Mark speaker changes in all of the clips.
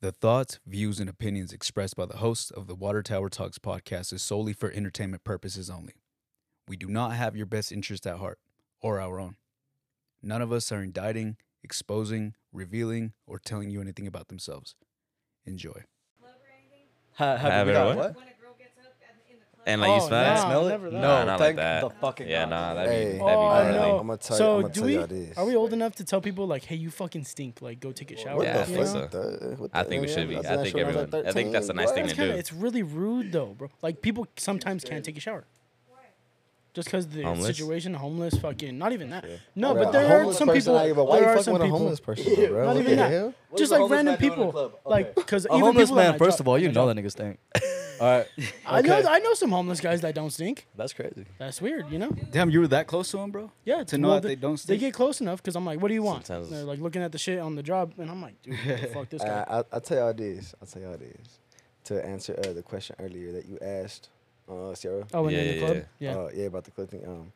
Speaker 1: The thoughts, views, and opinions expressed by the hosts of the Water Tower Talks podcast is solely for entertainment purposes only. We do not have your best interest at heart or our own. None of us are indicting, exposing, revealing, or telling you anything about themselves. Enjoy.
Speaker 2: Ha- have
Speaker 3: Have
Speaker 2: we
Speaker 3: it
Speaker 2: got
Speaker 3: what?
Speaker 2: what?
Speaker 3: And
Speaker 4: Oh,
Speaker 3: like use facts.
Speaker 4: no,
Speaker 2: Smell it?
Speaker 4: never that.
Speaker 3: Nah, not like
Speaker 2: thank
Speaker 3: that.
Speaker 2: the fucking
Speaker 3: Yeah,
Speaker 2: God.
Speaker 3: nah, that'd
Speaker 5: Hey.
Speaker 3: be, that'd be
Speaker 4: Oh, I
Speaker 3: gnarly.
Speaker 4: know.
Speaker 5: I'm gonna tell,
Speaker 4: So
Speaker 5: I'm gonna
Speaker 4: do
Speaker 5: tell
Speaker 4: we?
Speaker 5: y'all this.
Speaker 4: Are we old enough to tell people like, "Hey, you fucking stink. Like, go take a shower."
Speaker 5: What
Speaker 3: Yeah, I
Speaker 5: the
Speaker 4: you know?
Speaker 3: think
Speaker 5: fuck?
Speaker 3: so.
Speaker 5: the- what
Speaker 3: I
Speaker 5: the
Speaker 3: think we
Speaker 5: hell?
Speaker 3: should be.
Speaker 5: That's
Speaker 3: I
Speaker 5: not
Speaker 3: think
Speaker 5: sure when was
Speaker 3: everyone.
Speaker 5: like
Speaker 3: I think that's a
Speaker 5: 13.
Speaker 3: nice thing
Speaker 4: That's
Speaker 3: to
Speaker 4: kind of
Speaker 3: do.
Speaker 4: it's really rude though, bro. Like people sometimes can't take a shower. Just because the
Speaker 3: Homeless?
Speaker 4: situation, homeless, fucking, not even that. No,
Speaker 5: Bro,
Speaker 4: but
Speaker 5: a
Speaker 4: there are
Speaker 5: homeless
Speaker 4: some
Speaker 5: person
Speaker 4: people.
Speaker 5: out here, but why
Speaker 4: There
Speaker 5: you
Speaker 4: are
Speaker 5: fuck
Speaker 4: some
Speaker 5: with a
Speaker 4: people.
Speaker 5: homeless person, though, bro?
Speaker 4: Not
Speaker 5: What
Speaker 4: even
Speaker 5: the
Speaker 4: that.
Speaker 5: hell?
Speaker 2: What is
Speaker 4: Just
Speaker 2: a
Speaker 4: like
Speaker 2: homeless
Speaker 4: random
Speaker 2: man doing in a
Speaker 4: people.
Speaker 2: club? Okay.
Speaker 4: Like, because
Speaker 2: A
Speaker 4: even
Speaker 2: homeless
Speaker 4: people that
Speaker 2: man,
Speaker 4: I
Speaker 2: first
Speaker 4: talk-
Speaker 2: of all, you
Speaker 4: I
Speaker 2: know
Speaker 4: talk-
Speaker 2: that nigga stink. All right,
Speaker 4: I know,
Speaker 2: Okay.
Speaker 4: I know some homeless guys that don't stink.
Speaker 2: that's crazy.
Speaker 4: That's weird, you know.
Speaker 1: Damn, you were that close to him, bro?
Speaker 4: Yeah,
Speaker 1: To know
Speaker 4: well,
Speaker 1: that they don't
Speaker 4: They
Speaker 1: stink.
Speaker 4: get close enough because I'm like, what do you want?
Speaker 3: Sometimes-
Speaker 4: And They're like looking at the shit on the job, and I'm like, dude, what the
Speaker 3: Uh,
Speaker 4: fuck this guy.
Speaker 5: I, I, Uh, I'll tell y'all this. I'll tell y'all this. To answer uh, the question earlier that you asked, uh, Sierra.
Speaker 4: oh, and
Speaker 3: Yeah,
Speaker 4: in the
Speaker 3: yeah,
Speaker 4: club,
Speaker 3: yeah.
Speaker 4: yeah.
Speaker 5: Uh, yeah, about the clip thing. Um,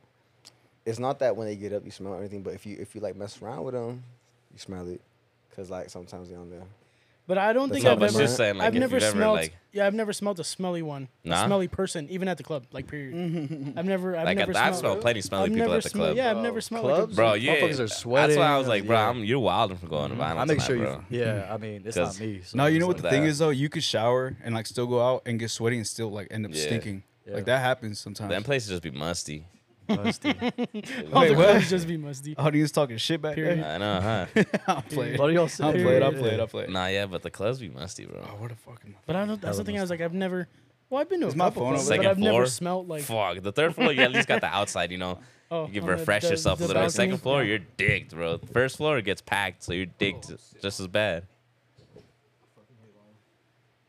Speaker 5: it's not that when they get up, you smell everything, but if you if you like mess around with them, you smell it, cause like sometimes they on there.
Speaker 4: But I don't
Speaker 5: That's
Speaker 4: think
Speaker 5: not
Speaker 4: I've
Speaker 5: what
Speaker 4: ever.
Speaker 5: I'm just
Speaker 3: saying, like,
Speaker 4: I've
Speaker 3: if
Speaker 4: never
Speaker 3: you've ever,
Speaker 4: smelled.
Speaker 3: like-
Speaker 4: yeah, I've never smelled a smelly one.
Speaker 3: Nah?
Speaker 4: A smelly person, even at the club, like period. I've never. I've
Speaker 3: Like
Speaker 4: never
Speaker 3: at the- I've
Speaker 4: smelled.
Speaker 3: smelled plenty smelly
Speaker 4: I've
Speaker 3: people
Speaker 4: never
Speaker 3: at the
Speaker 4: smelled-
Speaker 3: club.
Speaker 4: Yeah, I've never smelled. Like a,
Speaker 3: Bro, yeah,
Speaker 2: Motherfuckers are
Speaker 3: That's
Speaker 2: sweating.
Speaker 3: why I was like, bro,
Speaker 2: Yeah.
Speaker 3: I'm, you're wilding for going to violence.
Speaker 2: I make sure
Speaker 3: tonight,
Speaker 2: you.
Speaker 3: bro.
Speaker 2: Yeah, I mean, it's not
Speaker 3: 'Cause-
Speaker 2: me. So
Speaker 1: No, you know what the
Speaker 3: like
Speaker 1: thing
Speaker 3: that.
Speaker 1: is though? You could shower and like still go out and get sweaty and still like end up
Speaker 3: Yeah.
Speaker 1: stinking.
Speaker 2: Yeah.
Speaker 1: Like that happens sometimes.
Speaker 3: Them places just be musty.
Speaker 2: Musty.
Speaker 4: all the
Speaker 1: Wait, what?
Speaker 4: clubs just be musty.
Speaker 1: Audience talking shit back
Speaker 4: Period.
Speaker 1: there.
Speaker 3: I know, huh?
Speaker 1: I'm playing.
Speaker 2: What are y'all
Speaker 1: I'm
Speaker 2: saying?
Speaker 1: playing. I'm playing. I'm playing.
Speaker 3: nah, yeah, but the clubs be musty, bro.
Speaker 1: Oh, what a fucking.
Speaker 4: But I don't. That's the thing. I was like, I've never. Well, I've been to a
Speaker 1: Is my
Speaker 4: couple
Speaker 1: phone
Speaker 4: clubs,
Speaker 1: over
Speaker 4: but
Speaker 3: there?
Speaker 4: I've never
Speaker 3: Second
Speaker 4: smelled like.
Speaker 3: Fuck. The third floor, you at least got the outside, you know.
Speaker 4: Oh,
Speaker 3: You can
Speaker 4: on the-
Speaker 3: refresh
Speaker 4: the-
Speaker 3: yourself a
Speaker 4: the
Speaker 3: little bit.
Speaker 4: balcony.
Speaker 3: Second floor,
Speaker 4: Yeah. Oh,
Speaker 3: you're dicked, bro. First floor it gets packed, so you're dicked just as bad.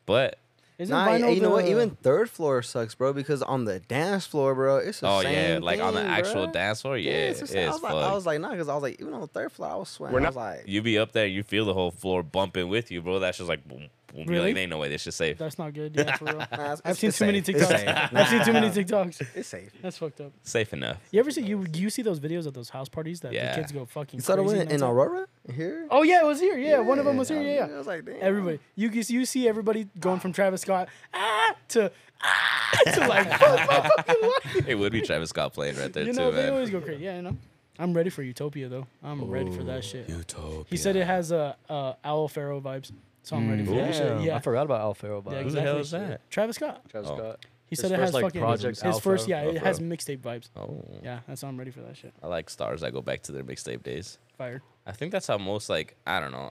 Speaker 3: But
Speaker 4: Isn't
Speaker 5: Nah,
Speaker 4: vinyl
Speaker 5: you know what?
Speaker 4: the-
Speaker 5: Even third floor sucks, bro, because on the dance floor, bro, it's the
Speaker 3: oh
Speaker 5: same
Speaker 3: yeah, like on the
Speaker 5: thing,
Speaker 3: actual
Speaker 5: bruh.
Speaker 3: dance floor, yeah,
Speaker 5: it's
Speaker 3: it's,
Speaker 5: the same. I was like, I
Speaker 3: fucked.
Speaker 5: was like, nah, because I was like, even on the third floor, I was sweating. I was like,
Speaker 3: you be up there, you feel the whole floor bumping with you, bro. That's just like, boom, boom. You're
Speaker 4: Really?
Speaker 3: like, there ain't no way this shit's safe.
Speaker 4: That's not good. Yeah, for real.
Speaker 5: nah, it's-
Speaker 4: I've
Speaker 5: it's-
Speaker 4: seen
Speaker 5: it's
Speaker 4: too many
Speaker 5: safe. It's
Speaker 4: TikToks.
Speaker 5: safe.
Speaker 4: I've seen too many
Speaker 5: Nah,
Speaker 4: TikToks.
Speaker 5: It's safe.
Speaker 4: That's fucked up.
Speaker 3: safe enough.
Speaker 4: You ever see you you see those videos at those house parties that
Speaker 3: Yeah.
Speaker 4: the kids go fucking
Speaker 5: You saw the
Speaker 4: crazy
Speaker 5: one
Speaker 4: and
Speaker 5: in
Speaker 4: that's it?
Speaker 5: Aurora here.
Speaker 4: Oh yeah, it was here. Yeah, one of them was here. Yeah,
Speaker 5: I
Speaker 4: yeah.
Speaker 5: was like, damn.
Speaker 4: Everybody, you can- you see everybody going from Travis Scott ah to ah to like fucking life.
Speaker 3: It would be Travis Scott playing right there
Speaker 4: You
Speaker 3: too,
Speaker 4: know they
Speaker 3: man.
Speaker 4: always go crazy. Yeah, you know. I'm ready for Utopia though. I'm ready for that shit. Utopia. He said it has uh, uh Owl Pharaoh vibes, so I'm ready for that shit.
Speaker 2: Damn,
Speaker 4: Yeah.
Speaker 2: I forgot about Alfaro.
Speaker 4: Yeah,
Speaker 2: Yeah,
Speaker 3: Who the hell
Speaker 4: exactly.
Speaker 3: is that?
Speaker 4: Travis Scott.
Speaker 2: Travis
Speaker 3: Oh.
Speaker 2: Scott.
Speaker 4: He
Speaker 2: His
Speaker 4: said it
Speaker 2: first,
Speaker 4: has
Speaker 2: like,
Speaker 4: fucking
Speaker 2: Project
Speaker 4: his first.
Speaker 2: Alpha.
Speaker 4: Yeah, it
Speaker 3: Alpha.
Speaker 4: has mixtape vibes.
Speaker 3: Oh,
Speaker 4: Yeah, that's why I'm ready for that shit.
Speaker 3: I like stars that go back to their mixtape days.
Speaker 4: Fired.
Speaker 3: I think that's how most like I don't know.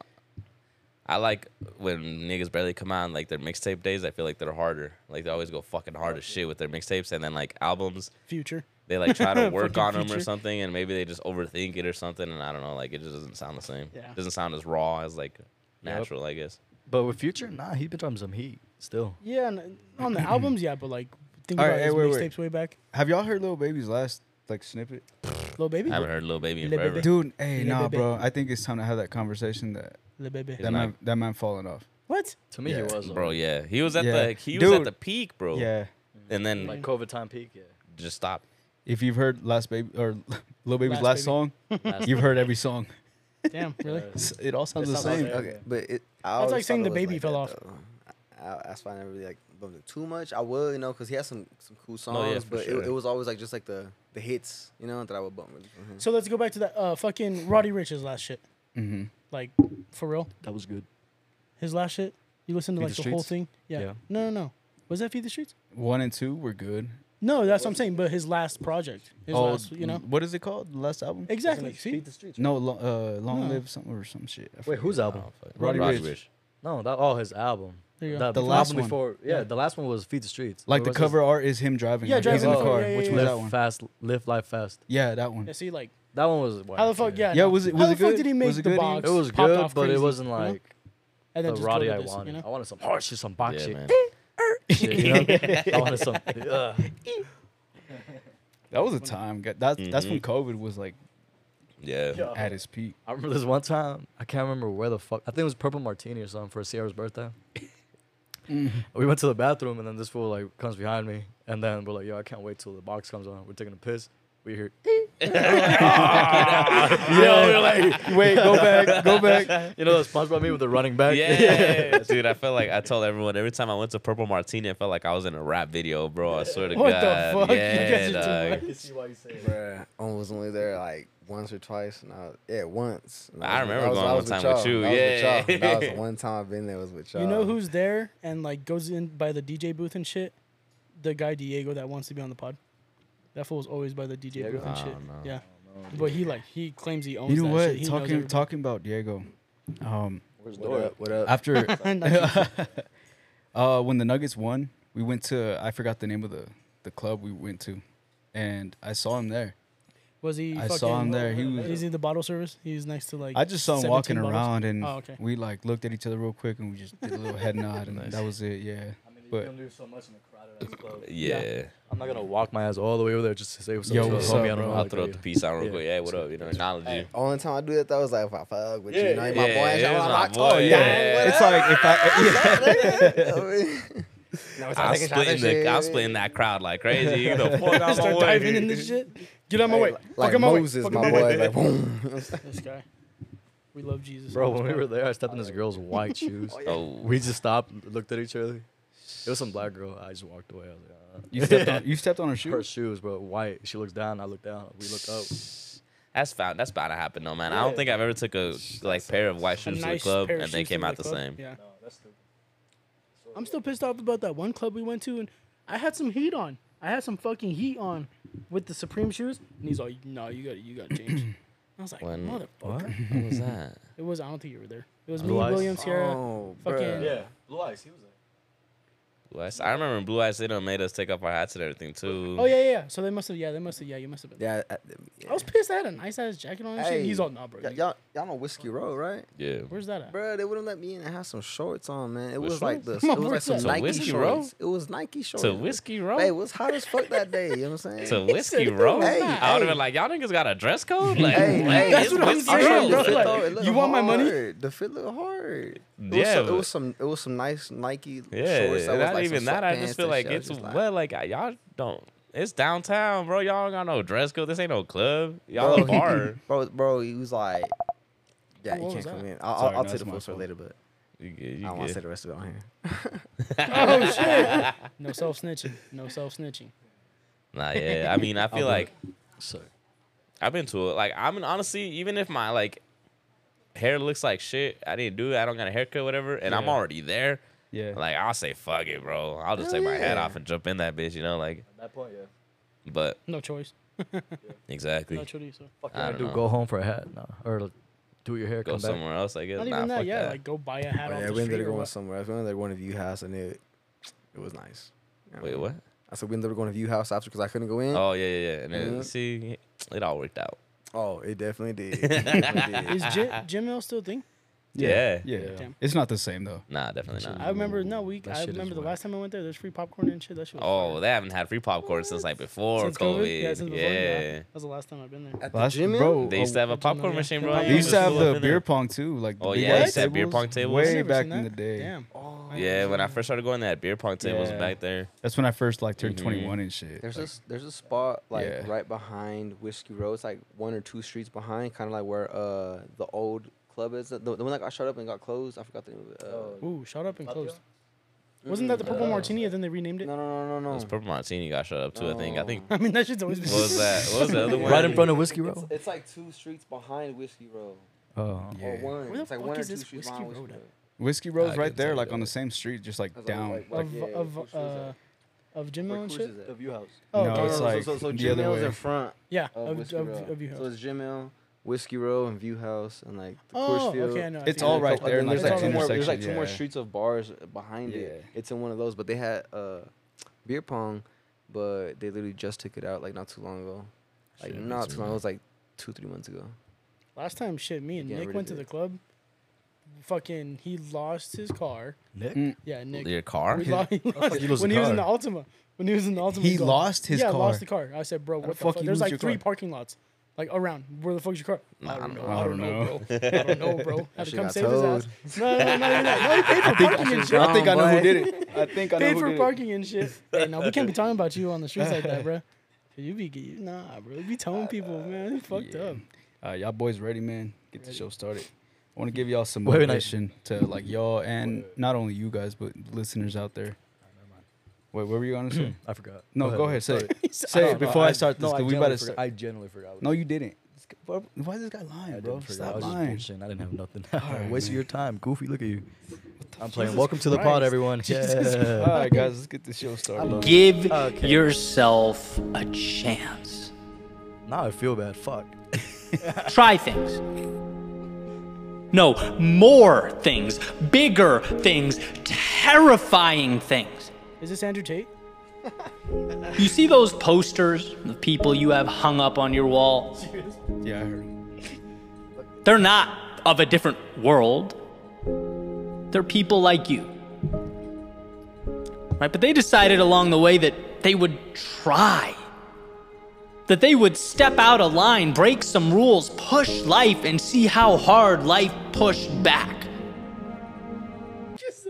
Speaker 3: I like when niggas barely come out on, like their mixtape days. I feel like they're harder. Like they always go fucking hard as shit with their mixtapes, and then like albums,
Speaker 4: Future.
Speaker 3: they like try to work
Speaker 4: Fucking
Speaker 3: on them or
Speaker 4: future.
Speaker 3: something, and maybe they just overthink it or something. And I don't know, like it just doesn't sound the same.
Speaker 4: Yeah.
Speaker 3: doesn't sound as raw as like natural, I guess.
Speaker 2: But with Future, nah, he been dropping some heat still.
Speaker 4: Yeah, and on the albums, yeah, but like think
Speaker 1: All
Speaker 4: about
Speaker 1: right,
Speaker 4: his
Speaker 1: hey, wait, wait.
Speaker 4: mixtapes way back.
Speaker 1: Have y'all heard Lil Baby's last like snippet?
Speaker 4: Lil baby,
Speaker 3: I haven't heard Lil Baby in
Speaker 4: Le
Speaker 3: forever.
Speaker 4: Bebe.
Speaker 1: Dude, hey,
Speaker 4: Lil
Speaker 1: nah,
Speaker 4: Baby.
Speaker 1: bro. I think it's time to have that conversation that
Speaker 4: Lil baby.
Speaker 3: He's
Speaker 1: that
Speaker 3: not-
Speaker 1: man that man falling off.
Speaker 4: What?
Speaker 2: To me,
Speaker 1: Yeah.
Speaker 2: he was though.
Speaker 3: Bro, yeah, he was at
Speaker 1: Yeah.
Speaker 3: the he was at
Speaker 1: Dude.
Speaker 3: the peak, bro.
Speaker 1: Yeah.
Speaker 3: and then
Speaker 2: like COVID time peak. Yeah,
Speaker 3: just stopped.
Speaker 1: If you've heard last baby or Lil Baby's
Speaker 4: Last
Speaker 1: last,
Speaker 4: Baby.
Speaker 1: song,
Speaker 2: Last-
Speaker 1: you've heard every song.
Speaker 4: Damn, really?
Speaker 2: Yeah.
Speaker 1: It's- It all sounds
Speaker 2: It
Speaker 1: the
Speaker 2: sounds
Speaker 1: same.
Speaker 2: like-
Speaker 5: Okay, but it. I
Speaker 4: That's
Speaker 5: always
Speaker 4: like saying
Speaker 5: thought it
Speaker 4: the
Speaker 5: was
Speaker 4: baby
Speaker 5: like
Speaker 4: fell
Speaker 5: that,
Speaker 4: off.
Speaker 5: though. I, that's why I never really like bumped it too much. I would, you know, because he has some some cool songs,
Speaker 3: No, Oh, yeah, for
Speaker 5: but
Speaker 3: sure.
Speaker 5: it, it was always like just like the the hits, you know, that I would bump Mm-hmm. really from him.
Speaker 4: So let's go back to that uh, fucking Roddy Rich's last shit.
Speaker 1: Mm-hmm.
Speaker 4: Like, for real,
Speaker 2: that was good.
Speaker 4: his last shit. You listen to
Speaker 2: Feed
Speaker 4: like
Speaker 2: the
Speaker 4: the, whole
Speaker 2: Streets?
Speaker 4: thing. Yeah.
Speaker 2: Yeah.
Speaker 4: No, no, no. Was that Feed the Streets?
Speaker 1: One and two were good.
Speaker 4: No, that's what I'm saying. But his last project, his
Speaker 1: oh,
Speaker 4: last, you
Speaker 2: mm.
Speaker 4: know,
Speaker 1: what is it called? The last album?
Speaker 4: exactly. See,
Speaker 1: No, lo- uh, long
Speaker 4: No.
Speaker 1: live something or some shit. I
Speaker 2: Wait,
Speaker 1: forget.
Speaker 2: whose album?
Speaker 3: Oh, fuck.
Speaker 1: Roddy
Speaker 3: Roddy
Speaker 1: Ricch.
Speaker 3: Ricch.
Speaker 2: No, that oh his album.
Speaker 4: There you go.
Speaker 2: That
Speaker 1: The
Speaker 2: album
Speaker 1: last one.
Speaker 2: before, yeah,
Speaker 4: Yeah.
Speaker 2: the last one was Feed the Streets.
Speaker 1: like
Speaker 2: What
Speaker 1: the
Speaker 2: was
Speaker 1: cover art is him driving.
Speaker 4: Yeah,
Speaker 1: like,
Speaker 2: his-
Speaker 1: He's in the
Speaker 4: Oh,
Speaker 1: car.
Speaker 4: yeah, yeah,
Speaker 1: Which
Speaker 4: yeah,
Speaker 1: one's
Speaker 4: yeah.
Speaker 1: that
Speaker 2: Live
Speaker 1: one?
Speaker 2: fast, live life fast.
Speaker 1: Yeah, that one.
Speaker 4: yeah, see, like
Speaker 2: That one was wild,
Speaker 4: how the fuck,
Speaker 2: yeah.
Speaker 4: yeah.
Speaker 1: Yeah,
Speaker 4: no.
Speaker 1: was it-
Speaker 4: How
Speaker 1: was
Speaker 4: the
Speaker 1: it
Speaker 4: fuck
Speaker 1: good?
Speaker 4: did he make
Speaker 1: Was it
Speaker 4: the
Speaker 1: good?
Speaker 4: box?
Speaker 2: It was
Speaker 4: popped
Speaker 2: good,
Speaker 4: off
Speaker 2: but it
Speaker 4: crazy,
Speaker 2: wasn't
Speaker 4: you know?
Speaker 2: like
Speaker 4: and
Speaker 2: the
Speaker 4: just go
Speaker 2: Roddy
Speaker 4: to
Speaker 2: I
Speaker 4: this,
Speaker 2: wanted.
Speaker 4: You know?
Speaker 2: I wanted some hard shit, some box
Speaker 3: Yeah,
Speaker 2: shit.
Speaker 3: man.
Speaker 2: shit, you know? I wanted some. Ugh.
Speaker 1: That was a time. That, that's that's when COVID was like
Speaker 3: Yeah.
Speaker 1: at its peak.
Speaker 2: I remember this one time. I can't remember where the fuck. I think it was Purple Martini or something for Sierra's birthday.
Speaker 1: Mm.
Speaker 2: we went to the bathroom and then this fool like comes behind me and then we're like, "Yo, I can't wait till the box comes on. We're taking a piss." We hear
Speaker 3: Yo, we were like,
Speaker 2: wait, go back, go back. You know that SpongeBob me with the running back.
Speaker 3: yeah, dude. I felt like I told everyone every time I went to Purple Martini, I felt like I was in a rap video, bro. I swear to
Speaker 4: What the
Speaker 3: God.
Speaker 4: fuck? You
Speaker 3: Yeah,
Speaker 4: guys are too
Speaker 3: dog.
Speaker 4: much.
Speaker 2: I see why you say it.
Speaker 5: Bruh, I was only there like once or twice. And I was, yeah, once. And
Speaker 3: I
Speaker 5: was-
Speaker 3: remember
Speaker 5: was-
Speaker 3: going one
Speaker 5: was
Speaker 3: time
Speaker 5: y'all.
Speaker 3: with you,
Speaker 5: I was
Speaker 3: yeah.
Speaker 5: with y'all. That was the one time I've been there was with y'all.
Speaker 4: You know who's there and like goes in by the DJ booth and shit? The guy Diego that wants to be on the pod. That fool was always by the DJ
Speaker 2: Diego?
Speaker 4: booth and
Speaker 3: Oh,
Speaker 4: shit.
Speaker 3: no.
Speaker 4: Yeah. But he like he claims he owns
Speaker 1: You know
Speaker 4: that
Speaker 1: what?
Speaker 4: shit. He knows
Speaker 1: talking
Speaker 4: everybody.
Speaker 1: talking about Diego. Um,
Speaker 5: Where's what up? What up?
Speaker 1: after
Speaker 4: Not you.
Speaker 1: uh, when the Nuggets won, we went to I forgot the name of the the club we went to, and I saw him there.
Speaker 4: was he
Speaker 1: I
Speaker 4: fucking, uh,
Speaker 1: saw him there. He was-
Speaker 4: Is he the bottle service? He's next to like
Speaker 1: I just saw him
Speaker 4: 17
Speaker 1: walking
Speaker 4: bottles.
Speaker 1: around, and
Speaker 4: Oh, okay.
Speaker 1: we like looked at each other real quick, and we just did a little head nod, and that was it. Yeah.
Speaker 2: I mean, you
Speaker 1: But-
Speaker 2: can do so much in a crowded ass club.
Speaker 3: Yeah.
Speaker 2: I'm not gonna walk my ass all the way over there just to say what's up.
Speaker 1: Yo,
Speaker 2: to a
Speaker 1: what's
Speaker 2: homie
Speaker 1: up,
Speaker 2: I don't
Speaker 1: bro?
Speaker 2: know
Speaker 3: I'll
Speaker 2: like
Speaker 3: throw out
Speaker 2: that.
Speaker 3: the peace out real
Speaker 2: Yeah.
Speaker 3: quick. Hey, what up? You know, acknowledge you.
Speaker 5: Only time I do that though is like if I fuck with you, you know, you my
Speaker 3: yeah,
Speaker 5: boy. and shit,
Speaker 3: yeah,
Speaker 5: I'm
Speaker 3: it's
Speaker 5: like,
Speaker 3: my boy,
Speaker 5: oh,
Speaker 3: yeah.
Speaker 5: yeah, what
Speaker 1: It's
Speaker 5: up?
Speaker 1: like if I
Speaker 5: No, it's
Speaker 3: I'm
Speaker 5: like taking shots and
Speaker 3: splitting, the, I'm
Speaker 5: shit.
Speaker 3: splitting that crowd like crazy. You the fuck
Speaker 4: I
Speaker 3: out my
Speaker 4: start
Speaker 3: way.
Speaker 4: diving in this shit. Get out my way.
Speaker 5: Like, like
Speaker 4: Fuck out my way.
Speaker 5: Moses,
Speaker 4: Fuck
Speaker 5: my
Speaker 4: out my
Speaker 5: boy.
Speaker 4: way.
Speaker 5: Like, boom.
Speaker 4: This guy. We love Jesus.
Speaker 2: Bro,
Speaker 4: on this
Speaker 2: when we
Speaker 4: pod.
Speaker 2: were there, I stepped in this girl's white shoes.
Speaker 3: Oh,
Speaker 2: We just stopped, looked at each other. It was some black girl. I just walked away. I was like, uh.
Speaker 1: you stepped on you stepped on her shoe.
Speaker 2: her shoes, bro, white. She looks down. I look down. We look up.
Speaker 3: That's found. That's bound to happen, though, man. I don't
Speaker 2: Yeah.
Speaker 3: think I've ever took a like pair of white
Speaker 4: A
Speaker 3: shoes to the
Speaker 4: nice
Speaker 3: club
Speaker 4: pair of
Speaker 3: and they
Speaker 4: shoes
Speaker 3: came
Speaker 4: to
Speaker 3: out the
Speaker 4: club.
Speaker 3: same.
Speaker 4: Yeah. I'm still pissed off about that one club we went to, and I had some heat on. I had some fucking heat on with the Supreme shoes, and he's like, "No, you got to you got to change." I was like,
Speaker 3: When-
Speaker 4: "Motherfucker!"
Speaker 3: What was that?
Speaker 4: It was. I don't think you were there. It was me,
Speaker 2: Blue eyes?
Speaker 4: William, Sierra.
Speaker 5: Oh,
Speaker 4: fucking-
Speaker 5: bruh.
Speaker 4: Yeah.
Speaker 2: blue eyes. He was there.
Speaker 3: Blue Eyes. I remember when Blue Eyes they done made us take off our hats and everything too.
Speaker 4: Oh yeah, yeah, yeah. So they must have. Yeah, they must have. Yeah, you must have been.
Speaker 5: Yeah. uh, I-
Speaker 4: I was pissed. I had a nice ass jacket on. And shit.
Speaker 5: Hey,
Speaker 4: He's all, "Nah, bro.
Speaker 5: y-
Speaker 4: you-
Speaker 5: y'all, y'all know Whiskey Row, right?
Speaker 3: yeah.
Speaker 4: where's that at?"
Speaker 5: Bruh, they wouldn't let me in. I had some shorts on, man. It
Speaker 3: With
Speaker 5: was like
Speaker 3: shorts?
Speaker 5: this.
Speaker 4: Come on,
Speaker 5: It was like
Speaker 4: where's
Speaker 5: some
Speaker 4: that?
Speaker 3: To
Speaker 5: Nike
Speaker 3: Whiskey Row?
Speaker 5: shorts. It was Nike shorts.
Speaker 3: To whiskey row.
Speaker 5: Hey, it was hot as fuck that day. You know what I'm saying?
Speaker 3: to whiskey row.
Speaker 5: Hey,
Speaker 3: I would have
Speaker 5: hey.
Speaker 3: been like, y'all niggas got a dress code. Like,
Speaker 5: Hey,
Speaker 3: like,
Speaker 5: hey, that's
Speaker 3: it's
Speaker 5: what I'm
Speaker 3: Whiskey
Speaker 5: saying,
Speaker 3: Row,
Speaker 5: bro.
Speaker 3: like-
Speaker 5: Like, it looked
Speaker 4: you want my money?
Speaker 5: hard. The fit looked hard. It was some,
Speaker 3: Yeah,
Speaker 5: it
Speaker 3: but-
Speaker 5: was some. It was some nice Nike
Speaker 3: Yeah,
Speaker 5: shorts. that was
Speaker 3: not
Speaker 5: like some
Speaker 3: even that. I
Speaker 5: sweatpants
Speaker 3: just feel
Speaker 5: and
Speaker 3: like
Speaker 5: shit. I was
Speaker 3: it's
Speaker 5: just like-
Speaker 3: well, like y'all don't. It's downtown, bro. Y'all don't got no dress code. This ain't no club. Y'all
Speaker 5: Bro,
Speaker 3: a
Speaker 5: he-
Speaker 3: bar.
Speaker 5: bro, bro, he was like, yeah,
Speaker 4: What
Speaker 5: you
Speaker 4: was
Speaker 5: can't come
Speaker 4: that?
Speaker 5: in. I'll,
Speaker 1: Sorry,
Speaker 5: I'll, I'll
Speaker 1: no,
Speaker 5: tell
Speaker 1: it's
Speaker 5: the
Speaker 1: my
Speaker 5: full story
Speaker 1: fault.
Speaker 5: later, but
Speaker 3: You
Speaker 5: I
Speaker 3: good? You
Speaker 5: don't want to say
Speaker 3: good?
Speaker 5: the rest of it on here.
Speaker 4: oh shit! No self snitching. No self snitching.
Speaker 3: Nah, yeah. I mean, I feel
Speaker 2: do
Speaker 3: like
Speaker 2: So
Speaker 3: I've been to it. Like, I mean, honestly, even if my like hair looks like shit, I didn't do it. I don't got a haircut, whatever, and I'm
Speaker 1: Yeah.
Speaker 3: already there.
Speaker 1: Yeah.
Speaker 3: Like, I'll say fuck it, bro. I'll just take my hat
Speaker 5: yeah.
Speaker 3: off and jump in that bitch. You know, like,
Speaker 2: at that point, yeah.
Speaker 3: but
Speaker 4: No choice.
Speaker 3: exactly.
Speaker 4: No choice. So.
Speaker 2: Fuck
Speaker 3: I
Speaker 2: yeah,
Speaker 3: don't
Speaker 2: dude.
Speaker 3: know.
Speaker 2: Go home for a hat, no, or like, do your hair.
Speaker 3: Go
Speaker 2: come back.
Speaker 3: somewhere else, I guess.
Speaker 4: Not
Speaker 3: Nah,
Speaker 4: even that.
Speaker 3: fuck
Speaker 4: Yeah,
Speaker 3: that.
Speaker 4: like go buy a hat.
Speaker 5: Oh,
Speaker 4: off
Speaker 5: yeah,
Speaker 4: the
Speaker 5: we ended
Speaker 4: street
Speaker 5: up
Speaker 4: or
Speaker 5: going
Speaker 4: what?
Speaker 5: somewhere else. We ended up going to View House, and it it was nice. Yeah,
Speaker 3: Wait,
Speaker 5: man.
Speaker 3: what?
Speaker 5: I said we ended up going to View House after because I couldn't go in. Oh,
Speaker 3: Oh yeah, yeah, yeah. And then,
Speaker 5: Yeah.
Speaker 3: see, it all worked out.
Speaker 5: Oh, it definitely did. It definitely did.
Speaker 4: Is Jim, Jim Mill still a thing?
Speaker 3: Yeah.
Speaker 1: Yeah.
Speaker 4: Damn.
Speaker 1: It's not the same though.
Speaker 3: Nah, definitely
Speaker 2: shit
Speaker 3: not.
Speaker 4: I remember no,
Speaker 2: Ooh,
Speaker 4: we.
Speaker 2: that
Speaker 4: I
Speaker 2: shit is
Speaker 4: remember the
Speaker 2: whack.
Speaker 4: last time I went there. There's free popcorn and shit. That shit. Was
Speaker 3: Oh,
Speaker 4: fire.
Speaker 3: they haven't had free popcorn since like before
Speaker 4: Since
Speaker 3: COVID.
Speaker 4: Yeah,
Speaker 3: Yeah,
Speaker 4: since before. Yeah. That was the last time I've been there.
Speaker 5: At the
Speaker 1: Last,
Speaker 5: gym,
Speaker 1: bro,
Speaker 3: They used to
Speaker 1: uh,
Speaker 3: have a
Speaker 4: I don't know,
Speaker 3: popcorn
Speaker 4: yeah.
Speaker 3: machine, bro.
Speaker 4: They
Speaker 3: You
Speaker 1: they used to
Speaker 3: just
Speaker 1: have
Speaker 3: pull up
Speaker 1: the
Speaker 3: in
Speaker 1: beer
Speaker 3: there.
Speaker 1: pong too. Like the
Speaker 3: Oh,
Speaker 1: big
Speaker 3: yeah, they
Speaker 1: ass
Speaker 3: used to have beer pong tables.
Speaker 1: Way
Speaker 4: I've never
Speaker 1: back
Speaker 4: seen
Speaker 1: in the
Speaker 4: that.
Speaker 1: day.
Speaker 4: Damn.
Speaker 3: Yeah, when I first started going to that beer pong table was
Speaker 1: Yeah.
Speaker 3: back there.
Speaker 1: That's when I first like turned
Speaker 3: Mhm.
Speaker 1: 21 and shit.
Speaker 5: There's
Speaker 1: Like,
Speaker 5: this there's a spot like
Speaker 1: Yeah.
Speaker 5: right behind Whiskey Row. It's like one or two streets behind, kind of like where uh the old club is. The, the one that got shut up and got closed. I forgot the name of it. Uh,
Speaker 4: Ooh, shut up and
Speaker 2: Up
Speaker 4: closed.
Speaker 2: here?
Speaker 4: Wasn't that the purple
Speaker 3: Uh,
Speaker 4: martini? And then they renamed it.
Speaker 5: no, no, no, no, no.
Speaker 1: Oh.
Speaker 3: This purple martini got shut up too. I think. I think.
Speaker 4: Oh. I mean, that shit's always been.
Speaker 3: What was that? What was the other one?
Speaker 2: Right in front of Whiskey
Speaker 5: It's,
Speaker 2: Row.
Speaker 5: it's like two streets behind Whiskey Row,
Speaker 2: Oh,
Speaker 5: or
Speaker 1: yeah.
Speaker 5: one.
Speaker 4: Where the
Speaker 5: it's like
Speaker 4: fuck
Speaker 5: one or
Speaker 4: is
Speaker 5: two
Speaker 4: this
Speaker 5: streets
Speaker 4: Whiskey
Speaker 5: behind
Speaker 4: Row
Speaker 5: Whiskey Row.
Speaker 4: at?
Speaker 1: Whiskey Rows
Speaker 3: I
Speaker 1: right
Speaker 3: couldn't
Speaker 1: there,
Speaker 3: tell
Speaker 1: like
Speaker 3: you
Speaker 1: on
Speaker 3: that.
Speaker 1: the same street, just like
Speaker 5: That's all,
Speaker 1: down.
Speaker 5: like, like,
Speaker 4: Of
Speaker 5: yeah, whose
Speaker 4: of
Speaker 5: street is
Speaker 4: uh
Speaker 5: that?
Speaker 4: of Jim
Speaker 5: Where
Speaker 4: Mill and
Speaker 5: Cruz
Speaker 4: shit.
Speaker 5: is at?
Speaker 2: the view house.
Speaker 4: Oh,
Speaker 1: No,
Speaker 5: No, no,
Speaker 1: it's
Speaker 5: no,
Speaker 1: like
Speaker 5: so, so, so
Speaker 1: the
Speaker 5: Jim
Speaker 1: other
Speaker 5: Mill's
Speaker 1: way.
Speaker 5: in front
Speaker 4: yeah,
Speaker 5: of,
Speaker 4: of
Speaker 5: Whiskey
Speaker 4: of,
Speaker 5: Row.
Speaker 4: of you
Speaker 5: So
Speaker 4: house.
Speaker 5: it's Jim Mill, Whiskey Row, and View House, and like the
Speaker 4: Oh,
Speaker 5: Coors Field.
Speaker 4: okay, I know. I
Speaker 1: It's
Speaker 4: think I
Speaker 1: all
Speaker 4: know.
Speaker 1: right
Speaker 5: So, uh,
Speaker 1: there in,
Speaker 5: then
Speaker 1: like,
Speaker 5: there's
Speaker 1: that
Speaker 5: like two more.
Speaker 1: intersection,
Speaker 5: There's like two more
Speaker 1: yeah.
Speaker 5: streets of bars behind it.
Speaker 1: Yeah.
Speaker 5: It's in one of those, but they had uh, beer pong, but they literally just took it out like not too long ago. Like
Speaker 3: Shit,
Speaker 5: not
Speaker 3: that's
Speaker 5: too long.
Speaker 3: weird.
Speaker 5: It was like two, three months ago.
Speaker 4: Last time, shit, me and
Speaker 5: Getting
Speaker 4: Nick
Speaker 5: rid
Speaker 4: went to
Speaker 5: of
Speaker 4: the
Speaker 5: it.
Speaker 4: club. Fucking, he lost his car.
Speaker 2: Nick.
Speaker 1: Mm.
Speaker 4: Yeah, Nick.
Speaker 3: Your car.
Speaker 4: We lo- he lost,
Speaker 2: you lose
Speaker 4: when
Speaker 2: the
Speaker 4: he was in the
Speaker 2: car?
Speaker 4: Altima. When he was in the Altima.
Speaker 1: He
Speaker 4: he's all-
Speaker 1: lost his
Speaker 4: yeah,
Speaker 1: car.
Speaker 4: lost the car. I said, bro,
Speaker 1: How
Speaker 4: what the
Speaker 1: the fuck
Speaker 4: fuck?
Speaker 1: you
Speaker 4: There's
Speaker 1: lose
Speaker 4: like
Speaker 1: your
Speaker 4: three
Speaker 1: car?
Speaker 4: parking lots, like around. Where the fuck's your car? I don't know. I don't know, bro. I don't know, bro. Had to
Speaker 5: shit
Speaker 4: come
Speaker 5: got
Speaker 4: save his ass. No, no, no, no, no. no he paid for parking and shit.
Speaker 1: I think I know who
Speaker 5: boy.
Speaker 1: did it. I think I know
Speaker 4: Paid
Speaker 1: who
Speaker 4: for
Speaker 1: did it.
Speaker 4: parking and shit. Hey, no, we can't be talking about you on the streets like that, bro. You be you- nah, bro. You be telling people, man. You fucked
Speaker 1: yeah.
Speaker 4: up.
Speaker 1: Uh, y'all boys ready, man? Get the
Speaker 4: Ready.
Speaker 1: show started. I want to give y'all some
Speaker 2: Wait, wait, I-
Speaker 1: motivation to like y'all and not only you guys but listeners out there. Wait, what were you gonna say?
Speaker 2: I forgot.
Speaker 1: No, go ahead, say
Speaker 2: Sorry.
Speaker 1: it.
Speaker 4: He's-
Speaker 1: Say
Speaker 2: don't
Speaker 1: it
Speaker 2: know,
Speaker 1: before I start this.
Speaker 2: no, I
Speaker 1: 'cause we
Speaker 2: generally
Speaker 1: about to
Speaker 2: forgot-
Speaker 1: start.
Speaker 2: I generally forgot. what
Speaker 1: No,
Speaker 2: I
Speaker 1: you didn't. This guy- bro, Why is this guy lying,
Speaker 2: didn't
Speaker 1: bro?
Speaker 2: forget. I
Speaker 1: Stop
Speaker 2: was just
Speaker 1: lying.
Speaker 2: bullshitting. I didn't have nothing.
Speaker 1: Alright,
Speaker 2: Waste
Speaker 1: man.
Speaker 2: of your time, goofy. Look at you. I'm playing.
Speaker 4: Jesus
Speaker 2: Welcome to the pod,
Speaker 4: Christ.
Speaker 2: everyone.
Speaker 1: All
Speaker 2: Yeah.
Speaker 1: right, guys, let's get the show started.
Speaker 6: Give
Speaker 2: Okay.
Speaker 6: yourself a chance.
Speaker 2: Now I feel bad. Fuck.
Speaker 6: Try things. No, more things, bigger things, terrifying things.
Speaker 4: Is this Andrew Tate?
Speaker 6: You see those posters of people you have hung up on your wall?
Speaker 1: Yeah, I heard. him.
Speaker 6: They're not of a different world. They're people like you. Right? But they decided along the way that they would try. That they would step out of line, break some rules, push life, and see how hard life pushed back.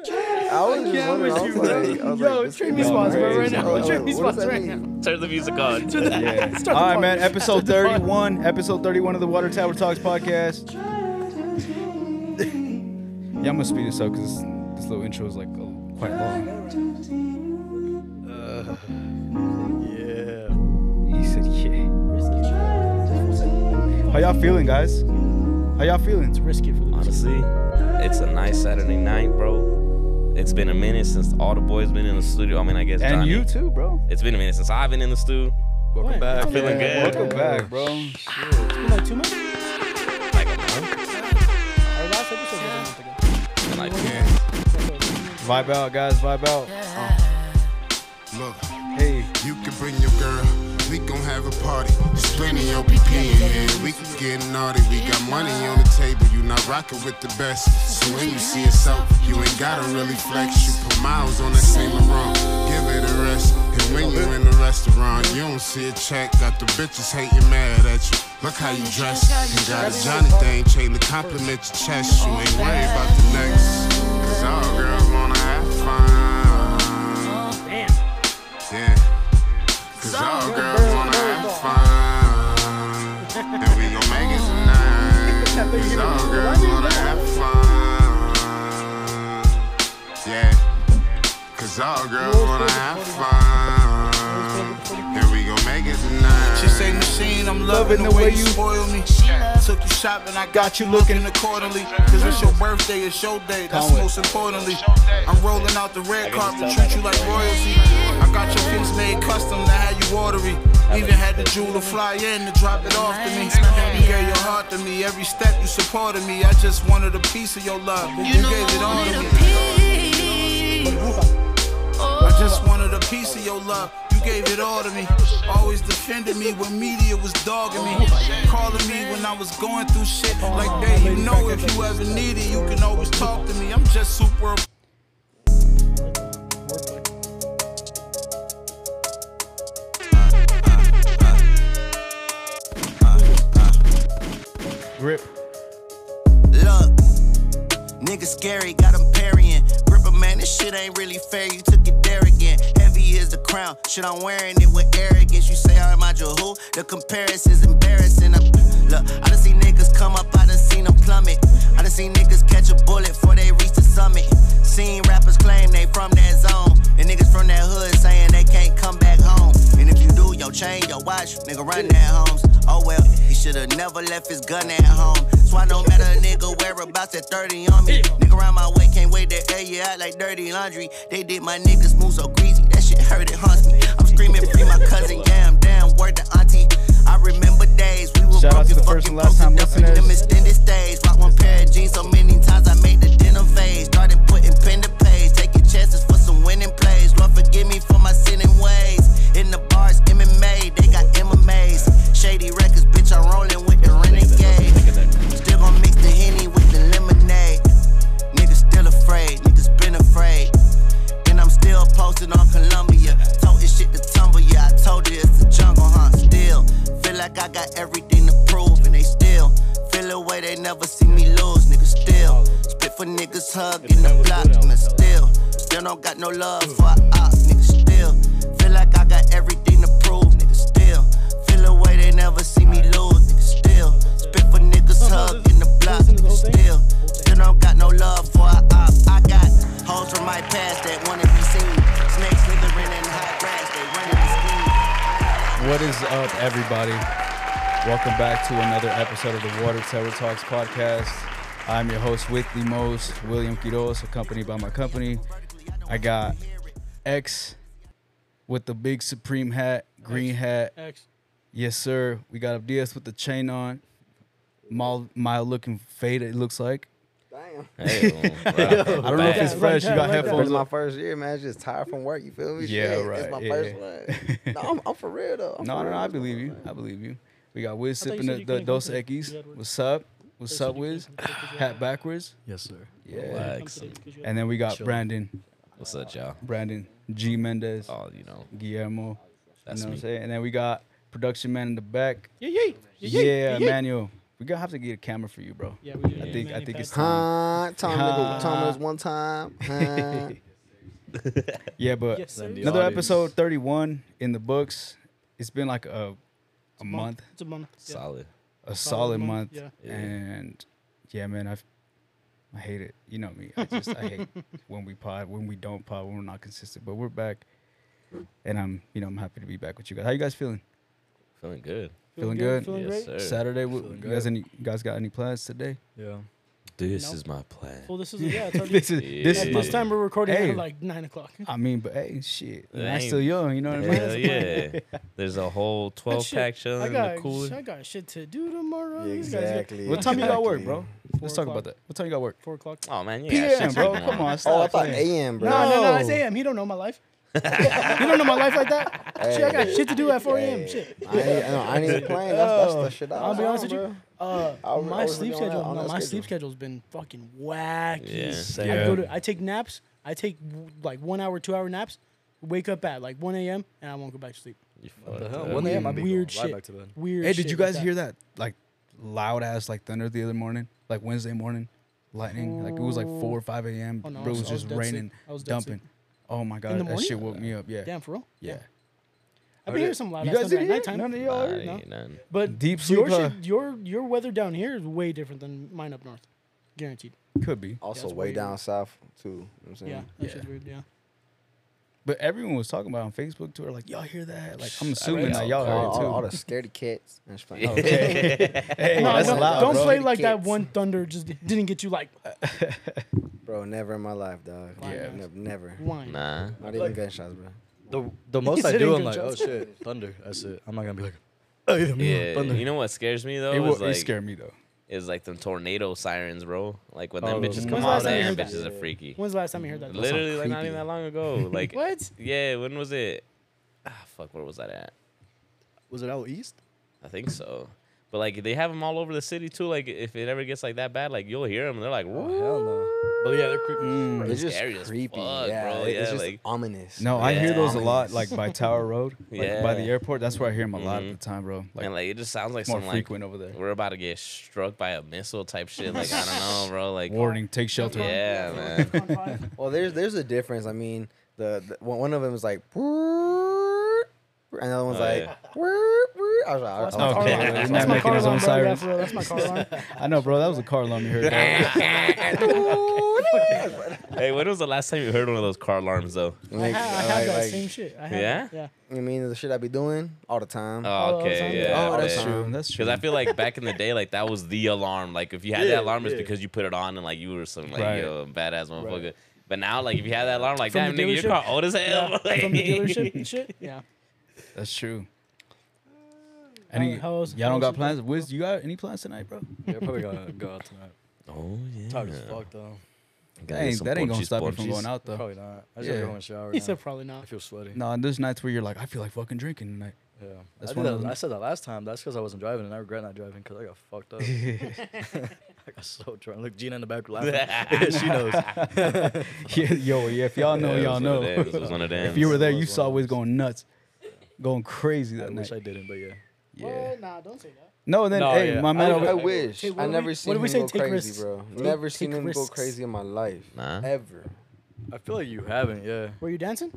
Speaker 5: I was just wondering. I was like, I was like, this
Speaker 4: trade
Speaker 5: kid
Speaker 4: me
Speaker 5: is
Speaker 4: spots, bro,
Speaker 5: crazy,
Speaker 4: right now.
Speaker 5: bro. I was
Speaker 4: Trade
Speaker 5: like,
Speaker 4: me
Speaker 5: what does
Speaker 4: spots
Speaker 5: that
Speaker 4: right
Speaker 5: mean?
Speaker 4: now.
Speaker 6: Turn the music on.
Speaker 1: Yeah.
Speaker 4: Start the
Speaker 1: All right,
Speaker 4: pod.
Speaker 1: man. Episode
Speaker 4: Start the pod.
Speaker 1: thirty-one. Episode thirty-one of the Water Tower Talks podcast. yeah, I'm gonna speed this up because this little intro is like a- quite long.
Speaker 2: Yeah.
Speaker 1: He said, "Yeah." How y'all feeling, guys? How y'all feeling?
Speaker 4: Risk it for the
Speaker 3: Honestly, it's a nice Saturday night, bro. It's been a minute since all the boys been in the studio. I mean, I guess
Speaker 1: And
Speaker 3: Johnny.
Speaker 1: you too, bro.
Speaker 3: It's been a minute since I've been in the studio.
Speaker 2: Welcome
Speaker 4: What?
Speaker 2: back.
Speaker 4: I'm feeling
Speaker 2: Yeah.
Speaker 1: Welcome back, bro.
Speaker 4: It's been like two months. Our last episode was a month ago.
Speaker 3: And like,
Speaker 1: Vibe out, guys. Vibe out.
Speaker 7: Look,
Speaker 1: Hey,
Speaker 7: you can bring your girl. We gon' have a party. There's plenty of BP in here. We can get naughty. We got money on the table. You not rockin' with the best. So when you see us out, you ain't gotta really flex. You put miles on that same around. Give it a rest. And when you in the restaurant, you don't see a check. Got the bitches hating mad at you. Look how you dress. You got a Johnny thing chain to compliment your chest. You ain't worried about the next. Cause all girls wanna have fun. Yeah. Cause all girls wanna have fun. And we gon' make it tonight. Cause all girls wanna have fun. Yeah. Cause all girls wanna have fun. And we gon' make it tonight.
Speaker 8: She say machine, I'm loving the way you spoil me. Took you shopping, I got you looking accordingly. Cause it's your birthday, it's your day, that's most importantly. I'm rolling out the red carpet, treat you like royalty. I got your pins made custom to have you watery. Even had the jewel to fly in to drop it off to me. You gave your heart to me, every step you supported me. I just wanted a piece of your love, you gave it all to me. I just wanted a piece of your love. You gave it all to me. Always defended me when media was dogging me. Calling me when I was going through shit. Like, hey, you know, if you ever need it, you can always talk to me. I'm just super.
Speaker 1: Rip.
Speaker 8: Look, nigga scary, got him parrying. Grip a man, this shit ain't really fair. You took it there again. Heavy is the crown, shit I'm wearing it with arrogance. You say I'm out your who? The comparison's embarrassing. I'm- Look, I done seen niggas come up, I done seen them plummet. I done seen niggas catch a bullet before they reach the summit. Seen rappers claim they from that zone, and niggas from that hood saying they can't come back home. And if you do, your chain, your watch, nigga run that homes. Oh well, he should've never left his gun at home. So I don't matter, nigga, whereabouts at 30 on me. Nigga around my way, can't wait to air you out like dirty laundry. They did my niggas move so greasy, that shit hurt, it haunts me. I'm screaming free my cousin, yeah, I'm damn word to auntie. I remember days we were
Speaker 1: Shout out to
Speaker 8: broken,
Speaker 1: the first
Speaker 8: fucking
Speaker 1: and last time
Speaker 8: broken, dumping
Speaker 1: listeners.
Speaker 8: them extended stays. Rock one pair of jeans so many times I made the denim phase. Started putting pen to page, taking chances for some winning plays. Lord forgive me for my sinning ways. In the bars, MMA, they got MMAs. Shady records, bitch, I'm rolling with the renegade. Still gon' mix the henny with the lemonade. Niggas still afraid, niggas been afraid. And I'm still posting on Columbia. Toting shit to tumble, yeah. I told you it's a jungle hunt. Still feel like I got everything to prove, and they still feel away. They never see me lose, nigga. Still spit for niggas, hug in the block, nigga. Still still don't got no love for a op, nigga. Still feel like I got everything to prove, nigga. Still block.
Speaker 4: listen to the whole thing?
Speaker 8: Still, still don't got no love for a op. I got hoes from my past that wanna be seen. Snakes slithering in high grass, they running the scheme.
Speaker 1: What is up, everybody? Welcome back to another episode of the Water Tower Talks podcast. I'm your host with the most, William Quiroz, accompanied by my company. I got X with the big Supreme hat, green hat.
Speaker 4: X.
Speaker 1: Yes, sir. We got Abdias with the chain on. Mild, mild looking fade, it looks like.
Speaker 5: Damn.
Speaker 3: Hey,
Speaker 2: um,
Speaker 3: well, bro,
Speaker 1: I don't know if it's
Speaker 4: that,
Speaker 1: fresh.
Speaker 4: like
Speaker 1: You
Speaker 4: that,
Speaker 1: got
Speaker 4: like that.
Speaker 5: It's
Speaker 1: headphones
Speaker 5: my
Speaker 1: on.
Speaker 5: first year, man. It's just tired from work. You feel me?
Speaker 1: Yeah,
Speaker 5: Shit,
Speaker 1: right,
Speaker 5: It's my
Speaker 1: yeah,
Speaker 5: first
Speaker 1: yeah.
Speaker 5: one. No, I'm, I'm for real though. I'm
Speaker 1: No,
Speaker 5: for
Speaker 1: no,
Speaker 5: real.
Speaker 1: no, I believe you. I believe you. We got Wiz
Speaker 4: I thought you
Speaker 1: sipping
Speaker 4: said
Speaker 1: the,
Speaker 4: you
Speaker 1: the
Speaker 4: couldn't
Speaker 1: Dos
Speaker 4: come through. You
Speaker 1: Equis.
Speaker 4: had work.
Speaker 1: What's up? What's
Speaker 4: said
Speaker 1: up,
Speaker 4: you couldn't
Speaker 1: Wiz?
Speaker 4: come through 'cause you had
Speaker 1: Hat
Speaker 4: work.
Speaker 1: backwards.
Speaker 2: Yes, sir.
Speaker 1: Yeah.
Speaker 3: relax.
Speaker 1: And then we got Brandon,
Speaker 3: What's up, y'all?
Speaker 1: Brandon G Mendez,
Speaker 3: Oh, you know,
Speaker 1: Guillermo.
Speaker 3: That's
Speaker 1: you know what
Speaker 3: me.
Speaker 1: I'm saying? And then we got production man in the back.
Speaker 4: Yeah, yeah,
Speaker 1: Yeah,
Speaker 4: yeah, yeah.
Speaker 1: Manuel. We gonna have to get a camera for you, bro.
Speaker 4: Yeah, we do.
Speaker 1: I think I think it's time.
Speaker 5: Huh? Tom
Speaker 1: Huh.
Speaker 5: nigga, Tom was one time. Huh?
Speaker 1: Yeah, but
Speaker 4: Yes, sir.
Speaker 2: Then the
Speaker 1: another
Speaker 2: audience.
Speaker 1: episode 31 in the books. It's been like a a month,
Speaker 4: It's a month. Yeah.
Speaker 3: solid.
Speaker 1: a solid month.
Speaker 4: yeah.
Speaker 3: Yeah.
Speaker 1: And yeah, man, I've I hate it. You know me. I just I hate when we pod, when we don't pod, when we're not consistent. But we're back. And I'm you know, I'm happy to be back with you guys. How you guys feeling?
Speaker 3: Feeling good.
Speaker 1: Feeling good?
Speaker 4: Feeling
Speaker 3: yes,
Speaker 4: great.
Speaker 3: sir.
Speaker 1: Saturday, what, you guys any you guys got any plans today?
Speaker 2: Yeah.
Speaker 3: This
Speaker 4: No.
Speaker 3: is my plan.
Speaker 4: Well, this is yeah. It's already,
Speaker 1: this is this
Speaker 3: Yeah.
Speaker 4: at
Speaker 1: is
Speaker 4: this
Speaker 1: my
Speaker 4: time we're recording
Speaker 1: Hey.
Speaker 4: at like nine o'clock.
Speaker 1: I mean, but hey, shit,
Speaker 3: That
Speaker 1: I'm
Speaker 3: ain't-
Speaker 1: still young. You know what I mean?
Speaker 3: Hell yeah. There's a whole 12
Speaker 4: shit,
Speaker 3: pack chilling
Speaker 4: I
Speaker 3: in the
Speaker 4: got
Speaker 3: cooler.
Speaker 4: I got shit to do tomorrow.
Speaker 5: Yeah,
Speaker 4: These guys got
Speaker 5: exactly.
Speaker 1: What time you got work,
Speaker 5: exactly.
Speaker 1: bro? Let's talk about
Speaker 4: o'clock.
Speaker 1: that. What time you got work?
Speaker 4: Four o'clock.
Speaker 3: Oh, man. You got
Speaker 1: PM,
Speaker 3: shit
Speaker 1: bro.
Speaker 3: to do
Speaker 1: Come on,
Speaker 5: Oh, I
Speaker 1: stop.
Speaker 5: thought
Speaker 1: playing.
Speaker 5: AM, bro.
Speaker 4: No, no, no, it's AM. He don't know my life. you don't know my life like that. Shit, I got shit to do at 4 a.m.
Speaker 5: Hey,
Speaker 4: Shit. Oh.
Speaker 5: I ain't, no, I ain't even playing. That's, that's the shit. I
Speaker 4: I'll
Speaker 5: was
Speaker 4: be honest
Speaker 5: on,
Speaker 4: with you.
Speaker 5: bro.
Speaker 4: Uh,
Speaker 5: I was- I
Speaker 4: my
Speaker 5: was
Speaker 4: sleep
Speaker 5: really on that-
Speaker 4: schedule,
Speaker 5: on
Speaker 4: no,
Speaker 5: that
Speaker 4: my sleep
Speaker 5: schedule.
Speaker 4: schedule's been fucking wacky.
Speaker 3: Yeah.
Speaker 4: I
Speaker 1: Yeah.
Speaker 4: go to, I take naps. I take w- like one hour, two hour naps. Wake up at like 1 a.m. and I won't go back to sleep.
Speaker 3: You
Speaker 2: What the
Speaker 3: fucked
Speaker 2: hell?
Speaker 3: up.
Speaker 2: One AM. I'd be
Speaker 4: Weird
Speaker 2: going
Speaker 4: shit.
Speaker 2: Right back to bed.
Speaker 4: Weird.
Speaker 1: Hey, did
Speaker 4: shit
Speaker 1: you
Speaker 4: like
Speaker 1: guys
Speaker 4: that.
Speaker 1: hear that? Like loud ass like thunder the other morning, like Wednesday morning, lightning. Like it was like four or five a.m.
Speaker 4: Oh, no, I
Speaker 1: bro, it
Speaker 4: was-
Speaker 1: was
Speaker 4: I was
Speaker 1: just
Speaker 4: dead asleep.
Speaker 1: raining,
Speaker 4: I was dead
Speaker 1: dumping. Oh my god,
Speaker 4: the
Speaker 1: that
Speaker 4: morning?
Speaker 1: shit woke me up. Yeah,
Speaker 4: Damn, for real?
Speaker 1: yeah.
Speaker 4: I've been hearing some loud
Speaker 1: You guys
Speaker 4: ass thunder at
Speaker 1: didn't hear?
Speaker 4: nighttime.
Speaker 1: None of y'all
Speaker 3: Nah,
Speaker 1: heard?
Speaker 3: ain't nothing.
Speaker 4: But
Speaker 1: Deep sleep,
Speaker 4: your, shit,
Speaker 1: huh?
Speaker 4: your, your weather down here is way different than mine up north. Guaranteed.
Speaker 1: Could be.
Speaker 5: Also,
Speaker 4: That's
Speaker 5: way
Speaker 4: weird.
Speaker 5: down south too. You know what I'm saying.
Speaker 4: Yeah. That shit's weird. Yeah.
Speaker 1: But everyone was talking about it on Facebook, Twitter, like y'all hear that? Like I'm
Speaker 3: I
Speaker 1: assuming
Speaker 3: read
Speaker 1: that
Speaker 3: all
Speaker 1: y'all
Speaker 5: All, all, all,
Speaker 1: heard
Speaker 5: the
Speaker 1: it too.
Speaker 5: scaredy cats. I'm just playing.
Speaker 1: Hey,
Speaker 4: No,
Speaker 1: that's
Speaker 4: don't,
Speaker 1: loud,
Speaker 4: don't
Speaker 1: bro.
Speaker 4: play like that
Speaker 5: Kids.
Speaker 4: one thunder just didn't get you like
Speaker 5: Bro, never in my life, dog.
Speaker 4: Yeah.
Speaker 5: never, never.
Speaker 4: wine.
Speaker 3: Nah.
Speaker 5: Not even gunshots, bro.
Speaker 2: The the most I
Speaker 4: said
Speaker 2: do,
Speaker 4: it
Speaker 2: I'm
Speaker 4: good
Speaker 2: like, oh
Speaker 4: job.
Speaker 2: shit, thunder. That's it. I'm not gonna be like, oh yeah,
Speaker 3: Yeah,
Speaker 2: thunder.
Speaker 3: you know what scares me though
Speaker 1: It,
Speaker 3: is
Speaker 1: wa- it
Speaker 3: like
Speaker 1: scared me though.
Speaker 3: is like the tornado sirens, bro. Like when them
Speaker 2: Oh, those
Speaker 3: bitches
Speaker 2: ones.
Speaker 3: come
Speaker 4: When's the last
Speaker 3: out,
Speaker 4: time you
Speaker 3: damn
Speaker 4: heard that?
Speaker 3: bitches are freaky.
Speaker 4: When's the last time you heard that? though?
Speaker 3: Literally, like not
Speaker 1: creepy.
Speaker 3: even that long ago. Like
Speaker 4: What?
Speaker 3: Yeah, when was it? Ah, fuck, where was that at?
Speaker 2: Was it out east?
Speaker 3: I think so. But like they have them all over the city too. Like if it ever gets like that bad, like you'll hear them. They're like,
Speaker 2: Oh
Speaker 3: "Woo."
Speaker 2: hell no. But yeah, they're creepy.
Speaker 3: Bro,
Speaker 5: It's just
Speaker 3: scary as
Speaker 5: creepy.
Speaker 3: fuck,
Speaker 5: yeah,
Speaker 3: bro.
Speaker 5: it- it's
Speaker 3: Yeah,
Speaker 5: just
Speaker 3: like-
Speaker 5: ominous.
Speaker 1: No, I hear
Speaker 3: Yeah.
Speaker 1: those a lot, like by Tower Road, like by the
Speaker 3: Yeah.
Speaker 1: airport. That's where I hear them a lot
Speaker 3: Mhm.
Speaker 1: of the time, bro. Like,
Speaker 3: and like it just sounds like
Speaker 1: it's more
Speaker 3: some like
Speaker 1: frequent over there.
Speaker 3: we're about to get struck by a missile type shit. Like I don't know, bro. Like
Speaker 1: Warning, take shelter.
Speaker 3: Yeah, man.
Speaker 4: On five.
Speaker 5: Well, there's there's a difference. I mean, the, the one one of them is like, and the other one's
Speaker 3: Oh,
Speaker 5: like,
Speaker 3: yeah.
Speaker 5: I was like, I was like,
Speaker 4: That's my car
Speaker 1: Oh, Okay.
Speaker 4: alarm.
Speaker 1: He's
Speaker 4: That's
Speaker 1: not
Speaker 4: my
Speaker 1: making
Speaker 4: car
Speaker 1: his
Speaker 4: alarm,
Speaker 1: own
Speaker 4: bro. Yeah,
Speaker 1: sirens.
Speaker 4: for real. That's my car alarm.
Speaker 1: I know, bro. That was a car alarm you heard. bro.
Speaker 3: hey, when was the last time you heard one of those car alarms though?
Speaker 4: I
Speaker 5: like,
Speaker 4: had, I had
Speaker 5: like,
Speaker 4: that
Speaker 5: like,
Speaker 4: same shit. I had
Speaker 3: Yeah?
Speaker 4: That. Yeah.
Speaker 5: you mean the shit I be doing all the time?
Speaker 3: Oh,
Speaker 4: those on
Speaker 3: okay,
Speaker 4: there.
Speaker 3: yeah.
Speaker 5: Oh, that's
Speaker 3: yeah.
Speaker 5: true.
Speaker 1: That's true.
Speaker 3: Because I feel like back in the day, like that was the alarm. Like if you had that alarm, it's because you put it on and like you were some like
Speaker 1: Right.
Speaker 3: yo badass motherfucker. But now, like if you had that alarm, like
Speaker 4: From
Speaker 3: damn
Speaker 4: the
Speaker 3: nigga,
Speaker 4: dealership?
Speaker 3: your car old as hell.
Speaker 4: yeah. From the
Speaker 3: Like,
Speaker 4: dealership and shit. Yeah.
Speaker 1: That's true. Any,
Speaker 4: how
Speaker 1: y'all
Speaker 4: else- how
Speaker 1: don't
Speaker 4: else
Speaker 1: got
Speaker 4: is
Speaker 1: plans? Wiz, you got any plans tonight, bro?
Speaker 2: They're probably gonna go out tonight.
Speaker 3: Oh yeah.
Speaker 2: Tired as fuck though.
Speaker 1: That ain't, that ain't gonna stop you from going out though.
Speaker 2: Probably not. I just gotta
Speaker 1: Yeah.
Speaker 2: go home and shower.
Speaker 4: He
Speaker 2: now.
Speaker 4: said probably
Speaker 2: I
Speaker 4: not.
Speaker 2: feel sweaty.
Speaker 1: No, and there's nights where you're like, I feel like fucking drinking tonight.
Speaker 2: Yeah.
Speaker 1: That's
Speaker 2: I,
Speaker 1: one
Speaker 2: did
Speaker 1: of
Speaker 2: that,
Speaker 1: them.
Speaker 2: I said that last time. That's because I wasn't driving, and I regret not driving because I got fucked up. I got so drunk. Look, Gina in the back laughing. she knows.
Speaker 1: yeah, yo, yeah. If y'all know, y'all know. if you were there, you
Speaker 2: was
Speaker 1: saw
Speaker 2: one of
Speaker 1: Wiz going nuts, going crazy
Speaker 2: I
Speaker 1: that
Speaker 2: wish
Speaker 1: night.
Speaker 2: I didn't, but yeah.
Speaker 1: Yeah.
Speaker 4: Oh, nah, don't say that.
Speaker 1: No, and then
Speaker 2: No,
Speaker 1: hey,
Speaker 2: yeah.
Speaker 1: my
Speaker 5: I,
Speaker 1: man. over-
Speaker 5: I wish.
Speaker 4: Hey, what
Speaker 5: I
Speaker 4: do
Speaker 5: never
Speaker 4: we-
Speaker 5: seen
Speaker 4: what do
Speaker 5: him
Speaker 4: we say?
Speaker 5: go
Speaker 4: Take
Speaker 5: crazy,
Speaker 4: risks.
Speaker 5: bro.
Speaker 4: Take-
Speaker 5: Never
Speaker 4: take
Speaker 5: seen him go
Speaker 4: risks.
Speaker 5: crazy in my life.
Speaker 3: Nah.
Speaker 5: Ever.
Speaker 2: I feel like you haven't, yeah.
Speaker 4: Were you dancing?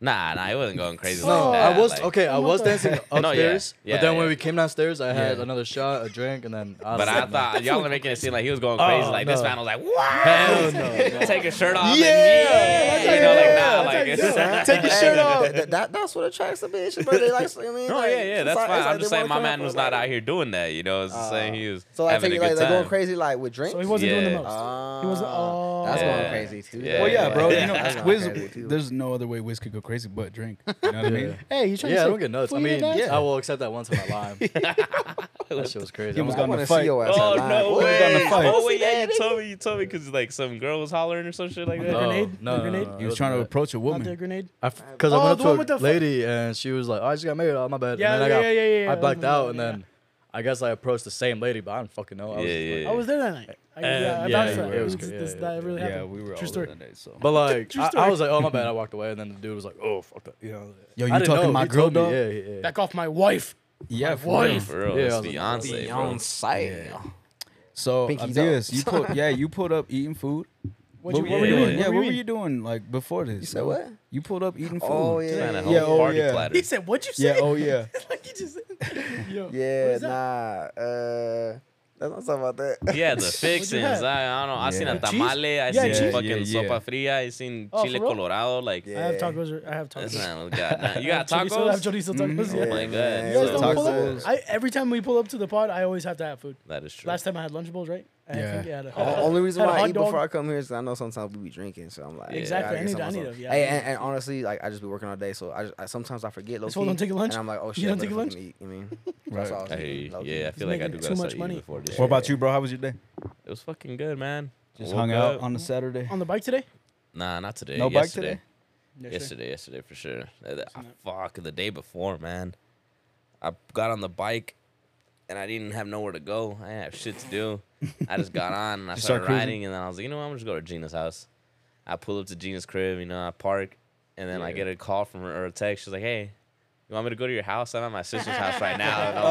Speaker 3: Nah, nah, I wasn't going crazy.
Speaker 2: No,
Speaker 3: like that.
Speaker 2: I was
Speaker 3: like-
Speaker 2: okay. I
Speaker 4: I'm
Speaker 2: was
Speaker 4: not the-
Speaker 2: dancing
Speaker 3: No, yeah,
Speaker 2: upstairs,
Speaker 3: yeah,
Speaker 2: but then
Speaker 3: yeah.
Speaker 2: when we came downstairs, I had
Speaker 1: Yeah.
Speaker 2: another shot, a drink, and then. I was
Speaker 3: But I
Speaker 2: like, nah.
Speaker 3: thought y'all are making it seem like he was going crazy. like this
Speaker 2: no.
Speaker 3: man was like, wow, take his shirt off.
Speaker 2: Yeah,
Speaker 3: and yeah, you know, like nah, like
Speaker 5: you
Speaker 3: it's-
Speaker 2: Take your shirt off.
Speaker 5: That, that, that, that's what attracts the bitch, but they like, you know what I mean?
Speaker 3: No,
Speaker 5: like,
Speaker 3: yeah, yeah,
Speaker 5: it's
Speaker 3: that's
Speaker 5: like- it's
Speaker 3: fine.
Speaker 5: like
Speaker 3: I'm
Speaker 5: they
Speaker 3: just
Speaker 5: wanna
Speaker 3: saying my
Speaker 5: come
Speaker 3: man
Speaker 5: for,
Speaker 3: was
Speaker 5: like-
Speaker 3: not out here doing that. You know, I was just saying he was
Speaker 5: So I
Speaker 3: having
Speaker 5: think
Speaker 3: a
Speaker 5: like
Speaker 3: good
Speaker 5: they're going
Speaker 3: time.
Speaker 5: crazy like with drinks. Uh,
Speaker 4: So he wasn't doing the
Speaker 3: Yeah.
Speaker 4: most. he wasn't- oh.
Speaker 5: that's
Speaker 3: Yeah.
Speaker 5: going crazy too.
Speaker 3: Yeah.
Speaker 1: Well, yeah, bro. You
Speaker 5: That's
Speaker 1: know,
Speaker 5: going crazy,
Speaker 1: Wiz,
Speaker 5: too.
Speaker 1: there's no other way Wiz could go crazy but drink. You know what I mean?
Speaker 4: Hey, you trying to
Speaker 2: Yeah, I
Speaker 4: say
Speaker 2: don't get nuts. I
Speaker 4: flea
Speaker 2: mean,
Speaker 4: in that?
Speaker 2: yeah. I will accept that once in my life. that shit was crazy.
Speaker 1: He was
Speaker 5: I
Speaker 1: gonna
Speaker 5: wanna
Speaker 1: fight.
Speaker 5: see your ass
Speaker 3: Oh
Speaker 5: alive.
Speaker 3: no
Speaker 5: What?
Speaker 3: way!
Speaker 1: fight.
Speaker 3: Oh wait, yeah, you told me, you told me, because like some girl was hollering or some shit like that.
Speaker 4: The
Speaker 2: No,
Speaker 4: grenade?
Speaker 2: no,
Speaker 4: The
Speaker 2: no,
Speaker 4: grenade?
Speaker 2: no, no,
Speaker 1: He
Speaker 2: it
Speaker 1: was trying to
Speaker 2: wasn't
Speaker 1: approach a
Speaker 4: Not the
Speaker 1: woman.
Speaker 4: grenade.
Speaker 2: Because I,
Speaker 4: Oh,
Speaker 2: went
Speaker 4: the one
Speaker 2: up
Speaker 4: with
Speaker 2: to a
Speaker 4: the fu-
Speaker 2: lady and she was like, "Oh, I just got married. Oh, my bad."
Speaker 4: Yeah,
Speaker 2: and then
Speaker 4: yeah,
Speaker 2: I got,
Speaker 4: yeah, yeah, yeah,
Speaker 2: I
Speaker 4: I
Speaker 2: blacked
Speaker 4: remember
Speaker 2: out,
Speaker 4: that,
Speaker 2: and then I guess I approached the same lady, but I didn't fucking know. I
Speaker 3: Yeah,
Speaker 2: was just like-
Speaker 3: yeah, yeah.
Speaker 4: I was there that night. I, yeah, I
Speaker 2: yeah,
Speaker 4: bounced
Speaker 2: you
Speaker 4: that.
Speaker 2: were, it was
Speaker 4: It's-
Speaker 2: good, yeah,
Speaker 4: this-
Speaker 2: yeah,
Speaker 4: that really
Speaker 1: Yeah,
Speaker 4: happened.
Speaker 1: we were
Speaker 4: True
Speaker 1: all there
Speaker 4: story.
Speaker 1: that day. So.
Speaker 2: But like,
Speaker 4: True
Speaker 2: I, I
Speaker 4: story.
Speaker 2: was like, "Oh, my bad." I walked away, and then the dude was like, "Oh, fuck that." You know.
Speaker 1: Yo,
Speaker 2: I
Speaker 1: you
Speaker 2: didn't
Speaker 1: talking
Speaker 2: know.
Speaker 1: my
Speaker 2: He
Speaker 1: girl,
Speaker 2: told me,
Speaker 1: dog?
Speaker 2: Yeah, yeah, yeah.
Speaker 4: Back off my wife.
Speaker 1: Yeah, for
Speaker 4: What?
Speaker 1: real.
Speaker 3: For real,
Speaker 2: Yeah,
Speaker 3: it's
Speaker 2: I was like,
Speaker 3: Beyonce, bro.
Speaker 5: Beyonce.
Speaker 1: So
Speaker 5: Pinkies up.
Speaker 1: Adias, you put yeah, you pulled up eating food.
Speaker 4: What you,
Speaker 1: were
Speaker 4: what
Speaker 1: you
Speaker 4: were you
Speaker 1: doing? Yeah,
Speaker 4: doing? What
Speaker 1: what,
Speaker 4: were
Speaker 1: were
Speaker 4: you
Speaker 1: you doing like before this? You
Speaker 5: said what?
Speaker 1: You pulled up eating food.
Speaker 5: Oh
Speaker 3: Man, a
Speaker 5: yeah,
Speaker 3: whole
Speaker 1: Yeah, oh,
Speaker 3: party
Speaker 1: yeah.
Speaker 3: platter.
Speaker 4: He said, "What'd you say?"
Speaker 1: Yeah, oh yeah.
Speaker 4: like he just said. Yo, what
Speaker 5: yeah,
Speaker 4: is that?
Speaker 5: nah. Uh, let's not talk about that.
Speaker 3: Yeah, the fixings.
Speaker 4: have?
Speaker 3: I, I don't know. I seen
Speaker 1: Yeah.
Speaker 3: a tamale. I
Speaker 4: Yeah,
Speaker 3: seen
Speaker 1: cheese.
Speaker 3: fucking
Speaker 1: Yeah, yeah.
Speaker 3: sopa fria. I seen
Speaker 4: Oh, for
Speaker 3: chile
Speaker 4: real?
Speaker 3: colorado. Like,
Speaker 5: Yeah.
Speaker 4: I have tacos. I have
Speaker 3: this
Speaker 4: tacos.
Speaker 3: man was got nah, You got
Speaker 4: I have chorizo- I have
Speaker 3: tacos?
Speaker 4: chorizo tacos.
Speaker 3: Oh
Speaker 4: Yeah.
Speaker 3: my
Speaker 5: Yeah, man.
Speaker 4: You guys
Speaker 3: god.
Speaker 4: don't
Speaker 3: So-
Speaker 4: pull
Speaker 5: Tacos.
Speaker 4: up. I, every time we pull up to the pod, I always have to have food.
Speaker 3: That is true. Oh,
Speaker 4: Last time I had Lunchables, right? I
Speaker 1: Yeah.
Speaker 4: think I had a-
Speaker 5: The only reason
Speaker 4: had a
Speaker 5: why I
Speaker 4: hot
Speaker 5: eat
Speaker 4: dog.
Speaker 5: before I come here is 'cause I know sometimes we be drinking, so I'm like,
Speaker 4: Exactly,
Speaker 5: yeah,
Speaker 4: I need-
Speaker 5: gotta get
Speaker 4: I need
Speaker 5: something-
Speaker 4: a- yeah.
Speaker 5: Hey, and, and honestly, like I just be working all day, so I, just, I sometimes I forget. Low
Speaker 4: why I don't
Speaker 5: key,
Speaker 4: take a lunch?
Speaker 5: And I'm like, oh
Speaker 4: You
Speaker 5: shit,
Speaker 4: don't
Speaker 5: I
Speaker 4: take a
Speaker 5: better
Speaker 4: lunch?
Speaker 5: fucking Eat, you mean,
Speaker 1: Right.
Speaker 5: that's all I was
Speaker 3: I hear
Speaker 5: thinking,
Speaker 3: you.
Speaker 5: low key.
Speaker 3: yeah, I feel like I
Speaker 4: making
Speaker 3: do
Speaker 4: too
Speaker 3: gotta
Speaker 4: much
Speaker 3: start eating
Speaker 4: money.
Speaker 3: before this.
Speaker 1: What
Speaker 3: shit.
Speaker 1: about you, bro? How was your day?
Speaker 3: It was fucking good, man.
Speaker 1: Just
Speaker 3: Woke
Speaker 1: hung out
Speaker 3: up.
Speaker 1: on a Saturday.
Speaker 4: on the bike today.
Speaker 3: Nah, not today.
Speaker 1: No bike
Speaker 3: yesterday.
Speaker 1: today?
Speaker 3: Yesterday, yesterday for sure. Uh, the- ah, fuck, the day before, man. I got on the bike and I didn't have nowhere to go. I didn't have shit to do. I just got on and I
Speaker 1: Just start
Speaker 3: started
Speaker 1: cruising?
Speaker 3: riding and then I was like, you know what, I'm just go to Gina's house. I pull up to Gina's crib, you know, I park and then I get a call from her or a text. She's like, hey, you want me to go to your house? I'm at my sister's house right now. And I was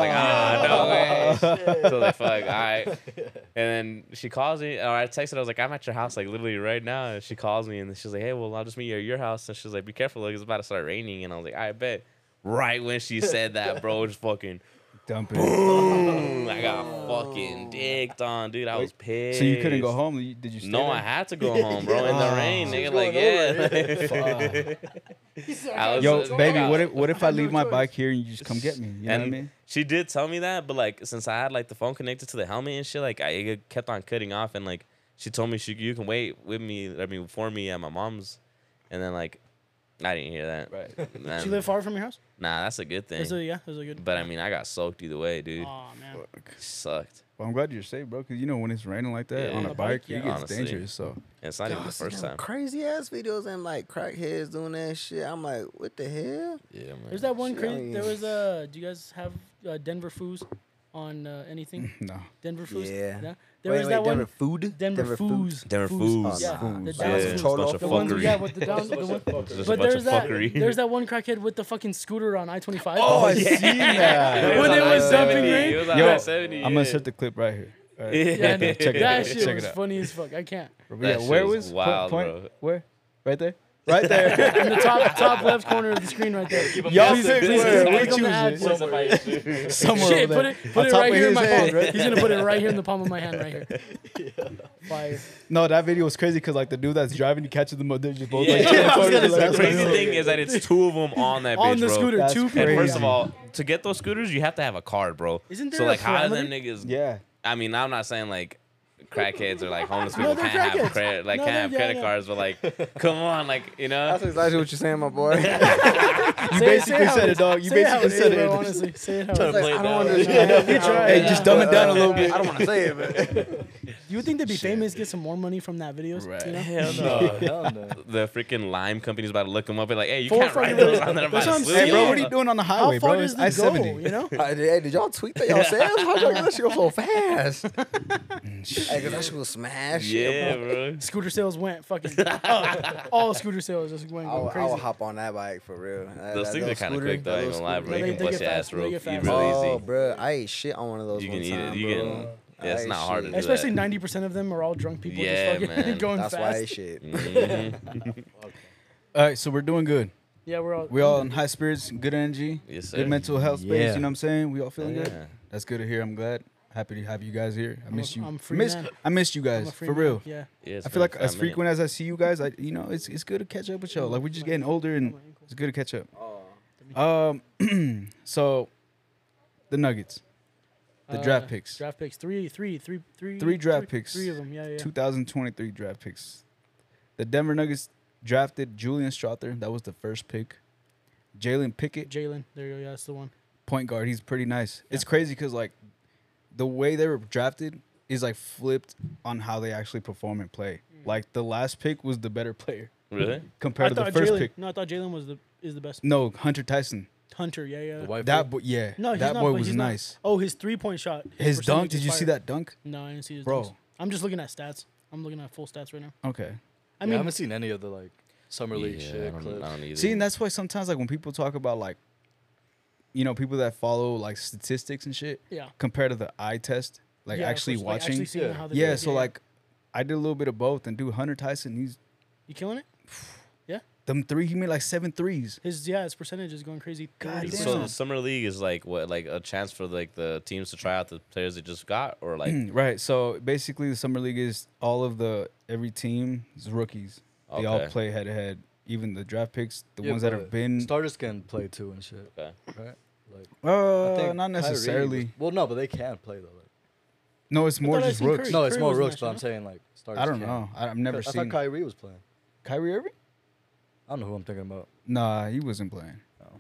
Speaker 3: like, ah, no way. So I was like, fuck, all right. And then she calls me, or I texted. I was like, I'm at your house, like literally right now. And she calls me, and she's like, Hey, well, I'll just meet you at your house. And she's like, Be careful, like it's about to start raining. And I was like, I bet. Right when she said that, bro, just fucking,
Speaker 1: Dumping.
Speaker 3: boom, I got fucking dicked on, dude. I was pissed.
Speaker 1: So you couldn't go home? You- Did you? Stay
Speaker 3: No,
Speaker 1: there? Ah.
Speaker 3: I had to go home, bro, in
Speaker 1: Oh,
Speaker 3: the rain, nigga. Like, yeah. I was-
Speaker 1: Yo, baby,
Speaker 3: Yeah.
Speaker 1: what if what if I leave my
Speaker 4: choice.
Speaker 1: bike here and you just come get me? You know
Speaker 3: and
Speaker 1: what I mean?
Speaker 3: she did tell me that, but like since I had like the phone connected to the helmet and shit, like I it kept on cutting off, and like she told me she you can wait with me, I mean for me at my mom's, and then like I didn't hear that.
Speaker 1: Right.
Speaker 3: Then-
Speaker 4: Did you live far from your house?
Speaker 3: Nah, that's a good thing.
Speaker 4: Is it, yeah, it was a good.
Speaker 3: but I mean, I got soaked either way, dude.
Speaker 4: Aw, man.
Speaker 3: Sucked.
Speaker 1: Well, I'm glad you're safe, bro. Because you know when it's raining like that
Speaker 3: Yeah.
Speaker 1: on a bike,
Speaker 4: yeah.
Speaker 1: it gets
Speaker 3: Honestly.
Speaker 1: dangerous. So
Speaker 3: And it's not even the first time.
Speaker 5: Crazy ass videos and like crackheads doing that shit. I'm like, what the hell?
Speaker 3: Yeah, man.
Speaker 4: There's that one
Speaker 5: Shit, I
Speaker 4: crazy.
Speaker 5: mean-
Speaker 4: There was uh, do you guys have uh, Denver foos on uh, anything?
Speaker 1: no.
Speaker 4: Denver foos.
Speaker 5: Yeah.
Speaker 4: There
Speaker 5: Wait,
Speaker 4: was
Speaker 5: wait,
Speaker 4: that
Speaker 5: Denver
Speaker 4: one.
Speaker 5: food.
Speaker 4: Denver,
Speaker 5: food?
Speaker 4: foos.
Speaker 3: Denver
Speaker 5: Oh,
Speaker 3: foods.
Speaker 4: Yeah.
Speaker 5: nah.
Speaker 4: The
Speaker 3: Yeah,
Speaker 4: down
Speaker 3: it's a
Speaker 5: Cholo.
Speaker 3: bunch of
Speaker 4: The ones,
Speaker 3: fuckery.
Speaker 4: yeah, with the down, the one,
Speaker 3: Just a
Speaker 4: but
Speaker 3: bunch
Speaker 4: there's
Speaker 3: of
Speaker 4: that,
Speaker 3: fuckery.
Speaker 4: there's that one crackhead with the fucking scooter on I-25. Oh,
Speaker 1: see that.
Speaker 4: When it was dumping
Speaker 3: It
Speaker 4: rain.
Speaker 3: was on
Speaker 1: Yo,
Speaker 3: I-70,
Speaker 1: I'm gonna
Speaker 3: yeah.
Speaker 1: set the clip right here. All right.
Speaker 3: Yeah.
Speaker 4: Yeah,
Speaker 1: Check it out.
Speaker 4: that shit
Speaker 1: Check
Speaker 4: was
Speaker 1: it out.
Speaker 4: funny as fuck. I can't.
Speaker 1: But
Speaker 3: That
Speaker 1: yeah,
Speaker 3: shit
Speaker 1: where
Speaker 3: was
Speaker 1: was
Speaker 3: wild,
Speaker 1: point,
Speaker 3: bro.
Speaker 1: point where? Right there. Right there.
Speaker 4: In the top top left corner of the screen right there.
Speaker 1: Y'all
Speaker 4: Please-
Speaker 1: pick
Speaker 4: please
Speaker 1: where. We
Speaker 4: click on the ad
Speaker 1: choose it.
Speaker 4: somewhere.
Speaker 1: Somewhere
Speaker 4: Shit,
Speaker 1: over
Speaker 4: put
Speaker 1: there.
Speaker 4: it, put
Speaker 1: On
Speaker 4: it
Speaker 1: top
Speaker 4: right
Speaker 1: of
Speaker 4: here in
Speaker 1: his
Speaker 4: my
Speaker 1: head,
Speaker 4: palm. He's gonna put it right here in the palm of my hand, right here. Fire.
Speaker 1: No, that video was crazy because like the dude that's driving, he catches them. They're just both
Speaker 3: Yeah,
Speaker 1: like,
Speaker 3: I was gonna
Speaker 1: like,
Speaker 3: say, the
Speaker 1: that's
Speaker 3: crazy
Speaker 1: crazy.
Speaker 3: thing is that it's two of them on that
Speaker 4: On
Speaker 3: bitch,
Speaker 4: the
Speaker 3: bro.
Speaker 4: scooter,
Speaker 1: That's
Speaker 4: two
Speaker 1: crazy.
Speaker 4: people.
Speaker 3: And
Speaker 1: Crazy.
Speaker 3: first of all, to get those scooters, you have to have a card, bro.
Speaker 4: Isn't
Speaker 3: so
Speaker 4: there a
Speaker 3: like how them
Speaker 4: parameter?
Speaker 3: niggas?
Speaker 1: Yeah.
Speaker 3: I mean, I'm not saying like crackheads or like homeless
Speaker 4: No,
Speaker 3: people
Speaker 4: they're
Speaker 3: can't have
Speaker 4: crackheads.
Speaker 3: credit, like
Speaker 4: No,
Speaker 3: can't
Speaker 4: they're-
Speaker 3: have
Speaker 4: yeah,
Speaker 3: credit
Speaker 4: yeah.
Speaker 3: cards, but like, come on, like you know,
Speaker 5: That's exactly what you're saying, my boy.
Speaker 1: You
Speaker 4: Say-
Speaker 1: basically
Speaker 4: say how
Speaker 1: said
Speaker 4: it
Speaker 1: it,
Speaker 4: is.
Speaker 1: dog. You
Speaker 4: Say how
Speaker 1: basically
Speaker 4: is,
Speaker 1: said
Speaker 4: bro,
Speaker 1: it.
Speaker 4: Honestly, say it how it is.
Speaker 5: I don't
Speaker 3: down.
Speaker 5: understand.
Speaker 1: Hey, just dumb it down a little bit.
Speaker 5: I don't want to say it, but
Speaker 4: Do you think they'd be famous, get some more money from that videos?
Speaker 1: Right.
Speaker 4: You know?
Speaker 3: hell no. the freaking lime company's about to look them up and like, hey, you
Speaker 4: Four
Speaker 3: can't write
Speaker 4: fucking
Speaker 3: those
Speaker 4: days.
Speaker 3: on there.
Speaker 4: That's what I'm
Speaker 1: Hey,
Speaker 4: saying.
Speaker 1: bro, what are you doing on the
Speaker 4: How
Speaker 1: highway,
Speaker 4: far
Speaker 1: bro?
Speaker 4: does
Speaker 1: It's
Speaker 4: the go?
Speaker 1: I-70.
Speaker 4: Oh, You know?
Speaker 5: Uh, did, hey, did y'all tweet that yourselves? How'd y'all get that shit go so fast? hey, cause that shit was smash.
Speaker 3: Yeah, bro.
Speaker 4: Scooter sales went fucking up. All scooter sales just went
Speaker 5: I
Speaker 4: going
Speaker 5: would, I would
Speaker 4: crazy.
Speaker 5: hop on that bike for real. That-
Speaker 3: Those
Speaker 5: that
Speaker 3: things
Speaker 5: little
Speaker 3: are kind of
Speaker 5: scooter,
Speaker 3: quick though. I
Speaker 5: that
Speaker 3: ain't gonna
Speaker 5: little
Speaker 3: lie,
Speaker 5: scooter.
Speaker 3: bro. You
Speaker 4: Yeah,
Speaker 3: can
Speaker 4: they
Speaker 3: bust
Speaker 4: get
Speaker 3: your ass
Speaker 4: fast, they
Speaker 3: real,
Speaker 4: get
Speaker 3: you
Speaker 4: fast.
Speaker 3: real
Speaker 5: Oh,
Speaker 3: easy.
Speaker 5: bro, I ate shit on one of those.
Speaker 3: You
Speaker 5: one
Speaker 3: can eat it.
Speaker 5: time,
Speaker 3: You
Speaker 5: bro.
Speaker 3: can- yeah, it's
Speaker 5: I ate
Speaker 3: not hard to
Speaker 5: shit.
Speaker 3: do.
Speaker 4: Especially
Speaker 3: that.
Speaker 4: 90% of them are all drunk people
Speaker 3: Yeah,
Speaker 4: just fucking
Speaker 3: man. Mm-hmm.
Speaker 4: going
Speaker 5: That's
Speaker 4: fast.
Speaker 5: why I ate shit.
Speaker 1: All right, so we're doing good.
Speaker 4: Yeah, we're all.
Speaker 1: We all in high spirits, good energy,
Speaker 3: Yes, sir.
Speaker 1: good mental health space.
Speaker 2: Yeah.
Speaker 1: You know what I'm saying? We all feeling
Speaker 4: Oh,
Speaker 3: Yeah.
Speaker 1: good. That's good to hear. I'm glad. Happy to have you guys here. I miss
Speaker 4: a-
Speaker 1: you.
Speaker 4: I'm a free
Speaker 1: miss,
Speaker 4: man.
Speaker 1: I missed you
Speaker 4: I'm
Speaker 1: guys
Speaker 4: a free
Speaker 1: for
Speaker 4: man,
Speaker 1: real.
Speaker 4: Yeah.
Speaker 3: Yeah, it's
Speaker 1: I
Speaker 3: been
Speaker 1: feel like
Speaker 3: a
Speaker 1: as
Speaker 3: minute.
Speaker 1: frequent as I see you guys, I you know it's it's good to catch up with y'all. Like we're just getting older and it's good to catch up. Um, so the Nuggets, the draft
Speaker 4: Uh,
Speaker 1: picks,
Speaker 4: Draft picks. Three, three, three, three.
Speaker 1: Three draft
Speaker 4: three-
Speaker 1: picks.
Speaker 4: Three of them. Yeah, yeah.
Speaker 1: 2023 draft picks. The Denver Nuggets drafted Julian Strother. That was the first pick. Jalen Pickett,
Speaker 4: Jalen. There you go. Yeah, that's the one.
Speaker 1: point guard. He's pretty nice. It's crazy because like the way they were drafted is like flipped on how they actually perform and play. Like the last pick was the better player
Speaker 3: Really?
Speaker 1: compared to the first
Speaker 4: Jalen.
Speaker 1: pick.
Speaker 4: No, Mm. I thought Jalen was the is the best
Speaker 1: No, Hunter Tyson.
Speaker 4: hunter. Yeah, yeah.
Speaker 2: The white
Speaker 1: That
Speaker 2: boy?
Speaker 1: boy, yeah,
Speaker 4: No, he's
Speaker 1: that
Speaker 4: not,
Speaker 1: boy
Speaker 4: but
Speaker 1: was
Speaker 4: he's not-
Speaker 1: nice.
Speaker 4: Oh, his three point shot.
Speaker 1: His dunk.
Speaker 4: percentage
Speaker 1: Did
Speaker 4: is
Speaker 1: you see
Speaker 4: fire.
Speaker 1: that dunk?
Speaker 4: No, I didn't see his
Speaker 1: Bro.
Speaker 4: dunks. I'm just looking at stats. I'm looking at full stats right now.
Speaker 1: Okay.
Speaker 4: I
Speaker 2: Yeah, I
Speaker 4: mean,
Speaker 2: haven't seen any of the like summer league
Speaker 3: Yeah, I
Speaker 2: shit
Speaker 3: don't-
Speaker 2: clips.
Speaker 3: I don't either.
Speaker 1: See, and that's why sometimes like when people talk about like, you know, people that follow like statistics and shit,
Speaker 4: Yeah.
Speaker 1: compared to the eye test, like
Speaker 4: yeah, of
Speaker 1: actually
Speaker 4: course, like,
Speaker 1: watching.
Speaker 4: actually seeing
Speaker 2: Yeah.
Speaker 4: how they
Speaker 1: yeah,
Speaker 4: did,
Speaker 1: so like, I did a little bit of both, and dude, Hunter Tyson, he's
Speaker 4: you killing it.
Speaker 1: them three. He made like seven threes.
Speaker 4: His yeah, his percentage is going crazy.
Speaker 1: God
Speaker 4: God
Speaker 1: damn.
Speaker 3: So the summer league is like what, like a chance for like the teams to try out the players they just got, or like
Speaker 1: Right. So basically, the summer league is all of the every team is rookies. They all
Speaker 3: Okay.
Speaker 1: play head to head. Even the draft picks, the
Speaker 2: Yeah,
Speaker 1: ones that
Speaker 2: but
Speaker 1: have been,
Speaker 2: starters can play too and shit,
Speaker 3: okay.
Speaker 2: right? Like I
Speaker 1: uh,
Speaker 2: think
Speaker 1: not
Speaker 2: Kyrie
Speaker 1: necessarily.
Speaker 2: was- well, no, but they can play though. Like,
Speaker 1: no, it's more
Speaker 4: thought I
Speaker 1: just
Speaker 4: seen
Speaker 1: rooks.
Speaker 4: Curry-
Speaker 2: no, it's more
Speaker 4: was in
Speaker 2: rooks,
Speaker 4: that
Speaker 2: but
Speaker 4: shit,
Speaker 2: I'm
Speaker 4: no?
Speaker 2: saying like starters.
Speaker 1: I don't
Speaker 2: can.
Speaker 1: know. I, I've never
Speaker 2: I thought
Speaker 1: seen
Speaker 2: Kyrie was playing.
Speaker 1: Kyrie Irving.
Speaker 2: I don't know who I'm thinking about.
Speaker 1: Nah, he wasn't playing.
Speaker 2: Oh.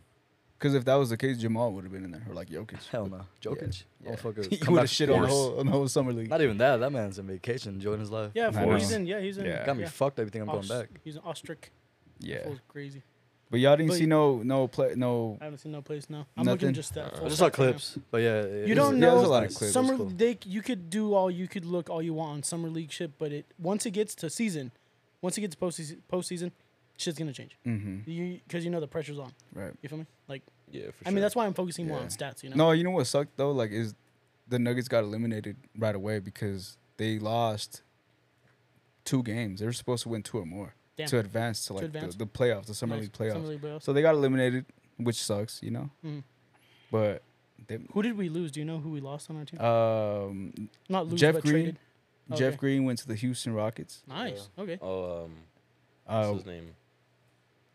Speaker 1: Because if that was the case, Jamal would have been in there, or like Jokic.
Speaker 2: Hell no, Jokic.
Speaker 1: Yeah.
Speaker 2: Oh fucker,
Speaker 1: he
Speaker 2: come
Speaker 1: would
Speaker 2: back
Speaker 1: have shit on the
Speaker 2: force.
Speaker 1: whole on the whole summer league.
Speaker 2: Not even that. That man's in vacation, enjoying his life.
Speaker 4: Yeah,
Speaker 1: I
Speaker 4: full,
Speaker 1: know.
Speaker 4: he's in. Yeah, he's in.
Speaker 1: Yeah.
Speaker 2: got me fucked. I think I'm going
Speaker 4: Aus-
Speaker 2: back.
Speaker 4: He's an ostrich.
Speaker 1: Yeah,
Speaker 4: Full crazy.
Speaker 1: but y'all didn't
Speaker 4: But-
Speaker 1: see no no play no.
Speaker 4: I haven't seen no place now. I'm
Speaker 1: Nothing?
Speaker 4: looking just that.
Speaker 2: I
Speaker 4: full
Speaker 2: just saw
Speaker 4: stats right now.
Speaker 2: Uh, clips, but yeah, it-
Speaker 4: You
Speaker 2: it was-
Speaker 4: don't
Speaker 1: yeah,
Speaker 4: know.
Speaker 1: there's a lot of clips.
Speaker 4: Summer,
Speaker 1: That's cool.
Speaker 4: they you could do all you could look all you want on summer league shit, but it once it gets to season, once it gets postseason, postseason, shit's gonna change.
Speaker 1: Mm-hmm.
Speaker 4: You because you know the pressure's on.
Speaker 1: Right.
Speaker 4: You feel me? Like
Speaker 3: Yeah, for
Speaker 4: I mean that's why I'm focusing more
Speaker 1: Yeah.
Speaker 4: on stats. You know.
Speaker 1: No, you know what sucked though? Like is the Nuggets got eliminated right away because they lost two games. They were supposed to win two or more
Speaker 4: Damn.
Speaker 1: to advance to like
Speaker 4: advance?
Speaker 1: The, the playoffs, the summer
Speaker 4: Nice.
Speaker 1: league playoffs.
Speaker 4: Summer league playoffs.
Speaker 1: So they got eliminated, which sucks, you know.
Speaker 4: Mhm.
Speaker 1: But they,
Speaker 4: Who did we lose? Do you know who we lost on our team?
Speaker 1: um,
Speaker 4: Not lose,
Speaker 1: Jeff
Speaker 4: but
Speaker 1: Green.
Speaker 4: traded.
Speaker 1: Jeff
Speaker 4: Okay.
Speaker 1: Green went to the Houston Rockets.
Speaker 4: Nice. Okay.
Speaker 3: Oh, um, what's
Speaker 1: Uh,
Speaker 3: his name?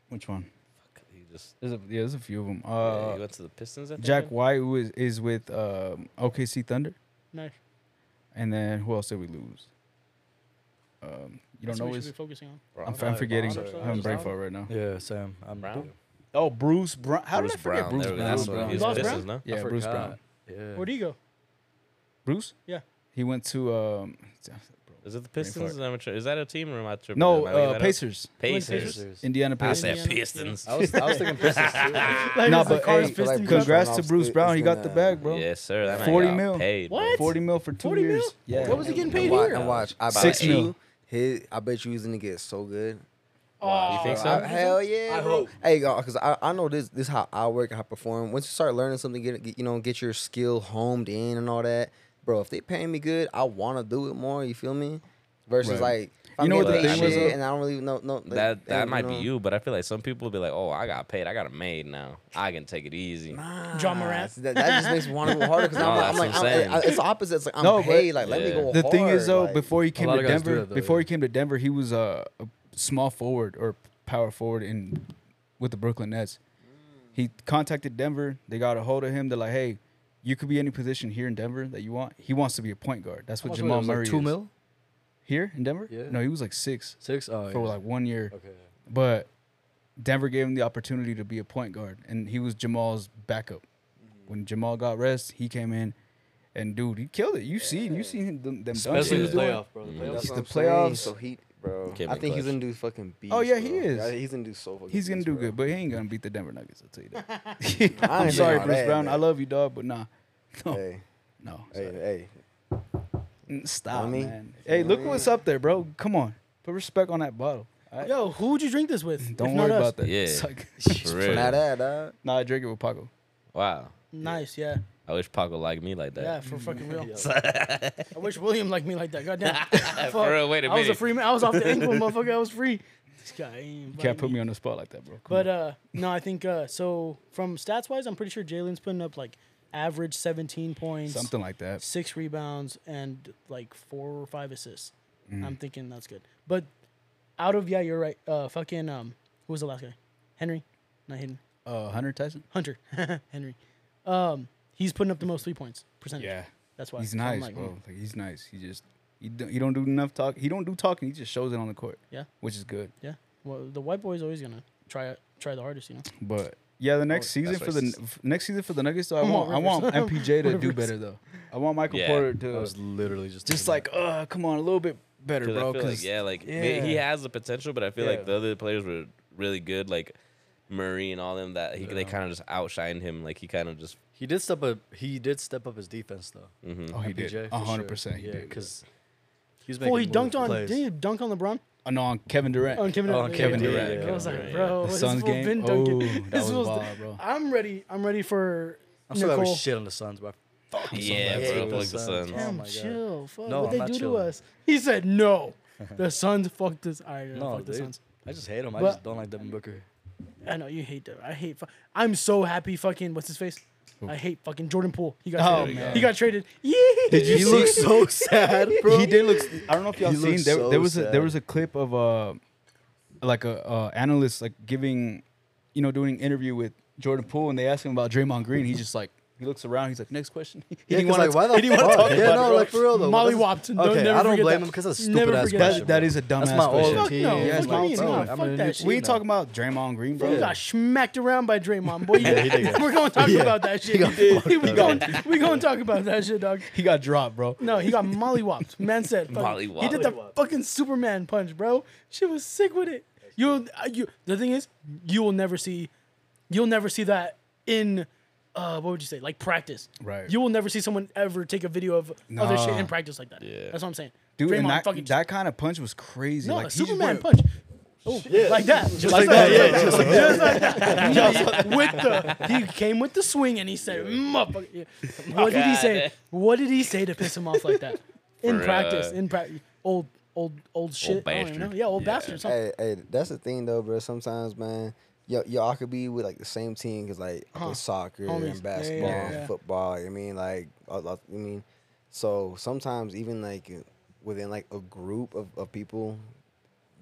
Speaker 1: which one?
Speaker 3: Fuck, he just
Speaker 1: There's a, yeah, there's a few of them.
Speaker 3: yeah,
Speaker 1: Uh,
Speaker 3: he went to the Pistons. I think.
Speaker 1: Jack White who is, is with um, OKC Thunder,
Speaker 4: Nice.
Speaker 1: and then who else did we lose? Um, you don't
Speaker 4: That's
Speaker 1: know
Speaker 4: what we should
Speaker 1: his.
Speaker 4: be focusing on.
Speaker 1: I'm,
Speaker 3: Brown.
Speaker 1: I'm forgetting.
Speaker 4: Brown or
Speaker 1: I'm
Speaker 4: something.
Speaker 1: brain fart right now.
Speaker 2: Yeah, Sam. I'm
Speaker 3: Brown?
Speaker 1: Oh, Bruce Brown. How
Speaker 3: Bruce
Speaker 1: did I forget
Speaker 3: Brown.
Speaker 1: Bruce
Speaker 3: there we go.
Speaker 1: Brown?
Speaker 3: That's
Speaker 1: Brown.
Speaker 3: what he
Speaker 4: Bruce
Speaker 3: was
Speaker 4: Brown.
Speaker 3: Pistons, no?
Speaker 1: Yeah,
Speaker 2: I
Speaker 1: Bruce
Speaker 2: forgot.
Speaker 1: Brown.
Speaker 2: Yeah.
Speaker 4: Where'd he go?
Speaker 1: Bruce?
Speaker 4: Yeah.
Speaker 1: He went to um,
Speaker 3: Is it the
Speaker 1: Brain
Speaker 3: Pistons?
Speaker 1: fart.
Speaker 3: Am I tri- Is that a team or am I tripping?
Speaker 1: no
Speaker 3: Am I making
Speaker 1: uh,
Speaker 3: that up?
Speaker 1: Pacers,
Speaker 3: Pacers.
Speaker 2: Pacers.
Speaker 1: Indiana
Speaker 3: I
Speaker 1: Pacers.
Speaker 3: said
Speaker 4: Indiana, yeah.
Speaker 3: Pistons.
Speaker 2: I was, I was thinking Pistons
Speaker 4: Like,
Speaker 2: too.
Speaker 1: Nah,
Speaker 4: it's the
Speaker 1: but
Speaker 4: Cars
Speaker 1: hey,
Speaker 5: like,
Speaker 4: Piston
Speaker 5: Bruce
Speaker 4: Cup.
Speaker 5: Brown
Speaker 1: Congrats to
Speaker 5: off
Speaker 1: Bruce
Speaker 5: state
Speaker 1: Brown.
Speaker 5: is
Speaker 1: He got the
Speaker 5: gonna-
Speaker 1: bag, bro.
Speaker 3: Yes, sir. That man
Speaker 1: 40
Speaker 3: got
Speaker 1: mil.
Speaker 3: Paid, bro.
Speaker 4: What?
Speaker 1: Forty mil for two
Speaker 4: 40 mil?
Speaker 1: years. Yeah.
Speaker 4: What was he getting paid
Speaker 5: and watch,
Speaker 4: here?
Speaker 5: And watch, I
Speaker 3: About
Speaker 5: bet
Speaker 1: six
Speaker 5: you,
Speaker 1: mil.
Speaker 5: His, I bet you he's gonna get so good.
Speaker 4: Oh,
Speaker 3: You think so?
Speaker 5: I- hell yeah!
Speaker 2: I
Speaker 5: bro.
Speaker 2: hope.
Speaker 5: Hey, y'all, because I, I know this this how I work, how I perform. Once you start learning something, get, get you know, get your skill homed in and all that, bro. If they paying me good, I want to do it more. You feel me?
Speaker 1: Right.
Speaker 5: Versus like, if I'm
Speaker 1: You know what
Speaker 5: getting
Speaker 3: the
Speaker 5: paid
Speaker 3: thing was,
Speaker 5: shit
Speaker 1: though?
Speaker 5: and I don't really know. No,
Speaker 3: That that might
Speaker 5: know.
Speaker 3: be you, but I feel like some people be like, "Oh, I got paid. I got it made now. I can take it easy."
Speaker 4: John Morant.
Speaker 5: See, That, that just makes me want to go harder because
Speaker 3: No,
Speaker 5: I'm, like- I'm like,
Speaker 3: that's what I'm
Speaker 5: I'm-
Speaker 3: saying.
Speaker 5: I- it's the opposite. It's like I'm
Speaker 1: No, but-
Speaker 5: paid. Like, let me
Speaker 3: Yeah.
Speaker 5: go.
Speaker 1: The thing is though,
Speaker 5: hard, like-
Speaker 1: before he came
Speaker 2: lot
Speaker 1: to
Speaker 2: of guys do
Speaker 1: Denver,
Speaker 2: that, though,
Speaker 1: before
Speaker 2: yeah.
Speaker 1: he came to Denver, he was a, a small forward or power forward in with the Brooklyn Nets. He contacted Denver. They got a hold of him. They're like, "Hey, you could be any position here in Denver that you want." He wants to be a point guard. That's what
Speaker 2: What's
Speaker 1: Jamal
Speaker 2: it was, like
Speaker 1: Murray
Speaker 2: Two
Speaker 1: is.
Speaker 2: mil?
Speaker 1: here in Denver.
Speaker 2: Yeah.
Speaker 1: No, he was like six
Speaker 2: Six? Oh, yeah.
Speaker 1: for like one year.
Speaker 2: okay.
Speaker 1: But Denver gave him the opportunity to be a point guard, and he was Jamal's backup.
Speaker 2: Mm-hmm.
Speaker 1: When Jamal got rest, he came in, and dude, he killed it. You seen, you seen him, them, them dunks he
Speaker 2: Especially
Speaker 1: was
Speaker 2: the
Speaker 1: doing.
Speaker 2: playoff, bro. The playoff.
Speaker 5: That's what
Speaker 1: the
Speaker 5: I'm saying.
Speaker 1: playoffs.
Speaker 5: So he, bro.
Speaker 3: Came
Speaker 5: I
Speaker 3: in
Speaker 5: think he's
Speaker 3: clutch.
Speaker 5: gonna do fucking beast.
Speaker 1: Oh, yeah,
Speaker 5: bro.
Speaker 1: he is.
Speaker 5: Yeah, he's gonna do so fucking.
Speaker 1: He's gonna
Speaker 5: beast,
Speaker 1: do
Speaker 5: bro.
Speaker 1: good, but he ain't gonna beat the Denver Nuggets. I'll tell you that.
Speaker 5: I ain't
Speaker 1: I'm
Speaker 5: doing
Speaker 1: sorry,
Speaker 5: all
Speaker 1: Bruce
Speaker 5: that,
Speaker 1: Brown. I
Speaker 5: man.
Speaker 1: love you, dog, but nah, no,
Speaker 5: Hey,
Speaker 1: no,
Speaker 5: hey,
Speaker 1: sorry.
Speaker 5: hey.
Speaker 1: Mm, stop,
Speaker 5: Dummy.
Speaker 1: man. Hey, look what's up there, bro. Come on, put respect on that bottle. all right?
Speaker 4: Yo, who would you drink this with?
Speaker 1: Don't
Speaker 4: if not
Speaker 1: worry
Speaker 4: us?
Speaker 1: about that.
Speaker 3: Yeah.
Speaker 1: Suck.
Speaker 5: Not
Speaker 3: For real.
Speaker 5: that, dog.
Speaker 1: nah, I drink it with Paco.
Speaker 3: Wow.
Speaker 4: Nice, yeah.
Speaker 3: I wish Paco liked me like that.
Speaker 4: Yeah, for fucking real. I wish William liked me like that. Goddamn. Fuck.
Speaker 3: real, wait a
Speaker 4: I was a
Speaker 3: minute.
Speaker 4: free man. I was off the ankle, motherfucker. I was free. This guy ain't
Speaker 1: You can't put
Speaker 4: inviting
Speaker 1: me on the spot like that, bro. Come
Speaker 4: But
Speaker 1: on.
Speaker 4: uh, no, I think uh, so. From stats wise, I'm pretty sure Jalen's putting up like average 17 points,
Speaker 1: something like that.
Speaker 4: six rebounds, and like four or five assists.
Speaker 1: Mm-hmm.
Speaker 4: I'm thinking that's good. But out of yeah, you're right. Uh, fucking um, who was the last guy? Henry, not Hayden.
Speaker 1: Uh, Hunter Tyson.
Speaker 4: Hunter, Henry. Um, he's putting up the most three points percentage.
Speaker 1: Yeah,
Speaker 4: that's why
Speaker 1: he's
Speaker 4: So I'm
Speaker 1: nice,
Speaker 4: like,
Speaker 1: bro.
Speaker 4: mm,
Speaker 1: Like, he's nice. He just he don't, he don't do enough talk. He don't do talking. He just shows it on the court.
Speaker 4: Yeah.
Speaker 1: which is good.
Speaker 4: Yeah. Well, the white boy's always gonna try try the hardest, you know.
Speaker 1: But yeah, the next season
Speaker 3: Oh, that's
Speaker 1: for the n-
Speaker 3: racist.
Speaker 1: f- next season for the Nuggets, though, I want I want MPJ to do better though. I want Michael
Speaker 3: Yeah,
Speaker 1: Porter
Speaker 2: I
Speaker 1: to
Speaker 2: was literally just
Speaker 1: just
Speaker 2: thinking
Speaker 1: like uh come on a little bit better,
Speaker 3: Because
Speaker 1: bro.
Speaker 3: I feel like,
Speaker 1: Because
Speaker 3: yeah, like they- he
Speaker 1: yeah.
Speaker 3: has the potential, but I feel
Speaker 1: Yeah.
Speaker 3: like the other players were really good, like Murray and all them. That he they kind of just outshined him. Like he kind of just
Speaker 2: that. he did step up. He did step up his defense though.
Speaker 3: Mm-hmm.
Speaker 1: oh he
Speaker 2: MPJ,
Speaker 1: did
Speaker 2: for sure.
Speaker 1: hundred percent. He
Speaker 2: Yeah,
Speaker 1: did.
Speaker 2: because he was making
Speaker 4: Well, he
Speaker 2: more
Speaker 4: dunked on.
Speaker 2: plays.
Speaker 4: Didn't he dunk on LeBron?
Speaker 1: Oh, no, on Kevin Durant.
Speaker 4: On Kevin
Speaker 2: Oh,
Speaker 4: Durant.
Speaker 2: on Kevin
Speaker 4: yeah,
Speaker 2: Durant,
Speaker 4: yeah, yeah. I
Speaker 2: Kevin
Speaker 4: was like,
Speaker 3: Durant,
Speaker 4: bro,
Speaker 1: The
Speaker 4: this
Speaker 1: Suns
Speaker 4: fool
Speaker 1: game?
Speaker 4: been dunking.
Speaker 1: Ooh, that
Speaker 4: This
Speaker 1: was
Speaker 4: fool's-
Speaker 1: wild, bro.
Speaker 4: I'm ready. I'm ready for
Speaker 2: I'm still
Speaker 4: Nicole.
Speaker 2: like shit on the Suns, but I fucking
Speaker 3: Yeah,
Speaker 2: love
Speaker 3: bro,
Speaker 2: the
Speaker 3: fuck the Suns.
Speaker 2: Oh
Speaker 4: Damn,
Speaker 2: my God.
Speaker 4: chill. Fuck,
Speaker 2: No,
Speaker 4: what
Speaker 2: I'm
Speaker 4: they
Speaker 2: not
Speaker 4: do to
Speaker 2: chilling.
Speaker 4: us? He said no. The Suns fucked us. I
Speaker 2: No,
Speaker 4: fuck the
Speaker 2: dude.
Speaker 4: Suns.
Speaker 2: I just hate him. I
Speaker 4: But-
Speaker 2: just don't like Devin Booker.
Speaker 4: I know you hate that. I hate. Fu- I'm so happy. Fucking what's his face? I hate fucking Jordan Poole. He got.
Speaker 1: Oh,
Speaker 4: traded.
Speaker 1: man.
Speaker 4: He got traded. Yeah.
Speaker 1: Did you
Speaker 4: He
Speaker 1: see-
Speaker 4: looks-
Speaker 2: so sad,
Speaker 1: He did look. I don't know if y'all
Speaker 2: He
Speaker 1: seen
Speaker 2: looked
Speaker 1: there.
Speaker 2: so
Speaker 1: there was a,
Speaker 2: sad.
Speaker 1: there was a clip of uh, like a uh, analyst like giving, you know, doing an interview with Jordan Poole, and they asked him about Draymond Green. He's just like he looks around. He's like, next question. He
Speaker 2: Yeah,
Speaker 1: didn't
Speaker 2: 'cause,
Speaker 1: want
Speaker 2: like, why the
Speaker 1: to. He didn't want to
Speaker 2: fuck?
Speaker 1: talk
Speaker 2: Yeah,
Speaker 1: about
Speaker 2: no,
Speaker 1: it.
Speaker 2: like, for real, though. what
Speaker 4: Molly
Speaker 2: is-
Speaker 4: whopped. Don't-
Speaker 2: Okay,
Speaker 4: never
Speaker 2: I don't
Speaker 4: forget
Speaker 2: blame
Speaker 4: that.
Speaker 2: him because that's a
Speaker 4: Never
Speaker 2: stupid ass
Speaker 4: forget
Speaker 2: question.
Speaker 1: that,
Speaker 4: That's-
Speaker 1: that
Speaker 2: bro.
Speaker 1: is a dumbass
Speaker 2: That's my
Speaker 1: question.
Speaker 2: old
Speaker 4: Fuck
Speaker 2: team.
Speaker 4: no,
Speaker 2: Yeah,
Speaker 4: fuck
Speaker 2: my
Speaker 4: you,
Speaker 2: old
Speaker 4: no, fuck
Speaker 2: team. I'm a new
Speaker 4: that
Speaker 2: team
Speaker 4: shit.
Speaker 1: We ain't
Speaker 2: now.
Speaker 1: talking about Draymond Green, bro.
Speaker 4: You got smacked around by Draymond, boy. We're gonna talk about that shit. we gonna we gonna talk about that shit, dog.
Speaker 1: He got dropped, bro.
Speaker 4: No, he got mollywopped. Man said, fucking- He did the fucking Superman punch, bro. She was sick with it. You, uh, you. The thing is, you will never see, you'll never see that in, uh, what would you say, like practice.
Speaker 1: Right.
Speaker 4: You will never see someone ever take a video of other shit
Speaker 1: Nah.
Speaker 4: in practice like that. Yeah. That's what I'm saying.
Speaker 1: Dude, and that,
Speaker 4: fucking
Speaker 1: that kind of punch was crazy.
Speaker 4: no,
Speaker 1: like
Speaker 4: a
Speaker 1: he just
Speaker 4: Superman
Speaker 1: went-
Speaker 4: punch. Oh, like that, just like, that, yeah, just like that, with the he came with the swing and he said, "Motherfucker." Yeah. "What did he say? What did he say to piss him off like that?" In
Speaker 3: For,
Speaker 4: practice,
Speaker 3: uh,
Speaker 4: in practice, old, old, old shit. I don't even
Speaker 3: bastard.
Speaker 4: know. Yeah, old bastard. Something.
Speaker 5: Hey, hey, that's the thing though, bro. Sometimes, man, y- y'all could be with like the same team because like
Speaker 4: Huh.
Speaker 5: with soccer
Speaker 4: Uh-huh. Homies. Yeah,
Speaker 5: and basketball,
Speaker 4: yeah,
Speaker 5: and
Speaker 4: yeah.
Speaker 5: football. I mean, like, I I mean, so sometimes even like within like a group of, of people,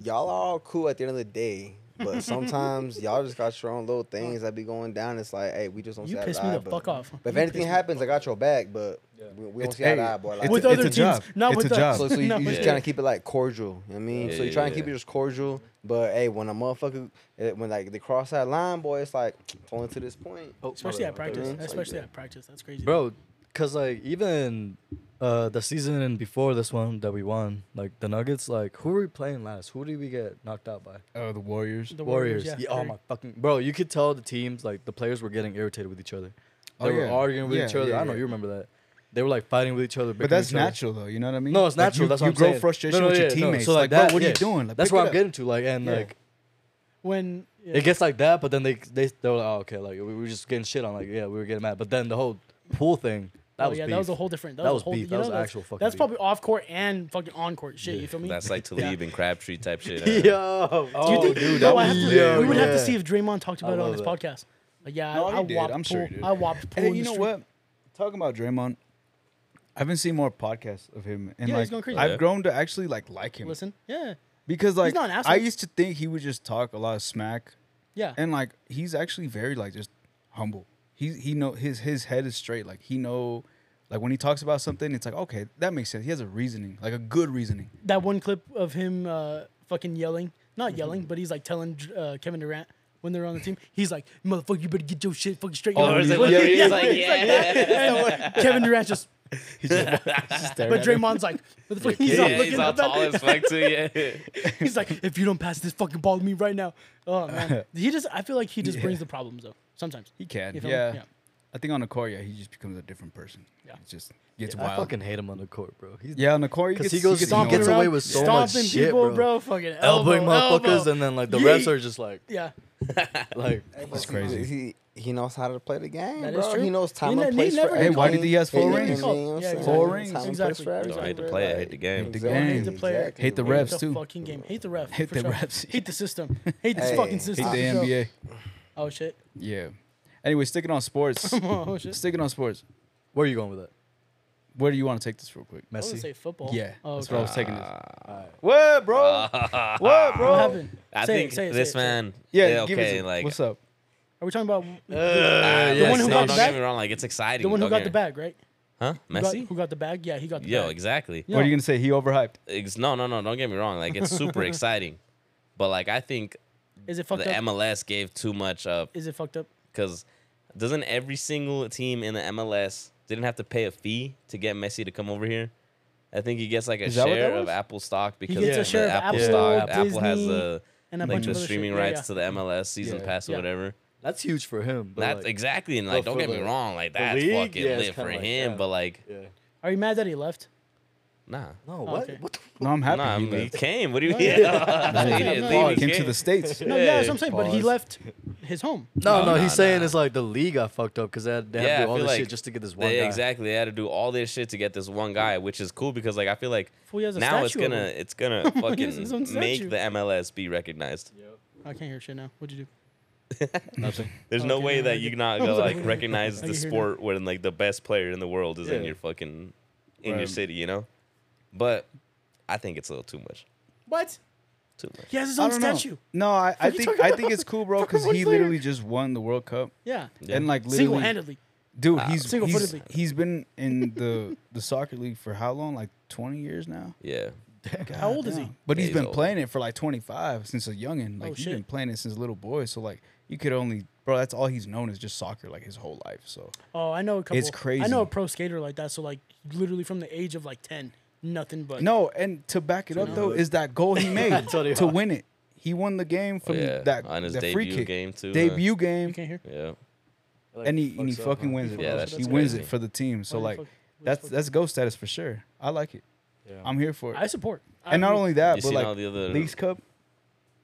Speaker 5: y'all are all cool at the end of the day. But sometimes y'all just got your own little things that be going down. It's like, hey, we just don't.
Speaker 4: You
Speaker 5: see eye to
Speaker 4: pissed me
Speaker 5: eye,
Speaker 4: the
Speaker 5: but-
Speaker 4: fuck off.
Speaker 5: But if
Speaker 4: You
Speaker 5: anything
Speaker 4: pissed me
Speaker 5: happens, I got your back. But we, we don't
Speaker 1: It's-
Speaker 5: see eye to
Speaker 1: hey,
Speaker 5: eye, boy. Like
Speaker 1: it's
Speaker 4: With
Speaker 1: a-
Speaker 5: that.
Speaker 1: it's
Speaker 4: other
Speaker 1: a
Speaker 4: teams,
Speaker 1: job.
Speaker 4: not
Speaker 1: It's
Speaker 4: with
Speaker 1: a
Speaker 4: the-
Speaker 1: job.
Speaker 5: So, so you,
Speaker 4: No,
Speaker 5: you
Speaker 4: for
Speaker 5: just
Speaker 4: sure.
Speaker 5: kind of keep it like cordial. You know what I mean?
Speaker 3: Yeah,
Speaker 5: so you
Speaker 3: yeah,
Speaker 5: try and
Speaker 3: yeah,
Speaker 5: keep
Speaker 3: yeah.
Speaker 5: it just cordial, but hey, when a motherfucker, eh, when like they cross that line, boy, it's like it's only to this point.
Speaker 2: Oh, my
Speaker 4: especially
Speaker 2: bad,
Speaker 4: at
Speaker 2: my bad.
Speaker 4: practice.
Speaker 5: It's like
Speaker 4: Especially
Speaker 5: that.
Speaker 4: at practice. That's crazy,
Speaker 2: bro. Cause like even uh the season before this one that we won, like the Nuggets, like who were we playing last? Who did we get knocked out by?
Speaker 1: Oh, the Warriors.
Speaker 4: The
Speaker 2: Warriors.
Speaker 4: yeah,
Speaker 2: Yeah, oh
Speaker 4: very-
Speaker 2: my fucking bro, you could tell the teams like the players were getting irritated with each other. They
Speaker 1: Oh,
Speaker 2: were
Speaker 1: yeah.
Speaker 2: arguing with
Speaker 1: Yeah,
Speaker 2: each other.
Speaker 1: yeah,
Speaker 2: I know
Speaker 1: yeah.
Speaker 2: you remember that. They were like fighting with each other.
Speaker 1: But that's natural, though. You know what I mean?
Speaker 2: No, it's
Speaker 1: Like,
Speaker 2: natural.
Speaker 1: you,
Speaker 2: that's what
Speaker 1: you
Speaker 2: I'm
Speaker 1: grow
Speaker 2: saying.
Speaker 1: frustration
Speaker 2: No, no,
Speaker 1: with your
Speaker 2: yeah, no.
Speaker 1: teammates.
Speaker 2: So
Speaker 1: like,
Speaker 2: like that,
Speaker 1: bro, what are
Speaker 2: yeah.
Speaker 1: you doing? Like,
Speaker 2: that's
Speaker 1: pick it
Speaker 2: what I'm
Speaker 1: up.
Speaker 2: getting to. Like, and
Speaker 4: Yeah.
Speaker 2: like
Speaker 4: When yeah.
Speaker 2: it gets like that, but then they they they were like, oh, okay, like we were just getting shit on. Like, yeah, we were getting mad. But then the whole pool thing, that
Speaker 4: oh,
Speaker 2: was
Speaker 4: yeah,
Speaker 2: beef.
Speaker 4: that was a whole different. That,
Speaker 2: That
Speaker 4: was,
Speaker 2: was
Speaker 4: a whole,
Speaker 2: beef.
Speaker 4: you
Speaker 2: That
Speaker 4: know,
Speaker 2: was
Speaker 4: that's-
Speaker 2: actual fucking
Speaker 4: That's
Speaker 2: beef.
Speaker 4: probably off court and fucking on court shit. You feel me?
Speaker 3: that's like Talib and Crabtree type shit. Uh, huh?
Speaker 4: Do
Speaker 2: Yo,
Speaker 4: you
Speaker 2: oh,
Speaker 4: think?
Speaker 2: dude,
Speaker 4: bro,
Speaker 2: that
Speaker 4: I
Speaker 2: was
Speaker 4: have to-
Speaker 2: lit.
Speaker 4: we would have to
Speaker 2: Yeah.
Speaker 4: see if Draymond talked about it on
Speaker 2: love
Speaker 4: this
Speaker 2: that.
Speaker 4: podcast. Like, yeah,
Speaker 1: No,
Speaker 4: I,
Speaker 1: he
Speaker 4: I
Speaker 1: did.
Speaker 4: whopped
Speaker 1: I'm
Speaker 4: pool.
Speaker 1: sure he did.
Speaker 4: I whopped pool.
Speaker 1: Hey,
Speaker 4: in
Speaker 1: you
Speaker 4: the
Speaker 1: know
Speaker 4: street.
Speaker 1: what? Talking about Draymond, I haven't seen more podcasts of him, and
Speaker 4: Yeah, he's
Speaker 1: like
Speaker 4: going crazy.
Speaker 1: I've
Speaker 4: Yeah.
Speaker 1: grown to actually like like him
Speaker 4: Listen, yeah,
Speaker 1: because like
Speaker 4: not an asshole.
Speaker 1: I used to think he would just talk a lot of smack,
Speaker 4: yeah.
Speaker 1: and like he's actually very like just humble. He he know his his head is straight. Like he know, like when he talks about something, it's like okay, that makes sense. He has a reasoning, like a good reasoning.
Speaker 4: that one clip of him uh, fucking yelling, not yelling, but he's like telling uh, Kevin Durant when they're on the team, he's like, "Motherfucker, you better get your shit fucking straight."
Speaker 3: Oh, is that what he's like, yeah.
Speaker 4: that. And Kevin Durant just. but Draymond's like, what the fuck? He's
Speaker 3: yeah,
Speaker 4: not looking
Speaker 3: he's all
Speaker 4: up at
Speaker 3: tall
Speaker 4: it.
Speaker 3: as fuck too. Yeah,
Speaker 4: He's like, if you don't pass this fucking ball to me right now, oh man, he just. I feel like he just brings the problems though. Sometimes
Speaker 1: He can,
Speaker 4: You feel me?
Speaker 1: yeah.
Speaker 4: Yeah.
Speaker 1: I think on the court, yeah, he just becomes a different person.
Speaker 4: Yeah.
Speaker 1: It just gets
Speaker 2: I
Speaker 1: wild.
Speaker 2: fucking hate him on the court, bro. He's
Speaker 1: yeah, on the court,
Speaker 2: Because
Speaker 1: gets,
Speaker 2: he goes-
Speaker 1: gets
Speaker 2: he
Speaker 1: known.
Speaker 2: gets away
Speaker 4: around,
Speaker 2: with so much
Speaker 4: stomping
Speaker 2: shit,
Speaker 4: people,
Speaker 2: bro.
Speaker 4: Fucking elbow,
Speaker 2: elbowing motherfuckers,
Speaker 4: elbow.
Speaker 2: and then like the
Speaker 4: Yeet.
Speaker 2: refs are just like,
Speaker 4: yeah.
Speaker 2: like,
Speaker 1: It's crazy.
Speaker 5: He he knows how to play the game,
Speaker 4: That is
Speaker 5: bro.
Speaker 4: true.
Speaker 5: He knows time
Speaker 4: He ne-
Speaker 5: and
Speaker 4: he
Speaker 5: place
Speaker 4: never
Speaker 5: for
Speaker 4: gets
Speaker 5: everything.
Speaker 1: Hey, why did he has four
Speaker 5: You know
Speaker 1: rings?
Speaker 5: what I'm saying?
Speaker 4: Yeah, exactly.
Speaker 5: Four rings.
Speaker 4: Exactly.
Speaker 5: Exactly. For
Speaker 4: Don't
Speaker 5: everything,
Speaker 3: hate to
Speaker 5: bro.
Speaker 3: play it. I
Speaker 5: Like,
Speaker 3: hate the game.
Speaker 1: Hate the
Speaker 5: exactly,
Speaker 1: game.
Speaker 4: Hate the player.
Speaker 5: exactly,
Speaker 1: Hate the
Speaker 5: bro.
Speaker 1: refs
Speaker 4: the
Speaker 1: too.
Speaker 4: fucking game. Hate the ref.
Speaker 1: Hate
Speaker 4: for
Speaker 1: the
Speaker 4: sure.
Speaker 1: refs, yeah.
Speaker 4: Hate the system. Hate this
Speaker 5: Hey,
Speaker 4: fucking
Speaker 5: hate
Speaker 1: Hate
Speaker 4: system.
Speaker 1: the
Speaker 4: for sure.
Speaker 1: NBA.
Speaker 4: Oh shit.
Speaker 1: Yeah. Anyway, sticking on sports.
Speaker 4: Oh shit.
Speaker 1: sticking on sports.
Speaker 2: where are you going with that?
Speaker 1: Where do you want to take this real quick?
Speaker 4: I wouldn't
Speaker 2: Messi.
Speaker 4: say football.
Speaker 1: Yeah,
Speaker 4: Oh,
Speaker 1: that's
Speaker 4: okay.
Speaker 1: what I was taking this.
Speaker 3: Ah.
Speaker 2: What, bro?
Speaker 1: Oh.
Speaker 2: what,
Speaker 4: What
Speaker 2: bro?
Speaker 4: happened?
Speaker 3: I
Speaker 4: Say it,
Speaker 3: think
Speaker 4: say it, say
Speaker 3: this
Speaker 4: it, say it.
Speaker 3: man.
Speaker 1: Yeah, give it
Speaker 3: okay.
Speaker 1: to-
Speaker 3: like,
Speaker 1: what's up?
Speaker 4: Are we talking about
Speaker 3: Uh, yes,
Speaker 4: one who
Speaker 3: no,
Speaker 4: got
Speaker 3: don't
Speaker 4: back-
Speaker 3: get me wrong. Like, it's exciting.
Speaker 4: the one who
Speaker 3: don't
Speaker 4: got
Speaker 3: get
Speaker 4: the
Speaker 3: me-
Speaker 4: bag, right?
Speaker 3: Huh?
Speaker 4: Who got,
Speaker 3: Messi?
Speaker 4: who got the bag? Yeah, he got the
Speaker 3: Yo,
Speaker 4: bag.
Speaker 3: exactly.
Speaker 1: What are
Speaker 4: No.
Speaker 1: you gonna say? He overhyped.
Speaker 3: Ex- no, no, no. Don't get me wrong. Like, it's super exciting. But, like, I think
Speaker 4: Is it
Speaker 3: the
Speaker 4: fucked up?
Speaker 3: MLS gave too much up
Speaker 4: Is it fucked up?
Speaker 3: because doesn't every single team in the MLS didn't have to pay a fee to get Messi to come over here? I think he gets like a
Speaker 1: Is that what that
Speaker 3: share of
Speaker 1: was?
Speaker 3: Apple stock because
Speaker 4: gets a
Speaker 3: the
Speaker 4: share of
Speaker 3: Apple
Speaker 4: Apple,
Speaker 3: stock. Apple has
Speaker 4: Disney,
Speaker 3: the
Speaker 4: And a
Speaker 3: like
Speaker 4: bunch
Speaker 3: the
Speaker 4: of other
Speaker 3: streaming
Speaker 4: shit. Yeah,
Speaker 3: rights
Speaker 4: yeah.
Speaker 3: to the MLS season
Speaker 2: Yeah.
Speaker 3: pass or
Speaker 4: Yeah.
Speaker 3: whatever.
Speaker 2: That's huge for him. But
Speaker 3: That's
Speaker 2: like,
Speaker 3: exactly and like
Speaker 2: but
Speaker 3: don't
Speaker 2: for
Speaker 3: get me
Speaker 2: the-
Speaker 3: wrong, like
Speaker 2: the
Speaker 3: that's
Speaker 2: league,
Speaker 3: fucking
Speaker 2: yeah, it's
Speaker 3: lit
Speaker 2: kinda
Speaker 3: for
Speaker 2: like
Speaker 3: him.
Speaker 2: that.
Speaker 3: but like
Speaker 2: yeah.
Speaker 4: Are you mad that he left? Oh,
Speaker 3: nah,
Speaker 2: No, what?
Speaker 4: okay. Oh,
Speaker 2: What the
Speaker 1: No, I'm happy.
Speaker 3: nah, I
Speaker 1: he
Speaker 3: mean, he
Speaker 1: left.
Speaker 3: came. What do you mean?
Speaker 1: Yeah.
Speaker 3: He didn't
Speaker 4: no,
Speaker 3: leave, he
Speaker 1: came to the states.
Speaker 4: No, yeah, that's what I'm saying. But he
Speaker 1: Pause.
Speaker 4: left his home.
Speaker 2: No,
Speaker 3: No,
Speaker 2: no,
Speaker 3: no,
Speaker 2: he's saying
Speaker 3: no.
Speaker 2: it's like the league got fucked up because they had, they had to
Speaker 3: Yeah,
Speaker 2: do
Speaker 3: I
Speaker 2: all
Speaker 3: feel
Speaker 2: this
Speaker 3: like
Speaker 2: shit just to get this one
Speaker 3: they,
Speaker 2: guy.
Speaker 3: Exactly, they had to do all this shit to get this one guy, which is cool because like I feel like
Speaker 4: Fool, he has a
Speaker 3: now it's
Speaker 4: statue of
Speaker 3: gonna
Speaker 4: him.
Speaker 3: it's gonna
Speaker 4: has his own
Speaker 3: fucking make
Speaker 4: statue.
Speaker 3: the MLS be recognized.
Speaker 4: I can't hear shit now. What'd you do?
Speaker 2: Nothing.
Speaker 3: There's no
Speaker 4: Okay,
Speaker 3: way
Speaker 4: now I
Speaker 3: that you're
Speaker 4: get-
Speaker 3: not
Speaker 4: I'm
Speaker 3: gonna
Speaker 4: sorry.
Speaker 3: like recognize
Speaker 4: I
Speaker 3: the
Speaker 4: can hear
Speaker 3: sport when like the best player in the world is in
Speaker 2: Yeah.
Speaker 3: your fucking in your
Speaker 1: Right.
Speaker 3: city, you know. But I think it's a little too much.
Speaker 4: What?
Speaker 3: Too much.
Speaker 4: He has his
Speaker 1: I
Speaker 4: own
Speaker 1: don't know.
Speaker 4: statue.
Speaker 1: No, I, I
Speaker 4: What you
Speaker 1: think
Speaker 4: talking
Speaker 1: I think
Speaker 4: about?
Speaker 1: it's cool, bro,
Speaker 4: Fucking
Speaker 1: because
Speaker 4: one
Speaker 1: he
Speaker 4: player.
Speaker 1: literally just won the World Cup.
Speaker 4: Yeah.
Speaker 3: Yeah.
Speaker 1: And like literally,
Speaker 4: Single-handedly.
Speaker 1: dude, he's, he's
Speaker 4: Single-footedly.
Speaker 1: he's been in the the soccer league for how long? Like 20 years now.
Speaker 3: Yeah.
Speaker 4: How old is he?
Speaker 1: Goddamn. But
Speaker 3: Yeah,
Speaker 1: he's
Speaker 3: he's
Speaker 1: been
Speaker 3: old.
Speaker 1: playing it for like 25 since a youngin. Like
Speaker 4: Oh,
Speaker 1: he's been
Speaker 4: shit.
Speaker 1: playing it since a little boy. So like you could only, bro. That's all he's known is just soccer, like his whole life. So
Speaker 4: Oh, I know a couple.
Speaker 1: It's
Speaker 4: I know
Speaker 1: crazy.
Speaker 4: a pro skater like that. So like, literally from the age of like ten, nothing but
Speaker 1: no, and to back it up though is that goal he made
Speaker 2: told you
Speaker 1: to
Speaker 2: what.
Speaker 1: win it. He won the game from
Speaker 3: Oh, yeah.
Speaker 1: that
Speaker 3: On his
Speaker 1: that free
Speaker 3: debut
Speaker 1: kick.
Speaker 3: game, too, huh?
Speaker 1: Debut game.
Speaker 4: You can't hear.
Speaker 3: Yeah.
Speaker 1: and he, and he fucking wins it.
Speaker 3: Yeah,
Speaker 1: bro.
Speaker 3: that's
Speaker 1: he wins
Speaker 3: crazy.
Speaker 1: it for the team. So
Speaker 4: Why the
Speaker 1: like,
Speaker 4: fuck- why the
Speaker 1: that's
Speaker 4: fuck-
Speaker 1: that's go status for sure. I like it. I'm here for it.
Speaker 4: I support. I
Speaker 1: and not
Speaker 4: agree.
Speaker 1: only that,
Speaker 3: You
Speaker 1: but
Speaker 3: seen
Speaker 1: like
Speaker 3: all the other-
Speaker 1: Leagues Cup,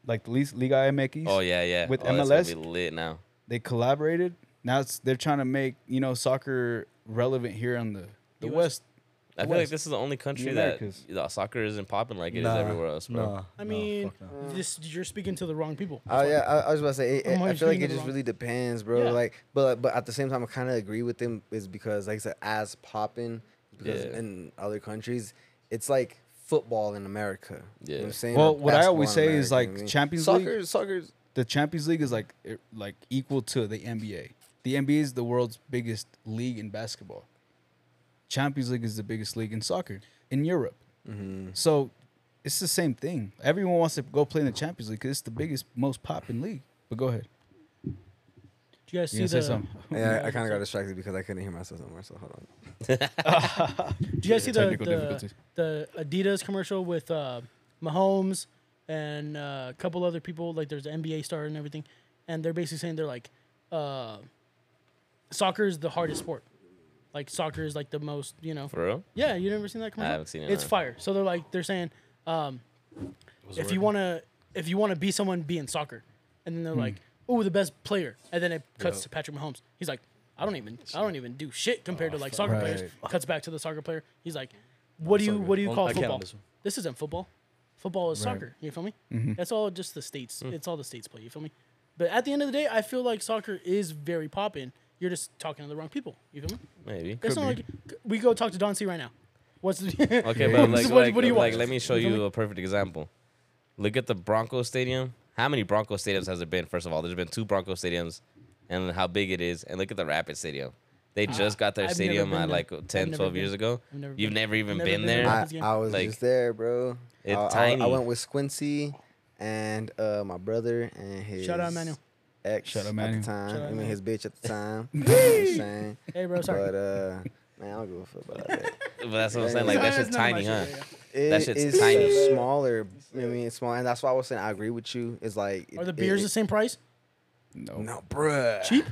Speaker 1: like the Leagues Liga MX.
Speaker 3: Oh yeah, yeah.
Speaker 1: With
Speaker 3: oh, that's
Speaker 1: MLS?
Speaker 3: gonna be lit now.
Speaker 1: they collaborated. Now it's, they're trying to make you know soccer relevant here on the the
Speaker 4: US.
Speaker 1: West.
Speaker 3: I feel like this is the only country that
Speaker 1: Americas.
Speaker 3: uh, soccer isn't popping like it is
Speaker 2: Nah,
Speaker 3: everywhere else, bro.
Speaker 2: Nah,
Speaker 4: I
Speaker 2: nah,
Speaker 4: mean,
Speaker 2: fuck no.
Speaker 4: this you're speaking to the wrong people.
Speaker 5: Oh yeah, I, I was about to say. It,
Speaker 4: I'm
Speaker 5: it- I
Speaker 4: always
Speaker 5: feel like
Speaker 4: thinking
Speaker 5: it
Speaker 4: the
Speaker 5: just
Speaker 4: wrong-
Speaker 5: really depends, bro.
Speaker 4: Yeah.
Speaker 5: Like, but but at the same time, I kind of agree with them is because like I said, as popping because
Speaker 3: Yeah.
Speaker 5: in other countries, it's like football in America. You know
Speaker 3: Yeah.
Speaker 5: what I'm saying?
Speaker 1: Well,
Speaker 5: Or
Speaker 1: what I always
Speaker 5: basketball in
Speaker 1: say is
Speaker 5: America, you know
Speaker 1: like
Speaker 5: what I mean?
Speaker 1: Champions
Speaker 5: soccer,
Speaker 1: League.
Speaker 5: soccer's
Speaker 1: The Champions League is like e- like equal to the NBA. The NBA is the world's biggest league in basketball. Champions League is the biggest league in soccer in Europe.
Speaker 5: Mm-hmm.
Speaker 1: So it's the same thing. Everyone wants to go play in the Champions League because it's the biggest, most popping league. But go ahead.
Speaker 4: Do you guys see
Speaker 1: You gonna say
Speaker 4: the?
Speaker 1: something?
Speaker 5: Yeah, I, I kind of got distracted because I couldn't hear myself somewhere. So hold on.
Speaker 4: Do you guys see the
Speaker 1: Technical
Speaker 4: the,
Speaker 1: difficulties.
Speaker 4: the Adidas commercial with uh, Mahomes and uh, a couple other people? Like, there's an NBA star and everything, and they're basically saying they're like, uh, soccer is the hardest sport. Like, soccer is like the most, you know.
Speaker 3: For real?
Speaker 4: Yeah, you never seen that commercial?
Speaker 3: haven't seen it,
Speaker 4: It's
Speaker 3: no.
Speaker 4: fire. So they're like they're saying, um, if you wanna if you wanna be someone, be in soccer. And then
Speaker 3: Hmm.
Speaker 4: they're like, oh, the best player. And then it cuts to Patrick Mahomes. He's like, I don't even I don't even do shit compared
Speaker 2: Oh,
Speaker 4: to like soccer players. Cuts back to the soccer player. He's like, what do you what do you
Speaker 2: Well,
Speaker 4: call
Speaker 2: Oh, I can't on
Speaker 4: football?
Speaker 2: this one.
Speaker 4: This isn't football. Football is soccer. You feel me?
Speaker 2: Mm-hmm.
Speaker 4: That's all just the states.
Speaker 3: Hmm.
Speaker 4: It's all the states play. You feel me? But at the end of the day, I feel like soccer is very poppin'. You're just talking to the wrong people. You feel me?
Speaker 3: Maybe.
Speaker 4: It's not like we go talk to Don C right now. What's the
Speaker 3: Okay, but
Speaker 4: This
Speaker 3: like,
Speaker 4: is what-
Speaker 3: like,
Speaker 4: what do you
Speaker 3: like,
Speaker 4: watch?
Speaker 3: let me show
Speaker 4: You feel
Speaker 3: you
Speaker 4: me?
Speaker 3: a perfect example. Look at the Bronco Stadium. How many Bronco stadiums has there been? First of all, there's been two Bronco stadiums, and how big it is. And look at the Rapid Stadium. They just got their
Speaker 4: Ah, I've never
Speaker 3: stadium
Speaker 4: been
Speaker 3: uh,
Speaker 4: there.
Speaker 3: like
Speaker 4: I've
Speaker 3: 10,
Speaker 4: never
Speaker 3: 12 years
Speaker 4: been.
Speaker 3: ago.
Speaker 4: I've never
Speaker 3: You've
Speaker 4: been.
Speaker 3: never even
Speaker 4: Never
Speaker 3: been,
Speaker 4: been
Speaker 3: there.
Speaker 4: there.
Speaker 5: I,
Speaker 4: Champions game.
Speaker 5: I was
Speaker 3: Like,
Speaker 5: just there, bro.
Speaker 3: it's
Speaker 5: I, I-
Speaker 3: tiny.
Speaker 5: I, went with Squincy and uh, my brother and his
Speaker 4: Shout out, Emmanuel.
Speaker 5: ex
Speaker 1: Shout out,
Speaker 5: at
Speaker 1: Emmanuel.
Speaker 5: the time.
Speaker 4: Shout out,
Speaker 5: I mean, his bitch at the time. you know what I'm saying?
Speaker 4: Hey, bro, sorry.
Speaker 5: But uh, man, I don't give a fuck about that.
Speaker 3: But that's what I'm saying. Like that
Speaker 4: That's
Speaker 3: shit's
Speaker 4: not my
Speaker 3: tiny, huh?
Speaker 4: shit, yeah,
Speaker 3: That
Speaker 5: It-
Speaker 3: shit's
Speaker 5: it's
Speaker 3: tiny.
Speaker 5: so smaller. I mean, it's small, and that's why I was saying I agree with you. It's like
Speaker 4: Are the
Speaker 5: it-
Speaker 4: beers
Speaker 5: it-
Speaker 4: the same price?
Speaker 1: No.
Speaker 5: No, bruh.
Speaker 4: Cheap?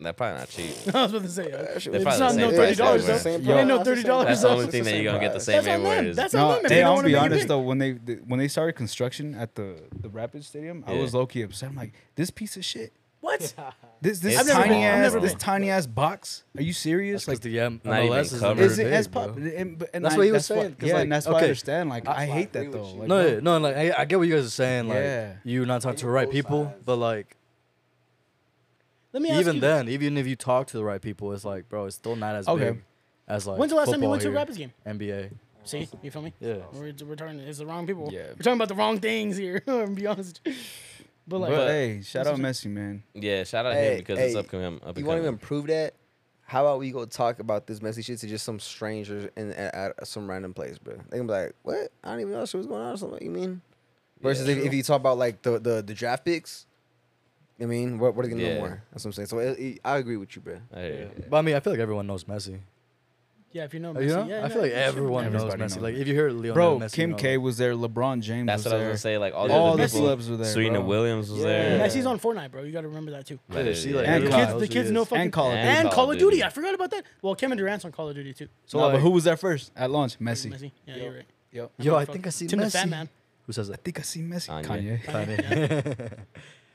Speaker 3: That probably not cheap.
Speaker 4: I was about to say. uh,
Speaker 5: shit was
Speaker 3: They're probably
Speaker 4: It's
Speaker 3: the
Speaker 4: not no
Speaker 3: same
Speaker 4: thirty
Speaker 3: price
Speaker 4: dollars
Speaker 3: everywhere.
Speaker 4: though.
Speaker 5: Same
Speaker 4: It ain't no
Speaker 5: price.
Speaker 4: thirty dollars.
Speaker 3: That's the only thing that you're gonna get the same
Speaker 4: That's on
Speaker 3: everywhere
Speaker 4: them.
Speaker 3: is
Speaker 4: That's on
Speaker 1: No,
Speaker 4: them. If
Speaker 1: hey,
Speaker 4: they don't
Speaker 1: I'll
Speaker 4: wanna
Speaker 1: be
Speaker 4: make it
Speaker 1: honest
Speaker 4: big.
Speaker 1: though, when they th- when they started construction at the the Rapid Stadium, I
Speaker 3: Yeah.
Speaker 1: was low key upset. I'm like, this piece of shit,
Speaker 4: What?
Speaker 1: this this
Speaker 3: It's
Speaker 1: tiny
Speaker 3: small,
Speaker 1: ass
Speaker 3: bro.
Speaker 1: this tiny ass box. Are you serious?
Speaker 2: like
Speaker 1: Like,
Speaker 2: the M-
Speaker 3: not even
Speaker 2: MLS is
Speaker 3: covered.
Speaker 2: not
Speaker 1: is
Speaker 2: big,
Speaker 1: it as
Speaker 2: bro.
Speaker 1: pop? And, but- and
Speaker 2: That's
Speaker 1: I-
Speaker 2: what he was saying, 'cause,
Speaker 1: yeah,
Speaker 2: like,
Speaker 1: and that's what I
Speaker 2: okay.
Speaker 1: understand. Like, I, hate that though. Like,
Speaker 2: No,
Speaker 1: bro,
Speaker 2: yeah, no, like I, I get what you guys are saying. Like
Speaker 1: Yeah.
Speaker 2: you're not talking to the right people, but like
Speaker 4: Let me ask
Speaker 2: even
Speaker 4: you.
Speaker 2: then, even if you talk to the right people, it's like, bro, it's still not as
Speaker 1: Okay.
Speaker 2: big as like.
Speaker 4: When's the last time you
Speaker 2: football
Speaker 4: went to a
Speaker 2: here,
Speaker 4: Rapids game?
Speaker 2: NBA.
Speaker 4: See, you feel me?
Speaker 2: Yeah.
Speaker 4: We're, we're talking. It's the wrong people.
Speaker 1: Yeah.
Speaker 4: We're talking about the wrong things here. I'm be honest. But like,
Speaker 1: but, hey, shout out Messi, man.
Speaker 3: Yeah, shout out
Speaker 5: Hey,
Speaker 3: him because it's
Speaker 5: hey,
Speaker 3: up him. Up
Speaker 5: You
Speaker 3: and
Speaker 5: want to
Speaker 3: coming.
Speaker 5: improve that? How about we go talk about this messy shit to just some strangers in at, at some random place, bro? They can be like, "What? I don't even know shit was going on." Or something. You mean? Versus if, if you talk about like the the, the draft picks. I mean, what what are they gonna
Speaker 3: Yeah.
Speaker 5: know more? That's what I'm saying. So it, it- I agree with you, bro.
Speaker 3: I hear you.
Speaker 2: But I mean, I feel like everyone knows Messi.
Speaker 4: yeah, if you know,
Speaker 2: You
Speaker 4: Messi,
Speaker 2: know,
Speaker 4: yeah, no,
Speaker 2: I feel like
Speaker 4: you should-
Speaker 2: everyone knows
Speaker 1: Everybody knows
Speaker 2: Messi. Like
Speaker 1: Messi.
Speaker 2: if you hear Lionel
Speaker 1: Bro,
Speaker 2: Messi,
Speaker 1: Kim
Speaker 2: you know,
Speaker 1: K was there. LeBron James.
Speaker 3: That's
Speaker 1: was
Speaker 3: what I was
Speaker 1: there.
Speaker 3: gonna say. Like all the
Speaker 1: All
Speaker 3: other
Speaker 1: the
Speaker 3: people,
Speaker 1: celebs were there,
Speaker 3: Serena
Speaker 1: bro.
Speaker 3: Williams was
Speaker 2: Yeah.
Speaker 3: there.
Speaker 4: Messi's on Fortnite, bro. You got to remember that too.
Speaker 3: That
Speaker 2: Yeah,
Speaker 3: is-
Speaker 2: she, like,
Speaker 1: And
Speaker 4: The
Speaker 2: everyone
Speaker 4: kids,
Speaker 2: knows
Speaker 4: the
Speaker 2: who
Speaker 4: kids
Speaker 2: he
Speaker 4: know
Speaker 2: is.
Speaker 4: fucking
Speaker 1: And Call of
Speaker 4: and
Speaker 3: Duty.
Speaker 4: Call of Duty. I forgot about that. Well, Kevin Durant's on Call of Duty too.
Speaker 1: So,
Speaker 2: No,
Speaker 1: uh, but
Speaker 2: like-
Speaker 1: who was there first at launch? Messi.
Speaker 4: Messi. Yeah, you're right.
Speaker 1: Yep.
Speaker 2: Yo, I think I see
Speaker 4: Tim the Fat
Speaker 2: Messi.
Speaker 4: Man.
Speaker 2: Who says that?
Speaker 1: I think I see Messi.
Speaker 3: Kanye.
Speaker 1: Kanye. Uh,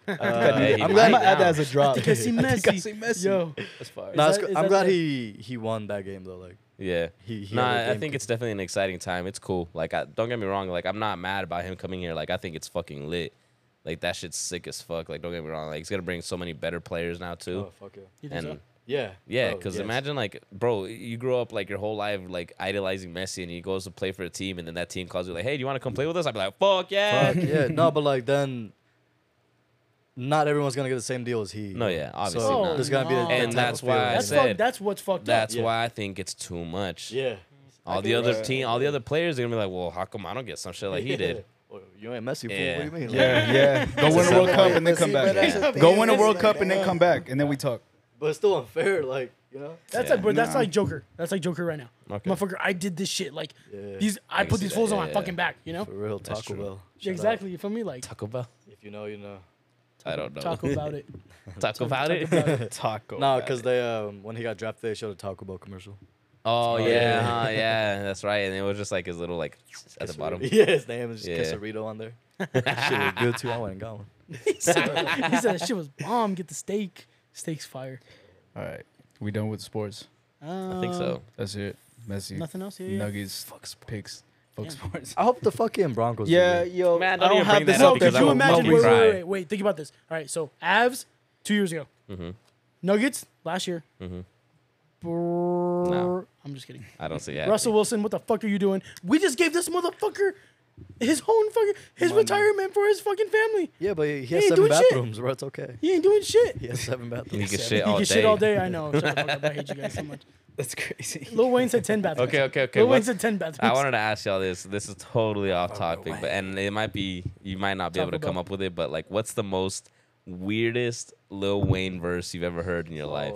Speaker 3: Hey,
Speaker 2: I'm
Speaker 3: he
Speaker 2: glad.
Speaker 1: I'm
Speaker 3: might
Speaker 1: gonna add
Speaker 3: now.
Speaker 1: that as a drop.
Speaker 4: I see Messi.
Speaker 1: think I see Messi.
Speaker 4: Yo,
Speaker 1: That's fire.
Speaker 2: Nah, it's
Speaker 4: that-
Speaker 2: good-
Speaker 4: is
Speaker 2: I'm
Speaker 4: that
Speaker 2: glad
Speaker 4: the-
Speaker 2: he he won that game though. Like
Speaker 3: Yeah.
Speaker 2: He- he had
Speaker 3: nah,
Speaker 2: a
Speaker 3: I
Speaker 2: game
Speaker 3: think
Speaker 2: cook-
Speaker 3: it's definitely an exciting time. It's cool. Like, I, don't get me wrong. Like, I'm not mad about him coming here. Like, I think it's fucking lit. Like, that shit's sick as fuck. Like, don't get me wrong. Like, it's gonna bring so many better players now too.
Speaker 2: oh fuck yeah.
Speaker 4: You think so?
Speaker 3: and
Speaker 2: Yeah.
Speaker 3: yeah,
Speaker 2: Oh,
Speaker 3: because
Speaker 2: yes.
Speaker 3: imagine like, bro, you grow up like your whole life like idolizing Messi, and he goes to play for a team, and then that team calls you like, hey, do you want to come play with us? I'd be like, fuck yeah.
Speaker 2: Fuck yeah. No, but like then, not everyone's gonna get the same deal as he.
Speaker 3: No, yeah, obviously
Speaker 2: So
Speaker 4: not.
Speaker 2: there's gonna be
Speaker 4: Oh,
Speaker 2: a
Speaker 4: no.
Speaker 2: different
Speaker 3: And
Speaker 2: type
Speaker 3: that's
Speaker 2: of feeling.
Speaker 3: why I
Speaker 4: that's
Speaker 3: said-
Speaker 4: fuck, that's what's fucked up.
Speaker 3: That's
Speaker 2: Yeah.
Speaker 3: why I think it's too much.
Speaker 2: yeah.
Speaker 3: All the other team, all the other players are gonna be like, well, how come I don't get some shit like he did?
Speaker 2: Well, You ain't Messi. fool.
Speaker 3: Yeah.
Speaker 2: What do you mean? Like,
Speaker 1: Yeah, yeah. Go win a World Cup and then come back. Go win a World Cup and then come back, and then we talk.
Speaker 2: But it's still unfair. Like you know.
Speaker 4: That's
Speaker 3: Yeah.
Speaker 4: like bro, that's like Joker. That's like Joker right now.
Speaker 3: Okay.
Speaker 4: Motherfucker, I did this shit. Like
Speaker 2: Yeah.
Speaker 4: these, I,
Speaker 3: can
Speaker 4: put
Speaker 3: see
Speaker 4: these
Speaker 3: that.
Speaker 4: fools on
Speaker 3: Yeah,
Speaker 4: my
Speaker 3: yeah,
Speaker 4: fucking
Speaker 3: yeah.
Speaker 4: back. You know
Speaker 2: For real, Taco
Speaker 3: true.
Speaker 2: Bell. Shut up.
Speaker 4: exactly. You feel me? Like
Speaker 3: Taco Bell?
Speaker 2: If you know, you know.
Speaker 3: I don't know.
Speaker 4: talk about it.
Speaker 3: Talk about it.
Speaker 1: Taco.
Speaker 2: No, because they um when he got drafted, they showed a Taco Bell commercial.
Speaker 3: Oh yeah,
Speaker 2: yeah.
Speaker 3: huh, yeah, that's right. And it was just like his little like at the bottom.
Speaker 2: Yeah, his name is just
Speaker 3: Yeah.
Speaker 2: Quesarito on there. that shit looked good too. I went and got one.
Speaker 4: he said that shit was bomb. Get the steak. Steak's fire.
Speaker 1: All right, we done with sports.
Speaker 3: I think so.
Speaker 4: Um,
Speaker 1: That's it. Messi.
Speaker 4: Nothing else here.
Speaker 1: Nuggets. Fuck picks. Fuck
Speaker 4: Yeah.
Speaker 1: sports.
Speaker 2: I hope the fucking Broncos. do good.
Speaker 1: yo.
Speaker 3: Man,
Speaker 1: I
Speaker 3: don't
Speaker 1: don't
Speaker 3: even
Speaker 1: have
Speaker 3: bring
Speaker 1: the
Speaker 3: that
Speaker 4: No,
Speaker 3: up because
Speaker 4: could
Speaker 3: I
Speaker 4: you
Speaker 3: will
Speaker 4: imagine?
Speaker 3: fucking
Speaker 4: Wait, wait,
Speaker 3: cry.
Speaker 4: wait, wait, wait. Think about this. All right, so Avs two years ago,
Speaker 2: Mm-hmm.
Speaker 4: Nuggets last year. Brrr,
Speaker 3: No.
Speaker 4: I'm just kidding.
Speaker 3: Mm-hmm. I don't see it.
Speaker 4: Russell Wilson, what the fuck are you doing? We just gave this motherfucker his own fucking his retirement for his fucking family.
Speaker 2: Yeah, but he
Speaker 4: ain't
Speaker 2: has seven
Speaker 4: doing shit.
Speaker 2: bathrooms, bro. It's okay.
Speaker 4: He ain't doing shit.
Speaker 2: He has seven
Speaker 3: happening.
Speaker 2: bathrooms.
Speaker 3: he can shit all
Speaker 4: you
Speaker 3: day.
Speaker 4: can shit all day. I know. Shut the fuck up. I hate you guys so much.
Speaker 1: That's crazy.
Speaker 4: Lil Wayne said ten bathrooms.
Speaker 3: Okay, okay, okay.
Speaker 4: Lil Wayne
Speaker 3: what's-
Speaker 4: said ten bathrooms.
Speaker 3: I wanted to ask y'all this. This is totally off topic, but and it might be you might not be able to
Speaker 4: Taco
Speaker 3: come
Speaker 4: Bell.
Speaker 3: up with it. But like, what's the most weirdest Lil Wayne verse you've ever heard in your life?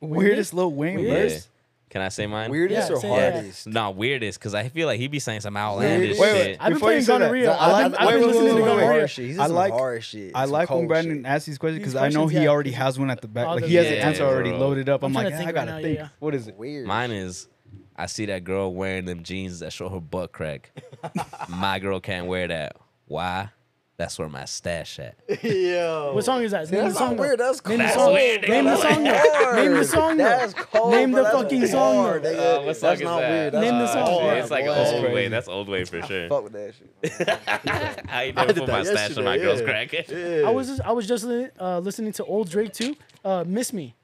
Speaker 1: Weirdest Lil Wayne
Speaker 3: Yeah.
Speaker 1: verse.
Speaker 3: Can I say mine?
Speaker 5: Weirdest
Speaker 4: Yeah,
Speaker 5: or
Speaker 4: say that.
Speaker 5: hardest?
Speaker 3: Nah, weirdest, because I feel like he'd be saying some outlandish
Speaker 5: Wait, wait,
Speaker 3: shit.
Speaker 4: I've been
Speaker 1: Before you say
Speaker 4: playing
Speaker 1: that,
Speaker 4: gonorrhea.
Speaker 1: I like-
Speaker 4: I've, I've
Speaker 1: wait,
Speaker 4: been
Speaker 1: wait,
Speaker 4: listening
Speaker 1: wait,
Speaker 4: to
Speaker 1: wait, wait.
Speaker 4: gonorrhea.
Speaker 5: Hard shit. He's
Speaker 1: I
Speaker 5: some
Speaker 1: like-
Speaker 5: hard shit.
Speaker 1: I
Speaker 5: Some
Speaker 1: like when
Speaker 5: cold
Speaker 1: Brandon
Speaker 5: shit.
Speaker 1: asks these questions
Speaker 4: These
Speaker 1: because I know
Speaker 4: questions,
Speaker 1: he
Speaker 4: yeah.
Speaker 1: already has one at the back.
Speaker 4: Oh,
Speaker 1: Like
Speaker 4: the-
Speaker 1: he has an
Speaker 3: Yeah,
Speaker 1: answer already
Speaker 3: bro.
Speaker 1: loaded up. I'm
Speaker 4: I'm trying
Speaker 1: like,
Speaker 4: to
Speaker 1: "Yeah,
Speaker 4: think
Speaker 1: I
Speaker 4: right
Speaker 1: gotta
Speaker 4: now,
Speaker 1: think.
Speaker 4: yeah, yeah.
Speaker 1: What is it?
Speaker 5: Weird.
Speaker 3: Mine is, I see that girl wearing them jeans that show her butt crack. my girl can't wear that. Why? That's where my stash at.
Speaker 2: Yo.
Speaker 4: What song is that? Name the
Speaker 5: That's
Speaker 4: song.
Speaker 5: not
Speaker 4: though.
Speaker 5: weird. That's cold.
Speaker 4: Name the
Speaker 3: That's
Speaker 4: song.
Speaker 3: weird,
Speaker 4: Name the
Speaker 3: nigga.
Speaker 4: song. though.
Speaker 5: Hard.
Speaker 4: Name the song. though.
Speaker 5: That's cold.
Speaker 4: Name
Speaker 5: bro.
Speaker 4: the
Speaker 5: That's
Speaker 4: fucking song,
Speaker 5: hard,
Speaker 4: though.
Speaker 5: nigga.
Speaker 3: Uh, what song
Speaker 5: That's
Speaker 3: is
Speaker 5: not
Speaker 3: that?
Speaker 5: weird.
Speaker 4: Name the
Speaker 5: That's
Speaker 4: song.
Speaker 5: hard,
Speaker 3: it's like
Speaker 5: boy.
Speaker 3: old way. That's old way for sure.
Speaker 5: Fuck with that shit.
Speaker 3: I ain't never
Speaker 2: did
Speaker 3: put
Speaker 2: that
Speaker 3: my stash in my
Speaker 2: yesterday,
Speaker 3: girl's
Speaker 2: yeah.
Speaker 3: crack.
Speaker 4: I was just, I was just li- uh, listening to old Drake too. Uh, Miss me,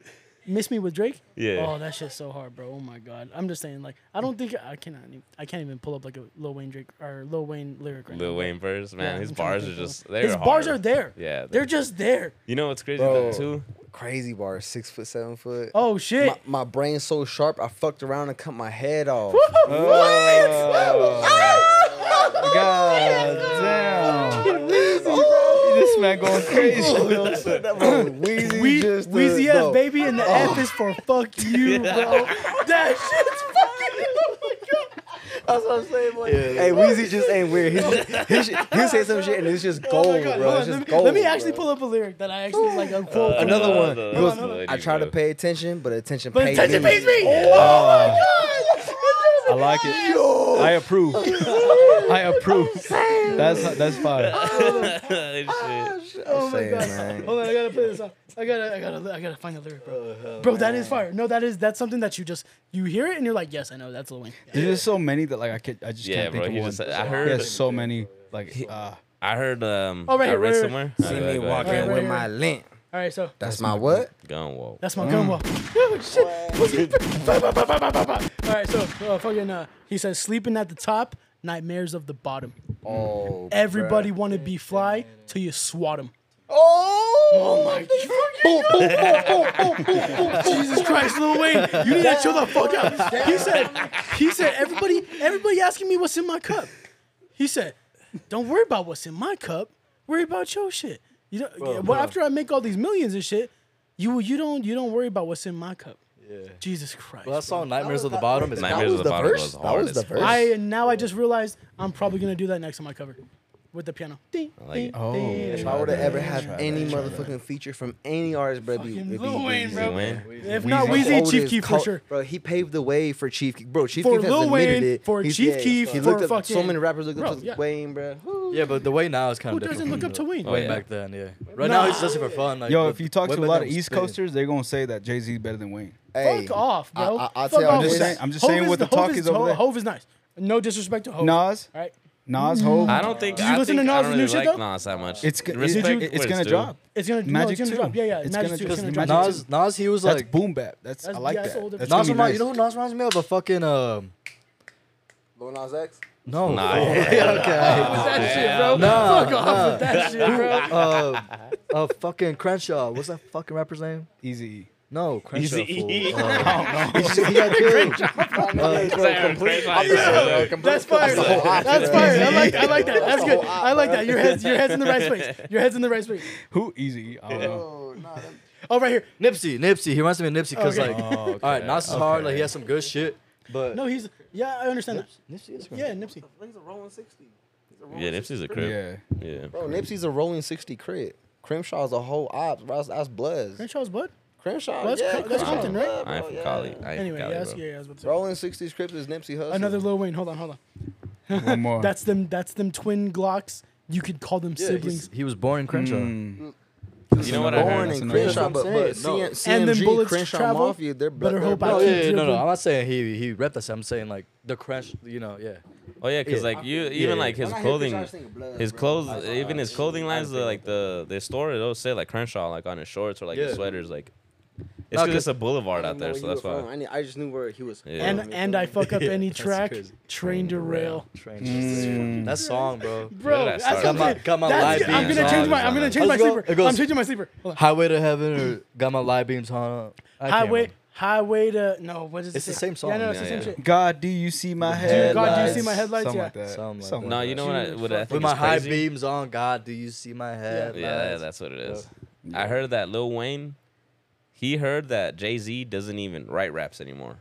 Speaker 4: Miss me with Drake.
Speaker 3: Yeah.
Speaker 4: Oh, that shit's so hard, bro. Oh my god. I'm just saying, like, I don't think I cannot, even, I can't even pull up like a Lil Wayne Drake or Lil Wayne lyric right now.
Speaker 3: Lil Wayne verse, man,
Speaker 4: Yeah,
Speaker 3: his
Speaker 4: I'm trying
Speaker 3: bars
Speaker 4: to
Speaker 3: are
Speaker 4: think of
Speaker 3: just
Speaker 4: one.
Speaker 3: they're
Speaker 4: His bars
Speaker 3: hard.
Speaker 4: are there.
Speaker 3: Yeah,
Speaker 4: They're
Speaker 3: they're-
Speaker 4: just there.
Speaker 3: You know what's crazy
Speaker 5: Bro.
Speaker 3: though too?
Speaker 5: Crazy bar. Six foot, seven foot.
Speaker 4: Oh shit.
Speaker 5: My, my brain's so sharp, I fucked around and cut my head off.
Speaker 9: Oh.
Speaker 1: God damn.
Speaker 5: Oh,
Speaker 9: Oh.
Speaker 1: This man going crazy.
Speaker 5: that bro, Weezy
Speaker 4: We,
Speaker 5: just, uh,
Speaker 4: Weezy F
Speaker 5: bro.
Speaker 4: baby and the F is for fuck you, bro. That shit's fucking. Oh my god.
Speaker 5: That's what I'm saying. Like, hey, Weezy just ain't weird. He's just, he's just, he'll say some shit and it's just
Speaker 4: Oh
Speaker 5: gold, bro. It's
Speaker 4: let, me,
Speaker 5: just gold.
Speaker 4: let me actually
Speaker 5: bro.
Speaker 4: pull up a lyric that I actually like a quote. from.
Speaker 5: another
Speaker 3: Uh,
Speaker 5: one.
Speaker 3: the-
Speaker 5: He goes,
Speaker 3: the lady,
Speaker 5: I try to
Speaker 3: bro.
Speaker 5: pay attention, but attention
Speaker 4: But
Speaker 5: pays
Speaker 4: attention
Speaker 5: me. Oh,
Speaker 4: pays me. Oh
Speaker 2: Oh. I like it. I approve. I approve. That's that's fine.
Speaker 3: Shit.
Speaker 5: Oh my god.
Speaker 4: Hold on, I gotta play this song. I gotta, I gotta, I gotta find the lyric, bro. bro, that is fire. No, that is that's something that you just you hear it and you're like, yes, I know that's Lil Wayne. Yeah.
Speaker 1: There's just so many that like I can I just
Speaker 3: Yeah,
Speaker 1: can't
Speaker 3: bro,
Speaker 1: think
Speaker 3: he
Speaker 1: of one.
Speaker 3: just said- I
Speaker 1: he
Speaker 3: heard-
Speaker 1: has so many like uh,
Speaker 3: I heard. Um,
Speaker 4: Oh, right
Speaker 3: I
Speaker 4: here,
Speaker 3: read
Speaker 4: right here.
Speaker 3: somewhere.
Speaker 5: See me
Speaker 3: Alright, go ahead,
Speaker 5: walking
Speaker 3: go ahead.
Speaker 5: with my lint.
Speaker 4: All right, so
Speaker 5: That's my what?
Speaker 3: Gun walk.
Speaker 4: that's my gun wall. Oh shit. All right, so uh, fucking uh, he says sleeping at the top, nightmares of the bottom.
Speaker 5: Oh,
Speaker 4: Everybody wanna be fly till you swat them. Oh Jesus Christ, Lil Wayne, you need to chill the fuck out. He said, he said, everybody, everybody asking me what's in my cup. He said, don't worry about what's in my cup. Worry about your shit. You know, well, after I make all these millions and shit, you you don't you don't worry about what's in my cup.
Speaker 2: Yeah.
Speaker 4: Jesus Christ.
Speaker 2: Well, that song
Speaker 5: was
Speaker 2: "Nightmares of the
Speaker 5: not-
Speaker 2: Bottom" is
Speaker 3: Nightmares
Speaker 5: that
Speaker 3: of
Speaker 5: was
Speaker 3: the
Speaker 5: the
Speaker 3: Bottom
Speaker 5: verse.
Speaker 3: goes
Speaker 5: That
Speaker 3: hard
Speaker 5: was the
Speaker 3: as fuck.
Speaker 5: verse.
Speaker 4: I uh, and now I just realized I'm probably gonna do that next on my cover with the piano. Ding,
Speaker 3: I like
Speaker 4: ding,
Speaker 3: it.
Speaker 1: Oh.
Speaker 4: ding.
Speaker 5: If I were to ever have any motherfucking feature from any artist, bro, it'd be,
Speaker 4: Fucking
Speaker 5: it'd be
Speaker 4: Lil Wayne,
Speaker 5: Weezy.
Speaker 4: bro.
Speaker 3: Wayne.
Speaker 4: If not
Speaker 5: Weezy's
Speaker 4: Weezy,
Speaker 5: old
Speaker 4: Chief
Speaker 5: as
Speaker 4: Keef for
Speaker 5: cult-
Speaker 4: sure.
Speaker 5: Bro, he paved the way for Chief Keef. Bro, Chief
Speaker 4: For
Speaker 5: Keef has
Speaker 4: Lil
Speaker 5: admitted
Speaker 4: Wayne,
Speaker 5: it.
Speaker 4: for
Speaker 5: He's-
Speaker 4: Chief
Speaker 5: yeah,
Speaker 4: Keef,
Speaker 5: He
Speaker 4: for
Speaker 5: looked up. So
Speaker 4: fucking-
Speaker 5: many rappers looked
Speaker 4: Bro,
Speaker 5: up to
Speaker 4: yeah.
Speaker 5: Wayne, bro. Woo.
Speaker 2: Yeah, but the way now is kind
Speaker 4: Who
Speaker 2: of different.
Speaker 4: doesn't look up to Wayne?
Speaker 3: Oh,
Speaker 2: way
Speaker 3: yeah.
Speaker 2: back then, yeah. Right now, he's just for fun. Like,
Speaker 1: yo.
Speaker 2: but
Speaker 1: If you talk to
Speaker 2: way
Speaker 1: a
Speaker 2: back
Speaker 1: lot
Speaker 2: then
Speaker 1: of
Speaker 2: was
Speaker 1: East
Speaker 2: clean.
Speaker 1: Coasters, they're gonna say that Jay Z is better than Wayne.
Speaker 5: Hey,
Speaker 4: Fuck off, bro.
Speaker 5: I- I- I'll
Speaker 4: Fuck
Speaker 5: tell you
Speaker 4: off
Speaker 5: this.
Speaker 4: with that.
Speaker 1: Saying- I'm just saying what the
Speaker 4: Hove
Speaker 1: talk is over
Speaker 4: Hove,
Speaker 1: there.
Speaker 4: Hove is nice. No disrespect to Hove.
Speaker 1: Nas,
Speaker 4: All right.
Speaker 1: Nas, Hove.
Speaker 3: I don't think.
Speaker 4: Do Mm. you
Speaker 3: I
Speaker 4: listen to
Speaker 3: think I
Speaker 4: Nas'
Speaker 3: don't
Speaker 4: new
Speaker 3: really
Speaker 4: shit,
Speaker 3: like
Speaker 4: though?
Speaker 3: Nas that much.
Speaker 1: It's gonna,
Speaker 3: Respect
Speaker 1: it's, it's
Speaker 3: where
Speaker 1: gonna
Speaker 3: due.
Speaker 1: drop.
Speaker 4: It's gonna, no,
Speaker 1: Magic
Speaker 4: it's gonna
Speaker 1: too.
Speaker 4: drop. Yeah, yeah.
Speaker 1: It's
Speaker 4: Magic
Speaker 1: gonna
Speaker 4: too. It's
Speaker 1: just-
Speaker 4: gonna drop.
Speaker 1: Magic
Speaker 4: Nas-
Speaker 1: too.
Speaker 2: Nas, Nas, he was
Speaker 1: That's
Speaker 2: like
Speaker 1: boom bap. That's, I
Speaker 4: That's-
Speaker 1: like
Speaker 4: yeah, that's
Speaker 1: that.
Speaker 4: older
Speaker 1: That's
Speaker 4: people.
Speaker 1: gonna
Speaker 2: Nas
Speaker 1: be
Speaker 2: reminds you
Speaker 1: nice.
Speaker 2: know who Nas reminds me of a fucking um
Speaker 5: Lil Nas X.
Speaker 2: no
Speaker 3: Nah,
Speaker 2: okay
Speaker 4: that shit, bro.
Speaker 2: Nah,
Speaker 4: Oh, Fuck off with that shit, bro.
Speaker 2: uh, uh fucking Crenshaw what's that fucking rapper's name
Speaker 1: Easy.
Speaker 2: no Crenshaw
Speaker 3: Eazy-E.
Speaker 2: fool. Uh, he just- he got killed Uh,
Speaker 4: That's fire. That's fire. I like, I like that. That's good. I like that. Your head's, your head's in the right space. Your head's in the right space.
Speaker 1: Who Easy? I don't know.
Speaker 4: Oh, right here.
Speaker 2: Nipsey Nipsey he reminds me of Nipsey because
Speaker 4: Okay.
Speaker 2: like
Speaker 3: Oh,
Speaker 2: all right Nas is hard like he has some good shit but
Speaker 4: No, he's. Yeah, I understand that.
Speaker 2: Nipsey is
Speaker 4: Yeah, Nipsey.
Speaker 5: He's a rolling 60.
Speaker 3: Yeah, Nipsey's a crib.
Speaker 1: Yeah.
Speaker 3: Yeah.
Speaker 5: Bro, Nipsey's a rolling 60 crit. Crimshaw's a whole ops, bro. That's, that's Bloods.
Speaker 4: Crenshaw's bud.
Speaker 5: Crenshaw,
Speaker 4: Well, that's
Speaker 5: yeah.
Speaker 4: Cr- that's
Speaker 5: Crenshaw,
Speaker 4: Compton, right?
Speaker 5: yeah,
Speaker 3: I ain't
Speaker 5: bro,
Speaker 3: from
Speaker 5: yeah.
Speaker 3: Cali. I ain't from
Speaker 4: Anyway, yeah,
Speaker 3: Cali,
Speaker 4: that's,
Speaker 3: bro.
Speaker 4: yeah, yeah, I was about to say.
Speaker 5: Rolling 60s Crips is Nipsey Hussle.
Speaker 4: Another Lil Wayne. Hold on, hold on.
Speaker 1: One more.
Speaker 4: That's them. That's them twin Glocks. You could call them
Speaker 2: yeah, he's-
Speaker 4: siblings.
Speaker 2: he was born in Crenshaw
Speaker 3: Hmm. You know what I
Speaker 5: Born
Speaker 3: heard?
Speaker 1: that's
Speaker 5: in
Speaker 1: another-
Speaker 5: Crenshaw, but,
Speaker 2: That's what
Speaker 5: but
Speaker 2: I'm saying, no.
Speaker 5: CM,
Speaker 4: And then
Speaker 5: CMG,
Speaker 4: bullets
Speaker 5: Crenshaw
Speaker 4: travel,
Speaker 5: Mafia, they're
Speaker 4: better
Speaker 5: better
Speaker 4: hope I
Speaker 2: no yeah,
Speaker 4: keep
Speaker 2: yeah, no no
Speaker 4: dribbling.
Speaker 2: I'm not saying he he repped us I'm saying like the Crensh you know yeah
Speaker 3: Oh yeah, cause
Speaker 2: Yeah.
Speaker 3: like you, even
Speaker 2: yeah.
Speaker 3: like his
Speaker 5: When I hear Chris, I
Speaker 3: clothing,
Speaker 5: just think of blood,
Speaker 3: his
Speaker 5: bro.
Speaker 3: clothes,
Speaker 5: Like,
Speaker 3: even his clothing lines, the, like the the store, it'll say like Crenshaw like on his shorts or like his
Speaker 2: Yeah.
Speaker 3: sweaters, like. It's
Speaker 2: Nah,
Speaker 3: because
Speaker 2: 'cause-
Speaker 3: it's a boulevard
Speaker 5: I didn't
Speaker 3: out
Speaker 5: know
Speaker 3: there,
Speaker 5: where
Speaker 3: so
Speaker 5: you
Speaker 3: that's
Speaker 5: were from.
Speaker 3: why.
Speaker 5: I, knew, I just knew where he was. from.
Speaker 3: Yeah.
Speaker 4: And
Speaker 5: You know
Speaker 4: and
Speaker 5: what
Speaker 4: I fuck up
Speaker 2: Yeah,
Speaker 4: any
Speaker 2: that's
Speaker 4: track.
Speaker 2: crazy.
Speaker 4: Train derail.
Speaker 2: Train mm. that song bro
Speaker 4: Bro,
Speaker 3: Where did I
Speaker 4: that's
Speaker 3: start?
Speaker 4: what I'm
Speaker 2: Got my-
Speaker 4: saying.
Speaker 2: got my
Speaker 4: That's
Speaker 2: live
Speaker 4: good. I'm
Speaker 2: beams
Speaker 4: gonna
Speaker 2: on.
Speaker 4: change my. I'm gonna change my
Speaker 2: Let's go.
Speaker 4: sleeper.
Speaker 2: It goes-
Speaker 4: I'm changing my sleeper. Hold on.
Speaker 2: Highway to Heaven or got my live beams on I can't
Speaker 4: Highway,
Speaker 2: remember.
Speaker 4: highway to no. What is it?
Speaker 2: It's the
Speaker 4: say?
Speaker 2: same song.
Speaker 4: Yeah, no, it's the
Speaker 3: Yeah,
Speaker 4: same
Speaker 3: yeah.
Speaker 4: shit.
Speaker 1: God, do you see my
Speaker 4: you-
Speaker 1: headlights?
Speaker 4: God, do you see my headlights?
Speaker 1: Something
Speaker 4: Yeah.
Speaker 1: like that.
Speaker 2: Something like
Speaker 1: Something
Speaker 3: No,
Speaker 2: that.
Speaker 1: like
Speaker 3: you
Speaker 1: that.
Speaker 3: know what? I, what I
Speaker 4: With
Speaker 3: think
Speaker 2: With
Speaker 3: is
Speaker 2: my high
Speaker 3: crazy?
Speaker 2: beams on, God, do you see my head?
Speaker 3: Yeah, that-
Speaker 2: lights?
Speaker 3: that's what it is. I heard that Lil Wayne, he heard that Jay Z doesn't even write raps anymore.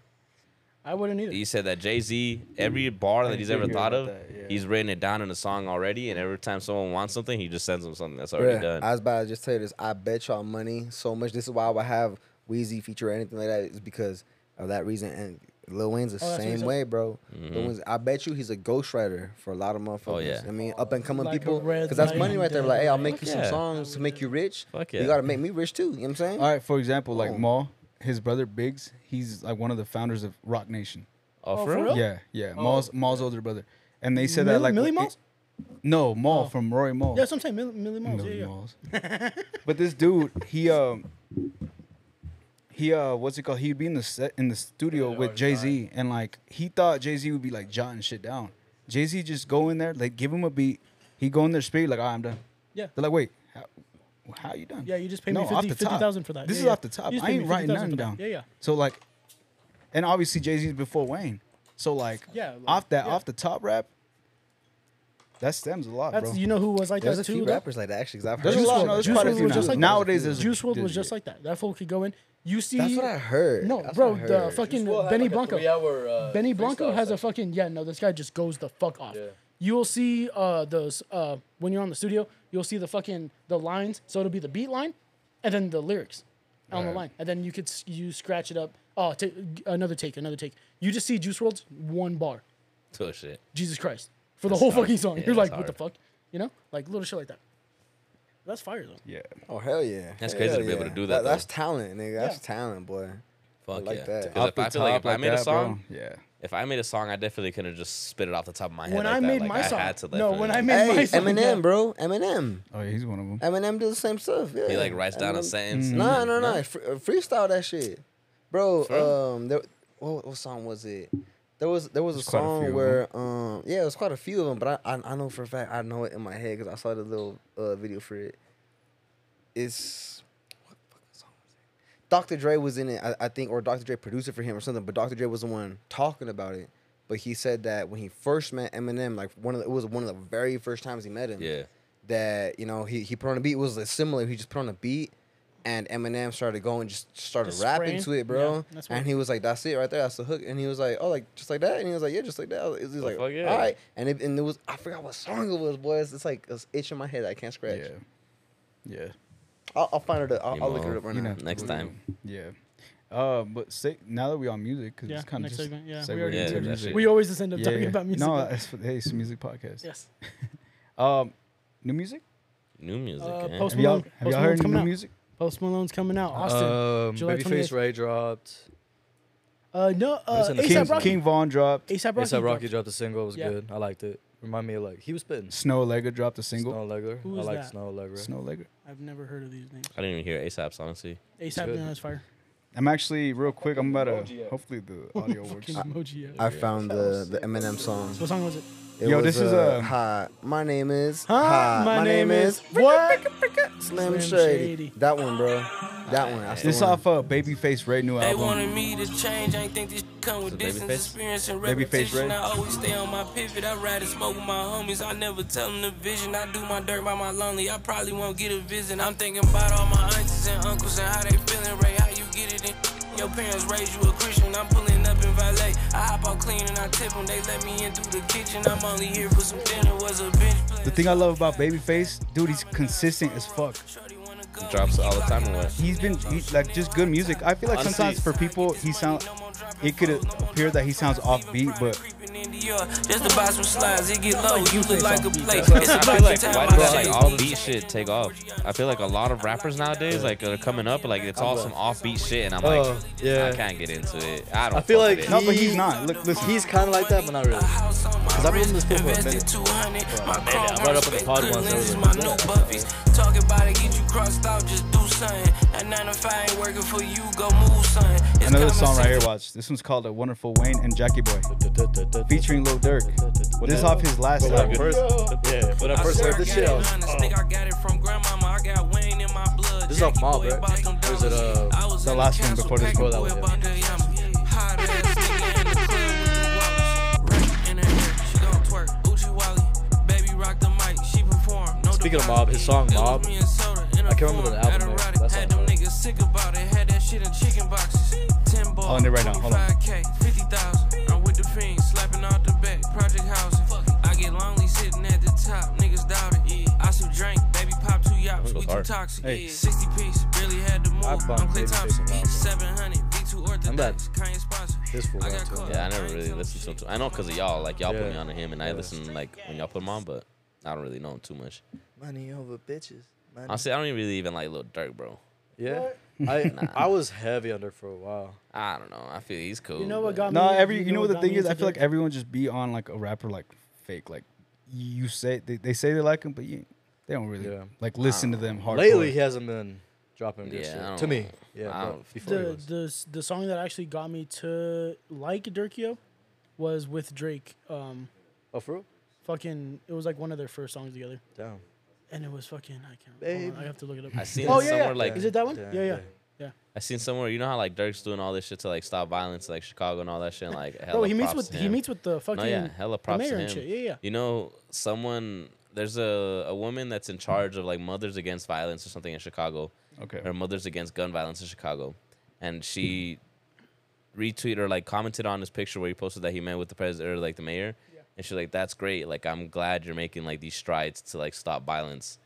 Speaker 4: I wouldn't either.
Speaker 3: He said that Jay Z, every bar that he's ever
Speaker 1: hear
Speaker 3: thought
Speaker 1: about
Speaker 3: of,
Speaker 1: that, yeah.
Speaker 3: he's written it down in a song already, and every time someone wants something, he just sends them something that's already
Speaker 5: Yeah,
Speaker 3: done.
Speaker 5: I was about to just tell you this. I bet y'all money so much. This is why I would have Wheezy feature or anything like that is because of that reason. And Lil Wayne's the
Speaker 4: Oh, that's what he
Speaker 5: same
Speaker 4: said.
Speaker 5: way, bro. Lil Wayne's, I bet you he's a ghostwriter for a lot of motherfuckers.
Speaker 3: Mm-hmm. Oh, yeah.
Speaker 5: I mean, up and coming
Speaker 4: Like a
Speaker 5: people.
Speaker 4: red
Speaker 5: Because that's
Speaker 4: light
Speaker 5: money
Speaker 4: on
Speaker 5: right there.
Speaker 4: the
Speaker 5: Like, hey, I'll
Speaker 4: red
Speaker 5: make you some
Speaker 3: yeah.
Speaker 5: songs to make you rich.
Speaker 3: Fuck
Speaker 5: You
Speaker 3: yeah.
Speaker 5: got to make me rich too. You know what I'm saying?
Speaker 1: All right, for example, like
Speaker 5: Oh.
Speaker 1: Maul, his brother Biggs, he's like one of the founders of Rock Nation.
Speaker 3: oh,
Speaker 4: for real?
Speaker 1: Yeah, yeah. Maul's Maul's older brother, and they said
Speaker 4: Millie,
Speaker 1: that like
Speaker 4: Millie
Speaker 1: it-
Speaker 4: Moss.
Speaker 1: No, Maul
Speaker 4: Oh.
Speaker 1: from Roy Maul.
Speaker 4: Yeah, that's what I'm saying. Millie, Millie Moss.
Speaker 1: Millie
Speaker 4: yeah, yeah.
Speaker 1: Mauls. but this dude, he um, he uh, what's it called? He'd be in the set in the studio with Jay Z, and like he thought Jay Z would be like jotting shit down. Jay Z just go in there, like give him a beat. He go in there, speed like, "All right, I'm done.
Speaker 4: Yeah.
Speaker 1: They're like, wait, how, how you done?
Speaker 4: Yeah, you just paid me
Speaker 1: No, off
Speaker 4: 50
Speaker 1: the top.
Speaker 4: 50,000 for that.
Speaker 1: This
Speaker 4: Yeah,
Speaker 1: is
Speaker 4: yeah.
Speaker 1: off the top.
Speaker 4: You just
Speaker 1: I
Speaker 4: paid me
Speaker 1: ain't writing
Speaker 4: 50,000
Speaker 1: nothing
Speaker 4: for
Speaker 1: down.
Speaker 4: that. Yeah, yeah.
Speaker 1: So like, and obviously Jay Z's before Wayne. So like,
Speaker 4: Yeah, like-
Speaker 1: off that
Speaker 4: yeah.
Speaker 1: off the top rap, That stems a lot,
Speaker 4: That's
Speaker 1: bro.
Speaker 4: you know who was like
Speaker 5: There's
Speaker 4: that
Speaker 5: a
Speaker 4: too.
Speaker 5: few
Speaker 4: though?
Speaker 5: rappers like that actually. Cause I've heard
Speaker 1: There's a
Speaker 5: shit
Speaker 1: lot.
Speaker 5: like
Speaker 1: No, there's
Speaker 5: that.
Speaker 1: quite a
Speaker 4: WRLD
Speaker 1: few.
Speaker 4: was just like that.
Speaker 1: Nowadays, there's
Speaker 4: Juice World was
Speaker 1: there's-
Speaker 4: just like that. That fool could go in. You see,
Speaker 5: That's what I heard.
Speaker 4: no,
Speaker 5: That's
Speaker 4: bro,
Speaker 5: what I
Speaker 4: the
Speaker 5: heard.
Speaker 4: fucking
Speaker 2: We'll have,
Speaker 4: Benny
Speaker 2: like, a
Speaker 4: Blanco.
Speaker 2: three-hour, uh,
Speaker 4: Benny Blanco
Speaker 2: freestyle
Speaker 4: has a
Speaker 2: session.
Speaker 4: fucking yeah. No, this guy just goes the fuck off.
Speaker 2: Yeah.
Speaker 4: You'll see uh those uh when you're on the studio, you'll see the fucking the lines. So it'll be the beat line, and then the lyrics on the line, and then you could s- you scratch it up. Oh, ta- another take, another take. You just see Juice World's one bar.
Speaker 3: Oh, shit.
Speaker 4: Jesus Christ for the whole fucking song.
Speaker 3: Yeah,
Speaker 4: You're
Speaker 3: that's
Speaker 4: like, what the fuck? You know, like little shit like that. That's fire though.
Speaker 1: Yeah.
Speaker 5: Oh hell yeah.
Speaker 3: That's
Speaker 5: Hell
Speaker 3: crazy to be able to
Speaker 5: yeah.
Speaker 3: do that, though.
Speaker 5: That's talent, nigga. That's
Speaker 4: Yeah.
Speaker 5: talent, boy.
Speaker 3: Fuck
Speaker 5: like
Speaker 3: yeah.
Speaker 5: that.
Speaker 3: 'Cause if
Speaker 1: Off the
Speaker 3: I feel like
Speaker 1: top
Speaker 3: if I
Speaker 1: like
Speaker 3: made a
Speaker 1: that, bro,
Speaker 3: song,
Speaker 1: Yeah.
Speaker 3: if I made a song, I definitely couldn't just spit it off the top of my head.
Speaker 4: When
Speaker 3: like
Speaker 4: I
Speaker 3: that.
Speaker 4: made
Speaker 3: Like,
Speaker 4: my
Speaker 3: I
Speaker 4: song-
Speaker 3: had to
Speaker 4: no, when I
Speaker 3: definitely-
Speaker 4: made my
Speaker 5: Hey,
Speaker 4: song,
Speaker 5: Eminem,
Speaker 4: yeah.
Speaker 5: bro. Eminem.
Speaker 1: Oh, yeah, he's one of them.
Speaker 5: Eminem does the same stuff. Yeah.
Speaker 3: He like writes down a
Speaker 5: Eminem-
Speaker 3: sentence. and
Speaker 5: No,
Speaker 3: then-
Speaker 5: no, no. Fre- uh, freestyle that shit, bro.
Speaker 3: For real?
Speaker 5: Um, there, what, what song was it? There was there was a
Speaker 1: There's quite a few
Speaker 5: song
Speaker 1: of 'em.
Speaker 5: where um yeah, it was quite a few of them, but I I, I know for a fact I know it in my head because I saw the little uh, video for it. It's what fucking song was it? Dr. Dre was in it, I, I think, or Dr. Dre produced it for him or something. But Dr. Dre was the one talking about it. But he said that when he first met Eminem, like one of the, it was one of the very first times he met him
Speaker 3: Yeah.
Speaker 5: that you know he, he put on a beat it was like, similar. He just put on a beat, and Eminem started going, just started
Speaker 4: Just
Speaker 5: rapping
Speaker 4: spraying?
Speaker 5: to it,
Speaker 4: Yeah,
Speaker 5: bro.
Speaker 4: that's what-
Speaker 5: and he was like, "That's it right there. That's the hook." And he was like, "Oh, like just like that." And he was like, "Yeah, just like that." He was like,
Speaker 3: fuck yeah.
Speaker 5: "All right." And it, and it was I forgot what song it was, boys. It's like it's itching my head. I can't scratch.
Speaker 1: Yeah. Yeah.
Speaker 5: I'll, I'll find it. Up. I'll,
Speaker 3: You
Speaker 5: I'll look it
Speaker 3: know,
Speaker 5: up right
Speaker 1: you
Speaker 5: now.
Speaker 1: know.
Speaker 3: Next time.
Speaker 1: Yeah. Uh, but say, now that we on music, because
Speaker 4: Yeah,
Speaker 1: it's kind of
Speaker 4: next
Speaker 1: just
Speaker 4: segment, yeah, we
Speaker 1: segue
Speaker 4: already
Speaker 1: into
Speaker 3: did that
Speaker 1: music.
Speaker 3: shit.
Speaker 4: We always just end up
Speaker 1: yeah,
Speaker 4: talking about music.
Speaker 1: No,
Speaker 4: though.
Speaker 1: that's, hey, it's a music podcast.
Speaker 4: yes.
Speaker 1: Um, new music.
Speaker 3: New music.
Speaker 4: Uh,
Speaker 3: eh?
Speaker 4: post-
Speaker 1: Have y'all,
Speaker 4: Malone-
Speaker 1: have y'all heard
Speaker 4: Post Malone's
Speaker 1: any
Speaker 4: coming
Speaker 1: new
Speaker 4: out.
Speaker 1: music?
Speaker 4: Post Malone's coming out. Austin.
Speaker 2: Um,
Speaker 4: July
Speaker 2: Babyface
Speaker 4: 28th.
Speaker 2: Ray dropped.
Speaker 4: Uh, no. Uh,
Speaker 2: Listen to
Speaker 4: ASAP
Speaker 1: King,
Speaker 4: Rocky.
Speaker 1: King Von dropped.
Speaker 4: ASAP Rocky.
Speaker 2: ASAP Rocky
Speaker 4: dropped.
Speaker 2: dropped a single. It was
Speaker 4: Yeah.
Speaker 2: good. I liked it. Remind me of like he was spitting.
Speaker 1: Snow Allegra dropped a single.
Speaker 2: Snow Legler.
Speaker 4: Who
Speaker 2: I
Speaker 4: is
Speaker 2: like
Speaker 4: that?
Speaker 2: Snow Legler.
Speaker 1: Snow Allegra.
Speaker 4: I've never heard of these names.
Speaker 3: I didn't even hear ASAP's honestly.
Speaker 4: ASAP
Speaker 2: good.
Speaker 4: no, that's fire.
Speaker 1: I'm actually real quick. I'm about
Speaker 2: Emoji
Speaker 1: to.
Speaker 2: app.
Speaker 1: Hopefully the audio works.
Speaker 4: Fucking emoji. Yeah.
Speaker 5: I found the the Eminem song.
Speaker 4: What song was it?
Speaker 5: It
Speaker 1: Yo,
Speaker 5: was,
Speaker 1: this is,
Speaker 5: uh,
Speaker 1: um,
Speaker 5: hi. My name is
Speaker 4: Hi,
Speaker 5: hi.
Speaker 4: my
Speaker 5: My, name,
Speaker 4: name
Speaker 5: is
Speaker 4: is-
Speaker 5: what? Slim
Speaker 4: Slim Shady.
Speaker 5: Shady. That one, bro. That one. That's the
Speaker 1: This
Speaker 5: one.
Speaker 1: off uh, Babyface Ray new
Speaker 10: They
Speaker 1: album.
Speaker 10: wanted me to change, I ain't think this come with
Speaker 3: Is it
Speaker 10: distance,
Speaker 3: Babyface?
Speaker 10: experience, and
Speaker 1: Babyface
Speaker 10: repetition.
Speaker 1: Red?
Speaker 10: I always stay on my pivot, I ride and smoke with my homies. I never tell them the vision, I do my dirt by my lonely. I probably won't get a visit. I'm thinking about all my aunties and uncles and how they feeling, Ray, how you get it in. Your parents raised you a Christian, I'm pulling up in valet. I hop out clean and I tip them, they let me in through the kitchen. I'm only here for some dinner, was a bench player.
Speaker 1: The thing I love about Babyface, dude, he's consistent as fuck.
Speaker 10: Shorty wanna go,
Speaker 3: Drops all the time or what?
Speaker 1: He's been he's like just good music. I feel like
Speaker 3: Honestly-
Speaker 1: sometimes for people he sound it could appear that he sounds offbeat, but
Speaker 10: creeping into your just to buy some slides, it get low, you look like a plate. It's
Speaker 3: I feel like
Speaker 10: about
Speaker 3: why
Speaker 10: the
Speaker 3: does
Speaker 10: time I
Speaker 3: like
Speaker 10: say-
Speaker 3: all beat shit take off? I feel like a lot of rappers nowadays like are coming up like it's all some off beat shit, and I'm like,
Speaker 2: Oh, yeah.
Speaker 3: I can't get into it. I don't.
Speaker 2: I feel
Speaker 3: fuck
Speaker 2: like
Speaker 3: with it.
Speaker 1: no, but he's not. Look, listen,
Speaker 2: He's kind of like that, but not really. Cause I've been listening to him for a minute. I brought up in the pod once.
Speaker 10: Lenses,
Speaker 2: earlier.
Speaker 10: my new buffies. Talk about it, get you crossed out, just do something. That nine to five ain't working for you, go move something. It's
Speaker 1: another
Speaker 10: common
Speaker 1: song right
Speaker 10: sense.
Speaker 1: here. Watch this one's called "A Wonderful Wayne" and Jackie Boy, featuring Lil Durk.
Speaker 2: When
Speaker 1: This
Speaker 2: I-
Speaker 1: off his last
Speaker 2: When I
Speaker 1: album.
Speaker 2: first, yeah, when I first
Speaker 10: swear
Speaker 2: heard this
Speaker 10: I
Speaker 2: shit,
Speaker 10: got
Speaker 2: I
Speaker 10: it
Speaker 2: was
Speaker 10: honest, think I got it from grandmama. I got Wayne in my blood.
Speaker 2: This is off
Speaker 10: Jackie
Speaker 2: Mob,
Speaker 10: boy
Speaker 2: right?
Speaker 10: bought them
Speaker 2: Or is it,
Speaker 10: dollars.
Speaker 2: uh,
Speaker 10: I was
Speaker 1: the
Speaker 10: in
Speaker 1: last one
Speaker 10: castle
Speaker 1: before this
Speaker 10: packing
Speaker 2: one? That
Speaker 10: boy
Speaker 2: one,
Speaker 10: about the yum. Hot ass nigga in the club with the wallets. Right in her ear, she gon' twerk. Uchi Wally, baby rock the mic. She perform. No
Speaker 2: Speaking of
Speaker 10: deposit.
Speaker 2: Mob, his song
Speaker 10: It was
Speaker 1: Oh,
Speaker 2: Mob,
Speaker 10: me and soda in a
Speaker 2: I can't remember
Speaker 10: form
Speaker 2: the album
Speaker 10: at a
Speaker 2: name,
Speaker 10: Roddy.
Speaker 2: but that
Speaker 10: Had
Speaker 2: song
Speaker 10: them
Speaker 2: hard.
Speaker 10: niggas sick about it. Had that shit in chicken boxes. Ten balls.
Speaker 1: end it right now. Hold on.
Speaker 10: 25K, 50,000. I'm with the fiends, slapping out the back, project housing. Fuck it. I get lonely sitting at the top, niggas doubt it. Yeah. I should drink, baby pop two yachts,
Speaker 3: That
Speaker 10: we
Speaker 3: goes
Speaker 10: too
Speaker 3: hard.
Speaker 10: toxic.
Speaker 1: Hey.
Speaker 10: Yeah. 60 piece, really had to move.
Speaker 2: I bought
Speaker 10: I'm Clay
Speaker 2: Baby
Speaker 10: Thompson,
Speaker 2: Big Mama.
Speaker 10: 700, V2 Orthodox, Kanye sponsor.
Speaker 2: This fool
Speaker 10: I
Speaker 2: went
Speaker 10: got
Speaker 2: to him.
Speaker 10: caught.
Speaker 3: Yeah, I never really listened to him. Too. I know because of y'all. Like y'all
Speaker 2: Yeah.
Speaker 3: put me on to him, and I listen like when y'all put him on, but I don't really know him too much.
Speaker 2: Money over bitches. Money.
Speaker 3: Honestly, I don't even really even like Lil Durk, bro.
Speaker 2: Yeah, I I was heavy under for a while.
Speaker 3: I don't know. I feel he's cool.
Speaker 4: You know what
Speaker 3: but-
Speaker 4: got me?
Speaker 1: No, every you know what the
Speaker 4: got
Speaker 1: thing
Speaker 4: me
Speaker 1: is, I
Speaker 4: into
Speaker 1: feel like
Speaker 4: Durk?
Speaker 1: everyone just be on like a rapper like fake. Like you say they, they say they like him, but you they don't really
Speaker 2: Yeah.
Speaker 1: like listen to them hard.
Speaker 2: Lately, he hasn't been dropping good
Speaker 3: Yeah, I
Speaker 2: shit.
Speaker 3: don't-
Speaker 2: To me, yeah.
Speaker 3: I
Speaker 2: but
Speaker 3: don't-
Speaker 2: before he
Speaker 4: the
Speaker 2: was.
Speaker 4: the the song that actually got me to like Durkio was with Drake. Um,
Speaker 2: Oh, for real?
Speaker 4: fucking, it was like one of their first songs together,
Speaker 2: Damn.
Speaker 4: and it was fucking I can't. Hold on,
Speaker 2: Babe.
Speaker 4: I have to look it up.
Speaker 3: I seen
Speaker 4: oh
Speaker 3: it
Speaker 4: yeah,
Speaker 3: somewhere
Speaker 4: yeah.
Speaker 3: like
Speaker 4: is it that one?
Speaker 2: Damn,
Speaker 4: yeah, yeah. Yeah.
Speaker 3: I seen somewhere, you know how like Dirk's doing all this shit to like stop violence, like Chicago and all that shit. And, like, hella
Speaker 4: Bro, he meets
Speaker 3: props
Speaker 4: with
Speaker 3: to
Speaker 4: he
Speaker 3: him.
Speaker 4: meets with the fucking
Speaker 3: no, yeah, hella
Speaker 4: the
Speaker 3: props
Speaker 4: mayor
Speaker 3: to him.
Speaker 4: and shit. Yeah, yeah.
Speaker 3: You know, someone there's a a woman that's in charge of like Mothers Against Violence or something in Chicago,
Speaker 1: Okay.
Speaker 3: or Mothers Against Gun Violence in Chicago, and she retweeted or like commented on his picture where he posted that he met with the president or like the mayor, and she's like, "That's great. Like, I'm glad you're making like these strides to like stop violence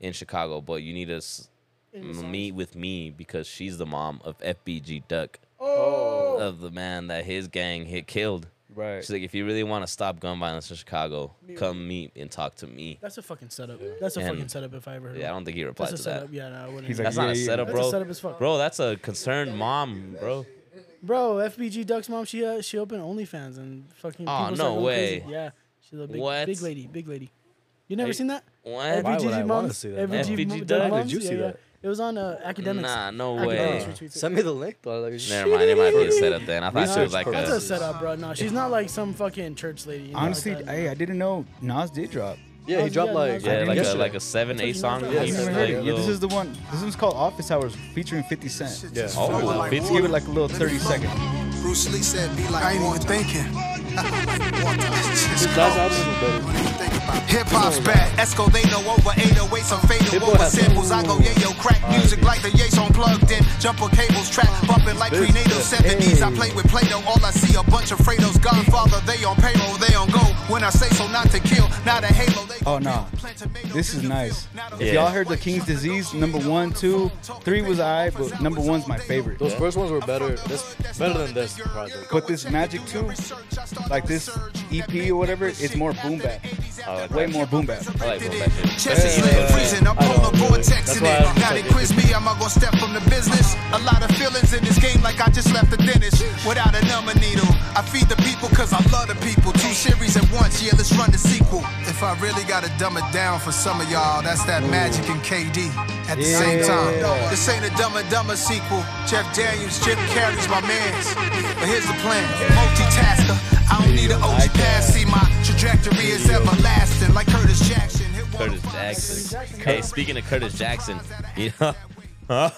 Speaker 3: in Chicago, but you need to s- meet with me because she's the mom of FBG Duck."
Speaker 4: Oh.
Speaker 3: Of the man that his gang hit killed.
Speaker 1: Right.
Speaker 3: She's like, if you really want to stop gun violence in Chicago, come meet and talk to me.
Speaker 4: That's a fucking setup. That's a
Speaker 3: And-
Speaker 4: fucking setup if I ever heard.
Speaker 3: Yeah, I
Speaker 4: one.
Speaker 3: don't think he replied
Speaker 4: that's
Speaker 3: to
Speaker 4: a
Speaker 3: that.
Speaker 4: setup. Yeah, no, I wouldn't.
Speaker 1: He's
Speaker 4: do
Speaker 1: like,
Speaker 3: That's
Speaker 1: yeah,
Speaker 3: not a
Speaker 1: yeah,
Speaker 3: setup,
Speaker 4: That's a
Speaker 3: bro.
Speaker 4: setup as fuck.
Speaker 3: Bro, that's a concerned mom, bro.
Speaker 4: that. Bro, FBG Duck's mom, she uh, she opened OnlyFans and fucking.
Speaker 3: Aw,
Speaker 4: people started
Speaker 3: no
Speaker 4: going crazy.
Speaker 3: way.
Speaker 4: Yeah, she's a big
Speaker 3: What?
Speaker 4: big lady, big lady. You never
Speaker 3: Hey,
Speaker 4: seen that?
Speaker 3: What?
Speaker 2: Why would I
Speaker 4: FBG
Speaker 2: wanna
Speaker 4: moms.
Speaker 2: see that?
Speaker 4: FBG,
Speaker 3: FBG
Speaker 4: Duck
Speaker 3: Duck?
Speaker 4: moms?
Speaker 2: Did you see
Speaker 4: yeah, yeah.
Speaker 2: that?
Speaker 4: It was on uh, academics.
Speaker 3: Nah, no way.
Speaker 4: Academics retweets it.
Speaker 2: Send me the link, though. Like,
Speaker 3: Never mind, it might be a setup then. I thought it was
Speaker 2: Research
Speaker 3: like
Speaker 4: That's
Speaker 3: a.
Speaker 4: a setup, bro. No, she's not like some fucking church lady. you Oh, know, like
Speaker 1: Honestly,
Speaker 4: that.
Speaker 1: hey, I didn't know Nas did drop.
Speaker 2: yeah, he
Speaker 4: Yeah,
Speaker 2: dropped like
Speaker 4: yeah,
Speaker 3: Yeah, like a,
Speaker 2: yesterday.
Speaker 3: like a 7 8 song. that
Speaker 4: Yeah,
Speaker 1: I
Speaker 3: he
Speaker 1: haven't even
Speaker 3: just,
Speaker 1: heard
Speaker 3: like,
Speaker 1: it. Yeah, this
Speaker 3: little-
Speaker 1: is the one. This one's called Office Hours featuring 50 Cent.
Speaker 2: Yeah.
Speaker 3: Oh,
Speaker 1: Let's give it like a little 30 second.
Speaker 7: Bruce Lee said, be like I ain't even thinking.
Speaker 2: That's album is better.
Speaker 7: Hip
Speaker 8: Hip hop's back. Esco, they know over 808s, I'm faded
Speaker 2: boy
Speaker 8: over
Speaker 2: has-
Speaker 8: samples. I go yayo crack music like the Yates unplugged in. Jumper cables track, bumping like
Speaker 2: This
Speaker 8: prenatal
Speaker 2: is-
Speaker 8: 70s. I play with Play Doh, all I see a bunch of Fredos. Godfather, they on payroll, they on go. When I say so, not to kill, not a halo. They
Speaker 1: Oh, no. This is nice. If y'all heard the King's Disease, number one, two, three was alright, but number one's my favorite.
Speaker 2: Those first ones were better. This better than this project.
Speaker 1: But this Magic 2, like this EP or whatever, it's more boom bap.
Speaker 2: Oh,
Speaker 1: Way more boom bap.
Speaker 3: I like boom bap shit.
Speaker 8: Chess is even freezing. I'm
Speaker 2: I don't
Speaker 8: polar
Speaker 2: really.
Speaker 8: vortex
Speaker 2: That's
Speaker 8: in
Speaker 2: why
Speaker 8: it.
Speaker 2: I was
Speaker 8: Now they
Speaker 2: like-
Speaker 8: quiz me. Am I gonna step from the business? A lot of feelings in this game, like I just left the dentist without a number needle. I feed the people cause I love the people. Two series at once, yeah, let's run the sequel. If I really gotta dumb it down for some of y'all, that's that magic and KD at the same time. This ain't a dumb and dumber sequel. Jeff Daniels, Jim Carrey's my man's. But here's the plan multitasker. I don't need an OG pass. See, my trajectory is everlasting, like Curtis Jackson. Hit one
Speaker 3: Curtis
Speaker 8: to five,
Speaker 3: Jackson. Hey, speaking of Curtis Jackson, you know, I'm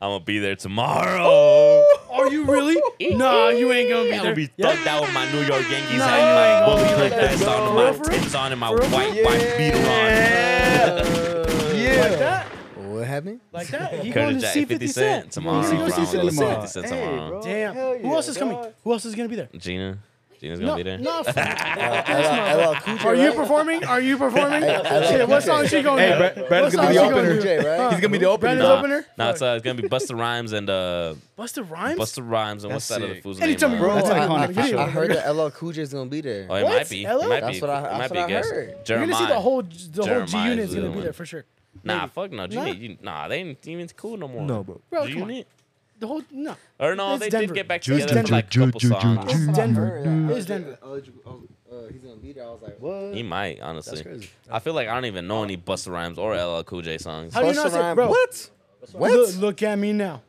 Speaker 3: gonna be there tomorrow.
Speaker 4: Are you really? nah, you ain't gonna
Speaker 3: I'm
Speaker 4: be
Speaker 3: gonna
Speaker 4: there.
Speaker 3: Oh. be
Speaker 4: Yeah.
Speaker 3: thugged out with my New York Yankees
Speaker 4: Nah,
Speaker 3: hat,
Speaker 4: you
Speaker 3: my
Speaker 4: ain't gonna
Speaker 3: bully
Speaker 4: be
Speaker 3: click
Speaker 4: like that,
Speaker 3: vest
Speaker 4: bro.
Speaker 3: on, and my
Speaker 4: For real?
Speaker 3: tits on, and my
Speaker 4: For real?
Speaker 3: white white beater on.
Speaker 4: Like that?
Speaker 5: What happened?
Speaker 4: Like that? He going
Speaker 3: Curtis
Speaker 4: to
Speaker 3: Jack,
Speaker 4: see 50 Cent
Speaker 3: tomorrow.
Speaker 4: He's gonna
Speaker 3: bro.
Speaker 4: go see
Speaker 3: I'm gonna
Speaker 4: 50
Speaker 3: see
Speaker 4: Cent.
Speaker 3: 50 Cent tomorrow.
Speaker 4: Damn.
Speaker 2: Hell
Speaker 4: Who else is
Speaker 2: yeah,
Speaker 4: coming?
Speaker 2: dog.
Speaker 4: Who else is gonna be there?
Speaker 3: Gina, Gina's gonna
Speaker 4: No,
Speaker 3: be there.
Speaker 4: no.
Speaker 5: LL Cool J,
Speaker 4: Are you
Speaker 5: right?
Speaker 4: performing? Are you performing? Shit, what song is she going
Speaker 1: Hey,
Speaker 4: to?
Speaker 1: Brad- Brandon's
Speaker 4: What
Speaker 1: gonna be the
Speaker 4: song she gonna
Speaker 1: opener.
Speaker 4: do?
Speaker 5: Jay, right?
Speaker 1: He's gonna be the opener.
Speaker 4: Brandon's
Speaker 1: Nah.
Speaker 4: opener?
Speaker 3: No, it's, uh, it's gonna be Busta Rhymes and uh,
Speaker 4: Busta Rhymes?
Speaker 3: Busta Rhymes and what's
Speaker 1: That's
Speaker 3: that other
Speaker 1: sick.
Speaker 3: fool's name?
Speaker 4: Anytime,
Speaker 3: uh,
Speaker 4: bro.
Speaker 1: That's
Speaker 5: I,
Speaker 1: iconic
Speaker 5: I-
Speaker 1: for
Speaker 5: I-
Speaker 1: sure.
Speaker 5: I heard that LL Cool J is gonna be there.
Speaker 3: Oh, it
Speaker 4: What?
Speaker 3: might be. It
Speaker 4: Ella?
Speaker 3: might be.
Speaker 5: That's what I-
Speaker 3: it might
Speaker 5: that's
Speaker 3: be.
Speaker 5: what I
Speaker 3: guess.
Speaker 5: heard.
Speaker 4: You're
Speaker 3: Jeremiah.
Speaker 4: gonna see the whole the whole G
Speaker 3: Jeremiah's
Speaker 4: Unit's
Speaker 3: the
Speaker 4: gonna be
Speaker 3: one.
Speaker 4: there for sure.
Speaker 3: Nah, fuck no. G
Speaker 4: Nah?
Speaker 3: Unit. you- Nah, they ain't even cool no more.
Speaker 2: No, bro.
Speaker 4: Bro,
Speaker 3: G
Speaker 4: come on.
Speaker 3: Unit.
Speaker 4: The whole no.
Speaker 3: Or no,
Speaker 4: It's
Speaker 3: they
Speaker 4: Denver.
Speaker 3: did get back
Speaker 4: Just
Speaker 3: together for like a couple songs.
Speaker 5: That's what I
Speaker 4: Denver.
Speaker 5: heard. I- I
Speaker 4: It's Denver.
Speaker 5: heard
Speaker 4: oh,
Speaker 5: that LL, uh, He's gonna be there. I was like,
Speaker 2: What?
Speaker 3: He might honestly.
Speaker 2: That's crazy.
Speaker 3: I feel like I don't even know any Busta Rhymes or LL Cool J songs.
Speaker 4: How do you
Speaker 5: Busta
Speaker 4: not say
Speaker 5: Rhymes.
Speaker 4: bro?
Speaker 5: What? What? Uh,
Speaker 4: Look, look at me now.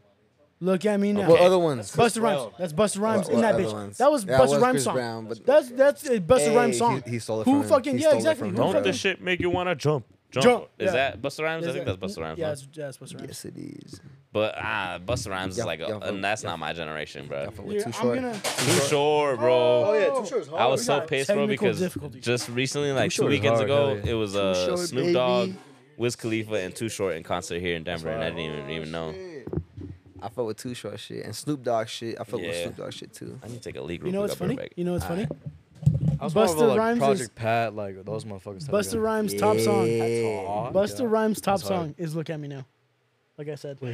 Speaker 4: Look at me now.
Speaker 5: What other ones?
Speaker 4: Busta Rhymes. That's Busta Rhymes
Speaker 5: What-
Speaker 4: in that
Speaker 5: what
Speaker 4: bitch.
Speaker 5: other ones?
Speaker 4: That was
Speaker 5: That
Speaker 4: Busta
Speaker 5: was
Speaker 4: Rhymes
Speaker 5: Chris
Speaker 4: song.
Speaker 5: Brown, but-
Speaker 4: that's that's a Busta
Speaker 5: Hey,
Speaker 4: Rhymes song.
Speaker 5: he- he stole it
Speaker 4: Who
Speaker 5: from him.
Speaker 4: fucking
Speaker 5: He
Speaker 4: yeah
Speaker 5: stole it
Speaker 4: exactly.
Speaker 5: from
Speaker 4: Who
Speaker 5: him. Bro.
Speaker 3: Don't this
Speaker 4: fucking
Speaker 3: shit make you wanna jump? Jump.
Speaker 4: Jump,
Speaker 3: Is
Speaker 4: yeah.
Speaker 3: that Busta Rhymes? I think that's Busta Rhymes.
Speaker 4: Yeah,
Speaker 3: huh?
Speaker 4: that's, that's Busta Rhymes.
Speaker 5: Yes, it is.
Speaker 3: But ah, Busta Rhymes is
Speaker 5: Yeah,
Speaker 3: like, a,
Speaker 5: yeah,
Speaker 3: and
Speaker 5: yeah.
Speaker 3: that's not my generation, bro.
Speaker 5: Fuck with
Speaker 4: Yeah,
Speaker 5: Too
Speaker 4: I'm
Speaker 5: Short.
Speaker 4: gonna.
Speaker 3: Too sure, bro.
Speaker 2: Oh yeah, Too Short's hard.
Speaker 3: I was so
Speaker 4: got
Speaker 3: pissed, bro,
Speaker 4: technical
Speaker 3: because
Speaker 4: difficulties.
Speaker 3: just recently, like two
Speaker 2: Short is
Speaker 3: weekends
Speaker 2: hard,
Speaker 3: ago,
Speaker 2: hell yeah.
Speaker 3: it was uh,
Speaker 5: Short,
Speaker 3: Snoop Dogg,
Speaker 5: baby.
Speaker 3: Wiz Khalifa, and Too Short in concert here in Denver, and I didn't even, even know.
Speaker 5: I fuck with Too Short shit and Snoop Dogg shit. I fuck with
Speaker 3: Yeah.
Speaker 5: Snoop Dogg shit too.
Speaker 3: I need to take a leak.
Speaker 4: You know what's funny? You know what's funny?
Speaker 2: I was more of a,
Speaker 4: Busta
Speaker 2: like,
Speaker 4: Rhymes is-
Speaker 2: Project Pat, like those motherfuckers. type of
Speaker 4: Busta
Speaker 2: guy.
Speaker 4: Rhymes top song.
Speaker 5: Yeah.
Speaker 4: Busta
Speaker 2: Yeah.
Speaker 4: Rhymes top
Speaker 2: That's hard.
Speaker 4: song is "Look at Me Now." Like I said.
Speaker 2: Yo,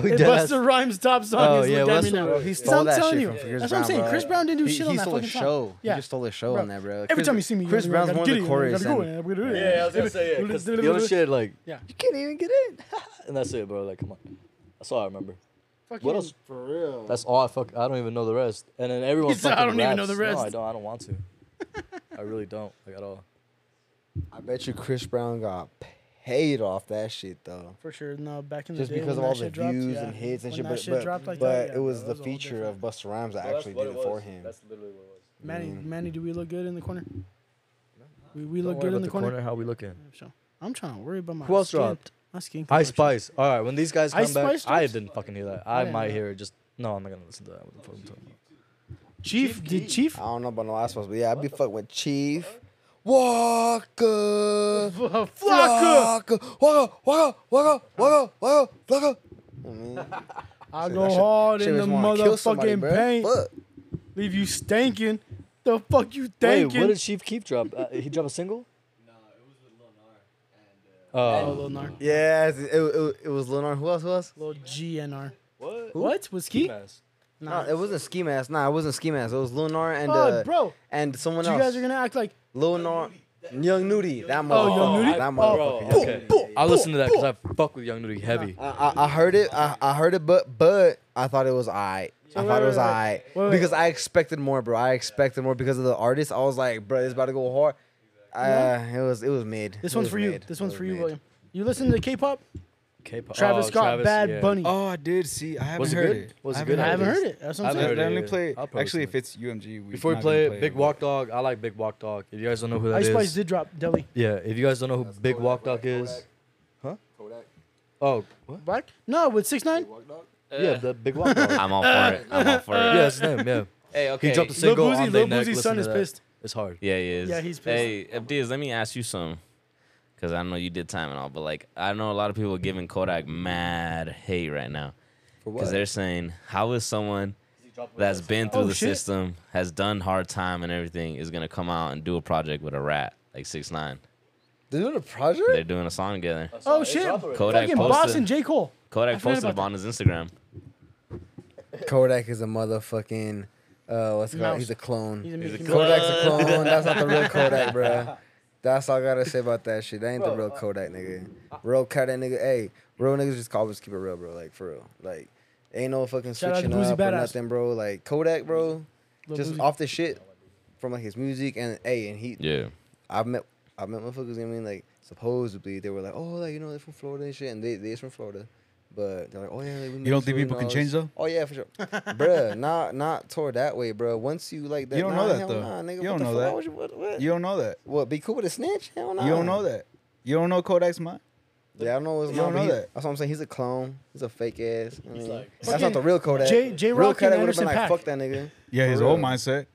Speaker 2: he does.
Speaker 4: Busta Rhymes top song
Speaker 2: Oh,
Speaker 4: is
Speaker 2: yeah,
Speaker 4: "Look
Speaker 2: well,
Speaker 4: at Me
Speaker 2: that's-
Speaker 4: Now."
Speaker 2: he
Speaker 4: That's
Speaker 5: stole
Speaker 4: what I'm
Speaker 5: that
Speaker 4: telling
Speaker 5: shit
Speaker 4: you.
Speaker 5: from Chris
Speaker 4: That's what I'm
Speaker 5: Brown,
Speaker 4: saying.
Speaker 5: bro.
Speaker 4: Chris Brown didn't do
Speaker 5: He,
Speaker 4: shit
Speaker 5: he
Speaker 4: on that
Speaker 5: stole a
Speaker 4: fucking
Speaker 5: show.
Speaker 4: song.
Speaker 5: He just stole a show on that, bro.
Speaker 4: Every time you see me,
Speaker 5: Chris
Speaker 4: you're
Speaker 5: Brown's
Speaker 4: like,
Speaker 5: more of the
Speaker 4: "Gotta get
Speaker 5: chorus.
Speaker 4: it, gotta
Speaker 5: and
Speaker 4: go, gotta do it."
Speaker 2: Yeah, I was gonna say yeah. 'cause The other shit, like
Speaker 4: Yeah.
Speaker 2: you can't even get in, and that's it, bro. Like, come on, that's all I remember.
Speaker 4: Fucking-
Speaker 2: What else?
Speaker 5: For real.
Speaker 2: That's all I fuck. I don't even know the rest. And then everyone
Speaker 4: He said,
Speaker 2: fucking
Speaker 4: "I don't even know
Speaker 2: raps.
Speaker 4: the
Speaker 2: No, I
Speaker 4: rest.
Speaker 2: don't. I don't want to. I really don't. Like at all.
Speaker 5: I bet you Chris Brown got paid off that shit though.
Speaker 4: For sure, no. Back in the
Speaker 5: Just
Speaker 4: day,
Speaker 5: because of
Speaker 4: when
Speaker 5: all
Speaker 4: that
Speaker 5: the
Speaker 4: shit dropped,
Speaker 5: views
Speaker 4: yeah.
Speaker 5: and hits and
Speaker 4: When
Speaker 5: shit,
Speaker 4: that
Speaker 5: but,
Speaker 4: shit
Speaker 5: but-
Speaker 4: dropped like
Speaker 5: but
Speaker 4: that, yeah,
Speaker 5: it was
Speaker 4: bro,
Speaker 5: the
Speaker 4: a whole
Speaker 5: feature
Speaker 4: different-
Speaker 5: of Busta Rhymes that actually did it for him.
Speaker 2: literally what it was.
Speaker 4: Manny, Manny, do we look good in the corner? We, we
Speaker 2: Don't
Speaker 4: look
Speaker 2: worry
Speaker 4: good
Speaker 2: about
Speaker 4: in the, corner.
Speaker 2: How we looking?
Speaker 4: So, I'm trying to worry about my.
Speaker 2: Who else
Speaker 4: skin.
Speaker 2: dropped?
Speaker 4: My skin
Speaker 2: Ice
Speaker 4: complexion.
Speaker 2: Spice. All right, when these guys come
Speaker 4: Ice
Speaker 2: back,
Speaker 4: Spice
Speaker 2: I
Speaker 4: jokes?
Speaker 2: didn't fucking hear that. I
Speaker 4: Yeah.
Speaker 2: might hear it. Just no, I'm not gonna listen to that. What the fuck I'm talking about?
Speaker 4: Chief, did Chief?
Speaker 5: I don't know about no ice spice, but yeah, I'd be fucked with Chief. Walker,
Speaker 4: Flocka.
Speaker 5: Walker, Walker, Walker, Walker, Walker, Walker.
Speaker 4: I go hard in the motherfucking paint.
Speaker 5: Fuck.
Speaker 4: Leave you stinking. The fuck you
Speaker 2: Wait,
Speaker 4: thinking?
Speaker 2: what did Chief Keef drop? Uh, he dropped a single? No, it was with Lil Nar. And,
Speaker 4: oh, Lil Nar.
Speaker 5: Yeah, it, it, it, it was Lunar. Who else? Who else?
Speaker 4: Lil uh, GNR.
Speaker 2: what?
Speaker 4: What? Was he?
Speaker 5: No, it wasn't Ski Mask. Nah, it wasn't Ski Mask. It was Lunar and
Speaker 4: Oh,
Speaker 5: uh,
Speaker 4: bro.
Speaker 5: and someone
Speaker 4: You
Speaker 5: else.
Speaker 4: guys are gonna act like
Speaker 5: Lunar, Young Nudie. That motherfucker.
Speaker 4: Young Nudie?
Speaker 5: That
Speaker 4: Oh,
Speaker 5: motherfucker. yeah.
Speaker 2: Okay. I listened to that because I fuck with Young Nudie heavy.
Speaker 5: I, I I heard it. I, I heard it, but but I thought it was alright. I
Speaker 4: wait,
Speaker 5: thought it
Speaker 4: wait,
Speaker 5: was
Speaker 4: wait.
Speaker 5: alright
Speaker 4: Wait, wait.
Speaker 5: because I expected more, bro. I expected more because of the artist. I was like, bro, it's about to go hard. Uh, it was it was mid.
Speaker 4: this
Speaker 5: It
Speaker 4: one's
Speaker 5: was
Speaker 4: for you.
Speaker 5: mid.
Speaker 4: This
Speaker 5: It
Speaker 4: one's
Speaker 5: was
Speaker 4: for you,
Speaker 5: mid.
Speaker 4: William. You listen to K-pop?
Speaker 2: K-pop.
Speaker 4: Travis
Speaker 2: Oh,
Speaker 4: Scott, Bad
Speaker 2: yeah.
Speaker 4: Bunny.
Speaker 1: Oh, I did see. I haven't
Speaker 2: Was it
Speaker 1: heard
Speaker 2: good?
Speaker 1: it.
Speaker 2: Was it
Speaker 1: haven't
Speaker 2: good?
Speaker 4: I haven't
Speaker 1: it.
Speaker 4: heard it. That's what I'm
Speaker 2: I've
Speaker 1: They
Speaker 4: saying.
Speaker 2: heard
Speaker 1: they
Speaker 2: it,
Speaker 1: only
Speaker 2: yeah.
Speaker 1: play.
Speaker 2: I'll probably
Speaker 1: Actually, if
Speaker 2: listen
Speaker 1: it's UMG, we
Speaker 2: Before we
Speaker 1: not
Speaker 2: play
Speaker 1: gonna
Speaker 2: it, Big
Speaker 1: over.
Speaker 2: Walk Dog. I like Big Walk Dog. If you guys don't know who that
Speaker 4: Ice
Speaker 2: is,
Speaker 4: Spice did drop Deli.
Speaker 2: yeah. If you guys don't know who Big Walk Dog is, huh? Kodak. Oh, what?
Speaker 4: Black? No, with six nine.
Speaker 2: yeah, the Big Walk Dog. yeah,
Speaker 3: I'm all for it. I'm all for it.
Speaker 2: that's his name. Yeah,
Speaker 3: Hey, okay.
Speaker 2: he dropped a
Speaker 4: Lil
Speaker 2: single
Speaker 4: Boozy-
Speaker 2: on They
Speaker 4: Lil
Speaker 2: Neck.
Speaker 4: Boozy's
Speaker 2: Listen
Speaker 4: son
Speaker 2: to
Speaker 4: is
Speaker 2: that.
Speaker 4: pissed.
Speaker 2: It's hard.
Speaker 3: Yeah, he is.
Speaker 4: Yeah, he's pissed.
Speaker 3: Hey, Abdiz, let me ask you some, because I know you did time and all, but like I know a lot of people are giving Kodak mad hate right now, because they're saying how is someone that's been through
Speaker 4: Oh,
Speaker 3: the
Speaker 4: shit.
Speaker 3: system, has done hard time and everything, is gonna come out and do a project with a rat like Six Nine?
Speaker 5: They're doing a project.
Speaker 3: They're doing a song together.
Speaker 4: Oh shit!
Speaker 3: Kodak
Speaker 4: Fucking Boss
Speaker 3: posted.
Speaker 4: and J Cole. I
Speaker 3: Kodak
Speaker 4: forgot
Speaker 3: posted up
Speaker 4: about
Speaker 3: on his Instagram.
Speaker 5: Kodak is a motherfucking. Uh, what's it called?
Speaker 4: Mouse.
Speaker 5: He's a clone.
Speaker 4: He's a Mickey Mouse.
Speaker 5: Kodak's a clone. That's not the real Kodak, bro. That's all I gotta say about that shit. That ain't the real Kodak, nigga. Real Kodak, nigga. Hey, real niggas just always keep it real, bro. Like for real. Like ain't no fucking
Speaker 4: Shout out to
Speaker 5: switching
Speaker 4: Boozy
Speaker 5: up or
Speaker 4: Badass.
Speaker 5: nothing, bro. Like Kodak, bro.
Speaker 4: Lil
Speaker 5: Just
Speaker 4: Boozy.
Speaker 5: off the shit from like his music and hey, and he.
Speaker 3: Yeah.
Speaker 5: I've met I've met motherfuckers. You know what I mean, like supposedly they were like, oh, like you know they're from Florida and shit, and they they's from Florida, but they're like, oh yeah, like, we
Speaker 1: You don't think
Speaker 5: Missouri and
Speaker 1: people can
Speaker 5: all this."
Speaker 1: change, though?
Speaker 5: Oh yeah, for sure, bruh. Not not toward that way, bruh. Once you like that,
Speaker 1: You don't
Speaker 5: nah,
Speaker 1: know that
Speaker 5: hell
Speaker 1: though.
Speaker 5: Nah, nigga,
Speaker 1: you
Speaker 5: what
Speaker 1: don't
Speaker 5: the
Speaker 1: know
Speaker 5: fuck?
Speaker 1: that.
Speaker 5: Why would you- what, what?
Speaker 1: You don't know that.
Speaker 5: What, Be cool with a snitch? Hell nah.
Speaker 1: You don't know that. You don't know Kodak's mind.
Speaker 5: Yeah, I don't know. His
Speaker 1: You don't
Speaker 5: mom,
Speaker 1: know
Speaker 5: he-
Speaker 1: that.
Speaker 5: That's what I'm saying. He's a clone. He's a fake ass. I mean, that's
Speaker 4: Fucking
Speaker 5: not the real Kodak.
Speaker 4: J- J.
Speaker 5: Real
Speaker 4: Rock and
Speaker 5: Kodak would've
Speaker 4: Anderson
Speaker 5: been like,
Speaker 4: Paak.
Speaker 5: fuck that nigga.
Speaker 1: Yeah, his
Speaker 5: For
Speaker 1: old
Speaker 5: real.
Speaker 1: mindset,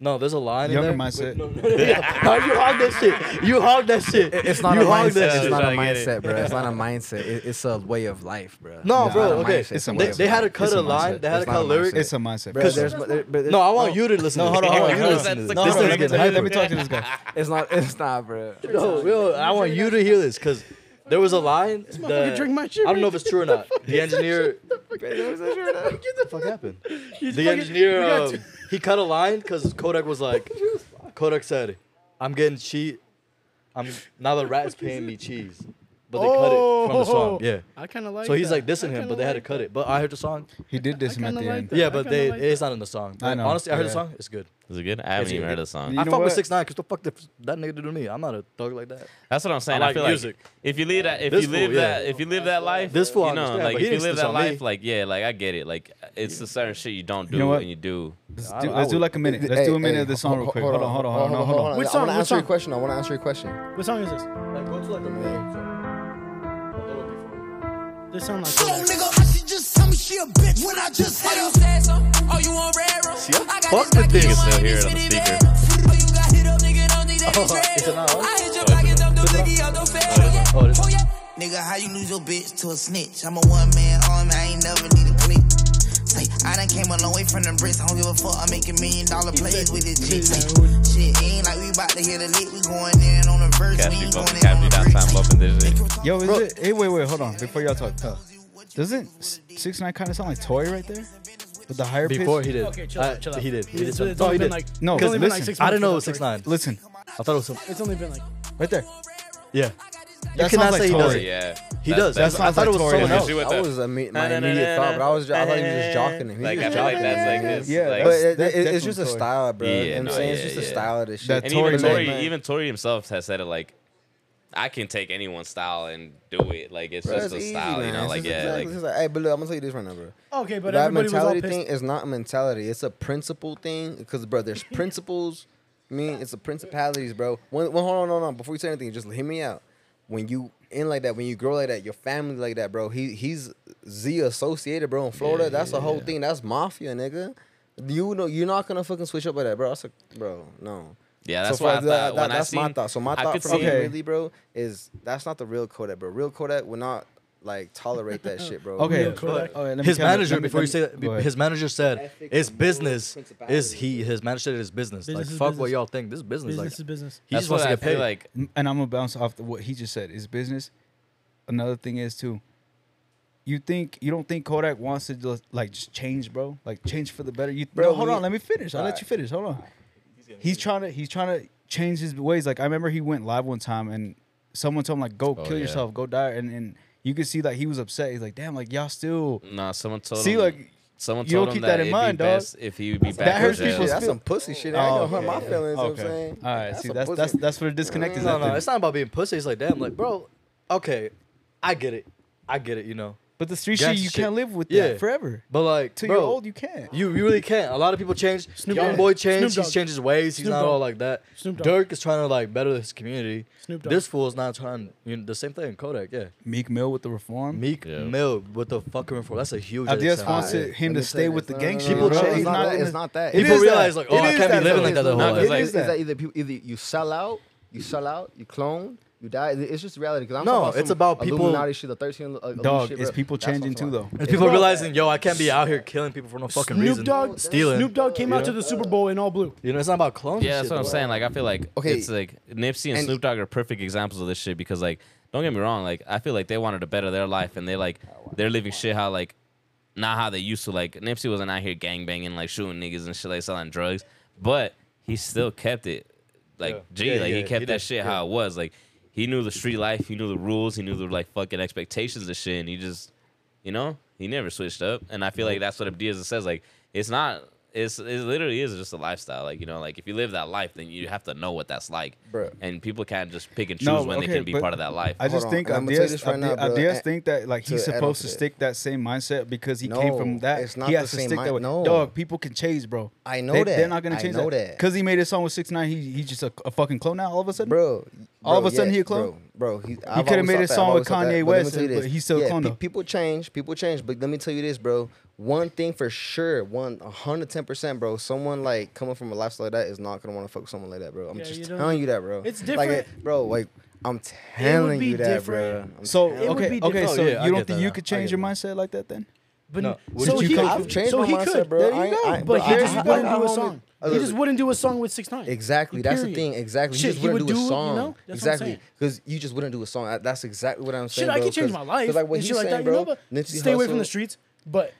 Speaker 2: No, there's a line
Speaker 1: younger
Speaker 2: in there.
Speaker 1: mindset.
Speaker 2: you hog that shit. You hog that shit.
Speaker 5: It's not
Speaker 2: you
Speaker 5: a
Speaker 2: hog
Speaker 5: mindset.
Speaker 2: that
Speaker 5: It's
Speaker 2: shit.
Speaker 5: not a
Speaker 3: trying to get
Speaker 5: mindset, bro. It's not a mindset. It- It's a way of life, bro.
Speaker 2: No,
Speaker 5: It's
Speaker 2: bro,
Speaker 5: not a mindset.
Speaker 2: okay.
Speaker 1: It's a
Speaker 5: It's a
Speaker 1: mindset.
Speaker 5: way
Speaker 2: They,
Speaker 5: of
Speaker 2: they had to
Speaker 5: life.
Speaker 2: cut
Speaker 5: It's
Speaker 2: a line.
Speaker 5: mindset.
Speaker 2: They had to
Speaker 5: It's
Speaker 2: cut a
Speaker 5: not a
Speaker 2: lyric.
Speaker 5: mindset.
Speaker 1: it's a mindset.
Speaker 5: Bro, there's, there- but there's-
Speaker 2: No, I want
Speaker 5: no,
Speaker 2: you to listen.
Speaker 5: No,
Speaker 2: to
Speaker 5: hold on,
Speaker 2: this.
Speaker 5: hold on.
Speaker 2: I want
Speaker 5: You
Speaker 2: you to
Speaker 5: listen
Speaker 2: listen.
Speaker 5: to
Speaker 2: to
Speaker 5: this.
Speaker 2: this. This
Speaker 5: Hold
Speaker 2: nigga
Speaker 5: on,
Speaker 2: getting
Speaker 1: Let me
Speaker 2: hyper.
Speaker 1: talk to this guy.
Speaker 5: It's not. It's not, bro.
Speaker 2: No, real. I want you to hear this because there was a line. that-
Speaker 4: drink my shit
Speaker 2: I don't know
Speaker 4: right
Speaker 2: if it's true or not. The engineer. What the fuck happened? The engineer. um, He cut a line because Kodak was like, Kodak said, "I'm getting cheat. I'm now the rat's paying me cheese." But they cut it from the song. Yeah.
Speaker 4: Oh, I kind of like.
Speaker 2: So he's
Speaker 4: that.
Speaker 2: like dissing
Speaker 4: I
Speaker 2: him,
Speaker 4: kinda
Speaker 2: but they had
Speaker 4: like
Speaker 2: to cut it. But I heard the song.
Speaker 1: He did this him at
Speaker 4: kinda
Speaker 1: the
Speaker 4: like
Speaker 1: end.
Speaker 4: that.
Speaker 2: Yeah,
Speaker 4: I
Speaker 2: but
Speaker 4: kinda
Speaker 2: they
Speaker 4: like
Speaker 2: it's not in the song.
Speaker 1: I know,
Speaker 2: Honestly, I heard the
Speaker 1: yeah.
Speaker 2: song. It's good.
Speaker 3: Is it good? I haven't
Speaker 2: It's
Speaker 3: even
Speaker 2: good.
Speaker 3: heard the song.
Speaker 1: You
Speaker 2: I
Speaker 1: know
Speaker 2: fuck with
Speaker 1: what?
Speaker 2: Six Nine because the fuck that, that nigga do to me. I'm not a thug like that.
Speaker 3: That's what I'm saying.
Speaker 2: I
Speaker 3: I,
Speaker 2: like
Speaker 3: feel
Speaker 2: music.
Speaker 3: like if you live that, if
Speaker 2: This
Speaker 3: you live
Speaker 2: fool, yeah.
Speaker 3: that, if you live that life,
Speaker 2: This fool I
Speaker 3: you know,
Speaker 2: understand,
Speaker 3: like
Speaker 2: but
Speaker 3: if
Speaker 2: he
Speaker 3: you
Speaker 2: didn't
Speaker 3: live
Speaker 2: snitch
Speaker 3: that
Speaker 2: on
Speaker 3: life,
Speaker 2: me.
Speaker 3: like yeah, like I get it. Like it's a certain shit you don't do
Speaker 1: know what?
Speaker 3: and you do.
Speaker 1: Let's
Speaker 2: I-
Speaker 1: do,
Speaker 2: I
Speaker 1: let's do
Speaker 2: would-
Speaker 1: like a minute. Let's
Speaker 5: Hey,
Speaker 1: do a minute
Speaker 5: hey,
Speaker 1: of this song real quick.
Speaker 5: Hold on, hold on, hold on, hold on.
Speaker 4: Which
Speaker 5: I
Speaker 4: song,
Speaker 5: want to
Speaker 4: which
Speaker 5: answer your
Speaker 4: song?
Speaker 5: question. I want to answer your question.
Speaker 4: that. What song is this? This sound like. Kodak.
Speaker 11: nigga, I should just tell me she a bitch when I just hit her.
Speaker 10: said so? Oh, you want red rum?
Speaker 2: See, I
Speaker 10: I got
Speaker 2: fuck
Speaker 10: this Nike,
Speaker 2: with this.
Speaker 10: you
Speaker 3: Still
Speaker 10: want
Speaker 3: hear it
Speaker 10: this
Speaker 3: on the
Speaker 10: shit, it red.
Speaker 3: speaker.
Speaker 10: Oh, you got hit up, nigga, don't think that it's
Speaker 2: is it
Speaker 10: red.
Speaker 2: not on?
Speaker 10: I hit your pocket, dump the blicky out the fed. Oh, yeah.
Speaker 2: Oh, it is.
Speaker 10: Oh, yeah.
Speaker 11: Nigga, how you lose your bitch to a snitch? I'm a one man army, I ain't never need a click. Say, I done came a long way from the bricks, I don't give a fuck, I'm making million dollar plays with this chick. Say, shit, it ain't like we about to hit a lick, we going in on the verse, we
Speaker 3: Cassidy
Speaker 11: ain't
Speaker 3: bumping,
Speaker 11: going in on the
Speaker 3: Cassidy downtown
Speaker 11: bricks.
Speaker 3: bumping this shit.
Speaker 1: Yo, is it? Hey, wait, wait, hold on. Before y'all talk, uh, doesn't Six Nine kind of sound like Toy right there? With the higher pitch?
Speaker 2: Before he did.
Speaker 4: Okay, chill out,
Speaker 2: I-
Speaker 4: chill out.
Speaker 2: He did. He did.
Speaker 4: It's,
Speaker 2: something.
Speaker 4: it's
Speaker 2: No,
Speaker 4: only
Speaker 2: he
Speaker 4: been
Speaker 2: did.
Speaker 4: like.
Speaker 1: No,
Speaker 4: it's only been like
Speaker 1: listen,
Speaker 4: six
Speaker 2: I
Speaker 4: months
Speaker 2: didn't know it
Speaker 4: for
Speaker 2: was
Speaker 4: that
Speaker 2: Six
Speaker 4: story.
Speaker 2: Nine.
Speaker 1: Listen,
Speaker 2: I thought it was some.
Speaker 4: It's only been like.
Speaker 2: Right there. Yeah.
Speaker 1: that
Speaker 2: cannot
Speaker 1: sounds
Speaker 2: say
Speaker 1: like
Speaker 2: he
Speaker 1: Toy.
Speaker 2: doesn't.
Speaker 3: Yeah,
Speaker 2: He does.
Speaker 1: That
Speaker 2: I
Speaker 1: sounds
Speaker 2: thought it
Speaker 1: like Tory
Speaker 2: was someone
Speaker 1: now.
Speaker 2: else.
Speaker 3: See what
Speaker 5: That
Speaker 3: the-
Speaker 5: was a, me- my immediate thought, but I was I thought he was just jocking him. He was
Speaker 3: Like I
Speaker 5: just
Speaker 3: feel like
Speaker 5: jocking
Speaker 3: that's like
Speaker 5: him.
Speaker 3: this.
Speaker 1: Yeah,
Speaker 3: like-
Speaker 5: But it,
Speaker 1: That-
Speaker 5: it-
Speaker 1: that's
Speaker 5: it's just a
Speaker 1: from Toy.
Speaker 5: style, bro. you
Speaker 3: Yeah,
Speaker 5: know what I'm
Speaker 3: no,
Speaker 5: saying
Speaker 3: yeah,
Speaker 5: it's just a
Speaker 3: yeah.
Speaker 5: style of this shit.
Speaker 1: That
Speaker 3: and
Speaker 1: Tory
Speaker 3: even Tory,
Speaker 1: man.
Speaker 3: even Tory himself has said it like, I can take anyone's style and do it. Like it's
Speaker 5: Bro,
Speaker 3: just
Speaker 5: it's
Speaker 3: a
Speaker 5: easy,
Speaker 3: style, you
Speaker 5: man.
Speaker 3: know?
Speaker 5: It's
Speaker 3: Like
Speaker 5: just
Speaker 3: yeah,
Speaker 5: exactly-
Speaker 3: like
Speaker 5: it's like, hey, but look, I'm gonna tell you this right now, bro.
Speaker 4: Okay, but
Speaker 5: that
Speaker 4: everybody was all
Speaker 5: mentality
Speaker 4: pissed.
Speaker 5: thing is not a mentality. It's a principle thing because, bro, there's principles. I mean, it's the principalities, bro. When, well, hold on, no, no. Before you say anything, just hear me out. When you in like that, when you grow like that, your family like that, bro. He he's Z associated, bro. In Florida,
Speaker 3: Yeah,
Speaker 5: that's
Speaker 3: yeah,
Speaker 5: the whole
Speaker 3: yeah.
Speaker 5: thing. That's mafia, nigga. You know, you're not gonna fucking switch up like that, bro. That's a, bro, no.
Speaker 3: Yeah, that's
Speaker 5: so
Speaker 3: why I
Speaker 5: far,
Speaker 3: thought
Speaker 5: that,
Speaker 3: when
Speaker 5: that- that's
Speaker 3: I seen,
Speaker 5: my thought. So my
Speaker 3: I
Speaker 5: thought
Speaker 3: could
Speaker 5: for
Speaker 3: see
Speaker 5: me,
Speaker 4: Okay.
Speaker 5: really, bro, is that's not the real Kodak, bro. Real Kodak would not like tolerate that shit, bro.
Speaker 1: Okay.
Speaker 4: Real Kodak.
Speaker 1: okay, let me
Speaker 2: His
Speaker 1: kind of-
Speaker 2: manager,
Speaker 1: let me-
Speaker 2: before
Speaker 1: let
Speaker 2: you say
Speaker 1: me-
Speaker 2: that,
Speaker 1: go ahead.
Speaker 2: his manager said
Speaker 5: Ethics,
Speaker 2: it's
Speaker 5: morals,
Speaker 2: business. Is
Speaker 5: principalities.
Speaker 2: he? His manager said it's business. like
Speaker 4: Business is
Speaker 2: fuck what
Speaker 4: business.
Speaker 2: y'all think. This is business.
Speaker 4: Business
Speaker 2: like
Speaker 4: is business.
Speaker 2: he just
Speaker 3: what
Speaker 2: wants to
Speaker 3: I
Speaker 2: get
Speaker 3: feel
Speaker 2: paid.
Speaker 3: Like
Speaker 1: M- and I'm gonna bounce off the, what he just said is business. Another thing is too. You think you don't think Kodak wants to just, like just change, bro? Like change for the better. You
Speaker 5: Bro,
Speaker 1: no, hold
Speaker 5: we-
Speaker 1: on, let me finish. I'll let
Speaker 5: Alright.
Speaker 1: you finish. Hold on. He's trying to he's trying to change his ways. Like I remember he went live one time and someone told him like
Speaker 2: Oh,
Speaker 1: go kill
Speaker 3: yeah.
Speaker 1: yourself, go die, and and you could see like he was upset. He's like, damn, like y'all still
Speaker 3: nah, someone told
Speaker 1: See,
Speaker 3: him.
Speaker 1: like,
Speaker 3: someone
Speaker 1: you don't
Speaker 3: told him
Speaker 1: keep
Speaker 3: that,
Speaker 1: that in
Speaker 3: it'd
Speaker 1: mind,
Speaker 3: be
Speaker 1: dog.
Speaker 3: best if he would be back.
Speaker 1: that hurts
Speaker 3: in jail.
Speaker 1: people's
Speaker 5: that's some pussy shit. I ain't
Speaker 1: Oh,
Speaker 5: gonna hurt my feelings. You know what I'm saying?
Speaker 1: All right, see
Speaker 5: some
Speaker 1: that's
Speaker 5: pussy.
Speaker 1: that's that's where the disconnect is.
Speaker 2: no,
Speaker 1: at
Speaker 2: no,
Speaker 1: then.
Speaker 2: it's not about being pussy. It's like damn, like bro, okay, I get it, I get it, you know.
Speaker 1: but the street shit
Speaker 2: Gangsta
Speaker 1: you
Speaker 2: shit.
Speaker 1: can't live with
Speaker 2: Yeah.
Speaker 1: that forever.
Speaker 2: But like,
Speaker 1: Till
Speaker 2: bro,
Speaker 1: you're old, you can't.
Speaker 2: You you really can't. A lot of people change.
Speaker 4: Snoop
Speaker 2: Young
Speaker 4: Dogg.
Speaker 2: boy
Speaker 4: Snoop
Speaker 2: changed. He's
Speaker 4: Dogg.
Speaker 2: changed his ways. He's
Speaker 4: Snoop
Speaker 2: not
Speaker 4: Dogg.
Speaker 2: all like that.
Speaker 4: Snoop Dogg.
Speaker 2: Dirk is trying to like better his community.
Speaker 4: Snoop Dogg.
Speaker 2: This fool's not trying. You know, the same thing. Kodak. Yeah.
Speaker 1: Meek Mill with the reform.
Speaker 2: Meek
Speaker 3: Yeah.
Speaker 2: Mill with the fucking reform. That's a huge.
Speaker 1: I just
Speaker 2: example.
Speaker 1: wants
Speaker 5: Alright,
Speaker 1: to, him
Speaker 5: let
Speaker 1: to
Speaker 5: me
Speaker 1: stay
Speaker 5: tell you,
Speaker 1: with the
Speaker 2: Uh,
Speaker 5: it's
Speaker 1: gang
Speaker 5: not-
Speaker 1: shit.
Speaker 2: People
Speaker 1: bro.
Speaker 2: change.
Speaker 1: He's
Speaker 5: It's not
Speaker 1: not
Speaker 5: that.
Speaker 1: in
Speaker 5: It's
Speaker 1: the-
Speaker 5: not that.
Speaker 1: It
Speaker 2: People
Speaker 1: is
Speaker 2: realize
Speaker 1: that.
Speaker 2: like, oh,
Speaker 1: It
Speaker 2: I
Speaker 1: is
Speaker 2: can't
Speaker 1: that,
Speaker 2: be living
Speaker 1: though.
Speaker 2: like that the whole
Speaker 1: No,
Speaker 2: life.
Speaker 1: it
Speaker 5: It's
Speaker 1: is
Speaker 5: that
Speaker 1: that.
Speaker 5: either people either you sell out, you sell out, you clone, you die. It's just reality. 'Cause I'm
Speaker 2: No,
Speaker 5: talking about
Speaker 2: it's
Speaker 5: some
Speaker 2: about people-
Speaker 5: Illuminati shit, the thirteen uh, elite
Speaker 1: Dog,
Speaker 5: shit,
Speaker 1: it's
Speaker 5: bro.
Speaker 1: people
Speaker 5: That's what I'm
Speaker 1: changing too,
Speaker 5: talking
Speaker 1: though.
Speaker 5: about.
Speaker 2: It's people
Speaker 4: about
Speaker 2: realizing, yo, I can't be out here killing people for no fucking
Speaker 4: Snoop
Speaker 2: reason.
Speaker 4: Dogg,
Speaker 2: stealing.
Speaker 4: Snoop Dogg came out to the Super Bowl in all blue.
Speaker 2: You know, it's not about clones.
Speaker 3: Yeah,
Speaker 2: and
Speaker 3: that's
Speaker 2: shit,
Speaker 3: what I'm
Speaker 2: though.
Speaker 3: saying. Like, I feel like
Speaker 5: Okay.
Speaker 3: it's like Nipsey and,
Speaker 5: And-
Speaker 3: Snoop Dogg are perfect examples of this shit because, like, don't get me wrong. Like, I feel like they wanted to better their life and they like they're living shit how like not how they used to. Like, Nipsey wasn't out here gangbanging, like shooting niggas and shit, like selling drugs, but he still kept it. Like,
Speaker 2: Yeah.
Speaker 3: gee,
Speaker 2: Yeah,
Speaker 3: like
Speaker 2: yeah,
Speaker 3: he kept
Speaker 2: he
Speaker 3: that
Speaker 2: did.
Speaker 3: shit
Speaker 2: Yeah.
Speaker 3: how it was. Like, he knew the street life, he knew the rules, he knew the like fucking expectations and shit, and he just you know, he never switched up, and I feel like that's what Diaz says. Like, it's not. It's it literally is just a lifestyle. Like you know, like if you live that life, then you have to know what that's like.
Speaker 5: Bruh.
Speaker 3: And people can't just pick and choose
Speaker 1: No,
Speaker 3: when
Speaker 1: okay,
Speaker 3: they can be
Speaker 1: but
Speaker 3: part of that life.
Speaker 1: I just
Speaker 5: Hold on,
Speaker 1: think
Speaker 5: and I'ma tell you
Speaker 1: ideas,
Speaker 5: this right now, bro,
Speaker 1: ideas
Speaker 5: and-
Speaker 1: think that like he's
Speaker 5: to add on
Speaker 1: supposed
Speaker 5: to
Speaker 1: to
Speaker 5: that.
Speaker 1: stick that same mindset because he came
Speaker 5: No,
Speaker 1: from that.
Speaker 5: it's not
Speaker 1: he has
Speaker 5: the
Speaker 1: to
Speaker 5: same
Speaker 1: stick that
Speaker 5: mind-
Speaker 1: way.
Speaker 5: no.
Speaker 1: Dog, people can change, bro.
Speaker 5: I know
Speaker 1: they,
Speaker 5: that.
Speaker 1: They're not gonna
Speaker 5: I
Speaker 1: change
Speaker 5: know that.
Speaker 1: Because he made a song with Six Nine, he he's just a, a fucking clone now. All of a sudden,
Speaker 5: Bro,
Speaker 1: All
Speaker 5: bro,
Speaker 1: of a sudden
Speaker 5: yeah,
Speaker 1: he a clone?
Speaker 5: Bro, bro he,
Speaker 1: He coulda made a song with Kanye West, and- but he's still a
Speaker 5: yeah,
Speaker 1: clone,
Speaker 5: pe-
Speaker 1: though.
Speaker 5: people change, people change, but let me tell you this, bro. One thing for sure, one hundred ten percent, bro. Someone like coming from a lifestyle like that is not gonna want to fuck with someone like that, bro. I'm
Speaker 4: Yeah, you
Speaker 5: just
Speaker 4: don't-
Speaker 5: telling you that, bro.
Speaker 4: It's
Speaker 5: Like,
Speaker 4: different.
Speaker 5: it- bro. Like I'm telling
Speaker 4: be
Speaker 5: you that,
Speaker 4: different.
Speaker 5: bro. I'm
Speaker 1: So
Speaker 5: telling you.
Speaker 4: would
Speaker 1: okay,
Speaker 4: be
Speaker 1: okay,
Speaker 4: different.
Speaker 1: so
Speaker 2: Oh, yeah, I
Speaker 1: you don't
Speaker 2: get
Speaker 1: think
Speaker 2: that.
Speaker 1: you could
Speaker 2: I get
Speaker 1: change your
Speaker 2: that.
Speaker 1: mindset like that then?
Speaker 4: But
Speaker 2: No. Did
Speaker 4: so
Speaker 1: you
Speaker 4: he,
Speaker 1: come-
Speaker 5: I've changed
Speaker 4: so
Speaker 5: my
Speaker 4: he
Speaker 5: mindset,
Speaker 4: could.
Speaker 5: bro.
Speaker 4: There
Speaker 5: I
Speaker 4: you
Speaker 5: ain't-
Speaker 4: go.
Speaker 5: I ain't-
Speaker 4: but
Speaker 5: bro,
Speaker 4: he
Speaker 5: I
Speaker 4: just
Speaker 5: ain't-
Speaker 4: wouldn't
Speaker 5: I- I
Speaker 4: do a
Speaker 5: don't
Speaker 4: song.
Speaker 5: need-
Speaker 4: he just wouldn't do a song with Six Nine.
Speaker 5: Exactly. That's the thing. Exactly. You
Speaker 4: Shit,
Speaker 5: just
Speaker 4: he
Speaker 5: wouldn't do a
Speaker 4: would do it, you
Speaker 5: song.
Speaker 4: know? That's what I'm
Speaker 5: exactly.
Speaker 4: saying.
Speaker 5: Because you just wouldn't do a song. I- That's exactly what I'm saying.
Speaker 4: Shit, I
Speaker 5: bro,
Speaker 4: could change
Speaker 5: 'cause-
Speaker 4: my life.
Speaker 5: 'cause Like what
Speaker 4: and
Speaker 5: he's
Speaker 4: shit like
Speaker 5: saying,
Speaker 4: that, you
Speaker 5: bro.
Speaker 4: know, but
Speaker 5: Nipsey
Speaker 4: stay away from
Speaker 5: Hussle-
Speaker 4: the streets. But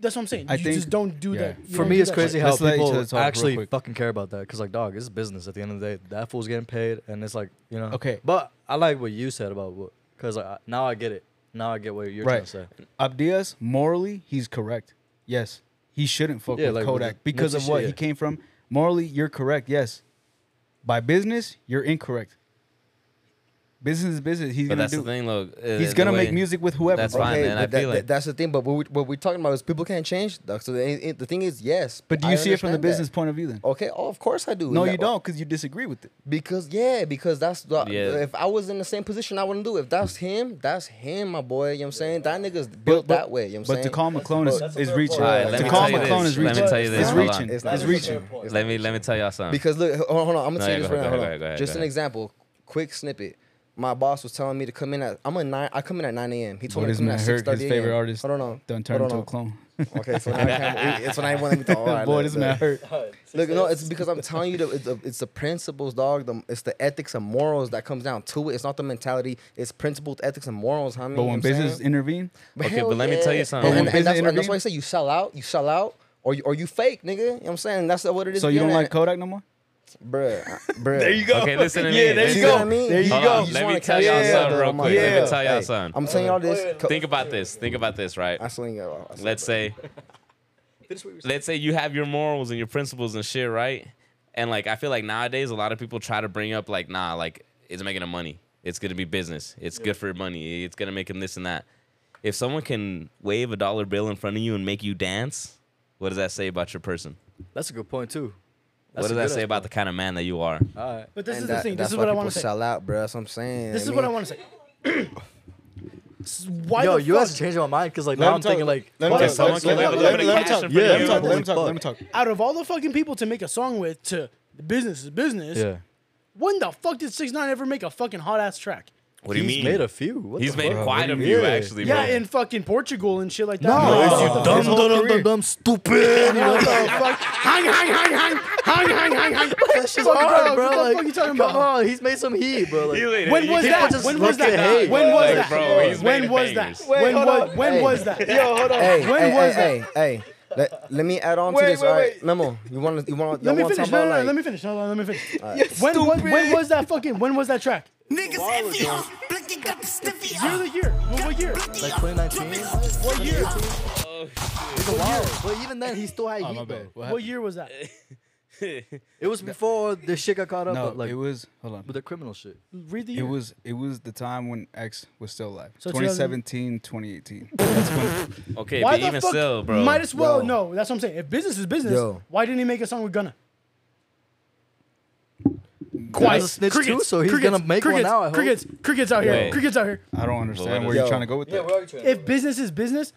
Speaker 4: that's what I'm saying.
Speaker 1: I
Speaker 4: you
Speaker 1: think-
Speaker 4: just don't do
Speaker 1: yeah.
Speaker 4: that. You
Speaker 2: For
Speaker 4: don't
Speaker 2: me,
Speaker 4: do
Speaker 2: it's
Speaker 4: that
Speaker 2: crazy
Speaker 4: shit.
Speaker 2: how
Speaker 1: Let's let each other
Speaker 2: people
Speaker 1: talk real
Speaker 2: actually
Speaker 1: quick.
Speaker 2: fucking care about that. Because like, dog, this is business. At the end of the day, that fool's getting paid, and it's like, you know.
Speaker 1: Okay.
Speaker 2: But I like what you said about what, because like, I- now I get it. Now I get what you're
Speaker 1: Right.
Speaker 2: trying to say.
Speaker 1: Abdias, morally, he's correct. Yes. He shouldn't fuck
Speaker 2: Yeah,
Speaker 1: with
Speaker 2: like with
Speaker 1: Kodak
Speaker 2: the
Speaker 1: because
Speaker 2: Nipsey
Speaker 1: of
Speaker 2: shit,
Speaker 1: what
Speaker 2: yeah.
Speaker 1: he came from. Morally, you're correct. Yes. By business, you're incorrect. Business is business. He's
Speaker 3: but
Speaker 1: gonna
Speaker 3: that's
Speaker 1: do.
Speaker 3: the thing, look. uh,
Speaker 1: He's
Speaker 3: the
Speaker 1: gonna
Speaker 3: way-
Speaker 1: make music with whoever.
Speaker 3: That's
Speaker 1: bro.
Speaker 3: fine, man.
Speaker 5: but
Speaker 3: I
Speaker 5: that-
Speaker 3: feel
Speaker 5: that-
Speaker 3: like-
Speaker 5: that's the thing. But what, we, what we're talking about is people can't change. Doc. So the, the thing is, yes.
Speaker 1: But do you
Speaker 5: I
Speaker 1: see it from the
Speaker 5: understand that.
Speaker 1: business point of view then?
Speaker 5: Okay. Oh, of course I do.
Speaker 1: no,
Speaker 5: And
Speaker 1: you
Speaker 5: that-
Speaker 1: don't, because you disagree with it.
Speaker 5: Because yeah, because that's the,
Speaker 3: Yeah.
Speaker 5: if I was in the same position, I wouldn't do it. If that's him, that's him, my boy. You know what I'm saying? That nigga's built
Speaker 1: but-
Speaker 5: that way. You know what I'm
Speaker 1: But to
Speaker 5: saying?
Speaker 1: call him a clone is, is reaching.
Speaker 3: All right,
Speaker 5: Yeah,
Speaker 3: let
Speaker 1: to
Speaker 3: me
Speaker 1: call
Speaker 3: tell
Speaker 1: him
Speaker 3: you
Speaker 1: a clone
Speaker 3: this.
Speaker 1: is
Speaker 3: Let
Speaker 1: reaching.
Speaker 3: me tell you this.
Speaker 1: It's
Speaker 3: Hold
Speaker 1: reaching.
Speaker 3: on.
Speaker 5: It's
Speaker 1: It's
Speaker 5: not-
Speaker 1: reaching.
Speaker 3: Let me let me tell y'all something.
Speaker 5: Because look, hold on, hold on. I'm gonna
Speaker 3: No,
Speaker 5: tell
Speaker 3: yeah,
Speaker 5: you this
Speaker 3: go
Speaker 5: right now.
Speaker 3: ahead,
Speaker 5: Hold
Speaker 3: go
Speaker 5: on.
Speaker 3: ahead, go ahead,
Speaker 5: Just
Speaker 3: go
Speaker 5: an
Speaker 3: ahead.
Speaker 5: example, quick snippet. My boss was telling me to come in at. I'm a nine. I come in at 9 a.m. He told
Speaker 1: What
Speaker 5: me to
Speaker 1: is
Speaker 5: come in
Speaker 1: my
Speaker 5: at
Speaker 1: hurt?
Speaker 5: 6:30
Speaker 1: His
Speaker 5: a.m.
Speaker 1: favorite artist.
Speaker 5: Hold on,
Speaker 1: Don't turn
Speaker 5: hold
Speaker 1: into a
Speaker 5: on.
Speaker 1: clone.
Speaker 5: Okay, so now I can't, it's when I want to be all right.
Speaker 1: Boy,
Speaker 5: look,
Speaker 1: this
Speaker 5: look.
Speaker 1: man hurt.
Speaker 5: Look, no, it's because I'm telling you, the, it's, the, it's the principles, dog. The, it's the ethics and morals that comes down to it. It's not the mentality. It's principles, ethics, and morals. How I mean,
Speaker 1: But
Speaker 5: you know
Speaker 1: when
Speaker 5: what I'm saying?
Speaker 1: business intervene,
Speaker 3: Okay,
Speaker 5: Hell
Speaker 3: but let me
Speaker 5: yeah.
Speaker 3: tell you
Speaker 5: And,
Speaker 3: something.
Speaker 1: But when
Speaker 5: and that's,
Speaker 1: business
Speaker 5: and that's why I
Speaker 1: intervene-
Speaker 5: say you sell out, you sell out, or you, or you fake, nigga. You know what I'm saying? That's what it is.
Speaker 1: so you don't like
Speaker 5: internet.
Speaker 1: Kodak no more?
Speaker 5: Bruh. bruh. there you go.
Speaker 3: Okay, listen to me.
Speaker 1: Yeah, there
Speaker 5: You
Speaker 1: you
Speaker 5: see
Speaker 1: go.
Speaker 5: what I mean?
Speaker 1: There you
Speaker 3: Hold
Speaker 1: go.
Speaker 3: on,
Speaker 5: just
Speaker 3: let me
Speaker 5: wanna
Speaker 3: tell
Speaker 5: catch
Speaker 3: y'all
Speaker 5: up,
Speaker 3: something
Speaker 5: though.
Speaker 3: real
Speaker 5: I'm
Speaker 3: quick. Let me
Speaker 5: like,
Speaker 3: tell y'all
Speaker 5: hey,
Speaker 3: something.
Speaker 5: I'm telling y'all this.
Speaker 3: Think about this. Think about this, right?
Speaker 5: I sling it. I sling
Speaker 3: Let's
Speaker 5: it.
Speaker 3: say let's say you have your morals and your principles and shit, right? And like I feel like nowadays a lot of people try to bring up like, nah, like it's making him money. It's gonna be business. It's good for money. It's gonna make him this and that. If someone can wave a dollar bill in front of you and make you dance, what does that say about your person?
Speaker 2: That's a good point too.
Speaker 3: What does that say about the kind of man that you are?
Speaker 2: All right.
Speaker 4: But this
Speaker 5: And
Speaker 4: is the
Speaker 5: that-
Speaker 4: thing. This
Speaker 5: that's
Speaker 4: is
Speaker 5: why
Speaker 4: what I
Speaker 5: people
Speaker 4: want to say.
Speaker 5: Sell out, bro. That's what I'm saying.
Speaker 4: This is what I
Speaker 5: mean,
Speaker 4: want to say. Why
Speaker 2: Yo,
Speaker 4: the
Speaker 2: you
Speaker 4: fuck?
Speaker 2: guys changed my mind because like
Speaker 12: Let
Speaker 2: now
Speaker 12: him
Speaker 2: I'm thinking
Speaker 12: talk.
Speaker 2: like
Speaker 12: Let him
Speaker 2: fuck,
Speaker 12: talk. Let-
Speaker 2: fuck,
Speaker 12: let-
Speaker 2: fuck,
Speaker 12: let-
Speaker 2: fuck.
Speaker 12: let- let him talk.
Speaker 2: Yeah.
Speaker 12: Let him talk.
Speaker 2: Holy
Speaker 12: Let him talk.
Speaker 2: fuck.
Speaker 12: Let him talk.
Speaker 4: out of all the fucking people to make a song with to business is business,
Speaker 2: Yeah.
Speaker 4: when the fuck did Six Nine ever make a fucking hot ass track?
Speaker 3: What do you
Speaker 2: He's
Speaker 3: mean?
Speaker 2: made a few. What
Speaker 3: He's
Speaker 2: the
Speaker 3: made
Speaker 2: fuck?
Speaker 3: quite a
Speaker 2: What do
Speaker 3: few
Speaker 2: you mean?
Speaker 3: actually.
Speaker 4: Yeah,
Speaker 3: bro.
Speaker 4: in fucking Portugal and shit like uh, that.
Speaker 2: No,
Speaker 4: Bro,
Speaker 2: it's
Speaker 4: what
Speaker 2: you dumb,
Speaker 4: the
Speaker 2: dumb, dumb, dumb, stupid. You know?
Speaker 4: fuck? Hang, hang, hang, hang, hang, hang, hang, hang.
Speaker 2: That shit's hard, bro.
Speaker 4: What the
Speaker 2: Like,
Speaker 4: fuck you talking
Speaker 2: Come
Speaker 4: about?
Speaker 2: on, he's made some heat, bro. Like,
Speaker 3: You ain't-
Speaker 4: When
Speaker 3: you
Speaker 4: was
Speaker 3: can't
Speaker 4: that?
Speaker 2: just
Speaker 4: When was
Speaker 2: look at
Speaker 4: that?
Speaker 2: hate,
Speaker 4: When
Speaker 2: bro.
Speaker 4: was
Speaker 3: Like,
Speaker 4: that?
Speaker 3: bro, he's
Speaker 4: When
Speaker 3: made
Speaker 4: was that?
Speaker 3: bangers.
Speaker 4: When
Speaker 5: Wait, hold
Speaker 4: was
Speaker 5: on.
Speaker 4: when
Speaker 5: Hey.
Speaker 4: was that?
Speaker 5: Yo, hold on. Hey,
Speaker 4: When
Speaker 5: hey,
Speaker 4: was
Speaker 5: hey, Hey, hey. Let, let me add on to Wait, this, wait, all right? wait. Memo, you want to you want
Speaker 4: Let me
Speaker 5: want
Speaker 4: finish.
Speaker 5: About,
Speaker 4: No, no, no,
Speaker 5: like,
Speaker 4: let me finish. Hold on, let me finish. When was when was that fucking when was that track?
Speaker 8: Niggas iffy, huh? Blicky got the stiffy,
Speaker 4: Year
Speaker 8: huh?
Speaker 4: of the year.
Speaker 12: Oh,
Speaker 4: What, what year?
Speaker 2: Like 2019.
Speaker 4: What year?
Speaker 2: But even then, he still had
Speaker 12: Oh, my bad.
Speaker 2: heat. though.
Speaker 12: What
Speaker 4: What
Speaker 12: happened?
Speaker 4: year was that?
Speaker 2: It was before the shit got caught up,
Speaker 1: No,
Speaker 2: with, like
Speaker 1: it was. Hold on.
Speaker 2: with the criminal shit.
Speaker 4: Read the year.
Speaker 1: It was it was the time when X was still alive.
Speaker 4: So
Speaker 1: 2017, 2018.
Speaker 3: Okay,
Speaker 4: Why
Speaker 3: but
Speaker 4: the
Speaker 3: even
Speaker 4: fuck?
Speaker 3: still, bro.
Speaker 4: Might as well.
Speaker 5: Yo.
Speaker 4: No, that's what I'm saying. If business is business,
Speaker 5: Yo.
Speaker 4: why didn't he make a song with Gunna? Quiet.
Speaker 2: Gunna's a snitch too,
Speaker 4: crickets,
Speaker 2: so he's
Speaker 4: crickets,
Speaker 2: gonna make one
Speaker 4: crickets,
Speaker 2: now, I hope.
Speaker 4: Crickets, crickets out here.
Speaker 3: Wait.
Speaker 4: Crickets out here.
Speaker 1: I don't understand where
Speaker 5: Yo.
Speaker 1: you're trying to go with that.
Speaker 2: are you trying?
Speaker 4: If business is business,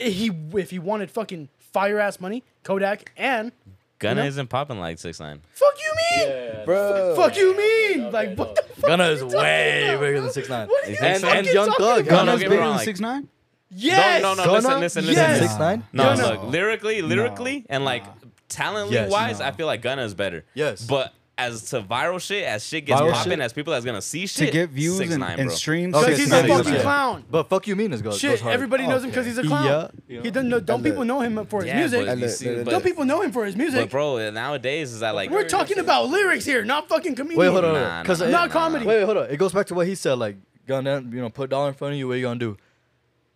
Speaker 4: i- he if he wanted fucking fire ass money, Kodak and
Speaker 3: Gunna
Speaker 4: You know?
Speaker 3: isn't popping like six nine.
Speaker 4: fuck you mean,
Speaker 5: bro.
Speaker 4: fuck you mean, like what the fuck?
Speaker 2: Gunna is
Speaker 4: are you talking
Speaker 2: way
Speaker 4: about,
Speaker 2: bigger
Speaker 4: bro?
Speaker 2: than six nine.
Speaker 4: What are you
Speaker 3: And-
Speaker 4: fucking
Speaker 2: and Young
Speaker 4: talking
Speaker 2: Thug.
Speaker 4: about?
Speaker 3: Gunna's
Speaker 1: Gunna's
Speaker 3: bigger
Speaker 1: bigger
Speaker 3: than
Speaker 1: than
Speaker 3: like-
Speaker 1: six
Speaker 3: 6ix9ine?
Speaker 1: nine.
Speaker 4: Yes.
Speaker 3: No, no, no.
Speaker 2: Gunna?
Speaker 3: Listen, listen, listen.
Speaker 4: Yes.
Speaker 2: Six nine.
Speaker 3: No,
Speaker 4: Gunna.
Speaker 3: look, lyrically, lyrically, and like talently
Speaker 2: Yes.
Speaker 3: wise, I feel like Gunna is better.
Speaker 2: Yes.
Speaker 3: But as to viral shit, as shit gets
Speaker 2: Viral
Speaker 3: popping,
Speaker 2: shit?
Speaker 3: as people that's gonna see shit,
Speaker 1: To get views and,
Speaker 3: 6ix9ine,
Speaker 1: and
Speaker 3: bro.
Speaker 1: streams.
Speaker 2: Okay,
Speaker 4: Because
Speaker 2: it's
Speaker 4: he's
Speaker 2: not
Speaker 4: a
Speaker 2: even
Speaker 4: fucking
Speaker 2: fair.
Speaker 4: clown.
Speaker 2: But fuck you mean is goes, goes
Speaker 4: Shit,
Speaker 2: hard.
Speaker 4: everybody knows him because he's a clown.
Speaker 2: Yeah.
Speaker 4: He doesn't know. Don't people know him for his
Speaker 3: Yeah,
Speaker 4: music?
Speaker 3: But, you
Speaker 5: look,
Speaker 3: see,
Speaker 5: look,
Speaker 3: but,
Speaker 4: Don't people know him for his music?
Speaker 3: but bro, nowadays is that like
Speaker 4: We're talking about lyrics here, not fucking comedians.
Speaker 2: Wait, hold on.
Speaker 3: Nah, nah,
Speaker 2: 'cause
Speaker 3: nah,
Speaker 2: it-
Speaker 4: Not comedy.
Speaker 2: Wait, hold on. It goes back to what he said. Like, Gunna, you know, put a dollar in front of you. What you gonna do?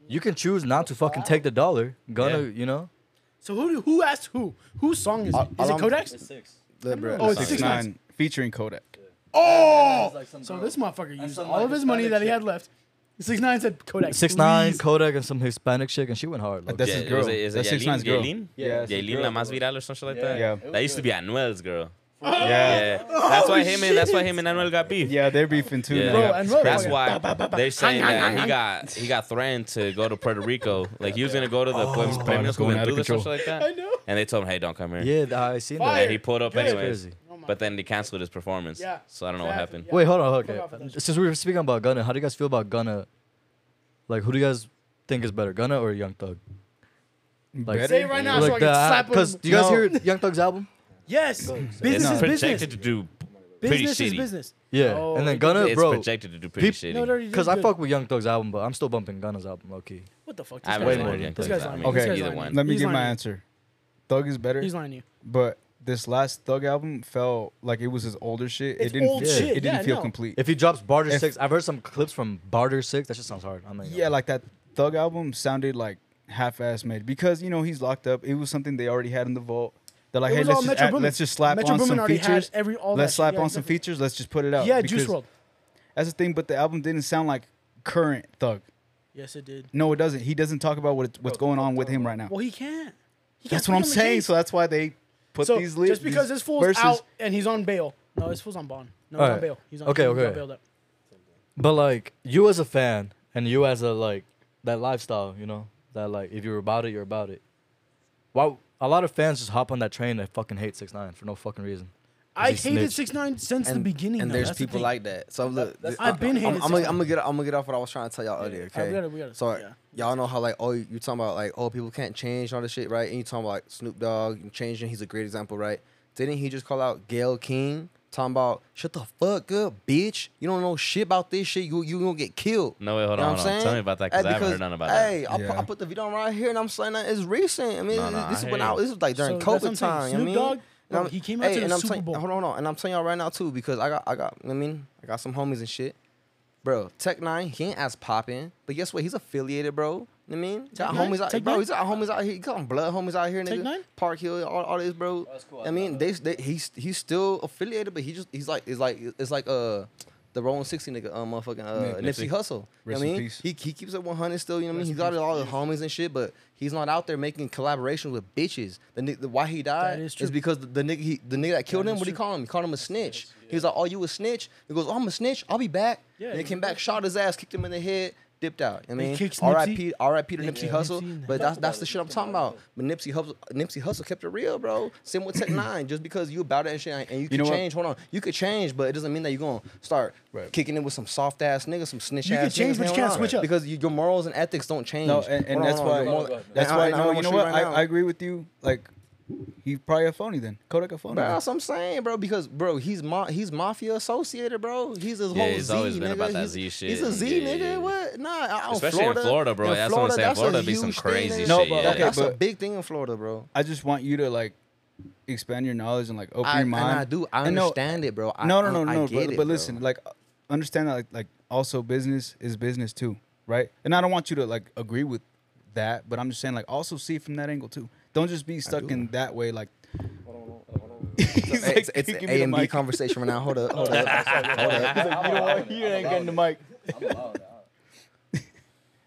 Speaker 2: You can choose not to fucking take the dollar. Gunna,
Speaker 3: Yeah.
Speaker 2: you know.
Speaker 4: So who do, who asked who? Whose song
Speaker 2: Uh,
Speaker 4: is it? Is it
Speaker 5: Alam-
Speaker 4: Kodak's?
Speaker 5: Look, bro.
Speaker 4: Oh, it's
Speaker 1: Six
Speaker 4: six nine.
Speaker 1: nine featuring Kodak.
Speaker 4: Oh,
Speaker 2: some
Speaker 4: so
Speaker 2: girl.
Speaker 4: this motherfucker used
Speaker 2: some,
Speaker 4: all
Speaker 2: like,
Speaker 4: of his money
Speaker 2: Hispanic
Speaker 4: that he
Speaker 2: chick.
Speaker 4: had left. Six nine said Kodak.
Speaker 2: Six nine, Kodak, and some Hispanic chick, and she went hard. Like,
Speaker 1: That's
Speaker 3: Yeah,
Speaker 1: his girl.
Speaker 3: Is it, is it
Speaker 1: That's six
Speaker 3: Yailin?
Speaker 1: nine's girl.
Speaker 3: Yailin?
Speaker 1: Yeah, it's his
Speaker 3: Yailin,
Speaker 1: girl.
Speaker 3: la más viral or something like that.
Speaker 1: Yeah.
Speaker 3: That used to be Anuel's girl.
Speaker 1: Yeah,
Speaker 3: Yeah. That's why him and that's why him and Anuel got beef.
Speaker 1: yeah, they're beefing too.
Speaker 3: Yeah.
Speaker 1: now.
Speaker 3: Bro,
Speaker 4: and look,
Speaker 3: That's
Speaker 4: Yeah.
Speaker 3: why they're saying
Speaker 4: Hang, hang,
Speaker 3: that
Speaker 4: hang.
Speaker 3: he got he got threatened to go to Puerto Rico. Like he was gonna go to the oh,
Speaker 1: God,
Speaker 3: premium
Speaker 1: it's
Speaker 3: school
Speaker 1: going
Speaker 3: and
Speaker 1: out of
Speaker 3: do this or
Speaker 1: control.
Speaker 3: something like that.
Speaker 4: I know.
Speaker 3: And they told him, hey, don't come here.
Speaker 2: yeah, th- I seen
Speaker 4: Fire.
Speaker 2: that.
Speaker 3: And he pulled up
Speaker 4: Good.
Speaker 3: anyways.
Speaker 2: Crazy.
Speaker 4: Oh my
Speaker 3: But then they canceled his performance.
Speaker 4: Yeah,
Speaker 3: So I don't know what
Speaker 4: exactly.
Speaker 3: happened.
Speaker 4: Yeah.
Speaker 2: Wait, hold on.
Speaker 4: Fuck
Speaker 2: Okay.
Speaker 4: off with that shit.
Speaker 2: Since we were speaking about Gunna, how do you guys feel about Gunna? Like, who do you guys think is better, Gunna or Young Thug? Like,
Speaker 1: Better?
Speaker 4: Say it right now so I
Speaker 2: like
Speaker 4: can
Speaker 2: that-
Speaker 4: slap
Speaker 2: Cause
Speaker 4: him.
Speaker 2: do you guys
Speaker 1: No.
Speaker 2: hear Young Thug's album?
Speaker 4: Yes, business
Speaker 3: It's
Speaker 4: is
Speaker 3: projected
Speaker 4: business.
Speaker 3: to do pretty
Speaker 4: Business is
Speaker 3: shitty.
Speaker 4: business.
Speaker 2: Yeah.
Speaker 4: Oh,
Speaker 2: and
Speaker 4: they
Speaker 2: then
Speaker 4: did
Speaker 2: Gunna,
Speaker 3: It's
Speaker 2: bro.
Speaker 3: projected to do pretty
Speaker 2: peop-
Speaker 3: shitty.
Speaker 4: No, it already did
Speaker 2: Because I
Speaker 4: good.
Speaker 2: fuck with Young Thug's album, but I'm still bumping Gunna's album, low key.
Speaker 4: What the
Speaker 3: I
Speaker 4: fuck? This
Speaker 3: haven't
Speaker 4: guy's
Speaker 2: Way
Speaker 3: heard
Speaker 2: more
Speaker 4: lying.
Speaker 2: than
Speaker 4: This
Speaker 3: Thug.
Speaker 4: guy's
Speaker 3: I
Speaker 4: lying.
Speaker 3: mean,
Speaker 4: This
Speaker 1: okay.
Speaker 4: guy's
Speaker 3: either
Speaker 4: lying.
Speaker 3: one.
Speaker 1: Let me
Speaker 4: He's
Speaker 1: give my
Speaker 4: lying.
Speaker 1: answer. Thug is better,
Speaker 4: He's lying to you.
Speaker 1: but this last Thug album felt like it was his older shit.
Speaker 4: It's
Speaker 1: it didn't.
Speaker 4: old
Speaker 1: it
Speaker 4: shit,
Speaker 1: didn't
Speaker 4: yeah,
Speaker 1: feel
Speaker 4: no.
Speaker 1: complete.
Speaker 2: If he drops Barter
Speaker 1: If-
Speaker 2: Six, I've heard some clips from Barter Six. That just sounds hard. I'm like,
Speaker 1: Yeah, like that Thug album sounded like half-ass made because you know he's locked up. It was something they already had in the vault. They're like,
Speaker 4: It
Speaker 1: hey,
Speaker 4: was all
Speaker 1: let's just,
Speaker 4: Metro
Speaker 1: add-
Speaker 4: Boomin.
Speaker 1: let's just slap
Speaker 4: Metro
Speaker 1: on
Speaker 4: Boomin
Speaker 1: some
Speaker 4: already had
Speaker 1: features.
Speaker 4: every- all
Speaker 1: let's
Speaker 4: that
Speaker 1: slap
Speaker 4: shit. Yeah,
Speaker 1: on some
Speaker 4: exactly.
Speaker 1: features. Let's just put it out.
Speaker 4: Yeah, Juice
Speaker 1: because
Speaker 4: World.
Speaker 1: That's the thing. But the album didn't sound like current Thug.
Speaker 4: Yes, it did.
Speaker 1: No, it doesn't. He doesn't talk about what it's,
Speaker 2: Oh,
Speaker 1: what's going on with him right now.
Speaker 4: Well, he can't. He
Speaker 1: That's
Speaker 4: can't
Speaker 1: what I'm
Speaker 4: freedom of
Speaker 1: saying.
Speaker 4: choice.
Speaker 1: So that's why they put
Speaker 4: so
Speaker 1: these lyrics.
Speaker 4: just because this fool's
Speaker 1: verses.
Speaker 4: out and he's on bail. No, this fool's on bond. No, he's
Speaker 2: Alright.
Speaker 4: on bail. He's on,
Speaker 2: Okay,
Speaker 4: he's
Speaker 2: okay.
Speaker 4: on bailed up.
Speaker 2: But like you as a fan and you as a like that lifestyle, you know, that like if you're about it, you're about it. Why a lot of fans just hop on that train that fucking hate six nine for no fucking reason.
Speaker 4: I
Speaker 2: he
Speaker 4: hated
Speaker 2: snitched.
Speaker 4: six nine since the beginning.
Speaker 5: And
Speaker 4: though.
Speaker 5: there's
Speaker 4: That's the
Speaker 5: people
Speaker 4: thing.
Speaker 5: like that. So look,
Speaker 4: the I've thing. been hated
Speaker 5: I'm, I'm, gonna,
Speaker 4: since
Speaker 5: I'm gonna get. I'm gonna get off what I was trying to tell y'all earlier.
Speaker 4: yeah.
Speaker 5: Okay.
Speaker 4: We gotta- we gotta-
Speaker 5: so
Speaker 4: yeah.
Speaker 5: y'all know how like oh you talking about like oh people can't change and all this shit right? And you talking about like, Snoop Dogg and changing. He's a great example, right? Didn't he just call out Gail King? Talking about shut the fuck up, bitch. You don't know shit about this shit. You you gonna get killed.
Speaker 3: No, wait, hold
Speaker 5: You know
Speaker 3: on,
Speaker 5: what I'm
Speaker 3: hold on.
Speaker 5: saying?
Speaker 3: Tell me about that,
Speaker 5: Hey,
Speaker 3: 'cause I haven't
Speaker 5: because,
Speaker 3: heard nothing about that.
Speaker 5: hey, I, put,
Speaker 1: Yeah.
Speaker 5: I put the video on right here, and I'm saying that it's recent. I mean,
Speaker 3: No, no,
Speaker 5: this
Speaker 3: I
Speaker 5: went
Speaker 3: hear
Speaker 5: out.
Speaker 3: you.
Speaker 5: This was like during
Speaker 4: So that's what I'm
Speaker 5: COVID
Speaker 4: saying.
Speaker 5: time. you know
Speaker 4: Snoop
Speaker 5: what I mean,
Speaker 4: Dogg,
Speaker 5: And I'm-
Speaker 4: bro, he came out to the
Speaker 5: and I'm
Speaker 4: Super
Speaker 5: telling-
Speaker 4: Bowl.
Speaker 5: Hold on, hold on, and I'm telling y'all right now too, because I got, I got. I mean, I got some homies and shit. Bro, Tech Nine, he ain't as popping, but guess what? He's affiliated, bro. You know what I mean, got
Speaker 4: Tech Nine?
Speaker 5: homies out,
Speaker 4: Tech
Speaker 5: bro.
Speaker 4: Nine?
Speaker 5: He's got homies out here. He got some blood homies out here, nigga.
Speaker 4: Tech Nine?
Speaker 5: Park Hill, all, all this, bro. I mean, they, they, he's he's still affiliated, but he just he's like it's like it's like uh the Rolling Sixty nigga, um, motherfucking uh,
Speaker 1: Yeah.
Speaker 5: Nipsey Hustle. You know
Speaker 1: Rest
Speaker 5: what I
Speaker 1: in
Speaker 5: mean,
Speaker 1: peace.
Speaker 5: he he keeps it one hundred still. You know what I mean? He's got all the homies and shit, but he's not out there making collaboration with bitches. The, ni- the why he died
Speaker 4: is
Speaker 5: is,
Speaker 4: true.
Speaker 5: because the, the nigga he, the nigga that killed
Speaker 4: That
Speaker 5: him.
Speaker 4: is
Speaker 5: What do you
Speaker 4: true.
Speaker 5: call him? He called him a snitch. He was like, "Oh, you a snitch?" He goes, oh, "I'm a snitch. I'll be back."
Speaker 4: Yeah,
Speaker 5: and he
Speaker 4: he
Speaker 5: came back, shot his ass, kicked him in the head. Dipped out. You know what I
Speaker 4: They
Speaker 5: mean,
Speaker 4: kicked Nipsey.
Speaker 5: R.I.P. R.I.P. to
Speaker 4: They
Speaker 5: Nipsey
Speaker 4: kicked
Speaker 5: Hustle.
Speaker 4: Nipsey in the
Speaker 5: But that's that's the shit I'm talking about. But Nipsey Hustle, Nipsey Hustle kept it real, bro. Same with Tech Nine. Just because you about it and shit, and you, can
Speaker 1: know what?
Speaker 5: change. Hold on, you could change, but it doesn't mean that you're gonna start
Speaker 1: Right.
Speaker 5: kicking it with some soft ass niggas, some snitch
Speaker 4: You
Speaker 5: ass.
Speaker 4: can change,
Speaker 5: niggas,
Speaker 4: but you
Speaker 5: hell
Speaker 4: can't
Speaker 5: no.
Speaker 4: switch up.
Speaker 5: because you, your morals and ethics don't change.
Speaker 1: No, and, and
Speaker 5: Hold on,
Speaker 1: that's
Speaker 5: hold on,
Speaker 1: why.
Speaker 5: your moral-
Speaker 1: that's
Speaker 5: and
Speaker 1: why.
Speaker 5: I- and I
Speaker 1: No,
Speaker 5: wanna
Speaker 1: you know
Speaker 5: show
Speaker 1: what?
Speaker 5: right
Speaker 1: I,
Speaker 5: now.
Speaker 1: I agree with you. Like, he probably a phony then. Kodak a phony.
Speaker 5: Bro,
Speaker 1: then.
Speaker 5: that's what I'm saying, bro. Because bro, he's ma- he's mafia associated, bro. He's his
Speaker 3: Yeah,
Speaker 5: whole
Speaker 3: it's
Speaker 5: Z
Speaker 3: always
Speaker 5: nigga.
Speaker 3: been about that
Speaker 5: he's,
Speaker 3: Z shit.
Speaker 5: He's a Z
Speaker 3: Yeah,
Speaker 5: nigga.
Speaker 3: yeah, yeah.
Speaker 5: What? Nah, I, I-
Speaker 3: Especially in
Speaker 5: Florida,
Speaker 3: Florida, bro.
Speaker 5: in
Speaker 3: That's what I'm saying.
Speaker 5: that's a
Speaker 3: Florida be some
Speaker 5: huge
Speaker 3: crazy
Speaker 5: thing, nigga.
Speaker 3: shit.
Speaker 1: No,
Speaker 3: yeah.
Speaker 1: but-
Speaker 5: Like,
Speaker 1: Okay,
Speaker 5: that's a
Speaker 1: but-
Speaker 5: big thing in Florida, bro.
Speaker 1: I just want you to like expand your knowledge and like open
Speaker 5: I,
Speaker 1: your
Speaker 5: and
Speaker 1: mind.
Speaker 5: I do. I
Speaker 1: And no-
Speaker 5: understand it, bro. I,
Speaker 1: no, no, no,
Speaker 5: I,
Speaker 1: no.
Speaker 5: I get
Speaker 1: but,
Speaker 5: it,
Speaker 1: but
Speaker 5: bro.
Speaker 1: listen, like, understand that, like, like, also business is business too, right? And I don't want you to like agree with that, but I'm just saying, like, also see it from that angle too. Don't just be stuck in that way, like. He's
Speaker 5: Hey, it's
Speaker 1: like,
Speaker 5: it's
Speaker 1: "Give me
Speaker 5: an
Speaker 1: the
Speaker 5: A and B
Speaker 1: mic."
Speaker 5: conversation right now. Hold up, hold up. Uh,
Speaker 1: You know what? You ain't getting the mic.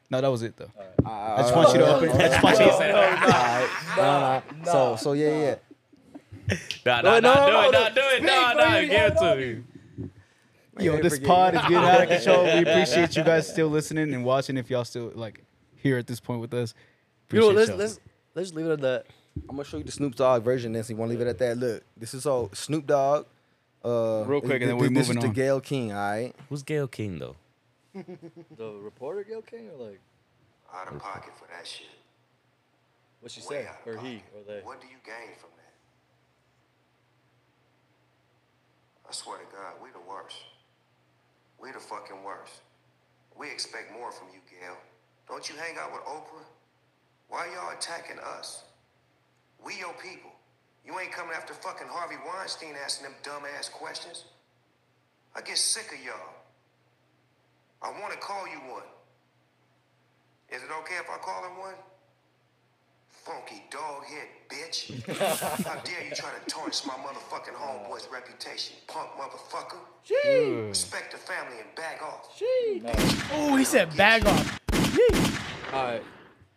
Speaker 1: No, that was it though. I just want you to open. I just want you to say
Speaker 5: so so yeah, yeah, yeah.
Speaker 3: Nah, nah, nah, do it, nah, do it, nah, nah, give it to me.
Speaker 1: Yo, this pod is getting out of control. We appreciate you guys still listening and watching. If y'all still like here at this point with us,
Speaker 2: You know,
Speaker 1: Appreciate
Speaker 2: let's
Speaker 1: y'all.
Speaker 2: let's let's leave it at that.
Speaker 5: I'm gonna show you the Snoop Dogg version. This you want to leave it at that. Look, this is all Snoop Dogg. Uh,
Speaker 1: Real quick, and then
Speaker 5: th-
Speaker 1: we
Speaker 5: th- this
Speaker 1: moving
Speaker 5: is the
Speaker 1: on.
Speaker 5: Gail King. All right,
Speaker 3: Who's Gail King though?
Speaker 2: The reporter Gail King or like
Speaker 12: Out of pocket for that shit.
Speaker 2: what she
Speaker 12: Way
Speaker 2: said
Speaker 12: out of
Speaker 2: or he
Speaker 12: pocket.
Speaker 2: or they.
Speaker 12: What do you gain from that? I swear to God, we the worst. We the fucking worst. We expect more from you, Gail. Don't you hang out with Oprah? Why y'all attacking us? We your people. You ain't coming after fucking Harvey Weinstein asking them dumb ass questions. I get sick of y'all. I want to call you one. Is it okay if I call him one? Funky dog head bitch. How dare you try to tarnish my motherfucking homeboy's reputation, punk motherfucker? Respect the family and bag off.
Speaker 4: Oh, he said bag off. Yeet.
Speaker 2: Alright.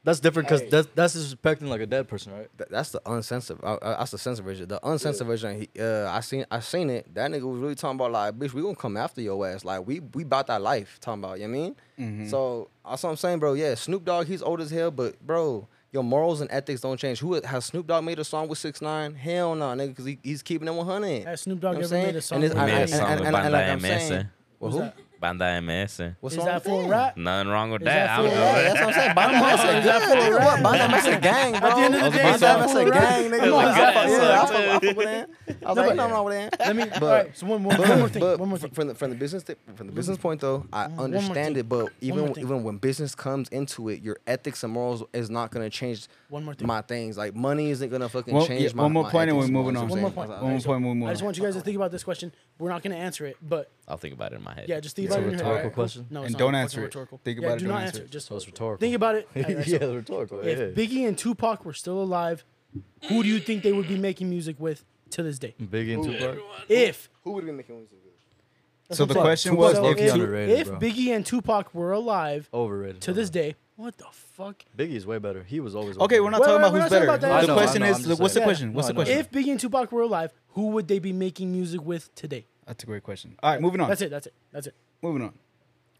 Speaker 2: That's different because that's that's disrespecting like a dead person, right?
Speaker 5: Th- that's the uncensored. Uh, uh, that's the censored version. The uncensored version. He, uh, I seen, I seen it. That nigga was really talking about like, bitch, we gonna come after your ass. Like, we we about that life. Talking about, you know what I mean?
Speaker 4: Mm-hmm.
Speaker 5: So that's what I'm saying, bro. Yeah, Snoop Dogg, he's old as hell, but bro. Your morals and ethics don't change. Who has Snoop Dogg made a song with Six Nine? Hell no, nigga, because he, he's keeping it 100.
Speaker 4: Has Snoop Dogg
Speaker 5: You know what
Speaker 4: ever
Speaker 5: I'm
Speaker 4: made
Speaker 5: saying?
Speaker 4: a song
Speaker 5: And it's-
Speaker 4: with-
Speaker 5: and-
Speaker 3: Made a
Speaker 5: and-
Speaker 3: song
Speaker 5: and-
Speaker 3: with
Speaker 5: and- and like
Speaker 3: Bandai
Speaker 5: I'm
Speaker 3: MS,
Speaker 5: saying-
Speaker 3: eh?
Speaker 5: Well, who?
Speaker 3: Bandai MS. eh?
Speaker 5: What's
Speaker 4: Is
Speaker 5: wrong
Speaker 4: that
Speaker 5: with
Speaker 4: for a
Speaker 5: that?
Speaker 4: rap?
Speaker 3: Nothing wrong with
Speaker 4: that
Speaker 3: that. I
Speaker 4: full
Speaker 3: don't
Speaker 4: rap?
Speaker 3: know.
Speaker 5: Yeah, that's what I'm saying. Bottom line, that's a gang. Nigga, what? Bottom line, that's a gang, bro. At
Speaker 4: the end of the day, is that
Speaker 5: that's
Speaker 4: full
Speaker 5: a
Speaker 4: rap?
Speaker 5: gang, nigga.
Speaker 4: That's
Speaker 5: Like,
Speaker 4: a
Speaker 5: I fuck-
Speaker 4: gang
Speaker 5: yeah, I
Speaker 4: song,
Speaker 5: fuck- I fuck with that. I was like, ain't nothing wrong with that.
Speaker 4: Let me.
Speaker 5: But-
Speaker 4: all right. So one, one, one more thing.
Speaker 5: But
Speaker 4: One more
Speaker 5: fr-
Speaker 4: thing. Mm,
Speaker 5: From the, from the business th- from the business point though, I
Speaker 4: more
Speaker 5: understand
Speaker 4: thing.
Speaker 5: it. But even
Speaker 4: more
Speaker 5: w-
Speaker 4: thing.
Speaker 5: even when business comes into it, your ethics and morals is not gonna change.
Speaker 4: One more thing.
Speaker 5: My things like money isn't gonna fucking
Speaker 1: Well,
Speaker 5: change
Speaker 1: yeah,
Speaker 5: my.
Speaker 1: one more
Speaker 5: my
Speaker 1: point and
Speaker 5: ethics
Speaker 1: we're moving
Speaker 5: morals,
Speaker 1: on.
Speaker 5: you know
Speaker 4: One more
Speaker 5: what I'm
Speaker 4: point.
Speaker 5: saying?
Speaker 1: One more point. One more.
Speaker 4: I just want you guys to think about this question. We're not gonna answer it, but
Speaker 3: I'll think about it in my head.
Speaker 4: yeah, just think
Speaker 1: It's
Speaker 4: about
Speaker 1: a
Speaker 4: it. in your head.
Speaker 1: rhetorical
Speaker 4: Alright, cool.
Speaker 1: question.
Speaker 4: No, it's
Speaker 1: And
Speaker 4: not
Speaker 1: don't
Speaker 4: fucking
Speaker 1: answer it.
Speaker 4: rhetorical.
Speaker 1: Think
Speaker 4: Yeah,
Speaker 1: about it,
Speaker 4: Do
Speaker 1: don't
Speaker 4: not
Speaker 1: answer
Speaker 4: answer
Speaker 1: it.
Speaker 4: it. Just
Speaker 2: So it's rhetorical.
Speaker 4: Think about it. Alright, so
Speaker 2: yeah, the rhetorical. yeah.
Speaker 4: if Biggie and Tupac were still alive, who do you think they would be making music with to this day?
Speaker 2: Biggie and Tupac.
Speaker 4: If
Speaker 5: Who would have been making music?
Speaker 1: So the
Speaker 4: Fuck,
Speaker 1: question
Speaker 2: Tupac's
Speaker 1: was,
Speaker 4: so
Speaker 2: low-key
Speaker 1: if
Speaker 4: if,
Speaker 1: you,
Speaker 2: underrated,
Speaker 4: if
Speaker 2: bro.
Speaker 4: Biggie and Tupac were alive
Speaker 2: Overrated.
Speaker 4: to this day, what the fuck?
Speaker 2: Biggie is way better. He was always
Speaker 1: okay,
Speaker 2: overrated.
Speaker 1: we're not
Speaker 4: Wait,
Speaker 1: talking
Speaker 4: wait,
Speaker 1: about
Speaker 4: we're
Speaker 1: who's
Speaker 4: not talking
Speaker 1: better.
Speaker 4: about that. I
Speaker 1: The
Speaker 4: know,
Speaker 1: question
Speaker 2: I know, I'm
Speaker 1: is,
Speaker 2: just
Speaker 1: what's the
Speaker 2: saying.
Speaker 1: question?
Speaker 2: No,
Speaker 1: What's
Speaker 2: I
Speaker 1: the
Speaker 2: know.
Speaker 1: question?
Speaker 4: If Biggie and Tupac were alive, who would they be making music with today?
Speaker 1: That's a great question. All right, moving on.
Speaker 4: That's it. That's it. That's it.
Speaker 1: Moving on.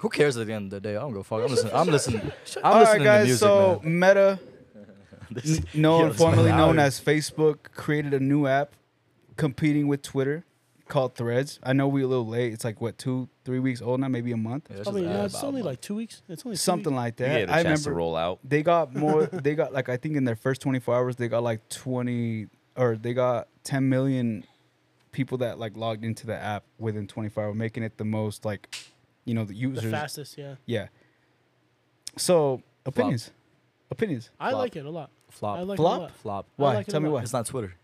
Speaker 2: Who cares at the end of the day? I don't go fuck. I'm listening. I'm listening. I'm
Speaker 1: All
Speaker 2: listening
Speaker 1: right, guys.
Speaker 2: to music,
Speaker 1: so
Speaker 2: man.
Speaker 1: Meta,
Speaker 2: This-
Speaker 1: n- known
Speaker 2: Yo, it's
Speaker 1: formerly known
Speaker 2: loud.
Speaker 1: as Facebook, created a new app competing with Twitter called Threads. I know we're a little late. It's like what two, three weeks old now, maybe a month,
Speaker 2: Yeah, it's
Speaker 4: Probably,
Speaker 2: just
Speaker 4: no,
Speaker 2: ad
Speaker 4: it's
Speaker 2: about
Speaker 4: only
Speaker 2: money.
Speaker 4: like two weeks. It's only two
Speaker 1: something like
Speaker 4: weeks.
Speaker 3: You
Speaker 1: that.
Speaker 3: get a
Speaker 1: I
Speaker 3: chance to
Speaker 1: remember
Speaker 3: roll out.
Speaker 1: they got more. they got like I think in their first 24 hours they got like 20 or they got 10 million people that like logged into the app within 24 hours, making it the most like you know the users.
Speaker 4: The fastest, yeah.
Speaker 1: Yeah. So opinions, opinions.
Speaker 4: I
Speaker 2: Flop.
Speaker 4: like it a lot.
Speaker 2: flop.
Speaker 4: I like it a
Speaker 1: Flop?
Speaker 4: lot.
Speaker 2: flop.
Speaker 4: I
Speaker 1: Why?
Speaker 4: like it
Speaker 1: Tell
Speaker 4: a
Speaker 1: me
Speaker 4: lot.
Speaker 1: why.
Speaker 2: It's not Twitter.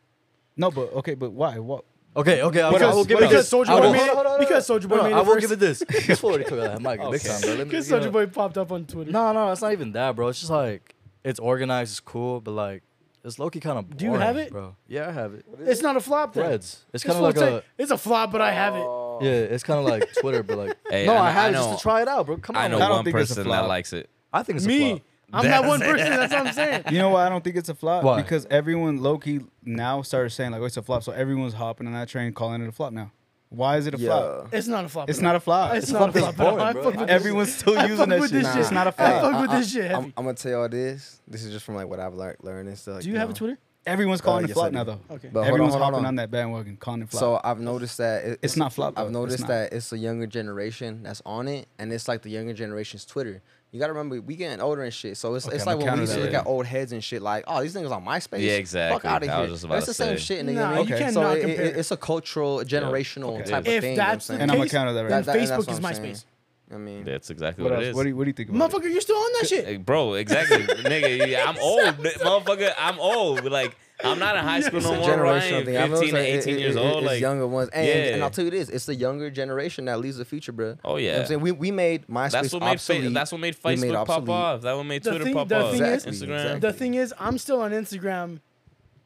Speaker 1: No, but okay, but why? What?
Speaker 2: Okay, okay. I will- I
Speaker 1: else?
Speaker 2: will give
Speaker 1: What
Speaker 2: it
Speaker 4: Because
Speaker 2: this.
Speaker 4: Soldier
Speaker 2: I
Speaker 4: Boy
Speaker 2: will-
Speaker 4: made
Speaker 2: no, no,
Speaker 4: it. Because Soldier Boy
Speaker 2: no,
Speaker 4: made
Speaker 2: I
Speaker 4: it
Speaker 2: will give
Speaker 4: first.
Speaker 2: it this. It's Florida. Come on, Mike. Big time, bro. Let me-
Speaker 4: Because
Speaker 2: you know-
Speaker 4: Soldier Boy popped up on Twitter.
Speaker 2: No, no, it's not even that, bro. It's just like it's organized, it's cool, but like it's low key kind of.
Speaker 4: Do you have it?
Speaker 2: bro? Yeah, I have it.
Speaker 4: It's not a flop. Then.
Speaker 2: Threads.
Speaker 4: It's
Speaker 2: It's kind of like
Speaker 4: full tech-
Speaker 2: a.
Speaker 4: It's a flop, but I have it.
Speaker 2: Yeah, it's kind of like Twitter, but like
Speaker 3: Hey,
Speaker 2: no,
Speaker 3: I
Speaker 2: I,
Speaker 3: know-
Speaker 2: had
Speaker 3: I
Speaker 2: it just
Speaker 3: know-
Speaker 2: to try it out, bro. Come on,
Speaker 3: I know
Speaker 2: man.
Speaker 3: one
Speaker 1: think it's a
Speaker 3: person that
Speaker 1: flop.
Speaker 3: likes it.
Speaker 2: I think it's a
Speaker 4: Me,
Speaker 2: flop.
Speaker 4: I'm that one person. That's what I'm saying.
Speaker 1: You know why I don't think it's a flop?
Speaker 2: Why?
Speaker 1: Because everyone low key now started saying like, oh, it's a flop. So everyone's hopping on that train, calling it a flop now. Why is it a flop?
Speaker 4: It's not a flop.
Speaker 1: It's
Speaker 4: at
Speaker 1: not
Speaker 4: all.
Speaker 1: a flop.
Speaker 4: It's not a
Speaker 2: fucking
Speaker 4: flop. at all.
Speaker 2: boring,
Speaker 4: I
Speaker 2: bro.
Speaker 4: fuck with this
Speaker 1: Everyone's
Speaker 4: shit.
Speaker 1: still
Speaker 4: I
Speaker 1: using
Speaker 4: fuck
Speaker 1: that
Speaker 4: with
Speaker 1: shit.
Speaker 4: this
Speaker 1: It's not a
Speaker 4: I
Speaker 1: flop.
Speaker 4: fuck with this
Speaker 5: I'm,
Speaker 4: shit. heavy.
Speaker 5: I'm gonna tell y'all this. This is just from like what I've learned, learned and stuff.
Speaker 4: Do you have a Twitter?
Speaker 1: Everyone's calling
Speaker 5: Uh,
Speaker 1: it
Speaker 5: yes,
Speaker 1: flop
Speaker 5: I do.
Speaker 1: now though.
Speaker 4: Okay.
Speaker 5: But hold on,
Speaker 1: everyone's
Speaker 5: hold on,
Speaker 1: hopping
Speaker 5: hold
Speaker 1: on
Speaker 5: on.
Speaker 1: that bandwagon, calling it flop.
Speaker 5: So I've noticed that it-
Speaker 1: It's not flop, though.
Speaker 5: I've
Speaker 1: It's
Speaker 5: noticed
Speaker 1: not.
Speaker 5: that it's the younger generation that's on it, and it's like the younger generation's Twitter. You gotta remember, we getting older and shit. So it's,
Speaker 1: Okay,
Speaker 5: it's
Speaker 1: I'ma
Speaker 5: like when
Speaker 1: counter
Speaker 5: we used to
Speaker 3: that.
Speaker 5: look
Speaker 3: Yeah.
Speaker 5: at old heads and shit, like, oh, these niggas on MySpace.
Speaker 3: Yeah,
Speaker 5: Fuck
Speaker 3: exactly.
Speaker 5: out of
Speaker 3: I
Speaker 5: here.
Speaker 3: was just about
Speaker 5: it's
Speaker 3: to
Speaker 5: the same
Speaker 3: say.
Speaker 5: shit, nigga.
Speaker 4: Nah,
Speaker 5: man.
Speaker 4: you
Speaker 5: Okay.
Speaker 4: cannot
Speaker 5: so it- it,
Speaker 4: compare.
Speaker 5: it's a cultural, generational
Speaker 1: Okay.
Speaker 5: type of
Speaker 4: If
Speaker 5: thing. you know what I'm
Speaker 4: that's the
Speaker 5: saying?
Speaker 1: And I'ma
Speaker 4: case,
Speaker 1: counter that right
Speaker 4: then
Speaker 1: now.
Speaker 5: That- that- that's
Speaker 4: Facebook is
Speaker 5: what I'm saying.
Speaker 4: MySpace.
Speaker 5: I mean,
Speaker 3: That's exactly
Speaker 1: what,
Speaker 3: what,
Speaker 1: else?
Speaker 3: it is.
Speaker 1: What do, you, what do you think about it?
Speaker 4: Motherfucker, you're still on that shit.
Speaker 3: Hey, bro, exactly, nigga. I'm old, ni- motherfucker. I'm old. Like I'm not in high school
Speaker 5: It's
Speaker 3: no
Speaker 5: a
Speaker 3: more. bro. I
Speaker 5: generational
Speaker 3: ain't
Speaker 5: thing. I
Speaker 3: 15
Speaker 5: feel
Speaker 3: to
Speaker 5: like it-
Speaker 3: 18
Speaker 5: it-
Speaker 3: years
Speaker 5: it-
Speaker 3: old.
Speaker 5: It's
Speaker 3: Like
Speaker 5: younger ones, and, and
Speaker 3: Yeah.
Speaker 5: I'll tell you this: it's the younger generation that leads the future, bro.
Speaker 3: Oh,
Speaker 5: You know what
Speaker 3: yeah.
Speaker 5: I'm saying we we made MySpace
Speaker 3: that's what made
Speaker 5: obsolete.
Speaker 3: fa- that's what made
Speaker 5: We made
Speaker 3: Facebook pop
Speaker 5: obsolete.
Speaker 3: off. That what made
Speaker 4: The
Speaker 3: Twitter
Speaker 4: thing-
Speaker 3: pop
Speaker 4: the
Speaker 3: off.
Speaker 4: thing is-
Speaker 3: Instagram.
Speaker 5: Exactly.
Speaker 4: The thing is, I'm still on Instagram,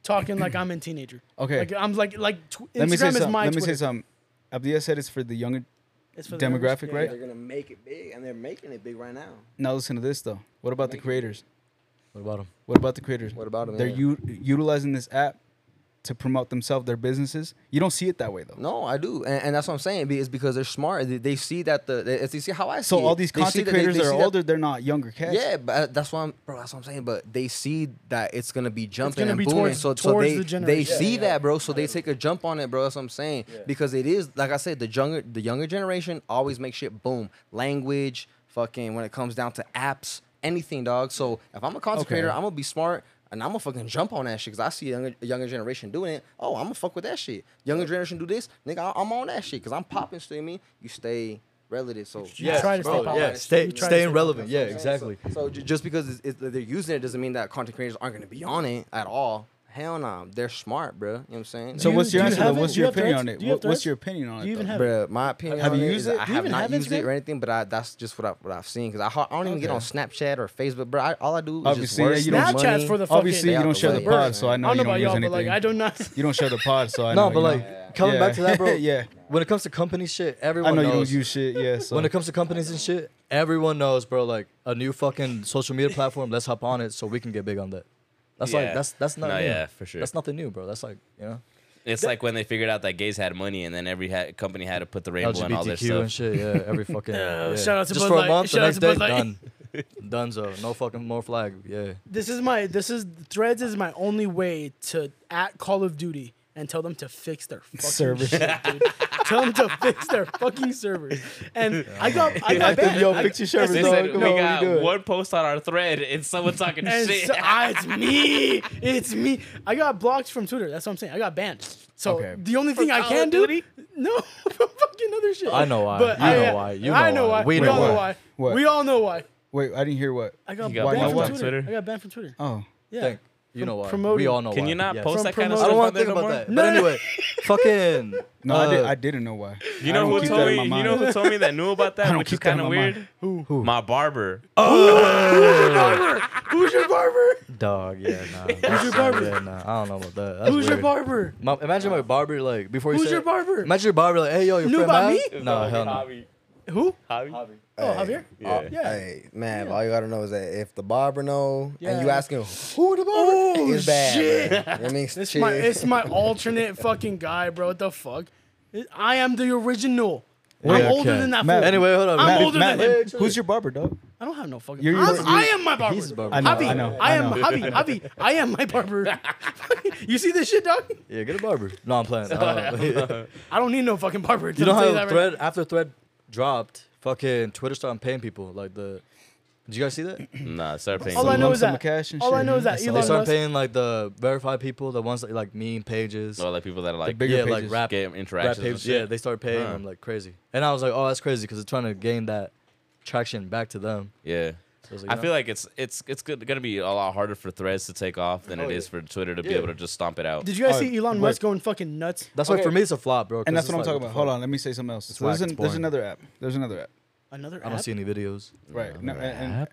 Speaker 4: talking like I'm a teenager.
Speaker 1: Okay.
Speaker 4: like, I'm like like tw- Instagram
Speaker 1: Let me say
Speaker 4: is
Speaker 1: something.
Speaker 4: my
Speaker 1: Let me
Speaker 4: Twitter.
Speaker 1: say something. Abdiya said it's for the younger.
Speaker 4: It's for the
Speaker 1: Demographic,
Speaker 4: numbers.
Speaker 1: right?
Speaker 5: They're gonna make it big, and they're making it big right now.
Speaker 1: Now listen to this though. What about the creators?
Speaker 2: What about him?
Speaker 1: What about the creators?
Speaker 5: What about 'em,
Speaker 1: They're
Speaker 5: yeah.
Speaker 1: u- utilizing this app to promote themselves, their businesses. You don't see it that way though.
Speaker 5: No, I do, and, and that's what I'm saying. be- It's because they're smart. They, they see that the they, they see how I see.
Speaker 1: So all
Speaker 5: it.
Speaker 1: these
Speaker 5: They see
Speaker 1: content
Speaker 5: that they-
Speaker 1: creators
Speaker 5: they
Speaker 1: are
Speaker 5: see that-
Speaker 1: older. They're not younger cats.
Speaker 5: Yeah, but uh, that's why I'm, bro. That's what I'm saying. But they see that it's gonna be jumping
Speaker 4: gonna
Speaker 5: and
Speaker 4: be
Speaker 5: booming.
Speaker 4: towards-
Speaker 5: so, so
Speaker 4: towards
Speaker 5: they
Speaker 4: the
Speaker 5: they
Speaker 4: generation.
Speaker 5: see that, bro. So they take a jump on it, bro. That's what I'm saying. Because it is, like I said, the younger the younger generation always make shit boom. Language, fucking, when it comes down to apps, anything, dog. So if I'm a content
Speaker 1: Okay.
Speaker 5: creator, I'm gonna be smart. And I'm gonna fucking jump on that shit because I see a younger, a younger generation doing it. Oh, I'm gonna fuck with that shit. Younger generation do this, nigga. I- I'm on that shit because I'm popping. Still, you mean you stay relative. So
Speaker 2: Yeah,
Speaker 4: try to stay
Speaker 2: bro.
Speaker 4: poppin'.
Speaker 2: Yeah,
Speaker 4: You
Speaker 2: stay,
Speaker 4: try to stay
Speaker 2: staying
Speaker 4: poppin'.
Speaker 2: relevant. Yeah,
Speaker 5: That's what I'm saying.
Speaker 2: exactly.
Speaker 5: So, so ju- just because it's, it's, they're using it doesn't mean that content creators aren't going to be on it at all. Hell no, they're smart, bro. You know what I'm saying?
Speaker 1: So
Speaker 4: Do you-
Speaker 1: what's your
Speaker 4: do you
Speaker 1: answer? though?
Speaker 4: have it?
Speaker 1: What's
Speaker 4: Do
Speaker 1: your
Speaker 4: you have
Speaker 1: opinion
Speaker 4: threads?
Speaker 1: on it?
Speaker 4: Do you have
Speaker 1: What- what's
Speaker 4: threads?
Speaker 1: your opinion on
Speaker 4: Do you
Speaker 1: it?
Speaker 4: even
Speaker 1: though?
Speaker 4: have it?
Speaker 5: Bruh, my opinion.
Speaker 1: Have
Speaker 5: on
Speaker 1: you
Speaker 5: it
Speaker 1: used
Speaker 5: is
Speaker 1: it?
Speaker 5: I
Speaker 1: Do
Speaker 4: you
Speaker 5: have
Speaker 4: even
Speaker 5: not
Speaker 4: have
Speaker 5: used it
Speaker 4: Instagram?
Speaker 5: or anything, but I, that's just what, I, what I've seen. Cause I, ho- I don't even get on Snapchat or Facebook, bro. I, all I do is just
Speaker 1: Obviously,
Speaker 5: work,
Speaker 1: yeah, you
Speaker 5: spend
Speaker 1: don't-
Speaker 4: Snapchat's
Speaker 5: money.
Speaker 4: for the fucking.
Speaker 1: Obviously,
Speaker 5: Stay
Speaker 1: you
Speaker 5: out
Speaker 1: don't
Speaker 5: the
Speaker 1: share the
Speaker 5: way.
Speaker 1: pod, so I
Speaker 4: I
Speaker 1: know
Speaker 4: don't
Speaker 1: you
Speaker 4: know about
Speaker 1: don't use
Speaker 4: y'all, but like I
Speaker 1: anything.
Speaker 4: do not.
Speaker 1: You don't share the pod, so I know.
Speaker 2: No, but
Speaker 1: you
Speaker 2: like
Speaker 1: don't-
Speaker 2: coming back
Speaker 1: Yeah.
Speaker 2: to that, bro.
Speaker 1: Yeah.
Speaker 2: When it comes to company shit,
Speaker 1: I
Speaker 2: everyone
Speaker 1: know you
Speaker 2: knows.
Speaker 1: don't use shit. Yeah. So.
Speaker 2: When it comes to companies and shit, everyone knows, bro. Like a new fucking social media platform. Let's hop on it so we can get big on that. That's like
Speaker 3: Yeah.
Speaker 2: that's that's not
Speaker 3: No,
Speaker 2: new.
Speaker 3: yeah, for sure.
Speaker 2: That's nothing new, bro. That's like you know
Speaker 3: It's like when they figured out that gays had money, and then every ha- company had to put the rainbow and all their
Speaker 2: LGBTQ
Speaker 3: stuff.
Speaker 2: and shit. Yeah, every fucking yeah.
Speaker 4: shout out to
Speaker 2: just
Speaker 4: Bud
Speaker 2: for
Speaker 4: Light.
Speaker 2: a month.
Speaker 4: Shout out
Speaker 2: the next
Speaker 4: to Bud
Speaker 2: day,
Speaker 4: Light.
Speaker 2: done. Dunzo, no fucking more flag. Yeah,
Speaker 4: This is my. This is Threads is my only way to at Call of Duty and tell them to fix their fucking
Speaker 1: Server.
Speaker 4: shit, dude. tell them to fix their fucking server. And I got. I got banned.
Speaker 1: Yo, picture service.
Speaker 3: They
Speaker 1: dog,
Speaker 3: said,
Speaker 1: come
Speaker 3: we
Speaker 1: on, what are you
Speaker 3: got
Speaker 1: doing?"
Speaker 3: one post on our thread, and someone talking
Speaker 4: And
Speaker 3: shit.
Speaker 4: so- ah, it's me. It's me. I got blocked from Twitter. That's what I'm saying. I got banned. So
Speaker 1: Okay.
Speaker 4: the only thing I
Speaker 3: Call
Speaker 4: can
Speaker 3: of
Speaker 4: do,
Speaker 3: Duty?
Speaker 4: no, from fucking other shit.
Speaker 2: I know why.
Speaker 4: But
Speaker 2: You
Speaker 4: I,
Speaker 2: know why. You
Speaker 4: I
Speaker 2: know
Speaker 4: know
Speaker 2: why.
Speaker 4: why.
Speaker 2: We
Speaker 4: all
Speaker 2: know
Speaker 4: know
Speaker 2: why.
Speaker 4: why.
Speaker 1: What?
Speaker 4: We all know why.
Speaker 1: Wait, I didn't hear what.
Speaker 4: I got,
Speaker 3: You got
Speaker 4: banned
Speaker 1: blocked
Speaker 4: from
Speaker 1: on
Speaker 4: Twitter.
Speaker 3: Twitter?
Speaker 4: I got banned from Twitter.
Speaker 1: Oh,
Speaker 4: Yeah.
Speaker 2: Thank you know why.
Speaker 4: promoting.
Speaker 2: We all know
Speaker 3: Can
Speaker 2: why.
Speaker 3: you not
Speaker 2: Yeah.
Speaker 3: post
Speaker 4: From
Speaker 3: that kind of
Speaker 4: promoting-
Speaker 2: I
Speaker 3: stuff
Speaker 2: don't
Speaker 3: on
Speaker 2: want to
Speaker 3: there
Speaker 2: think
Speaker 3: no
Speaker 2: about
Speaker 3: more?
Speaker 2: that. But anyway, fucking.
Speaker 1: no, I, did,
Speaker 2: uh,
Speaker 1: I didn't know why.
Speaker 3: You
Speaker 1: I
Speaker 3: know
Speaker 1: don't
Speaker 3: who
Speaker 1: keep
Speaker 3: told
Speaker 1: that in
Speaker 3: me?
Speaker 1: my
Speaker 3: You know
Speaker 1: mind.
Speaker 3: who told me that knew about that,
Speaker 1: don't
Speaker 3: which is
Speaker 1: keep that in
Speaker 3: kind of
Speaker 1: my
Speaker 3: weird. Who? My barber.
Speaker 2: Dog, yeah, nah. Who's your barber? Yeah, nah. I don't know about that. That's
Speaker 4: Who's your
Speaker 2: weird.
Speaker 4: barber?
Speaker 2: My, imagine my barber like before you
Speaker 4: Who's
Speaker 2: said-
Speaker 4: your barber?
Speaker 2: Imagine your barber like, hey yo,
Speaker 4: You
Speaker 2: your
Speaker 4: knew
Speaker 2: friend
Speaker 4: about
Speaker 2: Matt? No, hell no.
Speaker 4: Who?
Speaker 3: Hobby?
Speaker 4: Oh, Javier.
Speaker 3: Yeah.
Speaker 4: Yeah.
Speaker 5: Hey, man, all you gotta know is that if the barber know and you
Speaker 4: Yeah.
Speaker 5: asking who the barber
Speaker 4: Oh
Speaker 5: is bad,
Speaker 4: shit!
Speaker 5: bruh. You know what I mean,
Speaker 4: It's my
Speaker 5: Shit.
Speaker 4: it's my alternate fucking guy, bro. What the fuck? I am the original.
Speaker 2: Wait,
Speaker 4: I'm older
Speaker 2: okay.
Speaker 4: than that.
Speaker 1: Matt,
Speaker 4: fool.
Speaker 2: Anyway, hold on.
Speaker 4: I'm
Speaker 2: Matt,
Speaker 4: older
Speaker 1: Matt,
Speaker 4: than him.
Speaker 1: Who's your barber, dog?
Speaker 4: I don't have no fucking.
Speaker 1: You're-
Speaker 4: I'm,
Speaker 1: you're-
Speaker 4: I am my barber.
Speaker 2: He's a barber.
Speaker 1: I know,
Speaker 4: Javi,
Speaker 1: I know,
Speaker 4: I
Speaker 1: I
Speaker 4: am
Speaker 1: know.
Speaker 4: Javi. Javi, I am my barber. you see this shit, dog?
Speaker 2: Yeah, get a barber. No, I'm playing. I don't know.
Speaker 4: I don't need no fucking barber.
Speaker 2: you know
Speaker 4: I'll tell
Speaker 2: how
Speaker 4: that right
Speaker 2: thread after thread dropped, fucking Twitter started paying people like the. Did you guys see that? They
Speaker 3: Nah, start paying.
Speaker 4: All I
Speaker 3: someone.
Speaker 4: know
Speaker 1: lump
Speaker 4: is
Speaker 1: sum
Speaker 4: that.
Speaker 1: of cash and
Speaker 4: all I
Speaker 1: shit.
Speaker 4: know is
Speaker 1: I
Speaker 4: that
Speaker 1: saw
Speaker 4: Elon
Speaker 2: started
Speaker 4: Musk.
Speaker 2: paying like the verified people, the ones that like meme pages,
Speaker 3: So Oh, like people that are like
Speaker 1: bigger
Speaker 2: yeah,
Speaker 1: pages.
Speaker 2: like rap,
Speaker 3: game
Speaker 2: rap
Speaker 3: interactions. and
Speaker 2: pages. Yeah,
Speaker 3: shit.
Speaker 2: they started paying
Speaker 3: Huh.
Speaker 2: them like crazy, and I was like, oh, that's crazy because it's trying to gain that traction back to them.
Speaker 3: yeah.
Speaker 2: So was like,
Speaker 3: I
Speaker 2: you
Speaker 3: feel
Speaker 2: know,
Speaker 3: like it's it's it's good, gonna be a lot harder for threads to take off
Speaker 5: Oh,
Speaker 3: than it is for Twitter to be
Speaker 2: Yeah.
Speaker 3: able to just stomp it out.
Speaker 4: Did you guys
Speaker 1: Oh,
Speaker 4: see Elon
Speaker 1: wait.
Speaker 4: Musk going fucking nuts?
Speaker 2: that's
Speaker 1: Okay.
Speaker 2: why for me it's a flop, bro. 'cause
Speaker 1: And that's
Speaker 2: it's
Speaker 1: what I'm
Speaker 2: like,
Speaker 1: talking
Speaker 2: what
Speaker 1: about.
Speaker 2: the
Speaker 1: Hold
Speaker 2: fuck?
Speaker 1: on, let me say something else. So
Speaker 2: whack,
Speaker 1: there's, an,
Speaker 2: it's
Speaker 1: there's
Speaker 2: boring.
Speaker 1: another app. There's another app.
Speaker 4: Another
Speaker 2: I don't
Speaker 4: app?
Speaker 2: see any videos.
Speaker 1: Right. No, and, and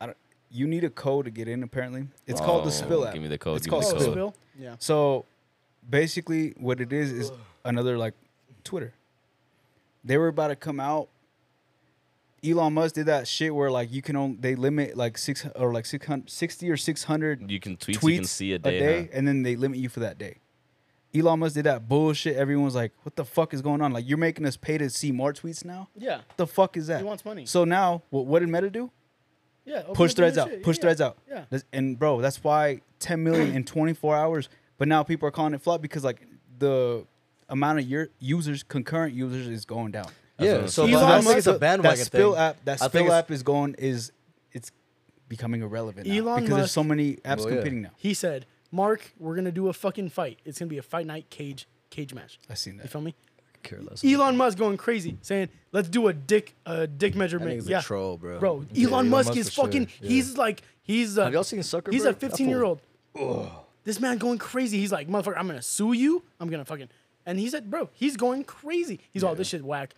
Speaker 1: I don't, you need a code to get in. Apparently, it's called the
Speaker 3: Oh,
Speaker 1: Spill app.
Speaker 3: Give me the code.
Speaker 1: It's
Speaker 3: give me
Speaker 1: called
Speaker 3: the
Speaker 4: Oh,
Speaker 3: code.
Speaker 4: Spill? Yeah.
Speaker 1: So basically, what it is is another like Twitter. They were about to come out. Elon Musk did that shit where like you can only they limit like six or like 600, 60 or six hundred
Speaker 3: You can tweet,
Speaker 1: tweets
Speaker 3: you can see a day. huh?
Speaker 1: and then they limit you for that day. Elon Musk did that bullshit. Everyone's like, "What the fuck is going on? Like, you're making us pay to see more tweets now?
Speaker 4: Yeah.
Speaker 1: What the fuck is that?
Speaker 4: He wants money.
Speaker 1: So now, what, what did Meta do?
Speaker 4: Yeah. open
Speaker 1: Push
Speaker 4: up the new
Speaker 1: threads out.
Speaker 4: shit.
Speaker 1: Push
Speaker 4: Yeah,
Speaker 1: threads out.
Speaker 4: Yeah.
Speaker 1: That's- And bro, that's why 10 million in 24 hours. But now people are calling it flop because like the amount of your users, concurrent users, is going down.
Speaker 2: Yeah, so
Speaker 1: Elon
Speaker 2: I think
Speaker 1: Musk-
Speaker 2: it's a bandwagon
Speaker 1: that spill
Speaker 2: thing.
Speaker 1: app. That
Speaker 2: I think
Speaker 1: spill
Speaker 2: it's-
Speaker 1: app is going is it's becoming irrelevant. now
Speaker 4: Elon
Speaker 1: because there's
Speaker 4: Musk-
Speaker 1: so many
Speaker 5: Oh,
Speaker 1: apps
Speaker 2: Well, yeah.
Speaker 1: competing now.
Speaker 4: He said, "Mark, we're gonna do a fucking fight. It's gonna be a fight night cage cage match."
Speaker 1: I seen that.
Speaker 4: You feel me?
Speaker 2: Care less.
Speaker 4: Elon Musk going crazy, saying, "Let's do a dick a dick measurement."
Speaker 5: nigga's a
Speaker 4: yeah.
Speaker 5: troll, bro.
Speaker 4: Bro,
Speaker 5: Yeah,
Speaker 4: Elon,
Speaker 5: Elon
Speaker 4: Musk,
Speaker 5: Musk
Speaker 4: is
Speaker 5: for sure.
Speaker 4: fucking.
Speaker 5: Yeah.
Speaker 4: He's like, he's. Uh,
Speaker 2: Have y'all seen Zuckerberg?
Speaker 4: He's a
Speaker 2: That fool-
Speaker 4: 15 year old. This man going crazy. He's like, motherfucker, I'm gonna sue you. I'm gonna fucking. And he said, bro, he's going crazy. He's all this shit whack.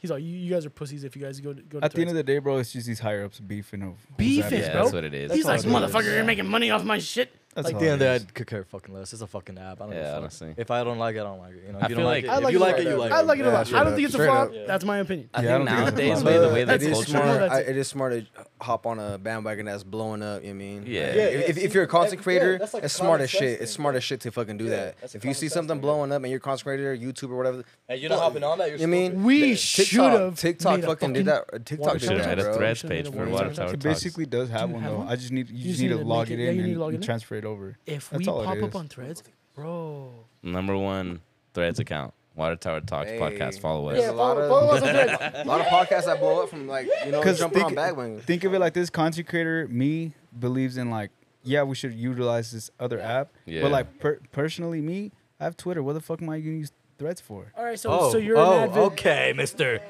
Speaker 4: He's all, you, you guys are pussies if you guys go to, go to
Speaker 1: At the end of
Speaker 4: Tourette's."
Speaker 1: the day, bro, it's just these higher ups beefing of who's
Speaker 4: beefing,
Speaker 1: having-
Speaker 3: Yeah,
Speaker 4: bro.
Speaker 3: that's what it is.
Speaker 4: He's
Speaker 3: That's
Speaker 4: like,
Speaker 3: all it is.
Speaker 4: motherfucker, you're making money off my shit.
Speaker 1: That's
Speaker 2: Like
Speaker 1: all
Speaker 2: the end
Speaker 1: it
Speaker 2: of the
Speaker 1: is.
Speaker 2: day, I could care fucking less. It's a fucking app. I don't
Speaker 3: Yeah,
Speaker 2: yeah,
Speaker 3: honestly.
Speaker 2: If I don't like it, I don't like it. You know, if
Speaker 3: I feel
Speaker 2: you don't like,
Speaker 3: like-
Speaker 2: it,
Speaker 3: I
Speaker 2: if
Speaker 4: like
Speaker 2: you
Speaker 4: it
Speaker 2: like
Speaker 4: straight
Speaker 2: it, you
Speaker 5: up.
Speaker 2: like
Speaker 4: I
Speaker 2: it.
Speaker 4: like it a
Speaker 5: Yeah,
Speaker 4: lot.
Speaker 5: straight
Speaker 4: I don't think
Speaker 5: up,
Speaker 4: it's a
Speaker 5: straight
Speaker 4: flop.
Speaker 5: up.
Speaker 4: That's my opinion.
Speaker 3: I
Speaker 1: Yeah, I
Speaker 3: think
Speaker 1: don't think
Speaker 3: nowadays
Speaker 1: it's a
Speaker 3: with
Speaker 1: flop.
Speaker 3: the way
Speaker 5: But
Speaker 3: that
Speaker 5: it is
Speaker 3: culture,
Speaker 5: smart.
Speaker 4: that's
Speaker 5: I,
Speaker 4: it.
Speaker 5: it is smart to hop on a bandwagon that's blowing up. You know what I mean,
Speaker 3: Yeah.
Speaker 5: Like,
Speaker 3: Yeah,
Speaker 5: if, if, if you're a content
Speaker 2: yeah,
Speaker 5: creator,
Speaker 2: that's like
Speaker 5: it's smart
Speaker 2: common
Speaker 5: as
Speaker 2: sense
Speaker 5: shit.
Speaker 2: thing.
Speaker 5: It's smart as shit to fucking do that.
Speaker 2: that's a
Speaker 5: If you
Speaker 2: common
Speaker 5: see
Speaker 2: sense
Speaker 5: something
Speaker 2: thing,
Speaker 5: blowing up and you're a content creator, YouTuber, whatever,
Speaker 2: And you're not hopping on that. You're
Speaker 5: you mean
Speaker 4: We
Speaker 5: Yeah,
Speaker 4: should have
Speaker 5: TikTok
Speaker 4: made a
Speaker 5: fucking, did
Speaker 4: fucking
Speaker 5: that. TikTok did
Speaker 4: water
Speaker 3: should have
Speaker 5: that,
Speaker 3: had
Speaker 5: bro.
Speaker 3: a threads
Speaker 4: Should've made
Speaker 3: page
Speaker 4: a
Speaker 3: for
Speaker 4: Water
Speaker 3: Water
Speaker 4: Tower
Speaker 3: Tower
Speaker 1: It
Speaker 3: Talks.
Speaker 1: basically does have
Speaker 4: you
Speaker 1: one
Speaker 4: have
Speaker 1: though.
Speaker 4: one?
Speaker 1: I just need you,
Speaker 4: just
Speaker 1: just
Speaker 4: need
Speaker 1: need to
Speaker 4: to
Speaker 1: log
Speaker 4: make
Speaker 1: it
Speaker 4: it- yeah,
Speaker 1: in
Speaker 4: you need
Speaker 1: and
Speaker 4: to log
Speaker 1: you
Speaker 4: it in.
Speaker 1: transfer it over.
Speaker 4: If
Speaker 1: That's
Speaker 4: we
Speaker 1: all it
Speaker 4: pop up
Speaker 1: is.
Speaker 4: on threads, bro.
Speaker 3: Number one Threads account, Water Tower Talks
Speaker 5: Hey.
Speaker 3: podcast. Follow us.
Speaker 5: There's a lot of a lot of podcasts that blow up from like you know
Speaker 1: Because
Speaker 5: jumping
Speaker 1: think,
Speaker 5: on bandwagon.
Speaker 1: think of it like this: content creator, me believes in like, yeah, we should utilize this other app.
Speaker 3: Yeah.
Speaker 1: But like per- personally, me, I have Twitter. What the fuck am I gonna use Threads for?
Speaker 4: All right, so
Speaker 2: Oh,
Speaker 4: so you're
Speaker 2: oh,
Speaker 4: an advocate.
Speaker 2: okay, Mister.